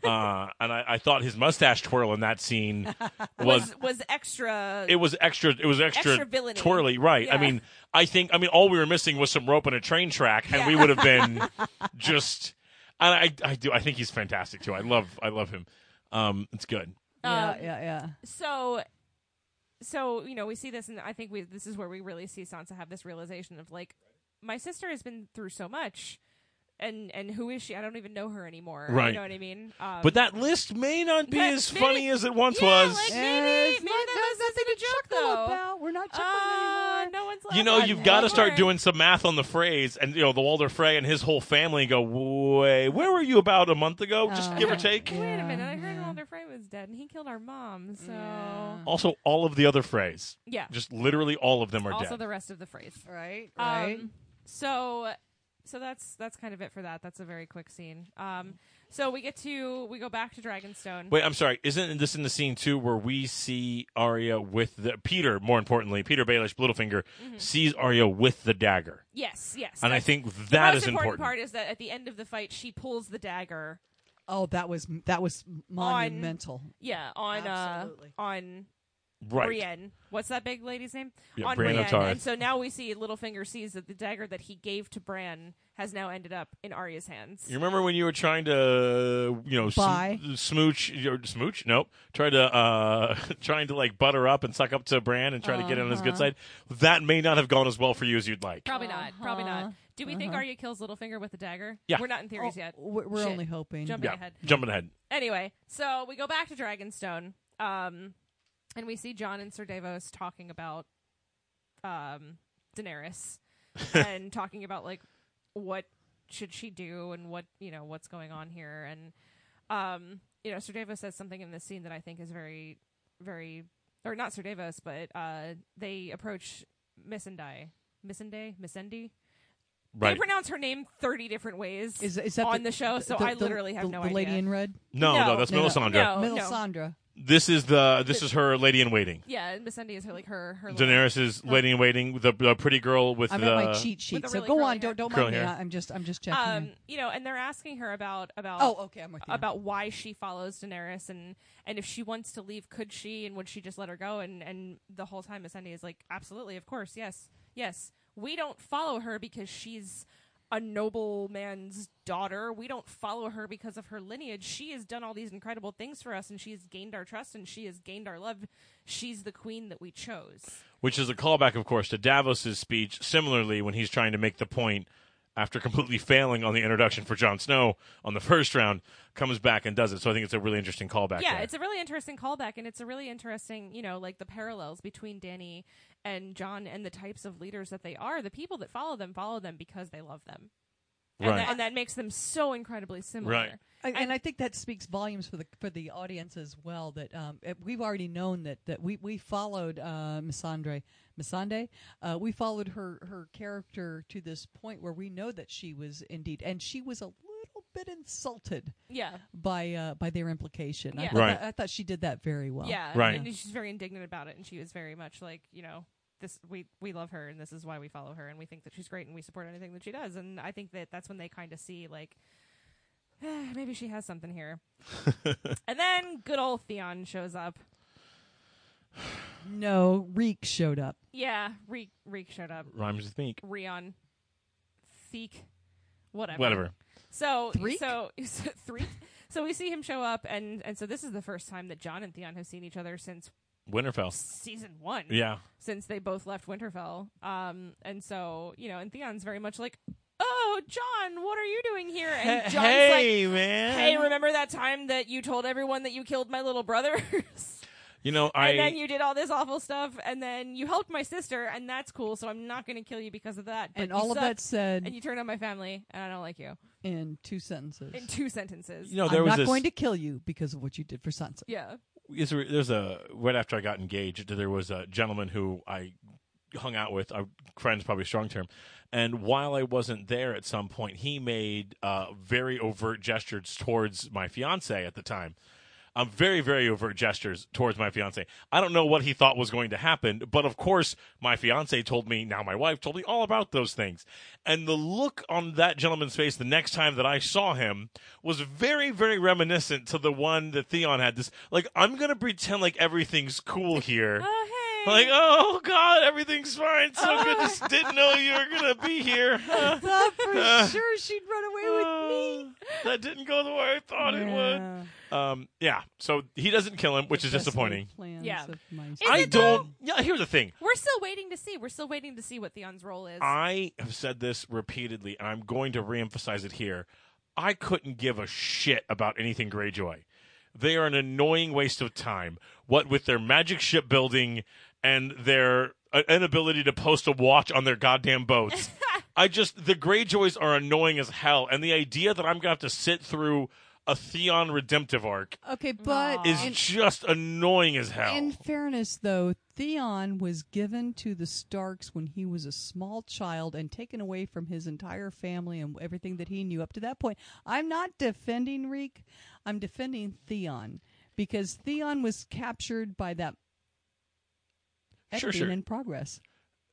[SPEAKER 1] Uh, and I, I thought his mustache twirl in that scene was
[SPEAKER 2] Was was extra.
[SPEAKER 1] it was extra it was extra,
[SPEAKER 2] Extra villainy.
[SPEAKER 1] twirly right i
[SPEAKER 2] Yeah.
[SPEAKER 1] mean i think i mean all we were missing was some rope and a train track and we would have been just and I, I do. I think he's fantastic too. I love, I love him. Um, it's good.
[SPEAKER 3] yeah,
[SPEAKER 2] Um,
[SPEAKER 3] yeah, yeah.
[SPEAKER 2] so so you know we see this and i think we this is where we really see sansa have this realization of like my sister has been through so much and and who is she i don't even know her anymore
[SPEAKER 1] Right.
[SPEAKER 2] you know what i mean um,
[SPEAKER 1] But that list may not be
[SPEAKER 2] that
[SPEAKER 1] as
[SPEAKER 2] may-
[SPEAKER 1] funny as it once
[SPEAKER 2] yeah,
[SPEAKER 1] was.
[SPEAKER 2] like- Maybe-
[SPEAKER 3] Yeah, it's
[SPEAKER 2] maybe
[SPEAKER 3] not-
[SPEAKER 2] that
[SPEAKER 3] there's
[SPEAKER 2] has nothing to joke,
[SPEAKER 3] chuckle
[SPEAKER 2] though.
[SPEAKER 3] about. We're not chuckling
[SPEAKER 2] uh,
[SPEAKER 3] anymore.
[SPEAKER 2] no one's
[SPEAKER 1] you
[SPEAKER 2] laughing
[SPEAKER 1] know, you've got to start
[SPEAKER 2] anymore.
[SPEAKER 1] doing some math on the phrase, and you know the Walder Frey and his whole family and go, "Wait, where were you about a month ago? Just
[SPEAKER 3] Uh,
[SPEAKER 1] give or take."
[SPEAKER 3] yeah.
[SPEAKER 2] wait a minute i heard
[SPEAKER 3] yeah.
[SPEAKER 2] walter frey was dead and he killed our mom so yeah,
[SPEAKER 3] Yeah.
[SPEAKER 1] Also, all of the other Freys, just literally all of them are
[SPEAKER 2] also
[SPEAKER 1] dead.
[SPEAKER 2] the rest of the phrase
[SPEAKER 3] Right, right.
[SPEAKER 2] Um, so so that's that's kind of it for that. That's a very quick scene. Um, so we get to we go back to Dragonstone.
[SPEAKER 1] Wait, I'm sorry. Isn't this in the scene too, where we see Arya with the Peter? More importantly, Peter Baelish, Littlefinger, sees Arya with the dagger,
[SPEAKER 2] yes, Mm-hmm. yes.
[SPEAKER 1] and I
[SPEAKER 2] that's-
[SPEAKER 1] think
[SPEAKER 2] the
[SPEAKER 1] that
[SPEAKER 2] most
[SPEAKER 1] is
[SPEAKER 2] important,
[SPEAKER 1] important.
[SPEAKER 2] part is that at the end of the fight, she pulls the dagger.
[SPEAKER 3] oh, that was that was
[SPEAKER 2] Oh,
[SPEAKER 3] monumental.
[SPEAKER 2] Yeah, on uh,
[SPEAKER 3] Absolutely.
[SPEAKER 2] on
[SPEAKER 1] right?
[SPEAKER 2] Brienne. What's that big lady's name?
[SPEAKER 1] Yeah,
[SPEAKER 2] on
[SPEAKER 1] Brienne of Tarth.
[SPEAKER 2] And so now we see Littlefinger sees that the dagger that he gave to Bran has now ended up in Arya's hands.
[SPEAKER 1] You remember when you were trying to, you know, sm-
[SPEAKER 3] Buy.
[SPEAKER 1] smooch, your- smooch? Nope. Try to, uh, trying to like butter up and suck up to Bran and try to get in on his good
[SPEAKER 3] Uh-huh.
[SPEAKER 1] side. That may not have gone as well for you as you'd like.
[SPEAKER 2] Probably not. Probably not.
[SPEAKER 3] Uh-huh.
[SPEAKER 2] Do we think
[SPEAKER 3] Uh-huh.
[SPEAKER 2] Arya kills Littlefinger with the dagger?
[SPEAKER 1] Yeah.
[SPEAKER 2] We're not in theories
[SPEAKER 3] Oh,
[SPEAKER 2] yet.
[SPEAKER 3] We're, we're
[SPEAKER 2] Shit.
[SPEAKER 3] only hoping.
[SPEAKER 2] Jump
[SPEAKER 1] Yeah,
[SPEAKER 2] ahead.
[SPEAKER 1] jumping ahead.
[SPEAKER 2] Anyway, so we go back to Dragonstone, um, and we see John and Sir Davos talking about um, Daenerys and talking about like what should she do and what you know what's going on here, and um, you know Sir Davos says something in this scene that I think is very, very, or not Sir Davos, but uh, they approach Missandei, Missandei, Missandei. They
[SPEAKER 1] Right.
[SPEAKER 2] pronounce her name thirty different ways.
[SPEAKER 3] Is, is that
[SPEAKER 2] on the show, so I literally have
[SPEAKER 3] the,
[SPEAKER 2] no
[SPEAKER 3] the lady
[SPEAKER 2] idea.
[SPEAKER 3] in red,
[SPEAKER 1] No, no,
[SPEAKER 2] No.
[SPEAKER 1] that's
[SPEAKER 3] No, no.
[SPEAKER 1] Melisandre.
[SPEAKER 2] No. Oh,
[SPEAKER 3] Melisandre.
[SPEAKER 1] This is the, this is her lady in waiting.
[SPEAKER 2] yeah, and Missandei is her like her her little-
[SPEAKER 1] Daenerys is lady in waiting, the, the pretty girl with
[SPEAKER 3] I'm
[SPEAKER 1] the.
[SPEAKER 3] at my cheat sheet,
[SPEAKER 2] the
[SPEAKER 3] so
[SPEAKER 2] really
[SPEAKER 3] go
[SPEAKER 2] curly
[SPEAKER 3] on.
[SPEAKER 2] hair.
[SPEAKER 3] Don't don't
[SPEAKER 1] Curly
[SPEAKER 3] mind me.
[SPEAKER 1] hair.
[SPEAKER 3] I- I'm just I'm just checking.
[SPEAKER 2] um
[SPEAKER 3] in.
[SPEAKER 2] you know and they're asking her about about
[SPEAKER 3] Mm-hmm. oh, okay, I'm with you.
[SPEAKER 2] about why she follows daenerys and and if she wants to leave could she and would she just let her go and and the whole time Missandei is like absolutely of course yes yes we don't follow her because she's a noble man's daughter we don't follow her because of her lineage she has done all these incredible things for us and she has gained our trust and she has gained our love she's the queen that we chose
[SPEAKER 1] which is a callback, of course, to Davos's speech. Similarly, when he's trying to make the point after completely failing on the introduction for Jon Snow on the first round, comes back and does it. So I think it's a really interesting callback.
[SPEAKER 2] yeah
[SPEAKER 1] there.
[SPEAKER 2] it's a really interesting callback and it's a really interesting you know like the parallels between danny and john and the types of leaders that they are the people that follow them follow them because they love them and,
[SPEAKER 1] Right.
[SPEAKER 2] that, and that makes them so incredibly similar
[SPEAKER 1] Right.
[SPEAKER 3] I, and I think that speaks volumes for the for the audience as well. That um, it- we've already known that that we we followed uh, Missandre Missandei. Uh, we followed her her character to this point where we know that she was indeed, and she was a little bit insulted
[SPEAKER 2] yeah
[SPEAKER 3] by uh, by their implication. I
[SPEAKER 2] Yeah.
[SPEAKER 3] thought
[SPEAKER 1] Right.
[SPEAKER 3] that- I thought she did that very well.
[SPEAKER 2] yeah
[SPEAKER 1] Right.
[SPEAKER 2] and she's very indignant about it and she was very much like you know this we we love her and this is why we follow her and we think that she's great and we support anything that she does and i think that that's when they kind of see like maybe she has something here and then good old theon shows up
[SPEAKER 3] No, Reek showed up.
[SPEAKER 2] Yeah, Reek Reek showed up.
[SPEAKER 1] Rhymes with meek.
[SPEAKER 2] Rion, Theek, whatever.
[SPEAKER 1] Whatever.
[SPEAKER 2] So
[SPEAKER 3] Threek?
[SPEAKER 2] so so Threek. So we see him show up, and and so this is the first time that John and Theon have seen each other since
[SPEAKER 1] Winterfell.
[SPEAKER 2] season one.
[SPEAKER 1] Yeah.
[SPEAKER 2] Since they both left Winterfell. Um, and so you know, and Theon's very much like, "Oh, John, what are you doing here?" And John's like.
[SPEAKER 1] man.
[SPEAKER 2] Hey, remember that time that you told everyone that you killed my little brothers?
[SPEAKER 1] You know, I.
[SPEAKER 2] and then you did all this awful stuff, and then you helped my sister, and that's cool. So I'm not going to kill you because of that. but
[SPEAKER 3] And
[SPEAKER 2] you
[SPEAKER 3] all of
[SPEAKER 2] suck,
[SPEAKER 3] that said
[SPEAKER 2] and you turned on my family, and I don't like you.
[SPEAKER 3] in two sentences.
[SPEAKER 2] In two sentences.
[SPEAKER 1] you know, Oh, there
[SPEAKER 3] I'm
[SPEAKER 1] was
[SPEAKER 3] not
[SPEAKER 1] this.
[SPEAKER 3] going to kill you because of what you did for Sansa.
[SPEAKER 2] yeah.
[SPEAKER 1] is there, there's a right after I got engaged, there was a gentleman who I hung out with. I, friends probably a strong term. And while I wasn't there at some point, he made uh, very overt gestures towards my fiance at the time. Um, very, very overt gestures towards my fiance. I don't know what he thought was going to happen, but of course, my fiance told me, now my wife told me all about those things. And the look on that gentleman's face the next time that I saw him was very, very reminiscent to the one that Theon had. This, like, I'm going to pretend like everything's cool here.
[SPEAKER 2] Oh, hey.
[SPEAKER 1] Like, oh God, everything's fine.
[SPEAKER 2] Oh.
[SPEAKER 1] So good. Just didn't know you were gonna be here.
[SPEAKER 3] I thought for sure she'd run away with me.
[SPEAKER 1] that didn't go the way I thought it
[SPEAKER 3] Yeah.
[SPEAKER 1] would. Um, yeah. So he doesn't kill him, which is
[SPEAKER 3] Best laid
[SPEAKER 1] disappointing.
[SPEAKER 3] plans
[SPEAKER 2] Yeah.
[SPEAKER 3] of mice.
[SPEAKER 2] Is
[SPEAKER 1] I
[SPEAKER 2] it
[SPEAKER 1] don't. Yeah. Here's the thing.
[SPEAKER 2] We're still waiting to see. We're still waiting to see what Theon's role is.
[SPEAKER 1] I have said this repeatedly, and I'm going to reemphasize it here. I couldn't give a shit about anything Greyjoy. They are an annoying waste of time. What with their magic ship building and their uh, inability to post a watch on their goddamn boats. I just the Greyjoys are annoying as hell, and the idea that I'm gonna have to sit through a Theon redemptive arc
[SPEAKER 3] Okay, but
[SPEAKER 1] is
[SPEAKER 3] in,
[SPEAKER 1] just annoying as hell.
[SPEAKER 3] in fairness, though, Theon was given to the Starks when he was a small child and taken away from his entire family and everything that he knew up to that point. I'm not defending Reek. I'm defending Theon because Theon was captured by that
[SPEAKER 1] Sure,
[SPEAKER 3] editing
[SPEAKER 1] sure.
[SPEAKER 3] in progress.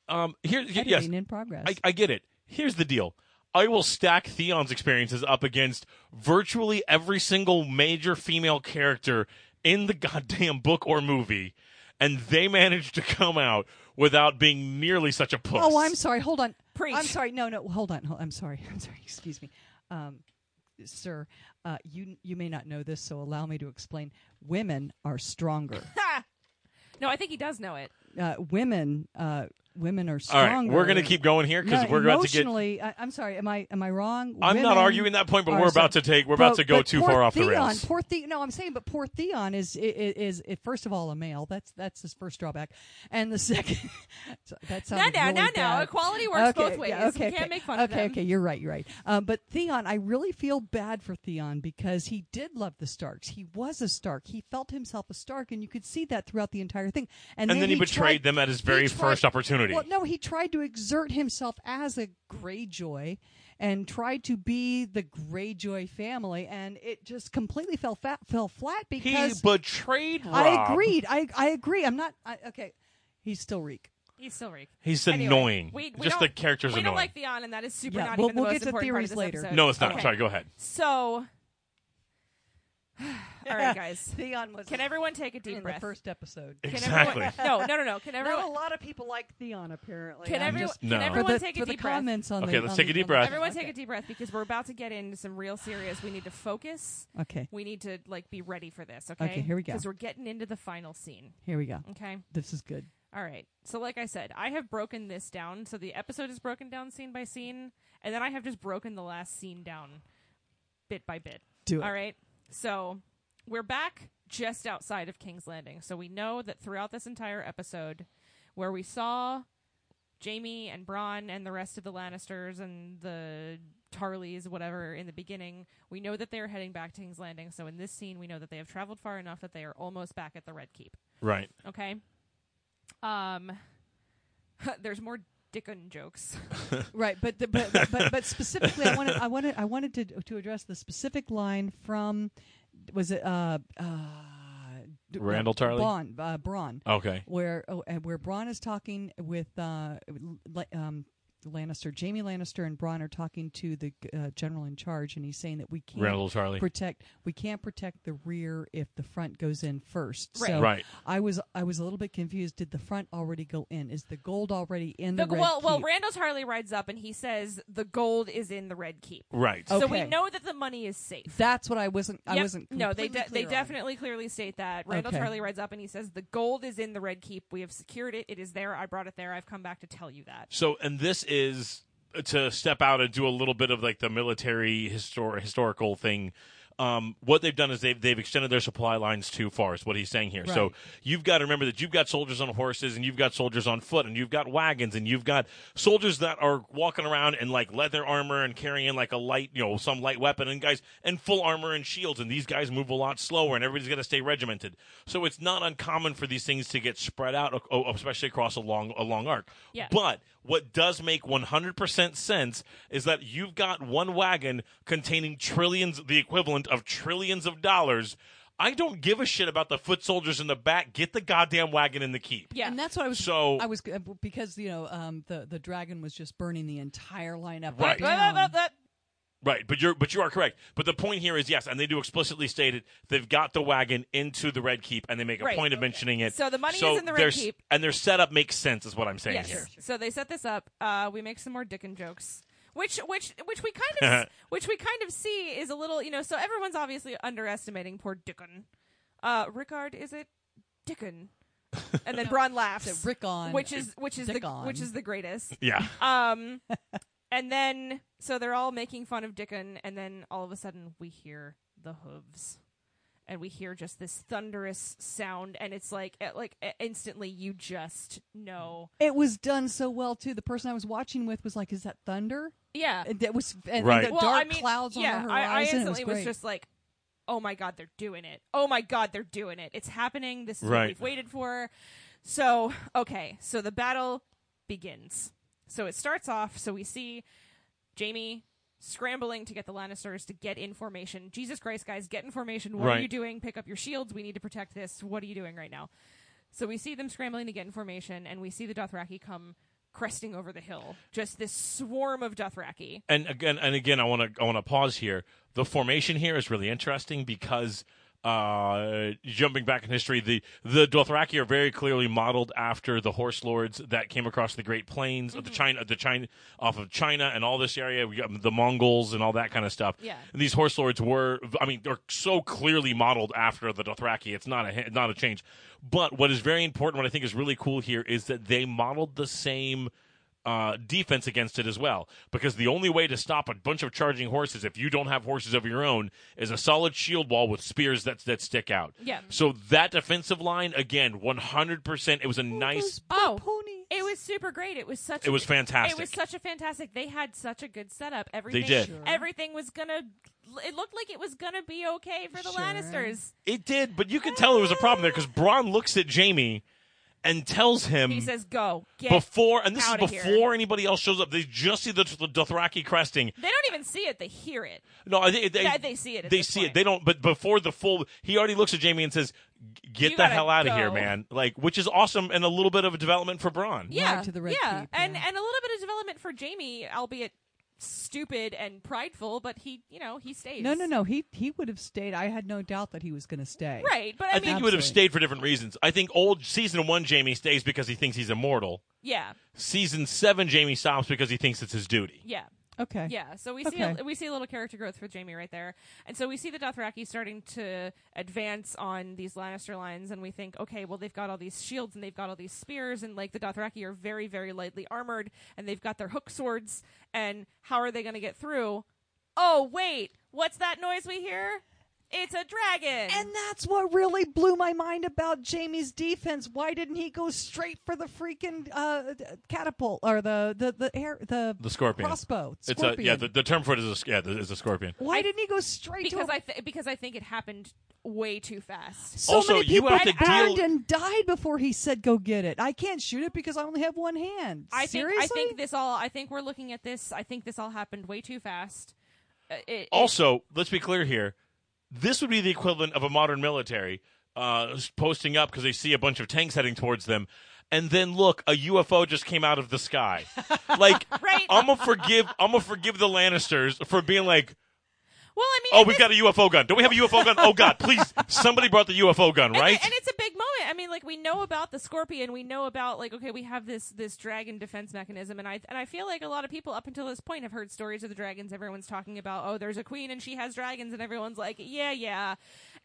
[SPEAKER 1] um, here, y-
[SPEAKER 3] Editing
[SPEAKER 1] yes,
[SPEAKER 3] in progress.
[SPEAKER 1] I, I get it. Here's the deal. I will stack Theon's experiences up against virtually every single major female character in the goddamn book or movie, and they managed to come out without being nearly such a puss.
[SPEAKER 3] Oh, I'm sorry. Hold on.
[SPEAKER 2] Preach.
[SPEAKER 3] I'm sorry. No, no. Hold on. Hold, I'm sorry. I'm sorry. Excuse me, um, sir. Uh, you you may not know this, so allow me to explain. Women are stronger.
[SPEAKER 2] no, I think he does know it.
[SPEAKER 3] uh, women uh, women are
[SPEAKER 1] All right,
[SPEAKER 3] stronger.
[SPEAKER 1] we're going to keep going here because
[SPEAKER 3] No,
[SPEAKER 1] we're about to get.
[SPEAKER 3] emotionally, I, I'm sorry. Am I am I wrong?
[SPEAKER 1] I'm not
[SPEAKER 3] Women
[SPEAKER 1] arguing that point, but
[SPEAKER 3] are
[SPEAKER 1] we're about
[SPEAKER 3] so-
[SPEAKER 1] to take. We're
[SPEAKER 3] But-
[SPEAKER 1] about to go
[SPEAKER 3] but
[SPEAKER 1] too
[SPEAKER 3] poor
[SPEAKER 1] far off the
[SPEAKER 3] Theon,
[SPEAKER 1] rails.
[SPEAKER 3] Poor Theon. No, I'm saying, but poor Theon is is, is, is first of all a male. That's that's his first drawback, and the second. that
[SPEAKER 2] No,
[SPEAKER 3] sounded
[SPEAKER 2] no,
[SPEAKER 3] really
[SPEAKER 2] no, no.
[SPEAKER 3] bad
[SPEAKER 2] Equality works both ways.
[SPEAKER 3] yeah,
[SPEAKER 2] you can't make fun
[SPEAKER 3] okay,
[SPEAKER 2] of them.
[SPEAKER 3] Okay, you're right, you're right. Um, but Theon, I really feel bad for Theon because he did love the Starks. He was a Stark. He felt himself a Stark, and you could see that throughout the entire thing. And,
[SPEAKER 1] And then he betrayed
[SPEAKER 3] tried-
[SPEAKER 1] them at his
[SPEAKER 3] he
[SPEAKER 1] very
[SPEAKER 3] tried-
[SPEAKER 1] first opportunity.
[SPEAKER 3] Well, no, he tried to exert himself as a Greyjoy and tried to be the Greyjoy family, and it just completely fell fat, fell flat
[SPEAKER 1] He
[SPEAKER 3] because
[SPEAKER 1] betrayed Rob.
[SPEAKER 3] I agreed. I I agree. I'm not I, okay. He's still reek.
[SPEAKER 2] He's still Reek.
[SPEAKER 1] He's
[SPEAKER 2] Anyway,
[SPEAKER 1] annoying.
[SPEAKER 2] we- we
[SPEAKER 1] Just the
[SPEAKER 2] don't-
[SPEAKER 1] character's
[SPEAKER 2] we
[SPEAKER 1] annoying.
[SPEAKER 2] don't like Theon, and that is super
[SPEAKER 3] Yeah,
[SPEAKER 2] not
[SPEAKER 3] we'll-
[SPEAKER 2] even the
[SPEAKER 3] we'll
[SPEAKER 2] most
[SPEAKER 3] get to
[SPEAKER 2] important part of
[SPEAKER 3] theories
[SPEAKER 2] this
[SPEAKER 3] later.
[SPEAKER 2] episode.
[SPEAKER 1] no, it's not.
[SPEAKER 2] Okay.
[SPEAKER 1] Sorry, go ahead.
[SPEAKER 2] So, all right, guys.
[SPEAKER 3] Theon was
[SPEAKER 2] Can everyone take a deep
[SPEAKER 3] in
[SPEAKER 2] breath?
[SPEAKER 3] the first episode.
[SPEAKER 2] Can
[SPEAKER 1] Exactly.
[SPEAKER 2] Everyone, no, no, no, no. Can
[SPEAKER 3] Not a
[SPEAKER 2] everyone?
[SPEAKER 3] lot of people like Theon apparently.
[SPEAKER 2] Can,
[SPEAKER 3] I'm
[SPEAKER 2] everyone,
[SPEAKER 3] just-
[SPEAKER 2] can
[SPEAKER 1] No. For
[SPEAKER 2] everyone
[SPEAKER 3] for the,
[SPEAKER 2] take
[SPEAKER 3] for
[SPEAKER 2] a
[SPEAKER 3] the
[SPEAKER 2] deep breath?
[SPEAKER 3] comments on
[SPEAKER 1] Okay,
[SPEAKER 3] the.
[SPEAKER 1] let's
[SPEAKER 3] on
[SPEAKER 1] take
[SPEAKER 3] the-
[SPEAKER 1] a deep
[SPEAKER 3] on the-
[SPEAKER 1] breath.
[SPEAKER 2] Everyone take a deep breath because we're about to get into some real serious. We need to focus.
[SPEAKER 3] Okay,
[SPEAKER 2] We need to like be ready for this. Okay.
[SPEAKER 3] Okay, here we go.
[SPEAKER 2] Because we're getting into the final scene.
[SPEAKER 3] here we go.
[SPEAKER 2] Okay.
[SPEAKER 3] This is good.
[SPEAKER 2] All right. So, like I said, I have broken this down. So the episode is broken down scene by scene, and then I have just broken the last scene down bit by bit.
[SPEAKER 3] Do it.
[SPEAKER 2] All right. So we're back just outside of King's Landing. So we know that throughout this entire episode, where we saw Jamie and Braun and the rest of the Lannisters and the Tarleys, whatever, in the beginning, we know that they are heading back to King's Landing. So in this scene, we know that they have traveled far enough that they are almost back at the Red Keep.
[SPEAKER 1] Right.
[SPEAKER 2] Okay. Um, there's more Dickon jokes.
[SPEAKER 3] Right, but the, but, but but but specifically, I wanted I wanted I wanted to to address the specific line from was it uh uh d-
[SPEAKER 1] Randall Tarley?
[SPEAKER 3] Braun uh, Braun
[SPEAKER 1] Okay.
[SPEAKER 3] where oh, and where Braun is talking with uh L- um Lannister Jamie Lannister and Braun are talking to the uh, general in charge and he's saying that we can't
[SPEAKER 1] Randall Charlie.
[SPEAKER 3] protect we can't protect the rear if the front goes in first.
[SPEAKER 2] Right.
[SPEAKER 3] So
[SPEAKER 1] Right.
[SPEAKER 3] I was I was a little bit confused. Did the front already go in? Is the gold already in the,
[SPEAKER 2] The-
[SPEAKER 3] red
[SPEAKER 2] well, well,
[SPEAKER 3] keep?
[SPEAKER 2] Randall's Harley rides up and he says the gold is in the Red Keep,
[SPEAKER 1] Right.
[SPEAKER 2] so we
[SPEAKER 3] Okay.
[SPEAKER 2] know that the money is safe.
[SPEAKER 3] That's what I wasn't. I
[SPEAKER 2] Yep.
[SPEAKER 3] wasn't.
[SPEAKER 2] No, they
[SPEAKER 3] completely
[SPEAKER 2] de- they
[SPEAKER 3] clear on.
[SPEAKER 2] definitely clearly state that. Randall
[SPEAKER 3] Okay.
[SPEAKER 2] Charlie rides up and he says the gold is in the Red Keep. We have secured it. It is there. I brought it there. I've come back to tell you that.
[SPEAKER 1] So, and this is uh, to step out and do a little bit of like the military histor- historical thing. Um, what they've done is they've they've extended their supply lines too far. Is what he's saying here. So
[SPEAKER 3] Right.
[SPEAKER 1] you've got to remember that you've got soldiers on horses and you've got soldiers on foot and you've got wagons and you've got soldiers that are walking around in like leather armor and carrying like a light, you know, some light weapon and guys and full armor and shields and these guys move a lot slower and everybody's got to stay regimented. So it's not uncommon for these things to get spread out, o- o- especially across a long a long arc.
[SPEAKER 2] Yeah.
[SPEAKER 1] But what does make 100% sense is that you've got one wagon containing trillions, the equivalent of trillions of dollars. I don't give a shit about the foot soldiers in the back. Get the goddamn wagon in the keep.
[SPEAKER 2] Yeah.
[SPEAKER 3] And that's what I was.
[SPEAKER 1] So-
[SPEAKER 3] I was uh, because you know um, the the dragon was just burning the entire lineup.
[SPEAKER 1] Right.
[SPEAKER 3] down.
[SPEAKER 1] Right, but you're but you are correct. But the point here is yes, and they do explicitly state it. They've got the wagon into the red keep, and they make a
[SPEAKER 2] Right.
[SPEAKER 1] point of mentioning it.
[SPEAKER 2] So the money is in the Red
[SPEAKER 1] their s-
[SPEAKER 2] Keep.
[SPEAKER 1] and their setup makes sense, is what I'm saying
[SPEAKER 2] Yes.
[SPEAKER 1] here.
[SPEAKER 2] So they set this up. Uh, we make some more Dickon jokes. which which which we kind of which we kind of see is a little you know so everyone's obviously underestimating poor Dickon. Uh, Rickard is it Dickon? And then Bron laughs.
[SPEAKER 3] So Rick on,
[SPEAKER 2] which is which is the
[SPEAKER 3] Dickon.
[SPEAKER 2] which is the greatest.
[SPEAKER 1] Yeah.
[SPEAKER 2] Um, and then so they're all making fun of Dickon, and then all of a sudden we hear the hooves, and we hear just this thunderous sound, and it's like it, like i- instantly you just know,
[SPEAKER 3] it was done so well too. The person I was watching with was like, "Is that thunder?"
[SPEAKER 2] yeah.
[SPEAKER 3] And That was and
[SPEAKER 1] Right.
[SPEAKER 3] the
[SPEAKER 2] well,
[SPEAKER 3] dark
[SPEAKER 2] I mean,
[SPEAKER 3] clouds
[SPEAKER 2] yeah,
[SPEAKER 3] on the
[SPEAKER 2] I, I
[SPEAKER 3] horizon. it
[SPEAKER 2] instantly
[SPEAKER 3] was great.
[SPEAKER 2] just like, oh my god, they're doing it. Oh my god, they're doing it. It's happening. This is what
[SPEAKER 1] Right.
[SPEAKER 2] we've waited for. So okay, so the battle begins. So it starts off. So we see Jamie scrambling to get the Lannisters to get in formation. Jesus Christ, guys, get in formation. What are
[SPEAKER 1] Right.
[SPEAKER 2] you doing? Pick up your shields. We need to protect this. What are you doing right now? So we see them scrambling to get in formation, and we see the Dothraki come cresting over the hill. Just this swarm of Dothraki.
[SPEAKER 1] and again and again i want to i want to pause here the formation here is really interesting because uh, jumping back in history, the the Dothraki are very clearly modeled after the horse lords that came across the Great Plains of the China, the China off of China and all this area, we got the Mongols and all that kind of stuff.
[SPEAKER 2] Yeah.
[SPEAKER 1] And these horse lords were, I mean, they're so clearly modeled after the Dothraki. It's not a not a change. But what is very important, what I think is really cool here, is that they modeled the same uh, defense against it as well. Because the only way to stop a bunch of charging horses, if you don't have horses of your own, is a solid shield wall with spears that that stick out.
[SPEAKER 2] Yeah.
[SPEAKER 1] So that defensive line, again, one hundred percent. It was a nice.
[SPEAKER 3] Those poor
[SPEAKER 2] Oh,
[SPEAKER 3] ponies.
[SPEAKER 2] It was super great. It was such.
[SPEAKER 1] It was fantastic.
[SPEAKER 2] It was such a fantastic. They had such a good setup. Everything.
[SPEAKER 1] They did.
[SPEAKER 3] Sure.
[SPEAKER 2] Everything was gonna. It looked like it was gonna be okay for the
[SPEAKER 3] Sure.
[SPEAKER 2] Lannisters.
[SPEAKER 1] It did, but you could tell there was a problem there because Braun looks at Jamie and tells him.
[SPEAKER 2] He says, "Go get."
[SPEAKER 1] before, and this is
[SPEAKER 2] outta here.
[SPEAKER 1] before anybody else shows up. They just see the, the Dothraki cresting.
[SPEAKER 2] they don't even see it. They hear it.
[SPEAKER 1] No, I think they,
[SPEAKER 2] Yeah, they see it at
[SPEAKER 1] They
[SPEAKER 2] this
[SPEAKER 1] see
[SPEAKER 2] point.
[SPEAKER 1] it. They don't. But before the full, he already looks at Jamie and says, "G- "Get
[SPEAKER 2] You
[SPEAKER 1] the
[SPEAKER 2] gotta
[SPEAKER 1] hell out of
[SPEAKER 2] go."
[SPEAKER 1] here, man!" Like, which is awesome and a little bit of a development for Braun.
[SPEAKER 2] Yeah.
[SPEAKER 3] to the Red
[SPEAKER 2] yeah.
[SPEAKER 3] Keep,
[SPEAKER 2] And
[SPEAKER 3] yeah.
[SPEAKER 2] and a little bit of development for Jamie, albeit stupid and prideful, but he you know he stays.
[SPEAKER 3] no, no, no. He he would have stayed. I had no doubt that he was going to stay.
[SPEAKER 2] Right, but I,
[SPEAKER 1] I,
[SPEAKER 2] mean,
[SPEAKER 1] think he would have
[SPEAKER 3] Absolutely.
[SPEAKER 1] stayed for different reasons. I think old season one Jamie stays because he thinks he's immortal.
[SPEAKER 2] yeah,
[SPEAKER 1] Season seven Jamie stops because he thinks it's his duty.
[SPEAKER 2] yeah.
[SPEAKER 3] Okay.
[SPEAKER 2] Yeah, so we see a,
[SPEAKER 3] Okay.
[SPEAKER 2] we see a little character growth for Jamie right there, and so we see the Dothraki starting to advance on these Lannister lines, and we think, okay, well they've got all these shields and they've got all these spears, and like the Dothraki are very very lightly armored, and they've got their hook swords, and how are they going to get through? Oh wait, what's that noise we hear? It's a dragon.
[SPEAKER 3] And that's what really blew my mind about Jamie's defense. Why didn't he go straight for the freaking uh, catapult or the the the air the
[SPEAKER 1] The scorpion.
[SPEAKER 3] crossbow?
[SPEAKER 1] It's
[SPEAKER 3] Scorpion.
[SPEAKER 1] a yeah. The, the term for it is a, yeah, is a scorpion.
[SPEAKER 3] Why didn't he go straight
[SPEAKER 2] because
[SPEAKER 3] to? a-
[SPEAKER 2] I th- because I think it happened way too fast.
[SPEAKER 3] so
[SPEAKER 1] Also,
[SPEAKER 3] many
[SPEAKER 1] you
[SPEAKER 3] people
[SPEAKER 1] have to
[SPEAKER 3] burned
[SPEAKER 1] deal-
[SPEAKER 3] and died before he said go get it. I can't shoot it because I only have one hand.
[SPEAKER 2] I think
[SPEAKER 3] Seriously?
[SPEAKER 2] I think this all I think we're looking at this. I think this all happened way too fast. Uh, it- it-
[SPEAKER 1] Also, let's be clear here. This would be the equivalent of a modern military uh, s- posting up because they see a bunch of tanks heading towards them. And then look, a UFO just came out of the sky. Like,
[SPEAKER 2] Right.
[SPEAKER 1] I'm gonna forgive, I'm gonna forgive the Lannisters for being like,
[SPEAKER 2] Well, I mean,
[SPEAKER 1] oh,
[SPEAKER 2] and
[SPEAKER 1] we've
[SPEAKER 2] this-
[SPEAKER 1] got a UFO gun. Don't we have a UFO gun? Oh God, please, somebody brought the UFO gun,
[SPEAKER 2] and,
[SPEAKER 1] right?
[SPEAKER 2] and it's a big moment. I mean, like we know about the scorpion, we know about like okay, we have this this dragon defense mechanism, and I and I feel like a lot of people up until this point have heard stories of the dragons. Everyone's talking about oh, there's a queen and she has dragons, and everyone's like yeah, yeah,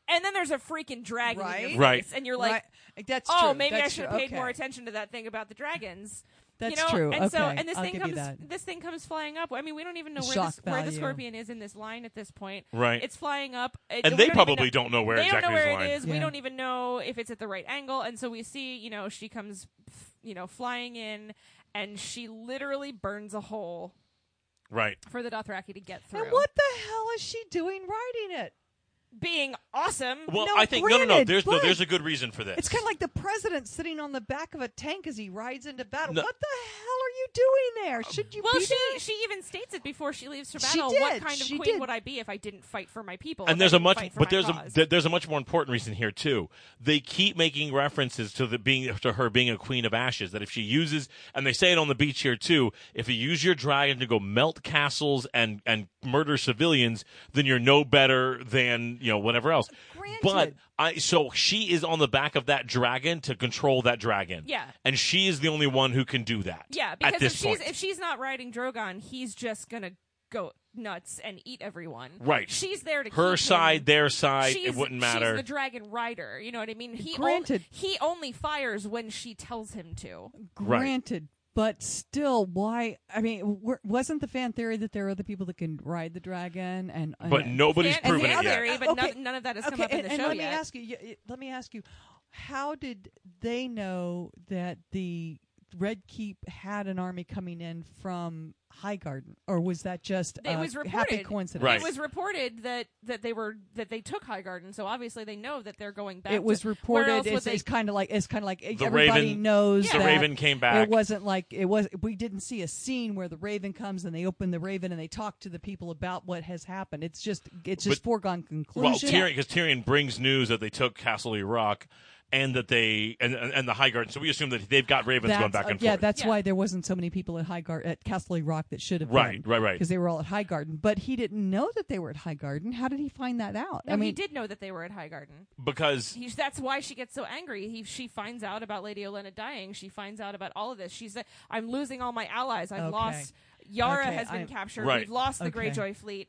[SPEAKER 2] and then there's a freaking dragon, in your face,
[SPEAKER 3] Right.
[SPEAKER 1] Right.
[SPEAKER 2] And you're like.
[SPEAKER 3] Right. that's
[SPEAKER 2] Oh,
[SPEAKER 3] true.
[SPEAKER 2] maybe I
[SPEAKER 3] That's
[SPEAKER 2] should
[SPEAKER 3] true.
[SPEAKER 2] have paid
[SPEAKER 3] Okay.
[SPEAKER 2] more attention to that thing about the dragons.
[SPEAKER 3] That's
[SPEAKER 2] you know?
[SPEAKER 3] true.
[SPEAKER 2] And
[SPEAKER 3] okay.
[SPEAKER 2] so, and this
[SPEAKER 3] I'll
[SPEAKER 2] thing
[SPEAKER 3] give you
[SPEAKER 2] comes,
[SPEAKER 3] that.
[SPEAKER 2] this thing comes flying up. I mean, we don't even know where,
[SPEAKER 3] Shock
[SPEAKER 2] this, where the
[SPEAKER 3] value.
[SPEAKER 2] scorpion is in this line at this point.
[SPEAKER 1] Right.
[SPEAKER 2] It's flying up,
[SPEAKER 1] And
[SPEAKER 2] It-
[SPEAKER 1] they
[SPEAKER 2] we don't even
[SPEAKER 1] probably
[SPEAKER 2] know-
[SPEAKER 1] don't know where
[SPEAKER 2] they
[SPEAKER 1] exactly
[SPEAKER 2] don't know
[SPEAKER 1] it's
[SPEAKER 2] where
[SPEAKER 1] lying.
[SPEAKER 2] it is. We
[SPEAKER 3] Yeah.
[SPEAKER 2] don't even know if it's at the right angle, and so we see, you know, she comes, f- you know, flying in, and she literally burns a hole
[SPEAKER 1] right.
[SPEAKER 2] for the Dothraki to get through.
[SPEAKER 3] and what the hell is she doing writing it?
[SPEAKER 2] being awesome?
[SPEAKER 1] Well,
[SPEAKER 3] No,
[SPEAKER 1] I think no, no, no.
[SPEAKER 3] granted,
[SPEAKER 1] There's no,
[SPEAKER 3] but-
[SPEAKER 1] there's a good reason for this.
[SPEAKER 3] It's kind of like the president sitting on the back of a tank as he rides into battle.
[SPEAKER 1] No.
[SPEAKER 3] What the hell are you doing there? Should you
[SPEAKER 2] Well,
[SPEAKER 3] be
[SPEAKER 2] she
[SPEAKER 3] there?
[SPEAKER 2] she even states it before she leaves for
[SPEAKER 3] She
[SPEAKER 2] battle. What
[SPEAKER 3] did.
[SPEAKER 2] kind of
[SPEAKER 3] She
[SPEAKER 2] queen
[SPEAKER 3] did.
[SPEAKER 2] would I be if I didn't fight for my people? if
[SPEAKER 1] and
[SPEAKER 2] I
[SPEAKER 1] there's a
[SPEAKER 2] didn't
[SPEAKER 1] much
[SPEAKER 2] fight for
[SPEAKER 1] but
[SPEAKER 2] my
[SPEAKER 1] there's a
[SPEAKER 2] cause?"
[SPEAKER 1] there- there's a much more important reason here too they keep making references to the being to her being a queen of ashes that if she uses and they say it on the beach here too if you use your dragon to go melt castles and and murder civilians then you're no better than and you know whatever else.
[SPEAKER 3] Granted.
[SPEAKER 1] But I so she is on the back of that dragon to control that dragon.
[SPEAKER 2] Yeah.
[SPEAKER 1] And she is the only one who can do that.
[SPEAKER 2] Yeah,
[SPEAKER 1] at
[SPEAKER 2] because
[SPEAKER 1] this
[SPEAKER 2] if she's
[SPEAKER 1] point.
[SPEAKER 2] if she's not riding Drogon, he's just gonna go nuts and eat everyone.
[SPEAKER 1] Right.
[SPEAKER 2] She's there to
[SPEAKER 1] her
[SPEAKER 2] keep him.
[SPEAKER 1] side, their side,
[SPEAKER 2] She's-
[SPEAKER 1] it wouldn't matter.
[SPEAKER 2] She's the dragon rider. You know what I mean? He on-
[SPEAKER 3] Granted.
[SPEAKER 2] he only fires when she tells him to.
[SPEAKER 1] Right.
[SPEAKER 3] Granted, but still, why? I mean, w- wasn't the fan theory that there are other people that can ride the dragon and? and
[SPEAKER 1] but nobody's
[SPEAKER 2] And-
[SPEAKER 1] proven
[SPEAKER 2] and
[SPEAKER 1] it
[SPEAKER 2] the
[SPEAKER 1] yet.
[SPEAKER 2] theory, but
[SPEAKER 3] Okay.
[SPEAKER 2] none, none of that has come
[SPEAKER 3] Okay,
[SPEAKER 2] up in
[SPEAKER 3] and,
[SPEAKER 2] the
[SPEAKER 3] and
[SPEAKER 2] show
[SPEAKER 3] let
[SPEAKER 2] yet.
[SPEAKER 3] me ask you. y- y- Let me ask you. How did they know that the Red Keep had an army coming in from Highgarden, or was that just
[SPEAKER 2] It
[SPEAKER 3] a
[SPEAKER 2] was
[SPEAKER 3] uh, happy
[SPEAKER 2] reported.
[SPEAKER 3] coincidence?
[SPEAKER 1] Right.
[SPEAKER 2] It was reported that that they were that they took Highgarden, so obviously they know that they're going back.
[SPEAKER 3] It was
[SPEAKER 2] to- Where
[SPEAKER 3] reported.
[SPEAKER 2] else would
[SPEAKER 3] It's,
[SPEAKER 2] they
[SPEAKER 3] kind of like it's kind of like
[SPEAKER 1] The
[SPEAKER 3] everybody
[SPEAKER 1] Raven-
[SPEAKER 3] knows
[SPEAKER 1] The
[SPEAKER 3] that
[SPEAKER 1] Raven came back.
[SPEAKER 3] It wasn't like it was. We didn't see a scene where the Raven comes and they open the Raven and they talk to the people about what has happened. It's just it's just
[SPEAKER 1] But-
[SPEAKER 3] foregone
[SPEAKER 1] well,
[SPEAKER 3] conclusion.
[SPEAKER 1] Tyrion because Tyrion brings news that they took Castle Rock and that they and and, and the High Garden. So we assume that they've got ravens
[SPEAKER 3] That's-
[SPEAKER 1] going back
[SPEAKER 3] uh,
[SPEAKER 1] and
[SPEAKER 3] yeah,
[SPEAKER 1] forth.
[SPEAKER 3] that's
[SPEAKER 2] Yeah.
[SPEAKER 3] why there wasn't so many people at Highgarden at Castle Rock that should have
[SPEAKER 1] Right,
[SPEAKER 3] been,
[SPEAKER 1] right, right.
[SPEAKER 3] because they were all at Highgarden. But he didn't know that they were at Highgarden. How did he find that out?
[SPEAKER 2] No,
[SPEAKER 3] I mean,
[SPEAKER 2] he did know that they were at Highgarden.
[SPEAKER 1] because
[SPEAKER 2] He, that's why she gets so angry. He, she finds out about Lady Olenna dying. She finds out about all of this. She's like, I'm losing all my allies. I've
[SPEAKER 3] Okay.
[SPEAKER 2] lost. Yara
[SPEAKER 3] Okay,
[SPEAKER 2] has been
[SPEAKER 3] I'm-
[SPEAKER 2] captured.
[SPEAKER 1] Right.
[SPEAKER 2] We've lost the
[SPEAKER 3] Okay.
[SPEAKER 2] Greyjoy fleet.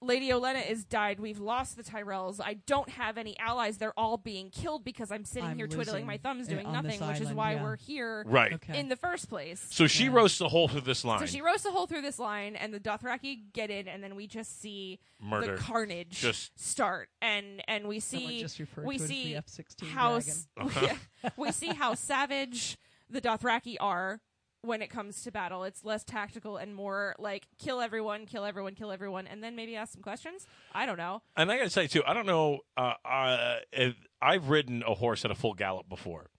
[SPEAKER 2] Lady Olenna is died. We've lost the Tyrells. I don't have any allies. They're all being killed because I'm sitting
[SPEAKER 3] I'm
[SPEAKER 2] here twiddling
[SPEAKER 3] losing
[SPEAKER 2] my thumbs
[SPEAKER 3] it
[SPEAKER 2] doing
[SPEAKER 3] on this
[SPEAKER 2] nothing, which is
[SPEAKER 3] island,
[SPEAKER 2] why
[SPEAKER 3] yeah.
[SPEAKER 2] we're here
[SPEAKER 1] right.
[SPEAKER 3] Okay.
[SPEAKER 2] in the first place.
[SPEAKER 1] So she
[SPEAKER 3] Yeah.
[SPEAKER 1] roasts the whole through this line.
[SPEAKER 2] So she roasts a hole through this line, and the Dothraki get in, and then we just see
[SPEAKER 1] Murder.
[SPEAKER 2] the carnage
[SPEAKER 1] Just-
[SPEAKER 2] start, and and we see
[SPEAKER 3] just referred
[SPEAKER 2] we
[SPEAKER 3] to it as the
[SPEAKER 2] see
[SPEAKER 3] F-16
[SPEAKER 2] how s- we, we see how savage the Dothraki are when it comes to battle. It's less tactical and more like kill everyone, kill everyone, kill everyone, and then maybe ask some questions. I don't know.
[SPEAKER 1] And I got to say too, I don't know. Uh, uh, if- I've ridden a horse at a full gallop before,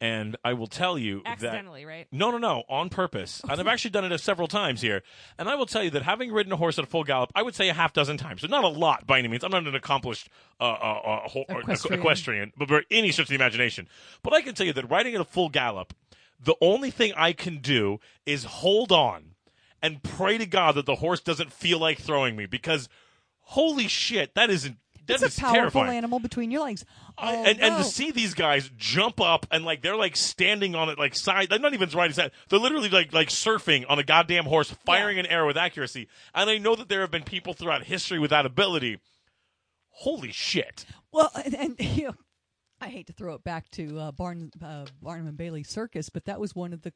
[SPEAKER 1] and I will tell you that
[SPEAKER 2] Accidentally, right?
[SPEAKER 1] no, no, no, on purpose. And I've actually done it several times here. And I will tell you that having ridden a horse at a full gallop, I would say a half dozen times. So not a lot by any means. I'm not an accomplished uh, uh, uh, ho- uh,
[SPEAKER 3] Equestrian.
[SPEAKER 1] equestrian, but by any stretch of the imagination. But I can tell you that riding at a full gallop, the only thing I can do is hold on and pray to God that the horse doesn't feel like throwing me because holy shit, that isn't.
[SPEAKER 3] it's
[SPEAKER 1] That is
[SPEAKER 3] a powerful
[SPEAKER 1] terrifying.
[SPEAKER 3] animal between your legs.
[SPEAKER 1] I-
[SPEAKER 3] Oh,
[SPEAKER 1] and, and
[SPEAKER 3] no.
[SPEAKER 1] to see these guys jump up and like they're like standing on it like side they're not even riding side they're literally like like surfing on a goddamn horse firing an arrow with accuracy and I know that there have been people throughout history with that ability holy shit
[SPEAKER 3] Well, and, and you know, I hate to throw it back to uh, Barn, uh, Barnum and Bailey Circus, but that was one of the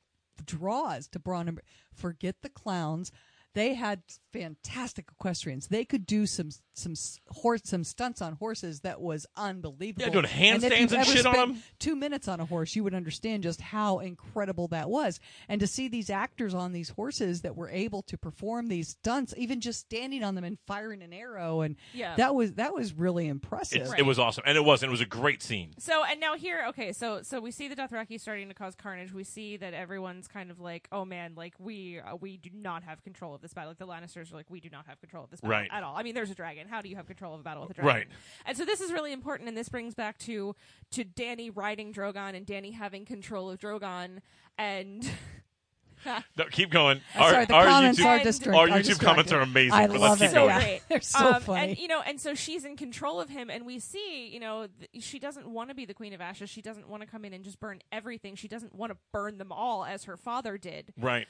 [SPEAKER 3] draws to Barnum. Forget the clowns. They had fantastic equestrians. They could do some some s- horse some stunts on horses that was unbelievable.
[SPEAKER 1] doing
[SPEAKER 3] And if
[SPEAKER 1] handstands
[SPEAKER 3] you've
[SPEAKER 1] and
[SPEAKER 3] ever
[SPEAKER 1] shit on
[SPEAKER 3] spent
[SPEAKER 1] 'em.
[SPEAKER 3] Two minutes on a horse, you would understand just how incredible that was. And to see these actors on these horses that were able to perform these stunts, even just standing on them and firing an arrow, and
[SPEAKER 2] Yeah.
[SPEAKER 3] that was that was really impressive.
[SPEAKER 1] It's- it was awesome and it was and it was a great scene
[SPEAKER 2] So and now here, okay, so so we see the Dothraki starting to cause carnage. We see that everyone's kind of like, oh man, like we uh, we do not have control of this battle. Like the Lannisters are like, we do not have control of this battle
[SPEAKER 1] Right.
[SPEAKER 2] at all. I mean, there's a dragon. How do you have control of a battle with a dragon?
[SPEAKER 1] Right.
[SPEAKER 2] And so this is really important, and this brings back to to Danny riding Drogon and Danny having control of Drogon and.
[SPEAKER 1] no, keep going
[SPEAKER 3] I'm sorry, the comments
[SPEAKER 1] YouTube,
[SPEAKER 3] are
[SPEAKER 2] And-
[SPEAKER 3] distract-
[SPEAKER 1] our
[SPEAKER 3] are
[SPEAKER 1] YouTube comments
[SPEAKER 3] distracting.
[SPEAKER 1] are amazing
[SPEAKER 3] I
[SPEAKER 1] but
[SPEAKER 3] love
[SPEAKER 1] let's keep
[SPEAKER 3] it.
[SPEAKER 1] going
[SPEAKER 3] yeah. They're so funny.
[SPEAKER 2] Um, And you know, and so she's in control of him, and we see, you know, th- she doesn't want to be the queen of ashes. She doesn't want to come in and just burn everything. She doesn't want to burn them all as her father did.
[SPEAKER 1] right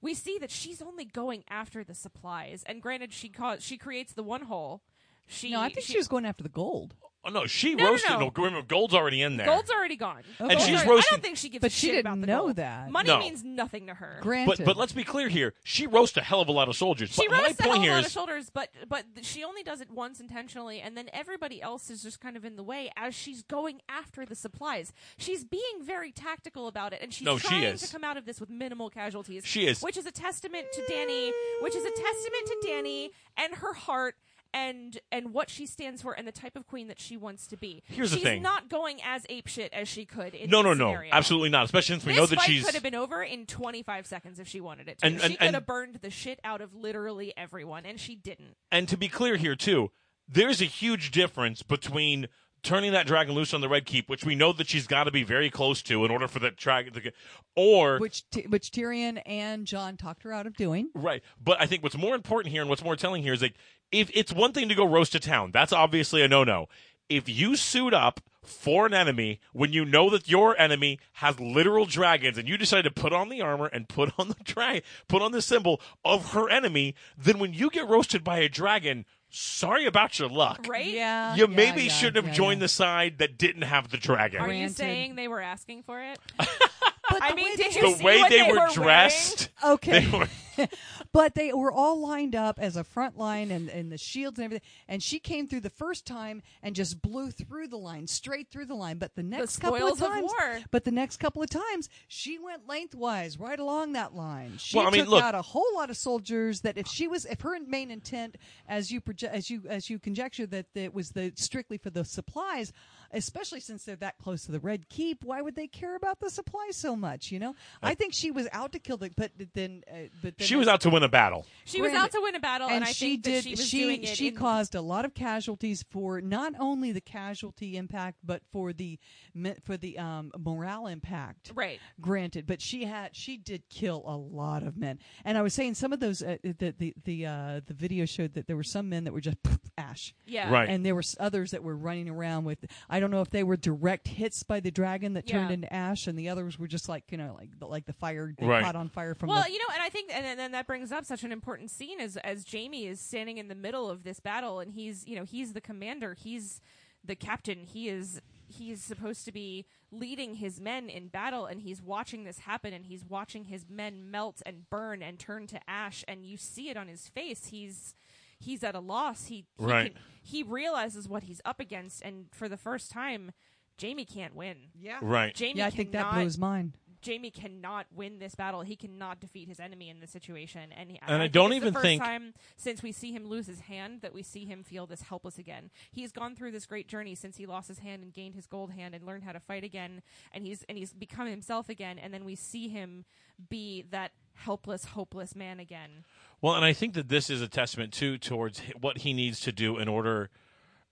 [SPEAKER 2] We see that she's only going after the supplies, and granted, she cause she creates the one hole. She
[SPEAKER 3] No, I think she, was going after the gold.
[SPEAKER 1] oh no she
[SPEAKER 2] No, no,
[SPEAKER 1] roasted
[SPEAKER 2] no.
[SPEAKER 1] no, remember, gold's already in there
[SPEAKER 2] gold's already gone,
[SPEAKER 3] And
[SPEAKER 2] Gold's
[SPEAKER 3] she's
[SPEAKER 2] already- I
[SPEAKER 1] roasting-
[SPEAKER 2] don't think she gives,
[SPEAKER 3] But
[SPEAKER 2] a
[SPEAKER 3] she
[SPEAKER 2] shit
[SPEAKER 3] didn't
[SPEAKER 2] about the
[SPEAKER 3] know
[SPEAKER 2] gold.
[SPEAKER 3] that.
[SPEAKER 2] Money
[SPEAKER 1] No.
[SPEAKER 2] means nothing to her.
[SPEAKER 3] Granted,
[SPEAKER 1] but but let's be clear here she roasts a hell of a lot of soldiers
[SPEAKER 2] She
[SPEAKER 1] but my
[SPEAKER 2] roasts a
[SPEAKER 1] point
[SPEAKER 2] whole
[SPEAKER 1] here
[SPEAKER 2] lot of
[SPEAKER 1] is
[SPEAKER 2] shoulders, but but th- she only does it once intentionally, and then everybody else is just kind of in the way as she's going after the supplies. She's being very tactical about it, and she's
[SPEAKER 1] No, she
[SPEAKER 2] trying
[SPEAKER 1] is.
[SPEAKER 2] to come out of this with minimal casualties.
[SPEAKER 1] She is.
[SPEAKER 2] which is a testament to Danny, which is a testament to Danny and her heart. And and what she stands for, and the type of queen that she wants to be.
[SPEAKER 1] Here's the
[SPEAKER 2] she's
[SPEAKER 1] thing.
[SPEAKER 2] not going as apeshit as she could. In
[SPEAKER 1] no no
[SPEAKER 2] this
[SPEAKER 1] no
[SPEAKER 2] scenario.
[SPEAKER 1] absolutely not especially since we
[SPEAKER 2] This
[SPEAKER 1] know that
[SPEAKER 2] fight
[SPEAKER 1] she's
[SPEAKER 2] could have been over in 25 seconds if she wanted it to.
[SPEAKER 1] And- and-
[SPEAKER 2] she could
[SPEAKER 1] and-
[SPEAKER 2] have burned the shit out of literally everyone, and she didn't.
[SPEAKER 1] and to be clear here too, there's a huge difference between turning that dragon loose on the Red Keep, which we know that she's got to be very close to in order for that dragon to get. Or.
[SPEAKER 3] which Ty- which Tyrion and John talked her out of doing.
[SPEAKER 1] Right, but I think what's more important here and what's more telling here is like if it's one thing to go roast a town, that's obviously a no-no. If you suit up for an enemy when you know that your enemy has literal dragons and you decide to put on the armor and put on the dragon, put on the symbol of her enemy, then when you get roasted by a dragon, sorry about your luck.
[SPEAKER 2] Right?
[SPEAKER 3] Yeah,
[SPEAKER 1] You
[SPEAKER 3] yeah,
[SPEAKER 1] maybe
[SPEAKER 3] yeah,
[SPEAKER 1] shouldn't have
[SPEAKER 3] yeah,
[SPEAKER 1] joined
[SPEAKER 3] yeah.
[SPEAKER 1] the side that didn't have the dragon.
[SPEAKER 2] Are you
[SPEAKER 3] Granted.
[SPEAKER 2] saying they were asking for it?
[SPEAKER 3] But
[SPEAKER 2] I
[SPEAKER 3] the
[SPEAKER 2] mean,
[SPEAKER 3] way
[SPEAKER 2] did
[SPEAKER 3] they-
[SPEAKER 2] you
[SPEAKER 1] the
[SPEAKER 2] see
[SPEAKER 1] way
[SPEAKER 2] what
[SPEAKER 1] they,
[SPEAKER 2] they
[SPEAKER 1] were
[SPEAKER 2] were
[SPEAKER 1] dressed,
[SPEAKER 3] Okay.
[SPEAKER 1] they were-
[SPEAKER 3] but they were all lined up as a front line and, and the shields and everything. And she came through the first time and just blew through the line, straight through the line. But the next couple of
[SPEAKER 2] spoils of
[SPEAKER 3] times,
[SPEAKER 2] war.
[SPEAKER 3] but the next couple of times, she went lengthwise right along that line. She
[SPEAKER 1] Well, I mean,
[SPEAKER 3] took
[SPEAKER 1] look-
[SPEAKER 3] out a whole lot of soldiers. That if she was, if her main intent, as you proje- as you as you conjecture that it was the strictly for the supplies. Especially since they're that close to the Red Keep, why would they care about the supplies so much? You know, I, think she was out to kill the, but then, uh, but then
[SPEAKER 1] she was out to win a battle.
[SPEAKER 2] She was
[SPEAKER 3] Granted.
[SPEAKER 2] out to win a battle, and, I think that she was doing it.
[SPEAKER 3] she
[SPEAKER 2] in-
[SPEAKER 3] caused a lot of casualties for not only the casualty impact but for the me- for the um, morale impact
[SPEAKER 2] Right.
[SPEAKER 3] granted but she had she did kill a lot of men and i was saying some of those uh, the the the, uh, the video showed that there were some men that were just ash
[SPEAKER 2] Yeah.
[SPEAKER 1] Right.
[SPEAKER 3] and there were s- others that were running around with i don't know if they were direct hits by the dragon that turned
[SPEAKER 2] Yeah.
[SPEAKER 3] into ash and the others were just like you know like the, like the fire they
[SPEAKER 1] Right.
[SPEAKER 3] caught on fire from
[SPEAKER 2] Well,
[SPEAKER 3] the
[SPEAKER 2] you know, and I think, and then- then that brings up such an important scene as as Jamie is standing in the middle of this battle, and he's, you know, he's the commander, he's the captain, he is he is supposed to be leading his men in battle, and he's watching this happen, and he's watching his men melt and burn and turn to ash, and you see it on his face. He's he's at a loss. He, he
[SPEAKER 1] Right.
[SPEAKER 2] can- he realizes what he's up against, and for the first time, Jamie can't win.
[SPEAKER 3] yeah
[SPEAKER 1] Right.
[SPEAKER 2] Jamie,
[SPEAKER 3] yeah i think that
[SPEAKER 2] cannot-
[SPEAKER 3] blew his mind
[SPEAKER 2] Jamie cannot win this battle. He cannot defeat his enemy in this situation. And, he,
[SPEAKER 1] And I
[SPEAKER 2] think
[SPEAKER 1] don't
[SPEAKER 2] it's
[SPEAKER 1] even
[SPEAKER 2] the first
[SPEAKER 1] think-
[SPEAKER 2] time since we see him lose his hand that we see him feel this helpless again. He's gone through this great journey since he lost his hand and gained his gold hand and learned how to fight again. And he's and he's become himself again. And then we see him be that helpless, hopeless man again.
[SPEAKER 1] Well, and I think that this is a testament too towards h- what he needs to do in order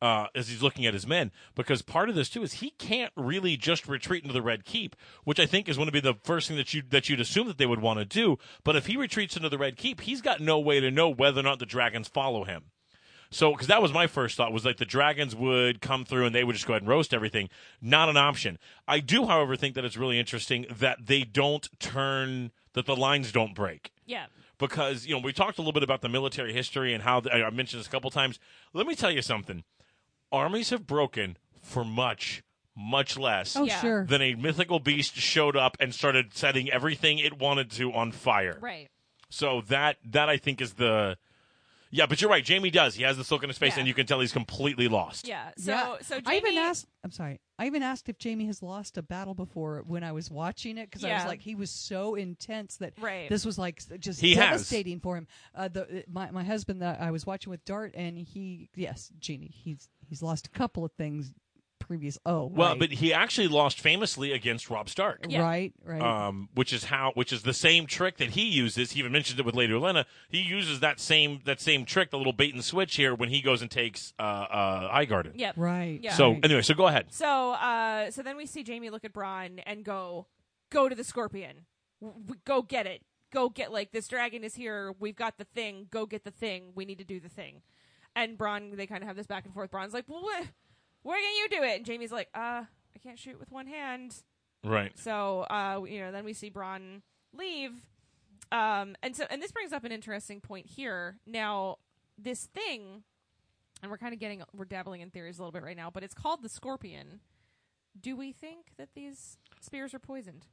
[SPEAKER 1] uh, as he's looking at his men, because part of this too is he can't really just retreat into the Red Keep, which I think is going to be the first thing that you that you'd assume that they would want to do. But if he retreats into the Red Keep, he's got no way to know whether or not the dragons follow him. So, because that was my first thought was like the dragons would come through and they would just go ahead and roast everything. Not an option. I do, however, think that it's really interesting that they don't turn that the lines don't break
[SPEAKER 2] Yeah.
[SPEAKER 1] because you know we talked a little bit about the military history and how the, I I mentioned this a couple times. Let me tell you something: armies have broken for much, much less
[SPEAKER 3] oh
[SPEAKER 2] Yeah.
[SPEAKER 3] sure
[SPEAKER 1] than a mythical beast showed up and started setting everything it wanted to on fire.
[SPEAKER 2] Right.
[SPEAKER 1] So that that I think is the yeah. But you're right. Jamie does. He has this look on his face,
[SPEAKER 2] Yeah.
[SPEAKER 1] and you can tell he's completely lost.
[SPEAKER 2] Yeah. So so Jamie
[SPEAKER 3] I even asked. I'm sorry. I even asked if Jamie has lost a battle before when I was watching it because I was
[SPEAKER 2] Yeah.
[SPEAKER 3] like, he was so intense that
[SPEAKER 2] Right.
[SPEAKER 3] this was like s- just
[SPEAKER 1] He has.
[SPEAKER 3] devastating for him. Uh, the my my husband that I was watching with Dart and he yes, Jamie he's he's lost a couple of things previous. Oh
[SPEAKER 1] Well,
[SPEAKER 3] right.
[SPEAKER 1] but he actually lost famously against Rob Stark.
[SPEAKER 2] Yeah.
[SPEAKER 3] right
[SPEAKER 2] Mm-hmm.
[SPEAKER 3] right.
[SPEAKER 1] um, which is how which is the same trick that he uses. He even mentions it with Lady Elena. He uses that same that same trick, the little bait and switch here when he goes and takes uh, uh, Highgarden.
[SPEAKER 2] Yep.
[SPEAKER 3] right.
[SPEAKER 2] yeah.
[SPEAKER 1] So
[SPEAKER 3] right.
[SPEAKER 1] anyway, so go ahead.
[SPEAKER 2] So, uh, so then we see Jamie look at Braun and go, "Go to the scorpion. W- w- go get it. Go get like this dragon is here. We've got the thing. Go get the thing. We need to do the thing." And Braun, they kind of have this back and forth. Braun's like, "Well, wh- where can you do it?" And Jamie's like, "Uh, I can't shoot with one hand."
[SPEAKER 1] Right.
[SPEAKER 2] So, uh, you know, then we see Braun leave. Um, and so, and this brings up an interesting point here. Now, this thing, and we're kind of getting, we're dabbling in theories a little bit right now, but it's called the scorpion. Do we think that these spears are poisoned?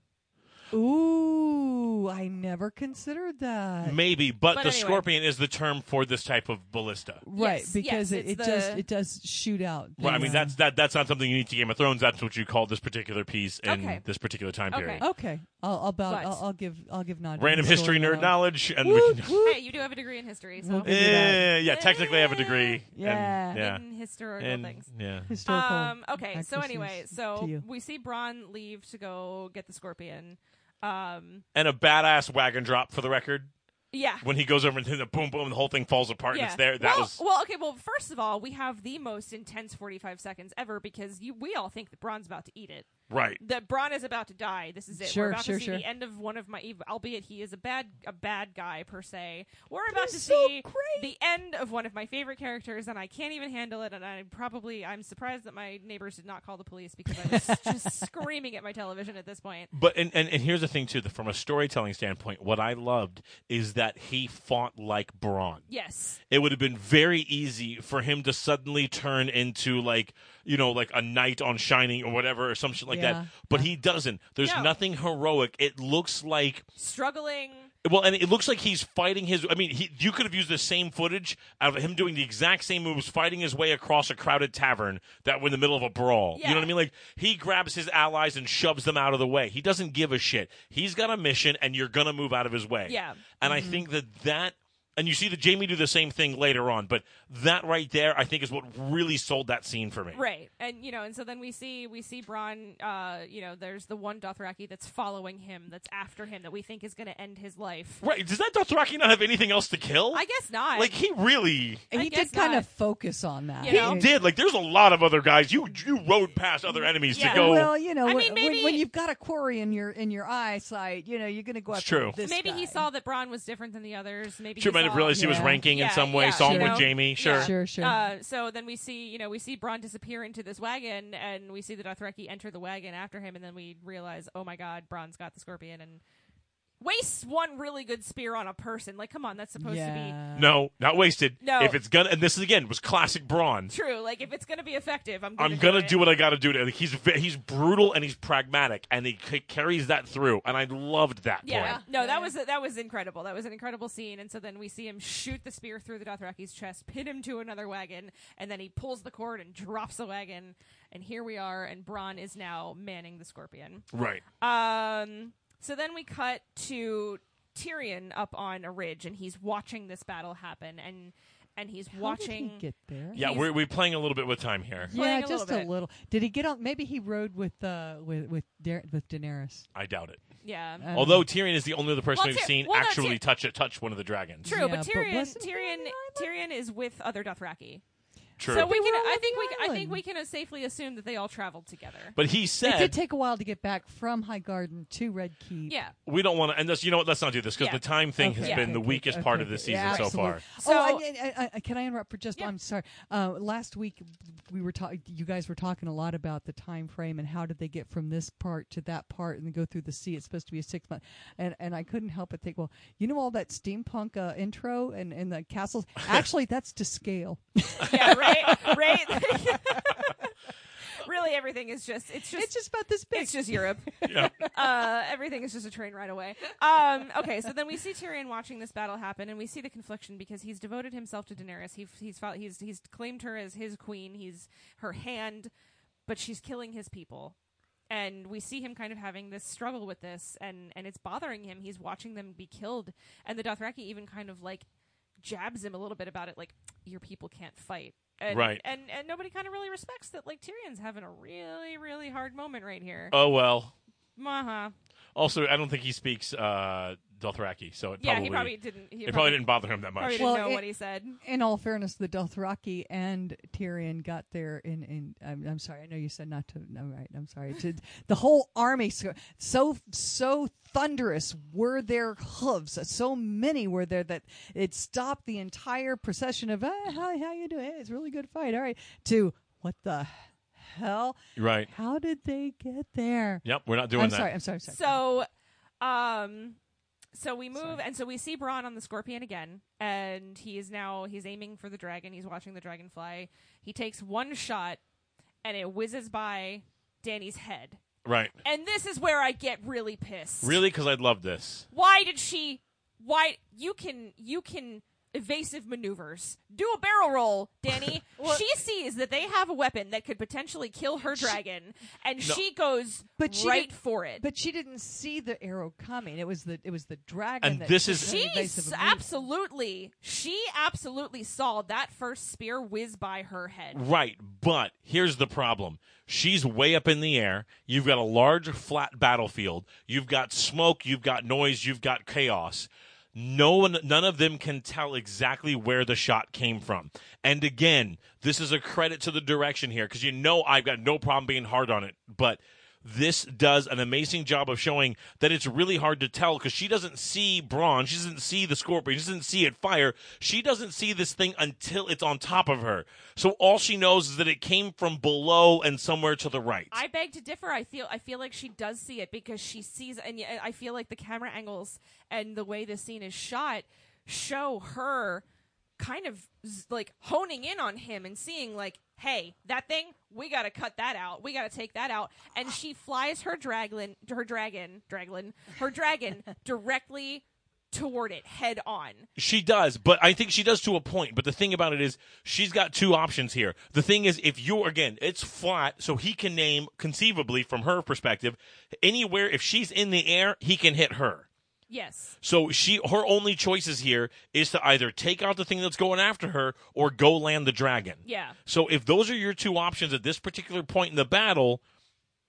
[SPEAKER 3] ooh, I never considered that.
[SPEAKER 1] Maybe, but,
[SPEAKER 2] But
[SPEAKER 1] the
[SPEAKER 2] anyway.
[SPEAKER 1] scorpion is is the term for this type of ballista.
[SPEAKER 3] Right,
[SPEAKER 2] Yes,
[SPEAKER 3] because
[SPEAKER 2] yes,
[SPEAKER 3] it, it
[SPEAKER 2] it's
[SPEAKER 3] does
[SPEAKER 2] the-
[SPEAKER 3] it does shoot out.
[SPEAKER 1] Right. I mean,
[SPEAKER 3] things.
[SPEAKER 1] that's that that's not something unique to Game of Thrones. That's what you call this particular piece in
[SPEAKER 2] Okay.
[SPEAKER 1] this particular time
[SPEAKER 2] Okay. Oh.
[SPEAKER 1] period.
[SPEAKER 3] okay. I'll I'll, about,
[SPEAKER 2] But-
[SPEAKER 3] I'll I'll give I'll give nod. to
[SPEAKER 1] Random
[SPEAKER 3] the story
[SPEAKER 1] history nerd
[SPEAKER 3] now.
[SPEAKER 1] knowledge, and we
[SPEAKER 3] Woo,
[SPEAKER 1] can,
[SPEAKER 3] woo.
[SPEAKER 2] Hey, you do have a degree in history, so
[SPEAKER 3] We'll
[SPEAKER 1] Eh,
[SPEAKER 3] give you that.
[SPEAKER 1] yeah, technically I have a degree.
[SPEAKER 3] Yeah.
[SPEAKER 1] And, yeah.
[SPEAKER 2] in historical
[SPEAKER 1] And,
[SPEAKER 2] things.
[SPEAKER 1] yeah.
[SPEAKER 3] historical.
[SPEAKER 2] Um, okay, so
[SPEAKER 3] accuracies
[SPEAKER 2] anyway,
[SPEAKER 3] to
[SPEAKER 2] so
[SPEAKER 3] you.
[SPEAKER 2] we see Braun leave to go get the scorpion. Um,
[SPEAKER 1] And a badass wagon drop for the record.
[SPEAKER 2] yeah.
[SPEAKER 1] when he goes over and then the boom boom the whole thing falls apart and it's there that
[SPEAKER 2] well,
[SPEAKER 1] was
[SPEAKER 2] well, okay. Well, first of all, we have the most intense forty-five seconds ever because you, we all think that Braun's about to eat it.
[SPEAKER 1] right
[SPEAKER 2] That Braun is about to die. This is it.
[SPEAKER 3] Sure,
[SPEAKER 2] We're about
[SPEAKER 3] sure,
[SPEAKER 2] to see
[SPEAKER 3] sure.
[SPEAKER 2] the end of one of my, ev- albeit he is a bad a bad guy per se. We're about to
[SPEAKER 3] he's so
[SPEAKER 2] see
[SPEAKER 3] great.
[SPEAKER 2] the end of one of my favorite characters, and I can't even handle it. And I probably I'm surprised that my neighbors did not call the police because I was just screaming at my television at this point.
[SPEAKER 1] but and, and and here's the thing too the, from a storytelling standpoint what i loved is that he fought like braun
[SPEAKER 2] Yes.
[SPEAKER 1] it would have been very easy for him to suddenly turn into like you know like a knight on shining or whatever or some shit like
[SPEAKER 3] Yeah.
[SPEAKER 1] that but he doesn't there's
[SPEAKER 2] No.
[SPEAKER 1] nothing heroic it looks like
[SPEAKER 2] Struggling.
[SPEAKER 1] well and it looks like he's fighting his i mean he, you could have used the same footage of him doing the exact same moves fighting his way across a crowded tavern that were in the middle of a brawl you know what
[SPEAKER 2] Yeah.
[SPEAKER 1] i mean like he grabs his allies and shoves them out of the way he doesn't give a shit he's got a mission and you're gonna move out of his way
[SPEAKER 2] Yeah. Mm-hmm.
[SPEAKER 1] and I think that that, and you see that Jamie do the same thing later on, but that right there, I think, is what really sold that scene for me.
[SPEAKER 2] Right, and you know, and so then we see we see Braun. Uh, you know, there's the one Dothraki that's following him, that's after him, that we think is going to end his life.
[SPEAKER 1] Right. Does that Dothraki not have anything else to kill?
[SPEAKER 2] I guess not.
[SPEAKER 1] Like, he really.
[SPEAKER 3] And
[SPEAKER 2] I
[SPEAKER 3] he
[SPEAKER 2] guess
[SPEAKER 3] did kind
[SPEAKER 2] not.
[SPEAKER 3] of focus on that.
[SPEAKER 2] You
[SPEAKER 1] He
[SPEAKER 2] know?
[SPEAKER 3] It-
[SPEAKER 1] did. Like, there's a lot of other guys. You you rode past other enemies
[SPEAKER 2] Yeah.
[SPEAKER 1] to go.
[SPEAKER 3] Well, you know,
[SPEAKER 2] I
[SPEAKER 3] when,
[SPEAKER 2] mean,
[SPEAKER 3] when-
[SPEAKER 2] maybe-
[SPEAKER 3] when you've got a quarry in your in your eyesight, you know, you're going to go
[SPEAKER 1] It's
[SPEAKER 3] after
[SPEAKER 1] true.
[SPEAKER 3] this
[SPEAKER 2] maybe he
[SPEAKER 3] guy.
[SPEAKER 2] saw that Braun was different than the others. Maybe
[SPEAKER 1] Sure,
[SPEAKER 2] he
[SPEAKER 1] might
[SPEAKER 2] saw,
[SPEAKER 1] have realized he was
[SPEAKER 3] Yeah.
[SPEAKER 1] ranking in
[SPEAKER 2] Yeah,
[SPEAKER 1] some way.
[SPEAKER 2] yeah,
[SPEAKER 1] saw him
[SPEAKER 3] you
[SPEAKER 1] with
[SPEAKER 3] know?
[SPEAKER 1] Jamie. Sure.
[SPEAKER 2] Yeah.
[SPEAKER 3] Sure, sure.
[SPEAKER 2] Uh, so then we see, you know, we see Braun disappear into this wagon, and we see the Dothraki enter the wagon after him, and then we realize, oh my God, Braun's got the scorpion and wastes one really good spear on a person. Like, come on, that's supposed to
[SPEAKER 3] yeah.
[SPEAKER 1] No, not wasted.
[SPEAKER 2] No.
[SPEAKER 1] If it's gonna, and this is, again was classic Braun.
[SPEAKER 2] be true. Like, if it's going to be effective, I'm going
[SPEAKER 1] I'm gonna
[SPEAKER 2] it.
[SPEAKER 1] do what I gotta do. To, like, he's ve- he's brutal and he's pragmatic, and he c- carries that through. And I loved that
[SPEAKER 2] Yeah,
[SPEAKER 1] point.
[SPEAKER 2] no,
[SPEAKER 3] Yeah.
[SPEAKER 2] that was that was incredible. That was an incredible scene, and so then we see him shoot the spear through the Dothraki's chest, pin him to another wagon, and then he pulls the cord and drops the wagon. And here we are, and Braun is now manning the scorpion.
[SPEAKER 1] Right.
[SPEAKER 2] Um, so then we cut to Tyrion up on a ridge, and he's watching this battle happen, and and he's
[SPEAKER 3] How did
[SPEAKER 2] watching.
[SPEAKER 3] he get there?
[SPEAKER 1] Yeah,
[SPEAKER 2] He's-
[SPEAKER 1] we're we're playing a little bit with time here.
[SPEAKER 3] Yeah,
[SPEAKER 2] Playing a little
[SPEAKER 3] just
[SPEAKER 2] bit.
[SPEAKER 3] a little. Did he get on? Maybe he rode with uh with with Dar- with Daenerys.
[SPEAKER 1] I doubt it.
[SPEAKER 2] yeah,
[SPEAKER 3] I don't
[SPEAKER 1] Although
[SPEAKER 3] know.
[SPEAKER 1] Tyrion is the only other person
[SPEAKER 2] Well,
[SPEAKER 1] we've
[SPEAKER 2] Tyr-
[SPEAKER 1] seen
[SPEAKER 2] well, no,
[SPEAKER 1] actually
[SPEAKER 2] Tyr-
[SPEAKER 1] touch it, touch one of the dragons.
[SPEAKER 2] true,
[SPEAKER 3] Yeah,
[SPEAKER 2] but
[SPEAKER 3] but
[SPEAKER 2] Tyrion
[SPEAKER 3] wasn't he
[SPEAKER 2] Tyrion
[SPEAKER 3] on the
[SPEAKER 2] Tyrion is with other Dothraki.
[SPEAKER 1] True.
[SPEAKER 2] So we
[SPEAKER 3] They were
[SPEAKER 2] can.
[SPEAKER 3] all
[SPEAKER 2] I
[SPEAKER 3] on
[SPEAKER 2] think
[SPEAKER 3] the
[SPEAKER 2] we. I think
[SPEAKER 3] island.
[SPEAKER 2] we can uh, safely assume that they all traveled together.
[SPEAKER 1] but he
[SPEAKER 3] it did
[SPEAKER 1] said
[SPEAKER 3] take a while to get back from High Garden to Red Keep.
[SPEAKER 2] Yeah.
[SPEAKER 1] we don't want to. And this, you know what? Let's not do this because the
[SPEAKER 2] Yeah.
[SPEAKER 1] time thing has
[SPEAKER 2] Okay.
[SPEAKER 1] been the
[SPEAKER 3] Okay,
[SPEAKER 1] weakest
[SPEAKER 3] okay,
[SPEAKER 1] part of
[SPEAKER 3] okay.
[SPEAKER 1] this season
[SPEAKER 3] Yeah,
[SPEAKER 1] so far.
[SPEAKER 3] absolutely. oh,
[SPEAKER 2] So-
[SPEAKER 3] I, I, I- I, can I interrupt for just?
[SPEAKER 2] Yeah.
[SPEAKER 3] I'm sorry. Uh, last week we were talking. You guys were talking a lot about the time frame and how did they get from this part to that part and go through the sea. It's supposed to be a six month, and and I couldn't help but think, well, you know all that steampunk uh, intro and and the castles. Actually, that's to scale.
[SPEAKER 2] yeah, right, right. really, everything is just it's just
[SPEAKER 3] It's
[SPEAKER 2] it's just,
[SPEAKER 3] just about this big.
[SPEAKER 2] Europe.
[SPEAKER 1] Yeah.
[SPEAKER 2] Uh, everything is just a train ride away. Um, okay, so then we see Tyrion watching this battle happen, and we see the confliction because he's devoted himself to Daenerys. He, he's fo- he's he's claimed her as his queen. He's her hand, but she's killing his people. And we see him kind of having this struggle with this, and, and it's bothering him. He's watching them be killed, and the Dothraki even kind of like jabs him a little bit about it, like your people can't fight, and,
[SPEAKER 1] Right.
[SPEAKER 2] And and nobody kind of really respects that. Like Tyrion's having a really really hard moment right here.
[SPEAKER 1] Oh well.
[SPEAKER 2] uh-huh.
[SPEAKER 1] Also, I don't think he speaks uh, Dothraki, so it
[SPEAKER 2] Yeah,
[SPEAKER 1] probably
[SPEAKER 2] he probably didn't. He
[SPEAKER 1] it probably didn't bother him that much.
[SPEAKER 2] probably
[SPEAKER 3] Well,
[SPEAKER 2] didn't know
[SPEAKER 3] it-
[SPEAKER 2] what he said.
[SPEAKER 3] in all fairness, the Dothraki and Tyrion got there in. in I'm, I'm sorry, I know you said not to. No, right. I'm sorry. To, the whole army, so, so so thunderous were their hooves. So many were there that it stopped the entire procession of ah, how how you doing? Hey, it's a really good fight. All right. To what the hell?
[SPEAKER 1] Right.
[SPEAKER 3] How did they get there?
[SPEAKER 1] Yep. We're not doing
[SPEAKER 3] I'm
[SPEAKER 1] that.
[SPEAKER 3] sorry. I'm sorry. I'm sorry.
[SPEAKER 2] So, um, so we move, and so we see Braun on the scorpion again, and he is now he's aiming for the dragon. He's watching the dragon fly. He takes one shot, and it whizzes by Danny's head.
[SPEAKER 1] Right.
[SPEAKER 2] And this is where I get really pissed.
[SPEAKER 1] Really? Because I love this.
[SPEAKER 2] Why did she? Why you can you can evasive maneuvers do a barrel roll danny she sees that they have a weapon that could potentially kill her dragon and she goes
[SPEAKER 3] But she
[SPEAKER 2] right
[SPEAKER 3] didn't-
[SPEAKER 2] for it
[SPEAKER 3] but she didn't see the arrow coming. It was the it was the dragon.
[SPEAKER 1] And
[SPEAKER 3] that
[SPEAKER 1] this
[SPEAKER 3] took
[SPEAKER 1] is-
[SPEAKER 3] the
[SPEAKER 2] She
[SPEAKER 3] invasive
[SPEAKER 2] s-
[SPEAKER 3] immune-
[SPEAKER 2] absolutely, she absolutely saw that first spear whiz by her head.
[SPEAKER 1] Right, but here's the problem. She's way up in the air. You've got a large flat battlefield. You've got smoke, you've got noise, you've got chaos. No one, none of them can tell exactly where the shot came from. And again, this is a credit to the direction here because you know I've got no problem being hard on it, but this does an amazing job of showing that it's really hard to tell because she doesn't see Braun, she doesn't see the scorpion, she doesn't see it fire, she doesn't see this thing until it's on top of her. So all she knows is that it came from below and somewhere to the right.
[SPEAKER 2] I beg to differ. I feel I feel like she does see it because she sees, and yet I feel like the camera angles and the way the scene is shot show her kind of z- like honing in on him and seeing like, hey, that thing, we gotta cut that out. We gotta take that out. And she flies her draglin, her dragon, draglin, her dragon directly toward it head on.
[SPEAKER 1] She does, but I think she does to a point. But the thing about it is, she's got two options here. The thing is, if you're again, it's flat, so he can name conceivably from her perspective anywhere. If she's in the air, he can hit her.
[SPEAKER 2] Yes.
[SPEAKER 1] So she, her only choices here is to either take out the thing that's going after her or go land the dragon.
[SPEAKER 2] Yeah.
[SPEAKER 1] So if those are your two options at this particular point in the battle,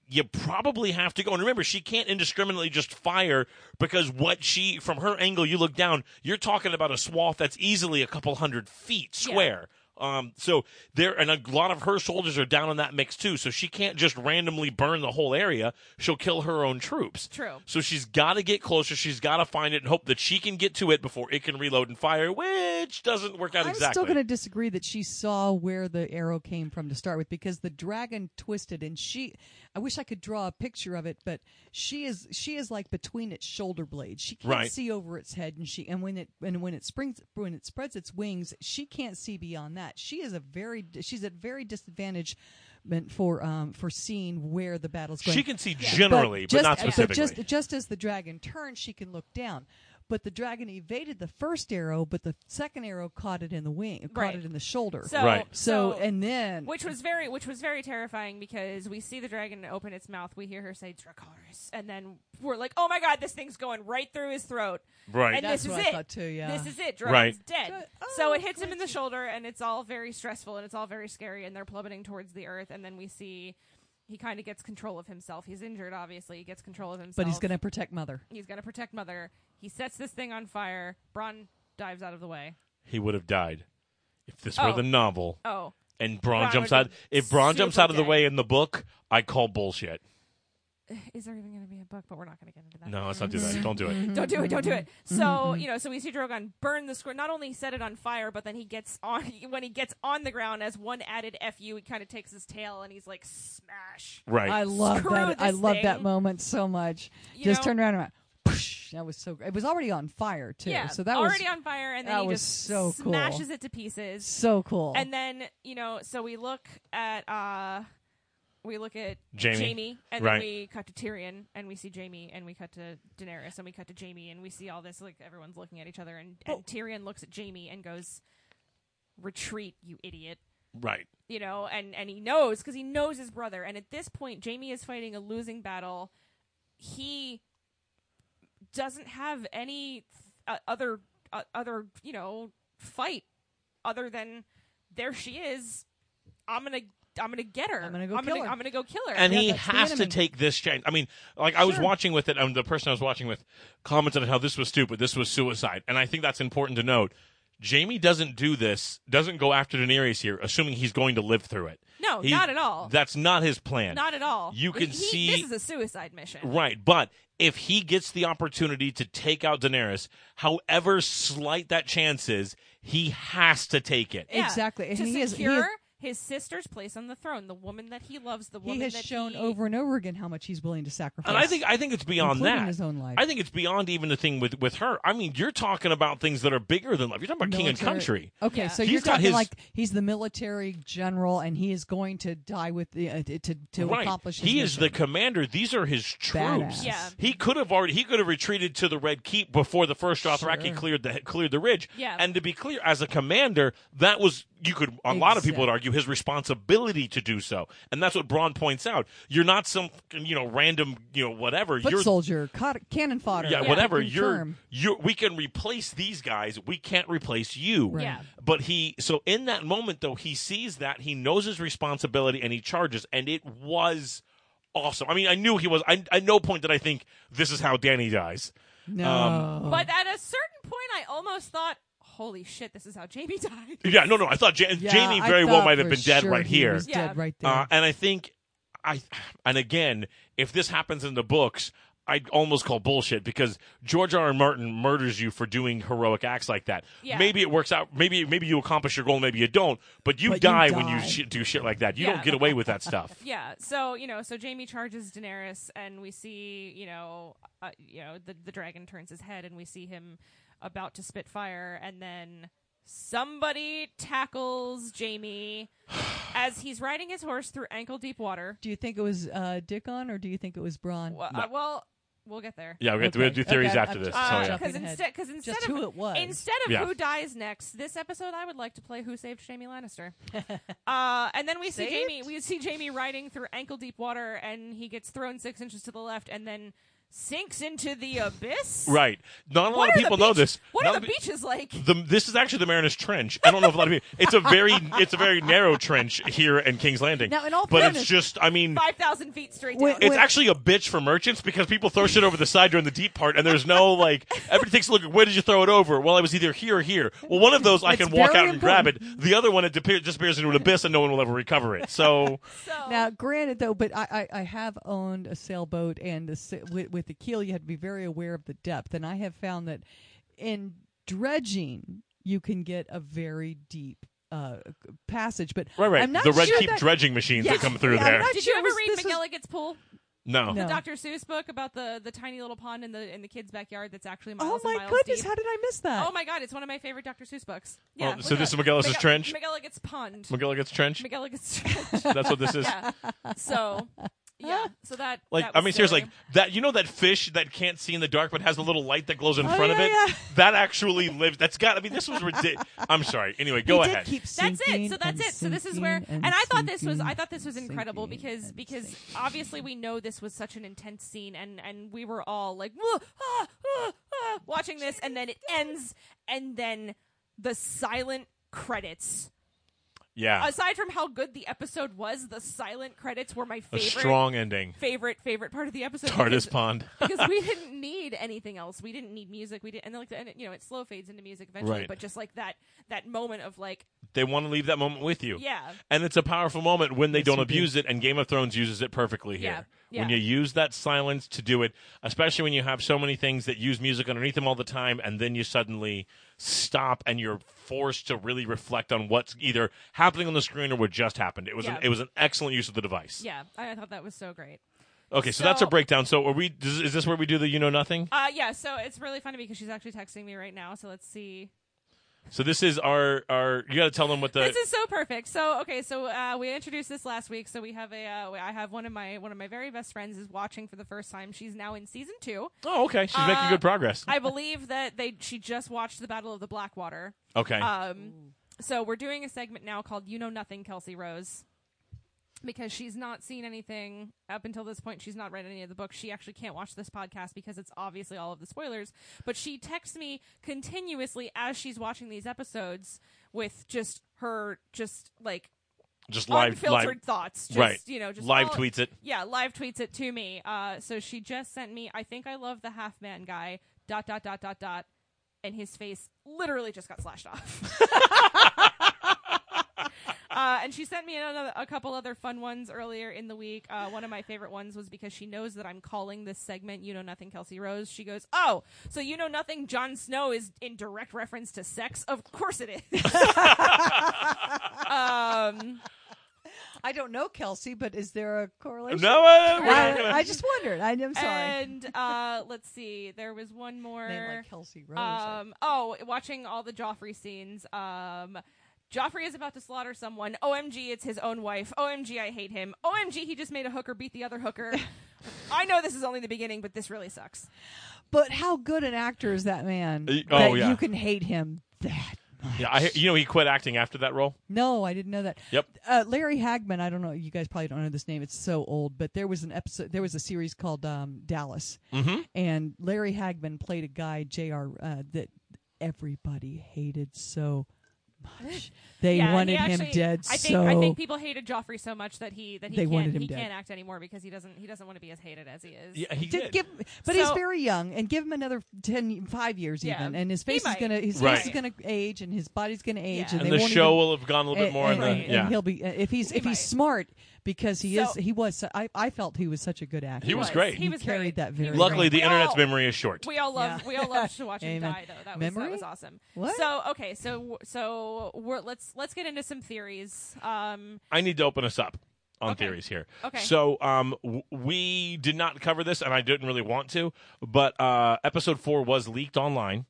[SPEAKER 1] you probably have to go. And remember, she can't indiscriminately just fire because what she, from her angle, you look down, you're talking about a swath that's easily a couple hundred feet square. Um, so there, and a lot of her soldiers are down in that mix too. So she can't just randomly burn the whole area. She'll kill her own troops.
[SPEAKER 2] True.
[SPEAKER 1] So she's got to get closer. She's got to find it and hope that she can get to it before it can reload and fire, which doesn't work out
[SPEAKER 3] I'm
[SPEAKER 1] exactly.
[SPEAKER 3] still going to disagree that she saw where the arrow came from to start with because the dragon twisted and she I wish I could draw a picture of it but she is she is like between its shoulder blades. She can't
[SPEAKER 1] Right.
[SPEAKER 3] see over its head and she and when it and when it springs when it spreads its wings, she can't see beyond that. She is a very she's at very disadvantage meant for um for seeing where the battle's going.
[SPEAKER 1] She can see generally, but,
[SPEAKER 3] just-
[SPEAKER 1] not specifically.
[SPEAKER 3] just, just as the dragon turns, she can look down. But the dragon evaded the first arrow, but the second arrow caught it in the wing, caught
[SPEAKER 2] Right.
[SPEAKER 3] it in the shoulder.
[SPEAKER 2] So
[SPEAKER 1] Right.
[SPEAKER 3] So, and then
[SPEAKER 2] which was very which was very terrifying because we see the dragon open its mouth we hear her say dracarys and then we're like oh my god this thing's going right through his throat
[SPEAKER 1] Right.
[SPEAKER 2] and
[SPEAKER 3] That's
[SPEAKER 2] this
[SPEAKER 3] what
[SPEAKER 2] is
[SPEAKER 3] I
[SPEAKER 2] it
[SPEAKER 3] thought too, yeah.
[SPEAKER 2] this is it
[SPEAKER 1] Right.
[SPEAKER 2] dragon's dead
[SPEAKER 3] Dra-
[SPEAKER 2] so
[SPEAKER 3] oh,
[SPEAKER 2] it hits him in the
[SPEAKER 3] crikey.
[SPEAKER 2] shoulder and it's all very stressful and it's all very scary and they're plummeting towards the earth and then we see he kind of gets control of himself he's injured obviously he gets control of himself
[SPEAKER 3] but he's going to protect mother.
[SPEAKER 2] he's gonna protect mother he sets this thing on fire Bron dives out of the way
[SPEAKER 1] he would have died if this
[SPEAKER 2] Oh.
[SPEAKER 1] were the novel
[SPEAKER 2] oh
[SPEAKER 1] and Braun
[SPEAKER 2] Braun
[SPEAKER 1] jumps
[SPEAKER 2] would
[SPEAKER 1] out.
[SPEAKER 2] be
[SPEAKER 1] If Braun jumps
[SPEAKER 2] super
[SPEAKER 1] out of the
[SPEAKER 2] dead.
[SPEAKER 1] way in the book, I call bullshit.
[SPEAKER 2] is there even gonna be a book but we're not gonna get into that
[SPEAKER 1] No, let's not do
[SPEAKER 2] Mm-hmm.
[SPEAKER 1] that. Don't do it.
[SPEAKER 2] don't do it, don't do it.
[SPEAKER 3] Mm-hmm.
[SPEAKER 2] So you know, so we see Drogon burn the square. Not only set it on fire, but then he gets on when he gets on the ground as one added fu. He kind of takes his tail and he's like smash.
[SPEAKER 1] Right.
[SPEAKER 3] I love
[SPEAKER 2] Screw
[SPEAKER 3] that. I
[SPEAKER 2] this
[SPEAKER 3] love that
[SPEAKER 2] thing.
[SPEAKER 3] moment so much.
[SPEAKER 2] You
[SPEAKER 3] Just
[SPEAKER 2] know-
[SPEAKER 3] turn around and went, "Poosh." that was so. It was already on fire too.
[SPEAKER 2] yeah,
[SPEAKER 3] so that
[SPEAKER 2] already
[SPEAKER 3] was
[SPEAKER 2] on fire, and
[SPEAKER 3] that
[SPEAKER 2] then he
[SPEAKER 3] was
[SPEAKER 2] just
[SPEAKER 3] so cool.
[SPEAKER 2] smashes it to pieces.
[SPEAKER 3] so cool.
[SPEAKER 2] And then you know, so we look at uh, we look at
[SPEAKER 1] Jaime.
[SPEAKER 2] and
[SPEAKER 1] Right.
[SPEAKER 2] then we cut to Tyrion, and we see Jamie, and we cut to Daenerys, and we cut to Jamie, and we see all this like everyone's looking at each other, and, and Tyrion looks at Jamie and goes, "Retreat, you idiot."
[SPEAKER 1] right.
[SPEAKER 2] you know, and and he knows because he knows his brother. And at this point, Jamie is fighting a losing battle. He doesn't have any uh, other uh, other you know fight other than there she is. I'm gonna I'm gonna get her.
[SPEAKER 3] I'm gonna go
[SPEAKER 2] I'm
[SPEAKER 3] kill
[SPEAKER 2] gonna,
[SPEAKER 3] her."
[SPEAKER 2] I'm gonna go kill her.
[SPEAKER 1] And
[SPEAKER 3] Yeah,
[SPEAKER 1] he
[SPEAKER 3] that's the
[SPEAKER 1] has to
[SPEAKER 3] enemy.
[SPEAKER 1] take this chance. I mean, like I was watching with it, and the person I was watching with commented on how this was stupid. This was suicide, and I think that's important to note. Jamie doesn't do this. Doesn't go after Daenerys here, assuming he's going to live through it.
[SPEAKER 2] No,
[SPEAKER 1] He-
[SPEAKER 2] not at all.
[SPEAKER 1] That's not his plan.
[SPEAKER 2] Not at all.
[SPEAKER 1] You can
[SPEAKER 2] He-
[SPEAKER 1] see-
[SPEAKER 2] this is a suicide mission.
[SPEAKER 1] Right, but if he gets the opportunity to take out Daenerys, however slight that chance is, he has to take it.
[SPEAKER 2] Yeah.
[SPEAKER 3] Exactly. And
[SPEAKER 2] to
[SPEAKER 3] he is- he
[SPEAKER 2] secure
[SPEAKER 3] is-
[SPEAKER 2] his sister's place on the throne, the woman that he loves, the woman
[SPEAKER 3] he has
[SPEAKER 2] that
[SPEAKER 3] shown
[SPEAKER 2] he-
[SPEAKER 3] over and over again how much he's willing to sacrifice.
[SPEAKER 1] And I think I think it's beyond
[SPEAKER 3] Including
[SPEAKER 1] that.
[SPEAKER 3] his own life.
[SPEAKER 1] I think it's beyond even the thing with with her. I mean, you're talking about things that are bigger than love. You're talking about king and
[SPEAKER 3] military-
[SPEAKER 1] country.
[SPEAKER 3] Okay,
[SPEAKER 2] Yeah.
[SPEAKER 3] so
[SPEAKER 1] He's
[SPEAKER 3] you're
[SPEAKER 1] got
[SPEAKER 3] talking
[SPEAKER 1] his-
[SPEAKER 3] like he's the military general, and he is going to die with the uh, to to
[SPEAKER 1] right.
[SPEAKER 3] accomplish. His
[SPEAKER 1] he is the
[SPEAKER 3] mission.
[SPEAKER 1] commander. These are his troops.
[SPEAKER 3] Badass.
[SPEAKER 2] Yeah.
[SPEAKER 1] He could have already he could have retreated to the Red Keep before the first Dothraki
[SPEAKER 3] Sure.
[SPEAKER 1] cleared the cleared the ridge.
[SPEAKER 2] Yeah.
[SPEAKER 1] And to be clear, as a commander, that was you could a lot of people would argue his responsibility to do so. And that's what Braun points out. You're not some you know random, you know, whatever.
[SPEAKER 3] foot
[SPEAKER 1] you're
[SPEAKER 3] soldier, cot- cannon fodder.
[SPEAKER 1] yeah,
[SPEAKER 2] Yeah.
[SPEAKER 1] whatever.
[SPEAKER 3] Pick your
[SPEAKER 1] You're,
[SPEAKER 3] term.
[SPEAKER 1] you're, we can replace these guys. We can't replace you.
[SPEAKER 3] Right.
[SPEAKER 2] Yeah.
[SPEAKER 1] But he, so in that moment though, he sees that he knows his responsibility and he charges, and it was awesome. I mean, I knew he was. I at no point did I think this is how Danny dies.
[SPEAKER 3] No.
[SPEAKER 1] um,
[SPEAKER 2] But at a certain point, I almost thought, "Holy shit, this is how Jamie died."
[SPEAKER 1] Yeah, no, no. I thought ja-
[SPEAKER 3] Yeah,
[SPEAKER 1] Jamie
[SPEAKER 3] I
[SPEAKER 1] very well
[SPEAKER 3] thought
[SPEAKER 1] might have
[SPEAKER 3] for
[SPEAKER 1] been dead
[SPEAKER 3] sure
[SPEAKER 1] right
[SPEAKER 3] he
[SPEAKER 1] here.
[SPEAKER 3] was
[SPEAKER 2] Yeah.
[SPEAKER 3] Dead right there.
[SPEAKER 1] Uh, and I think I and again, if this happens in the books, I'd almost call bullshit because George R. R. Martin murders you for doing heroic acts like that.
[SPEAKER 2] Yeah.
[SPEAKER 1] Maybe it works out. Maybe maybe you accomplish your goal. Maybe you don't. But you
[SPEAKER 3] But you
[SPEAKER 1] die when you
[SPEAKER 3] die.
[SPEAKER 1] sh- do shit like that. You
[SPEAKER 2] Yeah.
[SPEAKER 1] don't get away with that stuff.
[SPEAKER 2] Yeah, so you know, so Jamie charges Daenerys, and we see you know, uh, you know, the the dragon turns his head, and we see him about to spit fire, and then somebody tackles Jamie as he's riding his horse through ankle deep water.
[SPEAKER 3] do you think it was uh, Dickon or do you think it was Braun?
[SPEAKER 2] Well, uh, well we'll get there.
[SPEAKER 1] Yeah, we have to, we have to do
[SPEAKER 3] Okay.
[SPEAKER 1] theories
[SPEAKER 3] Okay,
[SPEAKER 1] after
[SPEAKER 3] I'm
[SPEAKER 1] this.
[SPEAKER 3] just-
[SPEAKER 1] so,
[SPEAKER 3] uh,
[SPEAKER 1] yeah.
[SPEAKER 2] because
[SPEAKER 3] Jumping ahead.
[SPEAKER 2] instead, because instead
[SPEAKER 3] Just
[SPEAKER 2] of
[SPEAKER 3] who it was.
[SPEAKER 2] instead of
[SPEAKER 1] Yeah.
[SPEAKER 2] who dies next, this episode I would like to play Who Saved Jamie Lannister. uh, and then we see
[SPEAKER 3] Saved?
[SPEAKER 2] Jamie. We see Jamie riding through ankle deep water, and he gets thrown six inches to the left, and then sinks into the abyss.
[SPEAKER 1] Right. Not a
[SPEAKER 2] What
[SPEAKER 1] lot of
[SPEAKER 2] are the
[SPEAKER 1] people know
[SPEAKER 2] beach-
[SPEAKER 1] this.
[SPEAKER 2] What
[SPEAKER 1] Not
[SPEAKER 2] are
[SPEAKER 1] a
[SPEAKER 2] the
[SPEAKER 1] pe-
[SPEAKER 2] beaches like?
[SPEAKER 1] the, this is actually the Mariner's Trench. I don't know if a lot of people. It's a very, it's a very narrow trench here in King's Landing.
[SPEAKER 3] Now, in all
[SPEAKER 1] but
[SPEAKER 3] fairness-
[SPEAKER 1] it's just, I mean,
[SPEAKER 2] Five thousand feet straight down.
[SPEAKER 3] Wait,
[SPEAKER 1] It's actually a bitch for merchants because people throw shit over the side during the deep part, and there's no like. Everybody takes a look at where did you throw it over? Well, I was either here or here. Well, one of those I
[SPEAKER 3] It's
[SPEAKER 1] can walk
[SPEAKER 3] very
[SPEAKER 1] out and grab it. The other one it disappear- disappears into an abyss, and no one will ever recover it. So
[SPEAKER 2] so
[SPEAKER 3] Now, granted, though, but I, I, I have owned a sailboat, and the, sa- with, with the keel, you have to be very aware of the depth. And I have found that in dredging, you can get a very deep uh, passage. But
[SPEAKER 1] right, right.
[SPEAKER 3] I'm not
[SPEAKER 1] the red
[SPEAKER 3] sure
[SPEAKER 1] keep
[SPEAKER 3] that-
[SPEAKER 1] dredging machines
[SPEAKER 3] Yeah,
[SPEAKER 1] that come through
[SPEAKER 3] yeah,
[SPEAKER 1] there.
[SPEAKER 3] I'm not
[SPEAKER 2] did
[SPEAKER 3] sure
[SPEAKER 2] you ever
[SPEAKER 3] was-
[SPEAKER 2] read
[SPEAKER 3] this was-
[SPEAKER 2] McGilligan's Pool?
[SPEAKER 1] no.
[SPEAKER 3] No.
[SPEAKER 2] The Dr. Seuss book about the the tiny little pond in the in the kid's backyard that's actually
[SPEAKER 3] Oh
[SPEAKER 2] miles and
[SPEAKER 3] my
[SPEAKER 2] miles
[SPEAKER 3] goodness!
[SPEAKER 2] deep.
[SPEAKER 3] How did I miss that?
[SPEAKER 2] Oh my god, it's one of my favorite Dr. Seuss books.
[SPEAKER 1] Well,
[SPEAKER 2] Yeah.
[SPEAKER 1] Oh, so
[SPEAKER 2] look
[SPEAKER 1] this
[SPEAKER 2] it
[SPEAKER 1] is
[SPEAKER 2] up.
[SPEAKER 1] McGillis'
[SPEAKER 2] McGill-
[SPEAKER 1] trench?
[SPEAKER 2] McGilligan's pond.
[SPEAKER 1] McGilligan's Trench.
[SPEAKER 2] McGilligan's trench.
[SPEAKER 1] That's what this is.
[SPEAKER 2] yeah. So, yeah. So that
[SPEAKER 1] Like
[SPEAKER 2] that
[SPEAKER 1] I
[SPEAKER 2] was
[SPEAKER 1] mean, seriously, like
[SPEAKER 2] silly.
[SPEAKER 1] that. You know that fish that can't see in the dark but has a little light that glows in
[SPEAKER 3] Oh,
[SPEAKER 1] front of
[SPEAKER 3] yeah,
[SPEAKER 1] it.
[SPEAKER 3] yeah.
[SPEAKER 1] That actually lives. That's got. I mean, this was ridiculous. I'm sorry. Anyway, go
[SPEAKER 3] He did
[SPEAKER 1] ahead.
[SPEAKER 3] keep
[SPEAKER 2] That's
[SPEAKER 3] sinking
[SPEAKER 2] it. So that's
[SPEAKER 3] and
[SPEAKER 2] it. So this is where,
[SPEAKER 3] sinking
[SPEAKER 2] and I thought this was,
[SPEAKER 3] sinking
[SPEAKER 2] I thought this was
[SPEAKER 3] and
[SPEAKER 2] incredible
[SPEAKER 3] sinking
[SPEAKER 2] because
[SPEAKER 3] and
[SPEAKER 2] because
[SPEAKER 3] sinking.
[SPEAKER 2] obviously we know this was such an intense scene, and and we were all like, "Whoa, ah, ah, ah," watching this, and then it ends, and then the silent credits.
[SPEAKER 1] yeah,
[SPEAKER 2] Aside from how good the episode was, the silent credits were my
[SPEAKER 1] a
[SPEAKER 2] favorite.
[SPEAKER 1] strong ending.
[SPEAKER 2] favorite favorite part of the episode because,
[SPEAKER 1] TARDIS pond.
[SPEAKER 2] because we didn't need anything else. We didn't need music. We didn't, and then, like the, and it, you know, it slow fades into music eventually.
[SPEAKER 1] Right.
[SPEAKER 2] But just like that, that moment of like,
[SPEAKER 1] They want to leave that moment with you.
[SPEAKER 2] yeah,
[SPEAKER 1] And it's a powerful moment when they
[SPEAKER 3] Yes,
[SPEAKER 1] don't
[SPEAKER 3] you do.
[SPEAKER 1] abuse it, and Game of Thrones uses it perfectly here.
[SPEAKER 2] Yeah,
[SPEAKER 1] When
[SPEAKER 2] yeah.
[SPEAKER 1] you use that silence to do it, especially when you have so many things that use music underneath them all the time, and then you suddenly stop and you're forced to really reflect on what's either happening on the screen or what just happened. It was an,
[SPEAKER 2] Yeah.
[SPEAKER 1] it was an excellent use of the device.
[SPEAKER 2] yeah. I, I thought that was so great.
[SPEAKER 1] Okay, so, that's our
[SPEAKER 2] So-
[SPEAKER 1] breakdown. So are we? Is, is this where we do the you know nothing?
[SPEAKER 2] Uh, yeah. So it's really funny because she's actually texting me right now. So let's see.
[SPEAKER 1] So this is our our. You got to tell them what the.
[SPEAKER 2] This is so perfect. So okay, so uh, we introduced this last week. So we have a, uh, I have one of my one of my very best friends is watching for the first time. She's now in season two.
[SPEAKER 1] oh, okay. She's making
[SPEAKER 2] uh,
[SPEAKER 1] good progress.
[SPEAKER 2] I believe that they she just watched the Battle of the Blackwater.
[SPEAKER 1] okay.
[SPEAKER 2] Um, so we're doing a segment now called "You Know Nothing, Kelsey Rose," because she's not seen anything up until this point. She's not read any of the books. She actually can't watch this podcast because it's obviously all of the spoilers. But she texts me continuously as she's watching these episodes with just her, just like
[SPEAKER 1] just live
[SPEAKER 2] unfiltered
[SPEAKER 1] live
[SPEAKER 2] thoughts. Just,
[SPEAKER 1] right.
[SPEAKER 2] You know, just
[SPEAKER 1] live
[SPEAKER 2] all-
[SPEAKER 1] tweets it.
[SPEAKER 2] Yeah, live tweets it to me. Uh, so she just sent me. I think I love the half man guy. Dot dot dot dot dot. And his face literally just got slashed off. uh, and she sent me another, a couple other fun ones earlier in the week. Uh, one of my favorite ones was because she knows that I'm calling this segment "You Know Nothing, Kelsey Rose." She goes, "Oh, so you know nothing? Jon Snow is in direct reference to sex? Of course it is." um,
[SPEAKER 3] I don't know, Kelsey, but is there a correlation?
[SPEAKER 1] No, uh, we're not
[SPEAKER 3] I,
[SPEAKER 1] gonna-
[SPEAKER 3] I just wondered. I, am sorry.
[SPEAKER 2] And uh, let's see, there was one more.
[SPEAKER 3] Name like Kelsey Rose. I
[SPEAKER 2] um, oh, watching all the Joffrey scenes. Um, Joffrey is about to slaughter someone. OMG, it's his own wife. OMG, I hate him. OMG, he just made a hooker beat the other hooker. I know this is only the beginning, but this really sucks.
[SPEAKER 3] But how good an actor is that man?
[SPEAKER 1] Uh, oh,
[SPEAKER 3] that
[SPEAKER 1] yeah.
[SPEAKER 3] You can hate him that much.
[SPEAKER 1] Yeah, I, you know he quit acting after that role.
[SPEAKER 3] No, I didn't know that.
[SPEAKER 1] Yep.
[SPEAKER 3] Uh, Larry Hagman, I don't know. You guys probably don't know this name. It's so old, but there was an episode. There was a series called um, Dallas,
[SPEAKER 1] Mm-hmm.
[SPEAKER 3] and Larry Hagman played a guy Jr. Uh, that everybody hated so much. They
[SPEAKER 2] Yeah, and
[SPEAKER 3] wanted
[SPEAKER 2] he
[SPEAKER 3] him
[SPEAKER 2] actually-
[SPEAKER 3] dead
[SPEAKER 2] I think
[SPEAKER 3] so
[SPEAKER 2] I think people hated Joffrey so much that he that he
[SPEAKER 3] They
[SPEAKER 2] can't
[SPEAKER 3] wanted him
[SPEAKER 2] he
[SPEAKER 3] dead.
[SPEAKER 2] can't act anymore because he doesn't he doesn't want to be as hated as he is.
[SPEAKER 1] Yeah, he
[SPEAKER 3] Did
[SPEAKER 1] did.
[SPEAKER 3] give, but he's
[SPEAKER 2] So-
[SPEAKER 3] very young, and give him another 10, 5 years
[SPEAKER 2] Yeah.
[SPEAKER 3] even, and his
[SPEAKER 2] He
[SPEAKER 3] face is
[SPEAKER 2] might.
[SPEAKER 3] gonna his
[SPEAKER 1] Right.
[SPEAKER 3] face is gonna age, and his body's gonna age,
[SPEAKER 2] Yeah.
[SPEAKER 3] and, they
[SPEAKER 1] and the
[SPEAKER 3] won't
[SPEAKER 1] show
[SPEAKER 3] even-
[SPEAKER 1] will have gone a little bit more
[SPEAKER 3] and,
[SPEAKER 1] in the
[SPEAKER 2] and-
[SPEAKER 1] yeah.
[SPEAKER 3] he'll be uh, if he's if
[SPEAKER 2] might.
[SPEAKER 3] he's smart because he is
[SPEAKER 2] So-
[SPEAKER 3] he was su- I I felt he was such a good actor.
[SPEAKER 1] He was great.
[SPEAKER 2] He was great.
[SPEAKER 3] carried that
[SPEAKER 2] He
[SPEAKER 3] very
[SPEAKER 2] was
[SPEAKER 1] Luckily,
[SPEAKER 2] great.
[SPEAKER 1] the
[SPEAKER 2] We
[SPEAKER 1] internet's
[SPEAKER 2] all-
[SPEAKER 1] memory is short.
[SPEAKER 2] We all love
[SPEAKER 3] Yeah.
[SPEAKER 2] we all loved to watch him
[SPEAKER 3] Amen.
[SPEAKER 2] die though. That was
[SPEAKER 3] Memory?
[SPEAKER 2] that was awesome.
[SPEAKER 3] What?
[SPEAKER 2] So okay, so so we're, let's let's get into some theories. Um,
[SPEAKER 1] I need to open us up on
[SPEAKER 2] Okay.
[SPEAKER 1] theories here.
[SPEAKER 2] Okay.
[SPEAKER 1] So um, w- we did not cover this, and I didn't really want to, but uh, episode four was leaked online.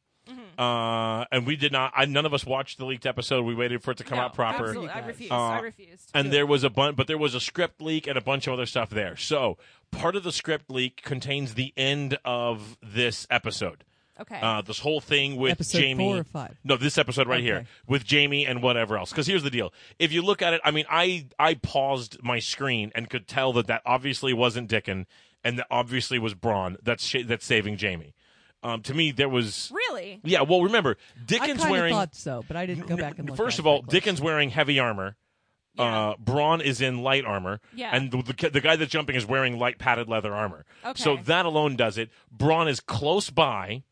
[SPEAKER 1] Uh, and we did not. I, none of us watched the leaked episode. We waited for it to come
[SPEAKER 2] no,
[SPEAKER 1] out proper.
[SPEAKER 2] Absolutely, I
[SPEAKER 3] Guys.
[SPEAKER 2] refused.
[SPEAKER 1] Uh,
[SPEAKER 2] I refused.
[SPEAKER 1] And there was a bunch, but there was a script leak and a bunch of other stuff there. So part of the script leak contains the end of this episode.
[SPEAKER 2] okay.
[SPEAKER 1] Uh, this whole thing with
[SPEAKER 3] Episode
[SPEAKER 1] Jamie.
[SPEAKER 3] four or five?
[SPEAKER 1] No, this episode right here
[SPEAKER 3] Okay.
[SPEAKER 1] with Jamie and whatever else. Because here's the deal: if you look at it, I mean, I I paused my screen and could tell that that obviously wasn't Dickon, and that obviously was Braun. That's sh- that's saving Jamie. Um, to me, there was
[SPEAKER 2] really?
[SPEAKER 1] yeah. Well, remember,
[SPEAKER 3] I
[SPEAKER 1] Dickens
[SPEAKER 3] kinda
[SPEAKER 1] wearing
[SPEAKER 3] thought so, but I didn't go back and look.
[SPEAKER 1] First
[SPEAKER 3] at
[SPEAKER 1] of all,
[SPEAKER 3] it that
[SPEAKER 1] Dickens wearing heavy armor. Uh, Braun is in light armor,
[SPEAKER 2] Yeah.
[SPEAKER 1] and the, the, the guy that's jumping is wearing light padded leather armor. So
[SPEAKER 2] Okay.
[SPEAKER 1] that alone does it. Braun is close by.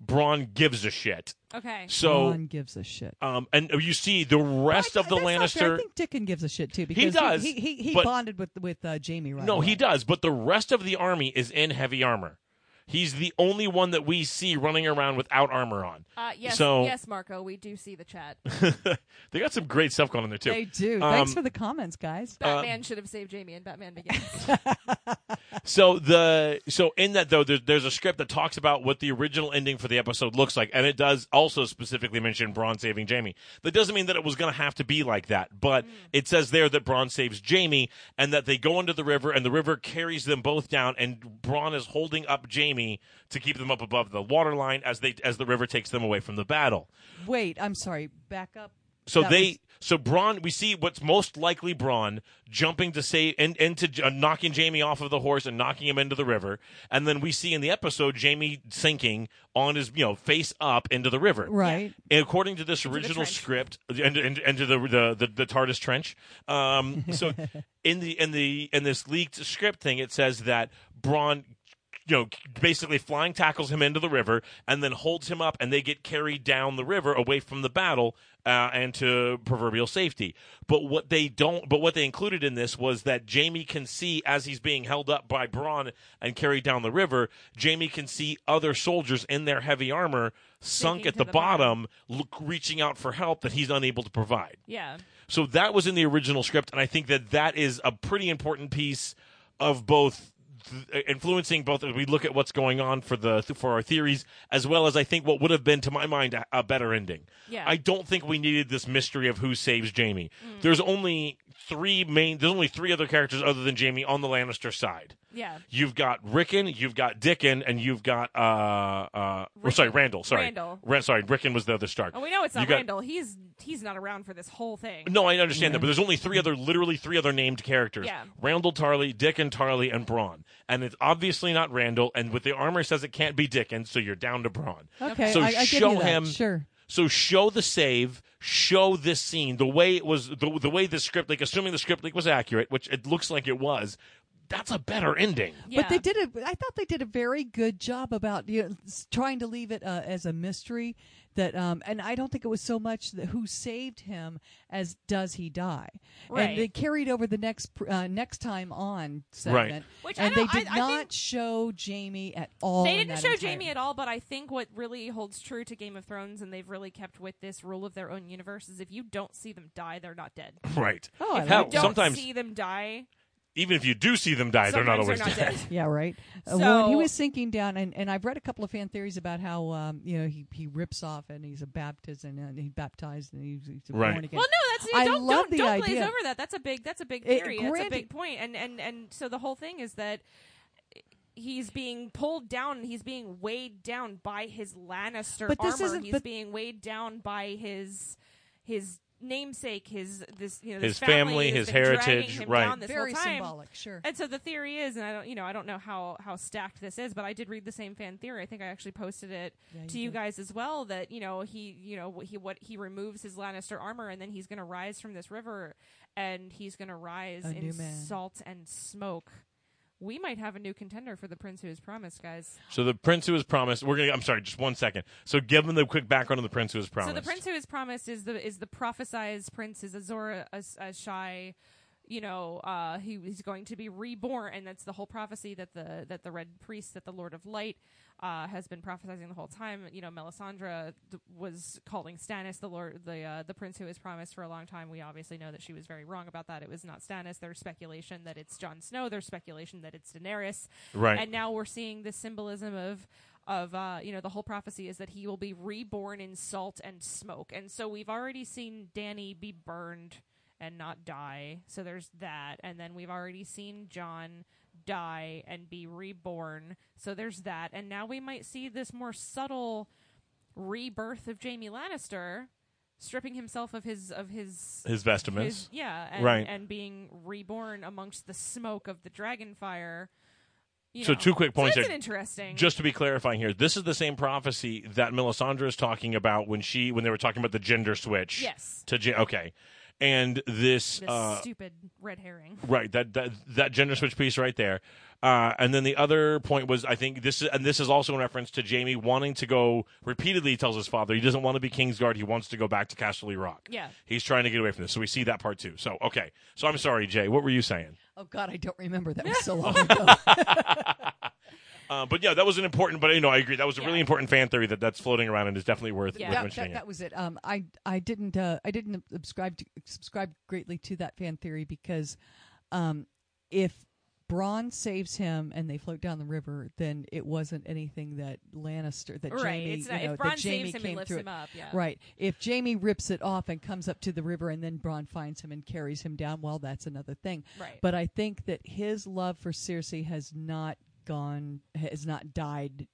[SPEAKER 1] Braun gives a shit.
[SPEAKER 2] Okay.
[SPEAKER 1] So,
[SPEAKER 3] Ron gives a shit.
[SPEAKER 1] um, and you see the rest
[SPEAKER 3] I-
[SPEAKER 1] of the
[SPEAKER 3] that's not fair. I
[SPEAKER 1] Lannister.
[SPEAKER 3] think Dickon gives a shit too because
[SPEAKER 1] does,
[SPEAKER 3] He he, he
[SPEAKER 1] but-
[SPEAKER 3] bonded with with uh, Jamie right.
[SPEAKER 1] No,
[SPEAKER 3] away.
[SPEAKER 1] he does, but the rest of the army is in heavy armor. He's the only one that we see running around without armor on.
[SPEAKER 2] Uh, yes.
[SPEAKER 1] So- Uh,
[SPEAKER 2] yes, Marco. We do see the chat.
[SPEAKER 1] They got some great stuff going on there too.
[SPEAKER 3] They do.
[SPEAKER 1] Um,
[SPEAKER 3] Thanks for the comments, guys.
[SPEAKER 2] Batman should have saved Jamie, and Batman begins.
[SPEAKER 1] So the so in that though, there's, there's a script that talks about what the original ending for the episode looks like, and it does also specifically mention Braun saving Jamie. That doesn't mean that it was going to have to be like that, but it says there that Braun saves Jamie and that they go into the river, and the river carries them both down, and Braun is holding up Jamie to keep them up above the water line as they as the river takes them away from the battle.
[SPEAKER 3] Wait, I'm sorry. Back up.
[SPEAKER 1] So
[SPEAKER 3] That
[SPEAKER 1] they
[SPEAKER 3] was-
[SPEAKER 1] so Braun we see what's most likely Braun jumping to save and into uh, knocking Jamie off of the horse and knocking him into the river and then we see in the episode Jamie sinking on his you know face up into the river.
[SPEAKER 3] right.
[SPEAKER 1] And according to this original
[SPEAKER 2] trench.
[SPEAKER 1] script, and and into the the the, the TARDIS trench. Um, so in the in the in this leaked script thing, it says that Braun, you know, basically flying tackles him into the river and then holds him up, and they get carried down the river away from the battle uh, and to proverbial safety. But what they don't, but what they included in this was that Jamie can see as he's being held up by Braun and carried down the river. Jamie can see other soldiers in their heavy armor sunk
[SPEAKER 2] Sinking
[SPEAKER 1] at
[SPEAKER 2] to
[SPEAKER 1] the,
[SPEAKER 2] the
[SPEAKER 1] bottom
[SPEAKER 2] bottom.
[SPEAKER 1] um, look, reaching out for help that he's unable to provide.
[SPEAKER 2] yeah.
[SPEAKER 1] So that was in the original script, and I think that that is a pretty important piece of both th- uh, influencing both as we look at what's going on for the for our theories, as well as I think what would have been, to my mind, a, a better ending.
[SPEAKER 2] Yeah. Mm.
[SPEAKER 1] I don't think we needed this mystery of who saves Jamie. There's only three main. There's only three other characters other than Jamie on the Lannister side.
[SPEAKER 2] Yeah.
[SPEAKER 1] You've got Rickon, you've got Dickon, and you've got uh uh or sorry
[SPEAKER 2] Rickon.
[SPEAKER 1] Randall. Sorry,
[SPEAKER 2] Randall.
[SPEAKER 1] Ran- sorry, Rickon was the other Stark.
[SPEAKER 2] And we know it's
[SPEAKER 1] You
[SPEAKER 2] not
[SPEAKER 1] got-
[SPEAKER 2] Randall. He's he's not around for this whole thing.
[SPEAKER 1] No, I understand that, but there's only three other, literally three other named characters:
[SPEAKER 2] Yeah.
[SPEAKER 1] Randall Tarley, Dick and Tarley, and Braun. And it's obviously not Randall. And with the armor says it can't be Dickens, so you're down to Braun.
[SPEAKER 3] Okay.
[SPEAKER 1] So
[SPEAKER 3] I, I give
[SPEAKER 1] show
[SPEAKER 3] you that.
[SPEAKER 1] him-
[SPEAKER 3] Sure.
[SPEAKER 1] So show the save, show this scene the way it was, the, the way the script, like assuming the script like was accurate, which it looks like it was. That's a better ending.
[SPEAKER 2] Yeah.
[SPEAKER 3] But they did a. I thought they did a very good job about you know, s- trying to leave it uh, as a mystery. That um, and I don't think it was so much that who saved him as does he die.
[SPEAKER 2] Right.
[SPEAKER 3] And they carried over the next pr- uh, next time on
[SPEAKER 1] Right.
[SPEAKER 3] segment,
[SPEAKER 2] Which I
[SPEAKER 3] and
[SPEAKER 2] don't-
[SPEAKER 3] they did
[SPEAKER 2] I- I
[SPEAKER 3] not
[SPEAKER 2] think-
[SPEAKER 3] show Jamie at all.
[SPEAKER 2] They
[SPEAKER 3] in
[SPEAKER 2] didn't
[SPEAKER 3] that
[SPEAKER 2] show
[SPEAKER 3] entire-
[SPEAKER 2] Jamie at all, but I think what really holds true to Game of Thrones, and they've really kept with this rule of their own universe, is if you don't see them die, they're not dead.
[SPEAKER 1] Right.
[SPEAKER 3] Oh, I
[SPEAKER 2] if
[SPEAKER 3] like
[SPEAKER 1] Hell,
[SPEAKER 2] you
[SPEAKER 3] that.
[SPEAKER 2] don't
[SPEAKER 1] sometimes-
[SPEAKER 2] see them die,
[SPEAKER 1] Even if you do see them die, they're
[SPEAKER 2] sometimes
[SPEAKER 1] not always dead.
[SPEAKER 3] Yeah, right. Uh, well, when he
[SPEAKER 2] So-
[SPEAKER 3] was sinking down, and, and I've read a couple of fan theories about how um, you know he, he rips off and he's a Baptist and, and he baptized and he's, he's
[SPEAKER 1] Right.
[SPEAKER 3] born again.
[SPEAKER 2] Well, no, that's
[SPEAKER 3] I
[SPEAKER 2] don't
[SPEAKER 3] love
[SPEAKER 2] don't,
[SPEAKER 3] the
[SPEAKER 2] don't glaze
[SPEAKER 3] idea.
[SPEAKER 2] over that. That's a big that's a big
[SPEAKER 3] It-
[SPEAKER 2] theory. that's a
[SPEAKER 3] granted-
[SPEAKER 2] big point. And and and so the whole thing is that he's being pulled down. and He's being weighed down by his Lannister
[SPEAKER 3] But this
[SPEAKER 2] armor.
[SPEAKER 3] isn't-
[SPEAKER 2] he's
[SPEAKER 3] but-
[SPEAKER 2] being weighed down by his his namesake, his this you know
[SPEAKER 1] His
[SPEAKER 2] this family,
[SPEAKER 1] family,
[SPEAKER 2] has
[SPEAKER 1] his
[SPEAKER 2] been dragging
[SPEAKER 1] heritage,
[SPEAKER 2] him
[SPEAKER 1] right.
[SPEAKER 2] down this
[SPEAKER 3] Very
[SPEAKER 2] whole time.
[SPEAKER 3] symbolic, sure.
[SPEAKER 2] And so the theory is, and I don't, you know, I don't know how how stacked this is, but I did read the same fan theory. I think I actually posted it
[SPEAKER 3] Yeah, you
[SPEAKER 2] to you
[SPEAKER 3] did.
[SPEAKER 2] guys as well. That you know he, you know wh- he what he removes his Lannister armor, and then he's going to rise from this river, and he's going to rise
[SPEAKER 3] A
[SPEAKER 2] in
[SPEAKER 3] new man.
[SPEAKER 2] salt and smoke. We might have a new contender for the prince who is promised, guys.
[SPEAKER 1] So the prince who was promised. We're gonna. I'm sorry, just one second. So give them the quick background on the prince who was promised.
[SPEAKER 2] So the prince who is promised is the is the prophesized prince is Azor As- Ashai. You know, uh, he he's going to be reborn, and that's the whole prophecy that the that the red priest, that the Lord of Light, uh, has been prophesizing the whole time. You know, Melisandre th- was calling Stannis the Lord, the uh, the prince who is promised for a long time. We obviously know that she was very wrong about that. It was not Stannis. There's speculation that it's Jon Snow. There's speculation that it's Daenerys.
[SPEAKER 1] Right.
[SPEAKER 2] And now we're seeing this symbolism of of uh, you know the whole prophecy is that he will be reborn in salt and smoke, and so we've already seen Danny be burned and not die. So there's that, and then we've already seen John die and be reborn. So there's that, and now we might see this more subtle rebirth of Jamie Lannister, stripping himself of his of his
[SPEAKER 1] his vestments.
[SPEAKER 2] his- yeah, and,
[SPEAKER 1] Right.
[SPEAKER 2] and being reborn amongst the smoke of the dragon fire. you
[SPEAKER 1] So
[SPEAKER 2] know.
[SPEAKER 1] two quick points
[SPEAKER 2] that's
[SPEAKER 1] there.
[SPEAKER 2] an interesting.
[SPEAKER 1] Just to be clarifying here, this is the same prophecy that Melisandre is talking about when she when they were talking about the gender switch.
[SPEAKER 2] Yes.
[SPEAKER 1] To gen- okay, and this,
[SPEAKER 2] this
[SPEAKER 1] uh,
[SPEAKER 2] stupid red herring.
[SPEAKER 1] right that, that that gender switch piece right there, uh, and then the other point was I think this is and this is also in reference to Jamie wanting to go repeatedly. He tells his father he doesn't want to be Kingsguard. He wants to go back to Castle Rock.
[SPEAKER 2] Yeah.
[SPEAKER 1] He's trying to get away from this. So we see that part too. So okay. So I'm sorry, Jay. What were you saying?
[SPEAKER 3] Oh God, I don't remember. That was so long ago.
[SPEAKER 1] Uh, but yeah, that was an important. But you know, I agree. That was a
[SPEAKER 2] Yeah.
[SPEAKER 1] really important fan theory that that's floating around and is definitely worth,
[SPEAKER 2] Yeah.
[SPEAKER 1] worth
[SPEAKER 3] that,
[SPEAKER 1] mentioning.
[SPEAKER 3] that, that was it. Um, I I didn't uh, I didn't subscribe to, subscribe greatly to that fan theory because, um, if Braun saves him and they float down the river, then it wasn't anything that Lannister that
[SPEAKER 2] right.
[SPEAKER 3] Jamie
[SPEAKER 2] it's not,
[SPEAKER 3] you know,
[SPEAKER 2] if Bron
[SPEAKER 3] that Jamie
[SPEAKER 2] saves him
[SPEAKER 3] came
[SPEAKER 2] and lifts
[SPEAKER 3] through
[SPEAKER 2] him
[SPEAKER 3] it.
[SPEAKER 2] up, yeah.
[SPEAKER 3] Right. If Jamie rips it off and comes up to the river and then Braun finds him and carries him down, well, that's another thing.
[SPEAKER 2] Right.
[SPEAKER 3] But I think that his love for Cersei has not gone, has not died.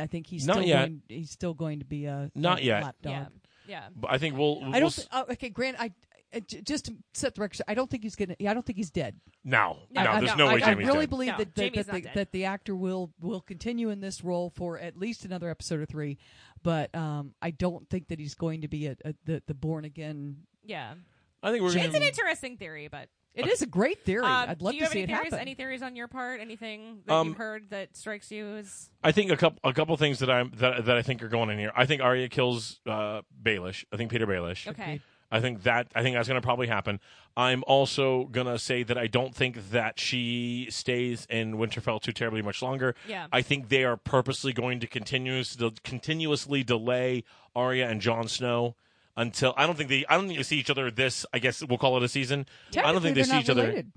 [SPEAKER 3] I think he's
[SPEAKER 1] Not
[SPEAKER 3] still
[SPEAKER 1] yet.
[SPEAKER 3] Going, he's still going to be a
[SPEAKER 1] Not
[SPEAKER 3] a
[SPEAKER 1] yet.
[SPEAKER 3] lapdog.
[SPEAKER 2] Yeah. Yeah.
[SPEAKER 1] But I think we'll.
[SPEAKER 3] I
[SPEAKER 1] we'll
[SPEAKER 3] don't.
[SPEAKER 1] s-
[SPEAKER 3] Th- oh, okay, Grant. I, I j- just to set the record. straight, I don't think he's gonna. Yeah, I don't think he's dead.
[SPEAKER 1] no,
[SPEAKER 2] Yeah,
[SPEAKER 1] no,
[SPEAKER 2] I-
[SPEAKER 1] there's
[SPEAKER 2] I-
[SPEAKER 1] no
[SPEAKER 3] I,
[SPEAKER 1] way
[SPEAKER 3] I
[SPEAKER 1] Jamie's
[SPEAKER 3] really
[SPEAKER 1] dead.
[SPEAKER 3] believe
[SPEAKER 2] No,
[SPEAKER 3] that, that,
[SPEAKER 2] Jamie's
[SPEAKER 3] that,
[SPEAKER 2] not
[SPEAKER 3] the,
[SPEAKER 2] dead.
[SPEAKER 3] that the actor will will continue in this role for at least another episode or three, but um, I don't think that he's going to be a, a the, the born again.
[SPEAKER 2] Yeah.
[SPEAKER 1] I think we're
[SPEAKER 2] It's an
[SPEAKER 1] gonna.
[SPEAKER 2] interesting theory, but
[SPEAKER 3] It is a great theory.
[SPEAKER 2] um,
[SPEAKER 3] I'd love
[SPEAKER 2] do
[SPEAKER 3] to
[SPEAKER 2] you have
[SPEAKER 3] see
[SPEAKER 2] any
[SPEAKER 3] it
[SPEAKER 2] theories?
[SPEAKER 3] happen.
[SPEAKER 2] Any theories on your part? Anything that
[SPEAKER 1] Um,
[SPEAKER 2] you heard that strikes you as
[SPEAKER 1] I think a couple a couple things that I'm that that I think are going in here. I think Arya kills uh, Baelish. I think Peter Baelish.
[SPEAKER 2] okay?
[SPEAKER 1] I think that I think that's going to probably happen. I'm also going to say that I don't think that she stays in Winterfell too terribly much longer.
[SPEAKER 2] Yeah.
[SPEAKER 1] I think they are purposely going to continuous, de- continuously delay Arya and Jon Snow until I don't think they I don't think they see each other this I guess we'll call it a season. I don't think they
[SPEAKER 3] Technically, they're
[SPEAKER 1] see
[SPEAKER 3] not
[SPEAKER 1] each other.
[SPEAKER 3] related.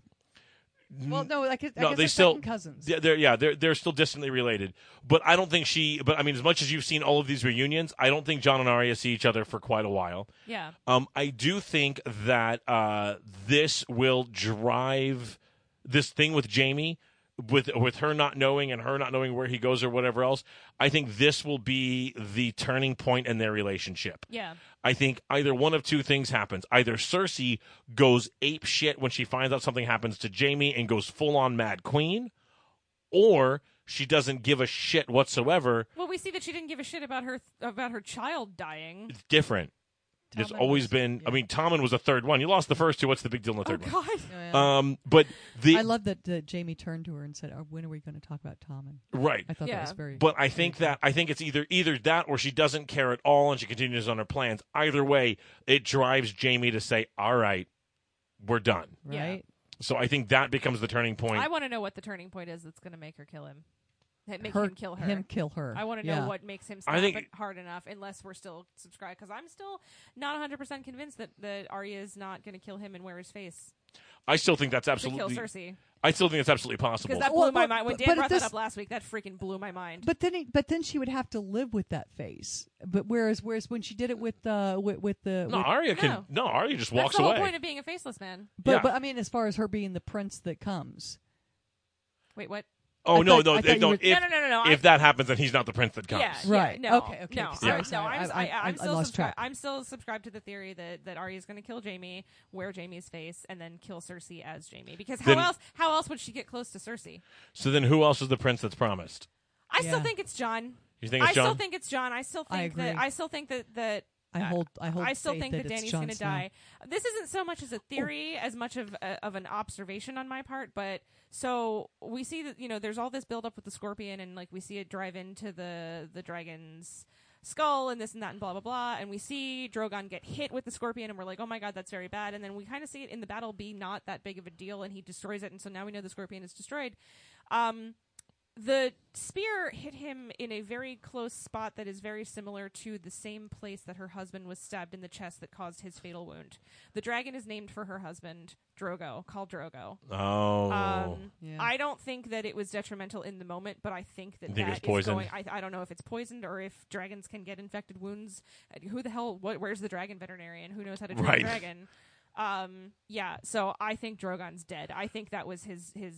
[SPEAKER 2] Mm.
[SPEAKER 3] Well, no, I guess, I
[SPEAKER 1] No,
[SPEAKER 3] guess
[SPEAKER 1] they
[SPEAKER 3] they're
[SPEAKER 1] still
[SPEAKER 3] second cousins.
[SPEAKER 1] Yeah, they're yeah, they're they're still distantly related. But I don't think she. But I mean, as much as you've seen all of these reunions, I don't think John and Arya see each other for quite a while.
[SPEAKER 2] Yeah.
[SPEAKER 1] Um, I do think that uh, this will drive this thing with Jamie, with with her not knowing and her not knowing where he goes or whatever else. I think this will be the turning point in their relationship.
[SPEAKER 2] Yeah.
[SPEAKER 1] I think either one of two things happens. Either Cersei goes ape shit when she finds out something happens to Jamie and goes full on mad queen, or she doesn't give a shit whatsoever.
[SPEAKER 2] Well, we see that she didn't give a shit about her th- about her child dying.
[SPEAKER 1] It's different. There's
[SPEAKER 3] Tommen
[SPEAKER 1] always
[SPEAKER 3] was-
[SPEAKER 1] been. I
[SPEAKER 3] yeah.
[SPEAKER 1] mean, Tommen was the third one. You lost the first two. What's the big deal in the
[SPEAKER 2] Oh
[SPEAKER 1] third one?
[SPEAKER 2] God.
[SPEAKER 3] Yeah.
[SPEAKER 1] Um, but the
[SPEAKER 3] I love that uh, Jamie turned to her and said, oh, "When are we going to talk about Tommen?"
[SPEAKER 1] right.
[SPEAKER 3] I thought
[SPEAKER 2] Yeah.
[SPEAKER 3] that was very.
[SPEAKER 1] But I think
[SPEAKER 2] Mm-hmm.
[SPEAKER 1] that I think it's either either that or she doesn't care at all and she continues on her plans. Either way, it drives Jamie to say, "All right, we're done."
[SPEAKER 2] Yeah.
[SPEAKER 3] right.
[SPEAKER 1] So I think that becomes the turning point.
[SPEAKER 2] I want to know what the turning point is that's going to make her kill him. That make him kill her.
[SPEAKER 3] Him kill her.
[SPEAKER 2] I want to know
[SPEAKER 3] Yeah.
[SPEAKER 2] what makes him
[SPEAKER 1] I
[SPEAKER 2] snap
[SPEAKER 1] think-
[SPEAKER 2] it hard enough, unless we're still subscribed, because I'm still not 100% convinced that, that Arya is not going to kill him and wear his face
[SPEAKER 1] I still think that's
[SPEAKER 2] to
[SPEAKER 1] absolutely.
[SPEAKER 2] kill Cersei.
[SPEAKER 1] I still think it's absolutely
[SPEAKER 2] Because
[SPEAKER 1] possible.
[SPEAKER 2] that blew
[SPEAKER 3] Well,
[SPEAKER 2] my
[SPEAKER 3] but-
[SPEAKER 2] mind. When
[SPEAKER 3] but-
[SPEAKER 2] Dan
[SPEAKER 3] but
[SPEAKER 2] brought
[SPEAKER 3] this-
[SPEAKER 2] that up last week, that freaking blew my mind.
[SPEAKER 3] But then, it, but then she would have to live with that face. But whereas, whereas when she did it with uh, with, with the,
[SPEAKER 1] no,
[SPEAKER 3] with-
[SPEAKER 1] Arya can.
[SPEAKER 2] No.
[SPEAKER 1] No, Arya just
[SPEAKER 2] That's
[SPEAKER 1] walks
[SPEAKER 2] the whole
[SPEAKER 1] away.
[SPEAKER 2] point of being a faceless man.
[SPEAKER 3] but,
[SPEAKER 1] yeah.
[SPEAKER 3] but I mean, as far as her being the prince that comes,
[SPEAKER 2] Wait, what?
[SPEAKER 1] Oh
[SPEAKER 3] I
[SPEAKER 1] no,
[SPEAKER 3] thought-
[SPEAKER 1] no,
[SPEAKER 3] I
[SPEAKER 1] they
[SPEAKER 3] thought you
[SPEAKER 1] don't.
[SPEAKER 3] were-
[SPEAKER 1] If,
[SPEAKER 2] no, no, no, no. I-
[SPEAKER 1] if that happens, then he's not the prince that comes.
[SPEAKER 2] Yeah,
[SPEAKER 3] Right.
[SPEAKER 2] Yeah, no,
[SPEAKER 3] Okay, okay,
[SPEAKER 2] No,
[SPEAKER 3] okay,
[SPEAKER 2] I'm,
[SPEAKER 3] sorry,
[SPEAKER 2] no, I'm,
[SPEAKER 3] sorry. I- I-
[SPEAKER 2] am
[SPEAKER 3] I
[SPEAKER 2] still
[SPEAKER 3] lost track.
[SPEAKER 2] I'm still subscribed to the theory that that Arya's going to kill Jamie, wear Jamie's face, and then kill Cersei as Jamie. Because how
[SPEAKER 1] Then-
[SPEAKER 2] else? How else would she get close to Cersei?
[SPEAKER 1] So then, who else is the prince that's promised?
[SPEAKER 2] I still
[SPEAKER 3] Yeah.
[SPEAKER 2] think it's John.
[SPEAKER 1] You think it's
[SPEAKER 2] I
[SPEAKER 1] John?
[SPEAKER 2] still think it's John. I still
[SPEAKER 3] I
[SPEAKER 2] think that.
[SPEAKER 3] agree.
[SPEAKER 2] I still think that that.
[SPEAKER 3] I hold. I hold.
[SPEAKER 2] I still
[SPEAKER 3] faith
[SPEAKER 2] think
[SPEAKER 3] that,
[SPEAKER 2] that, Danny's
[SPEAKER 3] going
[SPEAKER 2] going to die. This isn't so much as a theory as much of a, of an observation on my part, but so we see that you know there's all this buildup with the scorpion and like we see it drive into the the dragon's skull and this and that and blah blah blah and we see Drogon get hit with the scorpion and we're like oh my god that's very bad and then we kind of see it in the battle be not that big of a deal and he destroys it and so now we know the scorpion is destroyed. Um, the spear hit him in a very close spot that is very similar to the same place that her husband was stabbed in the chest that caused his fatal wound. The dragon is named for her husband, Drogo, called Drogo.
[SPEAKER 1] Oh,
[SPEAKER 2] Um,
[SPEAKER 3] Yeah.
[SPEAKER 2] I don't think that it was detrimental in the moment, but I think that
[SPEAKER 1] You think
[SPEAKER 2] that
[SPEAKER 1] it's
[SPEAKER 2] is
[SPEAKER 1] poisoned?
[SPEAKER 2] going. I, I don't know if it's poisoned or if dragons can get infected wounds. And Who the hell? What? Where's the dragon veterinarian? Who knows how to treat
[SPEAKER 1] Right.
[SPEAKER 2] a dragon? Um, yeah. So I think Drogon's dead. I think that was his his.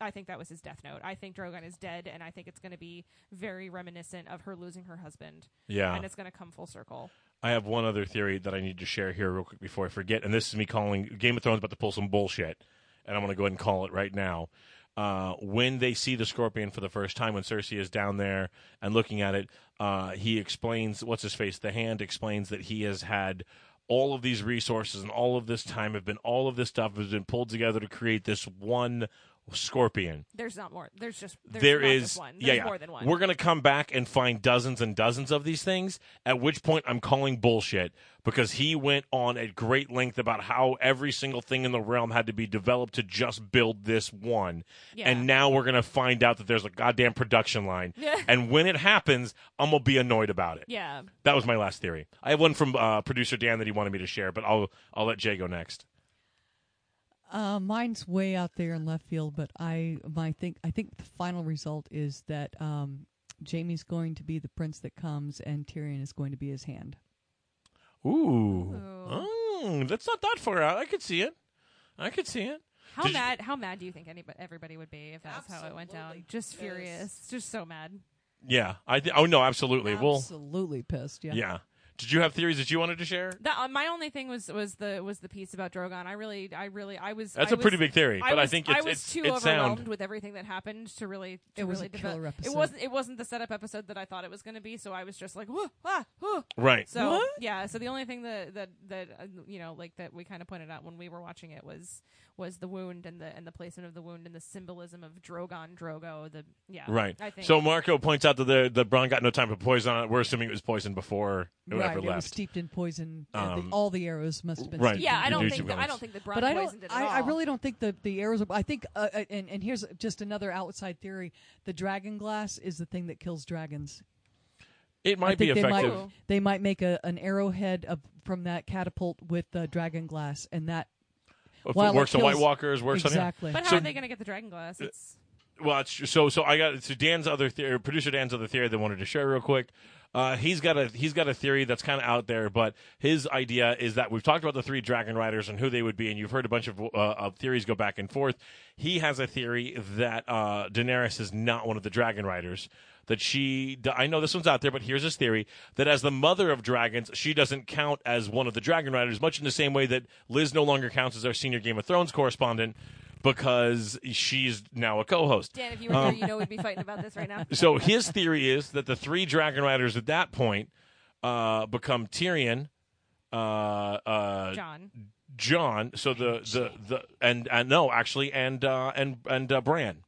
[SPEAKER 2] I think that was his death note. I think Drogon is dead, and I think it's going to be very reminiscent of her losing her husband,
[SPEAKER 1] yeah.
[SPEAKER 2] and it's going to come full circle.
[SPEAKER 1] I have one other theory that I need to share here real quick before I forget, and this is me calling Game of Thrones about to pull some bullshit, and I'm going to go ahead and call it right now. Uh, when they see the scorpion for the first time, when Cersei is down there and looking at it, uh, he explains what's his face. The hand explains that he has had all of these resources and all of this time have been all of this stuff has been pulled together to create this one scorpion
[SPEAKER 2] There's not more. There's just there's
[SPEAKER 1] there
[SPEAKER 2] not
[SPEAKER 1] is
[SPEAKER 2] just one.
[SPEAKER 1] yeah,
[SPEAKER 2] There's
[SPEAKER 1] yeah.
[SPEAKER 2] more than one.
[SPEAKER 1] We're gonna come back and find dozens and dozens of these things. At which point, I'm calling bullshit because he went on at great length about how every single thing in the realm had to be developed to just build this one.
[SPEAKER 2] Yeah.
[SPEAKER 1] And now we're gonna find out that there's a goddamn production line.
[SPEAKER 2] Yeah.
[SPEAKER 1] and when it happens, I'm gonna be annoyed about it.
[SPEAKER 2] yeah.
[SPEAKER 1] That was my last theory. I have one from uh, producer Dan that he wanted me to share, but I'll I'll let Jay go next.
[SPEAKER 3] Uh, mine's way out there in left field, but I my think I think the final result is that um, Jamie's going to be the prince that comes, and Tyrion is going to be his hand.
[SPEAKER 1] Ooh,
[SPEAKER 2] Ooh.
[SPEAKER 1] Mm, that's not that far out. I could see it. I could see it.
[SPEAKER 2] How
[SPEAKER 1] Did you-
[SPEAKER 2] mad? How mad do you think anybody, everybody would be if that's how it went down?
[SPEAKER 3] Absolutely
[SPEAKER 2] Just
[SPEAKER 3] pissed.
[SPEAKER 2] furious, just so mad.
[SPEAKER 1] Yeah, I th- oh no, absolutely. We'll
[SPEAKER 3] Absolutely pissed. Yeah.
[SPEAKER 1] yeah. Did you have theories that you wanted to share?
[SPEAKER 2] That uh, my only thing was was the was the piece about Drogon. I really, I really, I was.
[SPEAKER 1] That's
[SPEAKER 2] a
[SPEAKER 1] a pretty big theory, but I,
[SPEAKER 2] was,
[SPEAKER 1] think it's,
[SPEAKER 2] I was
[SPEAKER 1] it's,
[SPEAKER 2] too
[SPEAKER 1] it's
[SPEAKER 2] overwhelmed
[SPEAKER 1] sound.
[SPEAKER 2] with everything that happened to really. To
[SPEAKER 3] It was
[SPEAKER 2] really
[SPEAKER 3] a killer
[SPEAKER 2] develop-
[SPEAKER 3] episode.
[SPEAKER 2] It wasn't. It wasn't the setup episode that I thought it was going to be. So I was just like, whoa, ah, whoa.
[SPEAKER 1] Right.
[SPEAKER 2] So
[SPEAKER 3] What?
[SPEAKER 2] yeah, so the only thing that that that uh, you know, like that we kind of pointed out when we were watching it was was the wound and the and the placement of the wound and the symbolism of Drogon, Drogo. The yeah,
[SPEAKER 1] Right.
[SPEAKER 2] I think
[SPEAKER 1] So Marco points out that the the Bron got no time to poison on it. We're assuming it was poisoned before it
[SPEAKER 3] Right,
[SPEAKER 1] ever
[SPEAKER 3] it was
[SPEAKER 1] left.
[SPEAKER 3] steeped in poison. Uh, the-
[SPEAKER 1] Um,
[SPEAKER 3] all the arrows must have been
[SPEAKER 1] right.
[SPEAKER 3] steeped
[SPEAKER 2] Yeah,
[SPEAKER 3] in
[SPEAKER 2] I
[SPEAKER 1] Did you
[SPEAKER 2] don't
[SPEAKER 3] poison.
[SPEAKER 1] two
[SPEAKER 2] think that, I
[SPEAKER 1] villains.
[SPEAKER 2] don't think that Bron
[SPEAKER 3] but I don't.
[SPEAKER 2] poisoned it at
[SPEAKER 3] I,
[SPEAKER 2] all.
[SPEAKER 3] I really don't think the the arrows. Are, I think. Uh, uh, and and here's just another outside theory: the dragon glass is the thing that kills dragons.
[SPEAKER 1] it
[SPEAKER 3] I
[SPEAKER 1] might be
[SPEAKER 3] think they
[SPEAKER 1] effective.
[SPEAKER 3] might they might make a an arrowhead of from that catapult with uh, dragon glass, and that
[SPEAKER 1] If
[SPEAKER 3] While
[SPEAKER 1] it
[SPEAKER 3] it
[SPEAKER 1] works on
[SPEAKER 3] kills-
[SPEAKER 1] White Walkers, works on
[SPEAKER 3] exactly.
[SPEAKER 2] But how
[SPEAKER 1] So- Uh,
[SPEAKER 2] are they going to get the dragon glass? It's,
[SPEAKER 1] yeah. Well, it's, tr- so so I got so Dan's other theory, producer Dan's other theory that I wanted to share real quick. Uh, he's got a he's got a theory that's kind of out there, but his idea is that we've talked about the three dragon riders and who they would be, and you've heard a bunch of, uh, of theories go back and forth. He has a theory that uh, Daenerys is not one of the dragon riders. that she i know this one's out there but here's his theory that as the mother of dragons she doesn't count as one of the dragon riders much in the same way that liz no longer counts as our senior game of thrones correspondent because she's now a co-host
[SPEAKER 2] Dan, if you were
[SPEAKER 1] um,
[SPEAKER 2] here, you know we'd be fighting about this right now.
[SPEAKER 1] so his theory is that the three dragon riders at that point uh, become tyrion uh, uh,
[SPEAKER 2] John,
[SPEAKER 1] John, so the the the and, and no, actually, and uh, and and uh, Bran,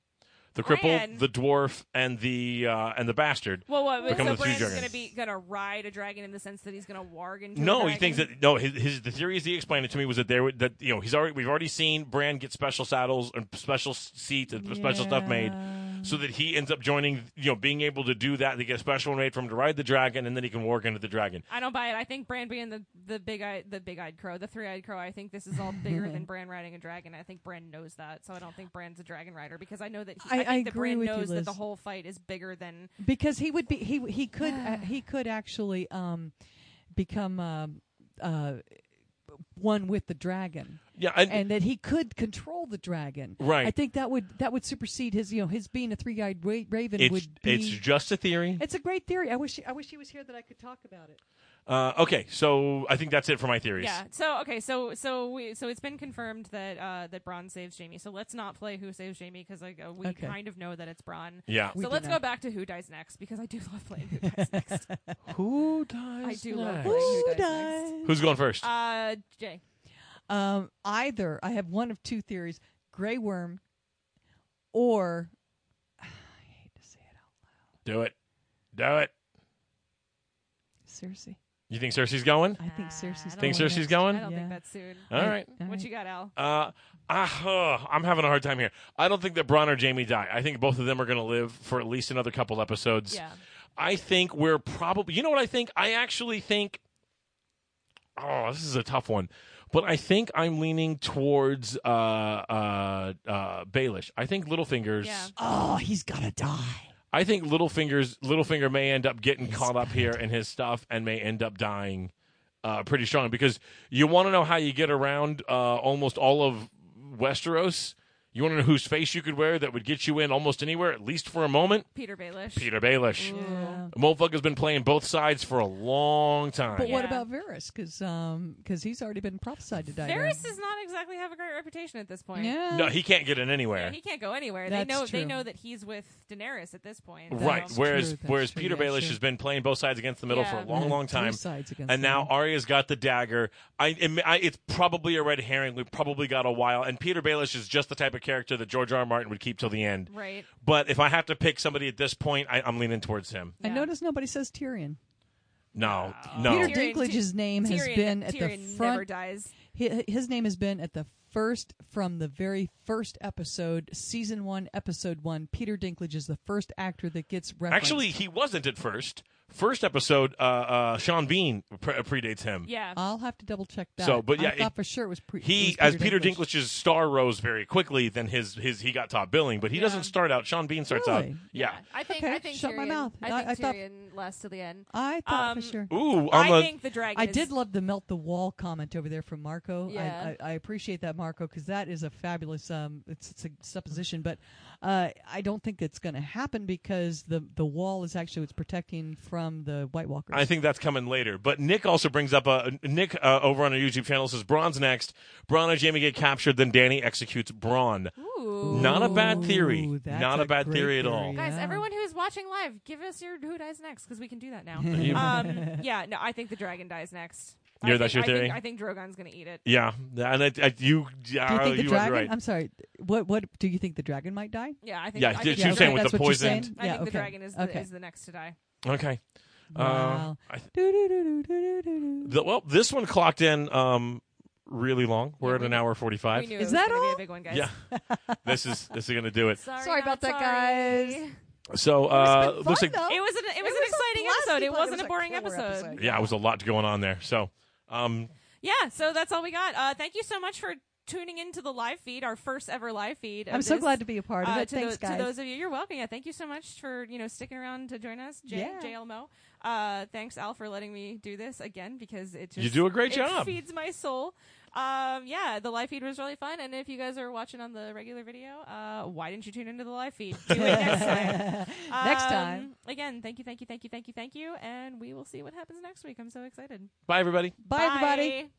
[SPEAKER 1] the cripple,
[SPEAKER 2] Bran?
[SPEAKER 1] the dwarf, and the uh, and the bastard.
[SPEAKER 2] well, what?
[SPEAKER 1] Become
[SPEAKER 2] so
[SPEAKER 1] the three
[SPEAKER 2] Bran's
[SPEAKER 1] dragons.
[SPEAKER 2] going to be going to ride a dragon in the sense that he's going to warg into. a
[SPEAKER 1] No, he
[SPEAKER 2] dragon?
[SPEAKER 1] thinks that no. His, his the theory as he explained it to me was that there would- that you know he's already we've already seen Bran get special saddles and special s- seats and special stuff made, so that he ends up joining you know being able to do that to get a special one made for him to ride the dragon and then he can work into the dragon.
[SPEAKER 2] I don't buy it. I think Bran being the the big eye, the big eyed crow, the three eyed crow. I think this is all bigger than Bran riding a dragon. I think Bran knows that, so I don't think Bran's a dragon rider because I know that he,
[SPEAKER 3] I-
[SPEAKER 2] think
[SPEAKER 3] I
[SPEAKER 2] that
[SPEAKER 3] agree
[SPEAKER 2] Bran
[SPEAKER 3] with you,
[SPEAKER 2] knows that the
[SPEAKER 3] Liz.
[SPEAKER 2] whole fight is bigger than
[SPEAKER 3] because he would be he he could uh, he could actually um become um uh one with the dragon,
[SPEAKER 1] Yeah, and,
[SPEAKER 3] and that he could control the dragon.
[SPEAKER 1] Right.
[SPEAKER 3] I think that would that would supersede his you know his being a three eyed ra- raven
[SPEAKER 1] it's
[SPEAKER 3] would be.
[SPEAKER 1] it's just a theory.
[SPEAKER 3] It's a great theory. I wish I wish he was here that I could talk about it.
[SPEAKER 1] Uh, okay, so I think that's it for my theories.
[SPEAKER 2] Yeah. So okay. So so we so it's been confirmed that uh that Braun saves Jamie. So let's not play who saves Jamie because like uh, we
[SPEAKER 3] Okay.
[SPEAKER 2] kind of know that it's Braun.
[SPEAKER 1] Yeah.
[SPEAKER 3] We
[SPEAKER 2] so
[SPEAKER 3] do
[SPEAKER 2] let's
[SPEAKER 3] know.
[SPEAKER 2] go back to who dies next because I do love playing who dies next.
[SPEAKER 1] Who dies?
[SPEAKER 2] I do love
[SPEAKER 1] next?
[SPEAKER 2] Blake who
[SPEAKER 3] Who
[SPEAKER 2] dies next?
[SPEAKER 3] dies?
[SPEAKER 1] Who's going first?
[SPEAKER 2] Uh, Jay.
[SPEAKER 3] Um, either I have one of two theories: Gray Worm, or I hate to say it out loud.
[SPEAKER 1] do it. Do it.
[SPEAKER 3] Cersei.
[SPEAKER 1] You think Cersei's going?
[SPEAKER 3] I think
[SPEAKER 2] Uh,
[SPEAKER 3] Cersei's.
[SPEAKER 2] I don't
[SPEAKER 1] Think
[SPEAKER 2] know.
[SPEAKER 3] going
[SPEAKER 1] Cersei's
[SPEAKER 3] next.
[SPEAKER 2] I
[SPEAKER 1] going?
[SPEAKER 2] don't
[SPEAKER 3] Yeah.
[SPEAKER 2] think that's soon.
[SPEAKER 1] All right.
[SPEAKER 3] All
[SPEAKER 2] What
[SPEAKER 3] right.
[SPEAKER 2] you got, Al?
[SPEAKER 1] Uh, ah, huh, I'm having a hard time here. I don't think that Braun or Jamie die. I think both of them are going to live for at least another couple episodes.
[SPEAKER 2] Yeah.
[SPEAKER 1] I think we're probably. You know what I think? I actually think. Oh, this is a tough one, but I think I'm leaning towards uh, uh, uh, Baelish. I think Littlefingers.
[SPEAKER 2] Yeah.
[SPEAKER 3] Oh, he's gonna die.
[SPEAKER 1] I think Littlefingers Littlefinger may end up getting
[SPEAKER 3] He's
[SPEAKER 1] caught up here in his stuff and may end up dying uh, pretty strong because you want to know how you get around uh, almost all of Westeros. You want to know whose face you could wear that would get you in almost anywhere, at least for a moment.
[SPEAKER 2] Peter Baelish.
[SPEAKER 1] Peter Baelish.
[SPEAKER 2] Ooh.
[SPEAKER 3] Yeah.
[SPEAKER 1] Mofucker's been playing both sides for a long time.
[SPEAKER 3] But what
[SPEAKER 2] Yeah.
[SPEAKER 3] about Varys? Because he's already been prophesied to die.
[SPEAKER 2] Varys
[SPEAKER 3] right?
[SPEAKER 2] does not exactly have a great reputation at this point.
[SPEAKER 3] Yeah.
[SPEAKER 1] no, he can't get in anywhere.
[SPEAKER 2] Yeah, he can't go anywhere.
[SPEAKER 3] That's
[SPEAKER 2] they know they
[SPEAKER 3] true.
[SPEAKER 2] know that he's with Daenerys at this point.
[SPEAKER 1] right.
[SPEAKER 3] That's
[SPEAKER 2] So-
[SPEAKER 1] whereas
[SPEAKER 3] true, that's
[SPEAKER 1] whereas
[SPEAKER 3] true,
[SPEAKER 1] Peter
[SPEAKER 3] yeah,
[SPEAKER 1] Baelish
[SPEAKER 3] sure.
[SPEAKER 1] has been playing both sides against the middle for
[SPEAKER 2] Yeah.
[SPEAKER 1] a long, long
[SPEAKER 3] Two
[SPEAKER 1] time.
[SPEAKER 3] sides against
[SPEAKER 1] and
[SPEAKER 3] the
[SPEAKER 1] now
[SPEAKER 3] wall.
[SPEAKER 1] Arya's got the dagger. I, it, may- I it's probably a red herring. We probably got a while. And Peter Baelish is just the type of character that George R. R. Martin would keep till the end.
[SPEAKER 2] Right.
[SPEAKER 1] But if I have to pick somebody at this point, I, I'm leaning towards him.
[SPEAKER 3] I
[SPEAKER 2] Yeah.
[SPEAKER 3] notice nobody says Tyrion.
[SPEAKER 1] No, no,
[SPEAKER 3] Peter Dinklage's
[SPEAKER 2] Ty-
[SPEAKER 3] name has
[SPEAKER 2] Tyrion-
[SPEAKER 3] been at the
[SPEAKER 2] Tyrion Never
[SPEAKER 3] front-
[SPEAKER 2] dies.
[SPEAKER 3] Hi- His name has been at the first from the very first episode, season one, episode one. Peter Dinklage is the first actor that gets referenced.
[SPEAKER 1] Actually, he wasn't at first. First episode, uh, uh, Sean Bean pre- uh, predates him.
[SPEAKER 2] Yeah.
[SPEAKER 3] I'll have to double check that.
[SPEAKER 1] So, but yeah,
[SPEAKER 3] I thought
[SPEAKER 1] it-
[SPEAKER 3] for sure it was pre- it
[SPEAKER 1] He,
[SPEAKER 3] was
[SPEAKER 1] as Peter Dinklage's star rose very quickly, then his his he got top billing, but he
[SPEAKER 2] Yeah.
[SPEAKER 1] doesn't start out. Sean Bean starts out.
[SPEAKER 3] Really?
[SPEAKER 1] Yeah.
[SPEAKER 2] I think
[SPEAKER 3] Okay,
[SPEAKER 2] I think
[SPEAKER 3] shut
[SPEAKER 2] Tyrion,
[SPEAKER 3] my mouth.
[SPEAKER 2] I
[SPEAKER 3] I-
[SPEAKER 2] think
[SPEAKER 3] I thought-
[SPEAKER 2] Tyrion lasts to the end.
[SPEAKER 3] I thought
[SPEAKER 2] Um,
[SPEAKER 3] for sure.
[SPEAKER 1] Ooh, on
[SPEAKER 2] I
[SPEAKER 1] the
[SPEAKER 2] think the dragon.
[SPEAKER 3] I
[SPEAKER 2] is-
[SPEAKER 3] did love the melt the wall comment over there from Marco.
[SPEAKER 2] Yeah.
[SPEAKER 3] I, I, I appreciate that, Marco, because that is a fabulous. Um, it's, it's a supposition, but uh, I don't think it's going to happen because the the wall is actually what's protecting from the White Walkers.
[SPEAKER 1] I think that's coming later. But Nick also brings up uh, Nick uh, over on our YouTube channel says Braun's next. Braun and Jamie get captured, then Danny executes Braun.
[SPEAKER 2] Ooh.
[SPEAKER 1] Not a bad theory.
[SPEAKER 3] Ooh, that's
[SPEAKER 1] Not a
[SPEAKER 3] a
[SPEAKER 1] bad
[SPEAKER 3] great
[SPEAKER 1] theory at all.
[SPEAKER 3] theory.
[SPEAKER 2] Guys,
[SPEAKER 3] Yeah.
[SPEAKER 2] everyone who's watching live, give us your who dies next because we can do that now.
[SPEAKER 1] You-
[SPEAKER 2] um, yeah, no, I think the dragon dies next. I
[SPEAKER 1] Yeah,
[SPEAKER 2] think-
[SPEAKER 1] that's your
[SPEAKER 2] I think-
[SPEAKER 1] theory?
[SPEAKER 2] I think Drogon's gonna eat it.
[SPEAKER 1] Yeah, and I, I, you,
[SPEAKER 3] Do you
[SPEAKER 1] yeah,
[SPEAKER 3] think the
[SPEAKER 1] you might be
[SPEAKER 3] dragon?
[SPEAKER 1] right.
[SPEAKER 3] I'm sorry. What what do you think the dragon might die?
[SPEAKER 2] Yeah, I think.
[SPEAKER 1] Yeah,
[SPEAKER 2] I
[SPEAKER 1] did
[SPEAKER 2] think
[SPEAKER 1] She you was say
[SPEAKER 2] the
[SPEAKER 1] saying
[SPEAKER 2] dragon-
[SPEAKER 1] with
[SPEAKER 3] that's
[SPEAKER 1] the
[SPEAKER 3] what you're
[SPEAKER 1] poison?
[SPEAKER 3] saying?
[SPEAKER 2] I
[SPEAKER 3] yeah,
[SPEAKER 2] think
[SPEAKER 3] okay.
[SPEAKER 2] the dragon is the,
[SPEAKER 3] okay.
[SPEAKER 2] is the next to die.
[SPEAKER 1] Okay.
[SPEAKER 3] Wow.
[SPEAKER 1] Uh, I th-
[SPEAKER 3] Doo-doo-doo-doo-doo-doo-doo.
[SPEAKER 1] the, well, this one clocked in um, really long. We're at an hour
[SPEAKER 2] We
[SPEAKER 1] forty-five.
[SPEAKER 2] knew it
[SPEAKER 3] Is
[SPEAKER 2] was
[SPEAKER 3] that
[SPEAKER 2] gonna Be
[SPEAKER 3] all?
[SPEAKER 2] a big one, guys.
[SPEAKER 1] Yeah, this is this is gonna do it.
[SPEAKER 2] Sorry,
[SPEAKER 3] Sorry
[SPEAKER 2] not
[SPEAKER 3] about that,
[SPEAKER 2] sorry.
[SPEAKER 3] guys.
[SPEAKER 1] So
[SPEAKER 3] It's
[SPEAKER 1] uh,
[SPEAKER 3] been
[SPEAKER 1] looks
[SPEAKER 3] fun,
[SPEAKER 1] like
[SPEAKER 3] though.
[SPEAKER 2] It was an it was,
[SPEAKER 3] was a
[SPEAKER 2] an exciting
[SPEAKER 3] blasty
[SPEAKER 2] episode. It
[SPEAKER 3] fun- it
[SPEAKER 2] wasn't
[SPEAKER 3] was
[SPEAKER 2] a
[SPEAKER 3] a
[SPEAKER 2] boring
[SPEAKER 3] killer
[SPEAKER 2] episode.
[SPEAKER 3] episode.
[SPEAKER 1] yeah, it was a lot going on there. So um,
[SPEAKER 2] Yeah, so that's all we got. Uh, thank you so much for tuning into the live feed, our first ever live feed. of
[SPEAKER 3] I'm so
[SPEAKER 2] this.
[SPEAKER 3] glad to be a part of
[SPEAKER 2] Uh,
[SPEAKER 3] it.
[SPEAKER 2] to,
[SPEAKER 3] Thanks,
[SPEAKER 2] tho-
[SPEAKER 3] guys.
[SPEAKER 2] to those of you, you're welcome. Yeah, thank you so much for you know sticking around to join us, J-
[SPEAKER 3] Yeah.
[SPEAKER 2] JLMO. Uh, thanks, Al, for letting me do this again because it just
[SPEAKER 1] You do a great
[SPEAKER 2] it
[SPEAKER 1] job.
[SPEAKER 2] Feeds my soul. Um, yeah, the live feed was really fun, and if you guys are watching on the regular video, uh, why didn't you tune into the live feed? Do it next time.
[SPEAKER 3] Next
[SPEAKER 2] Um,
[SPEAKER 3] time.
[SPEAKER 2] again, thank you, thank you, thank you, thank you, thank you, and we will see what happens next week. I'm so excited.
[SPEAKER 1] bye everybody.
[SPEAKER 3] Bye, everybody.
[SPEAKER 2] Bye.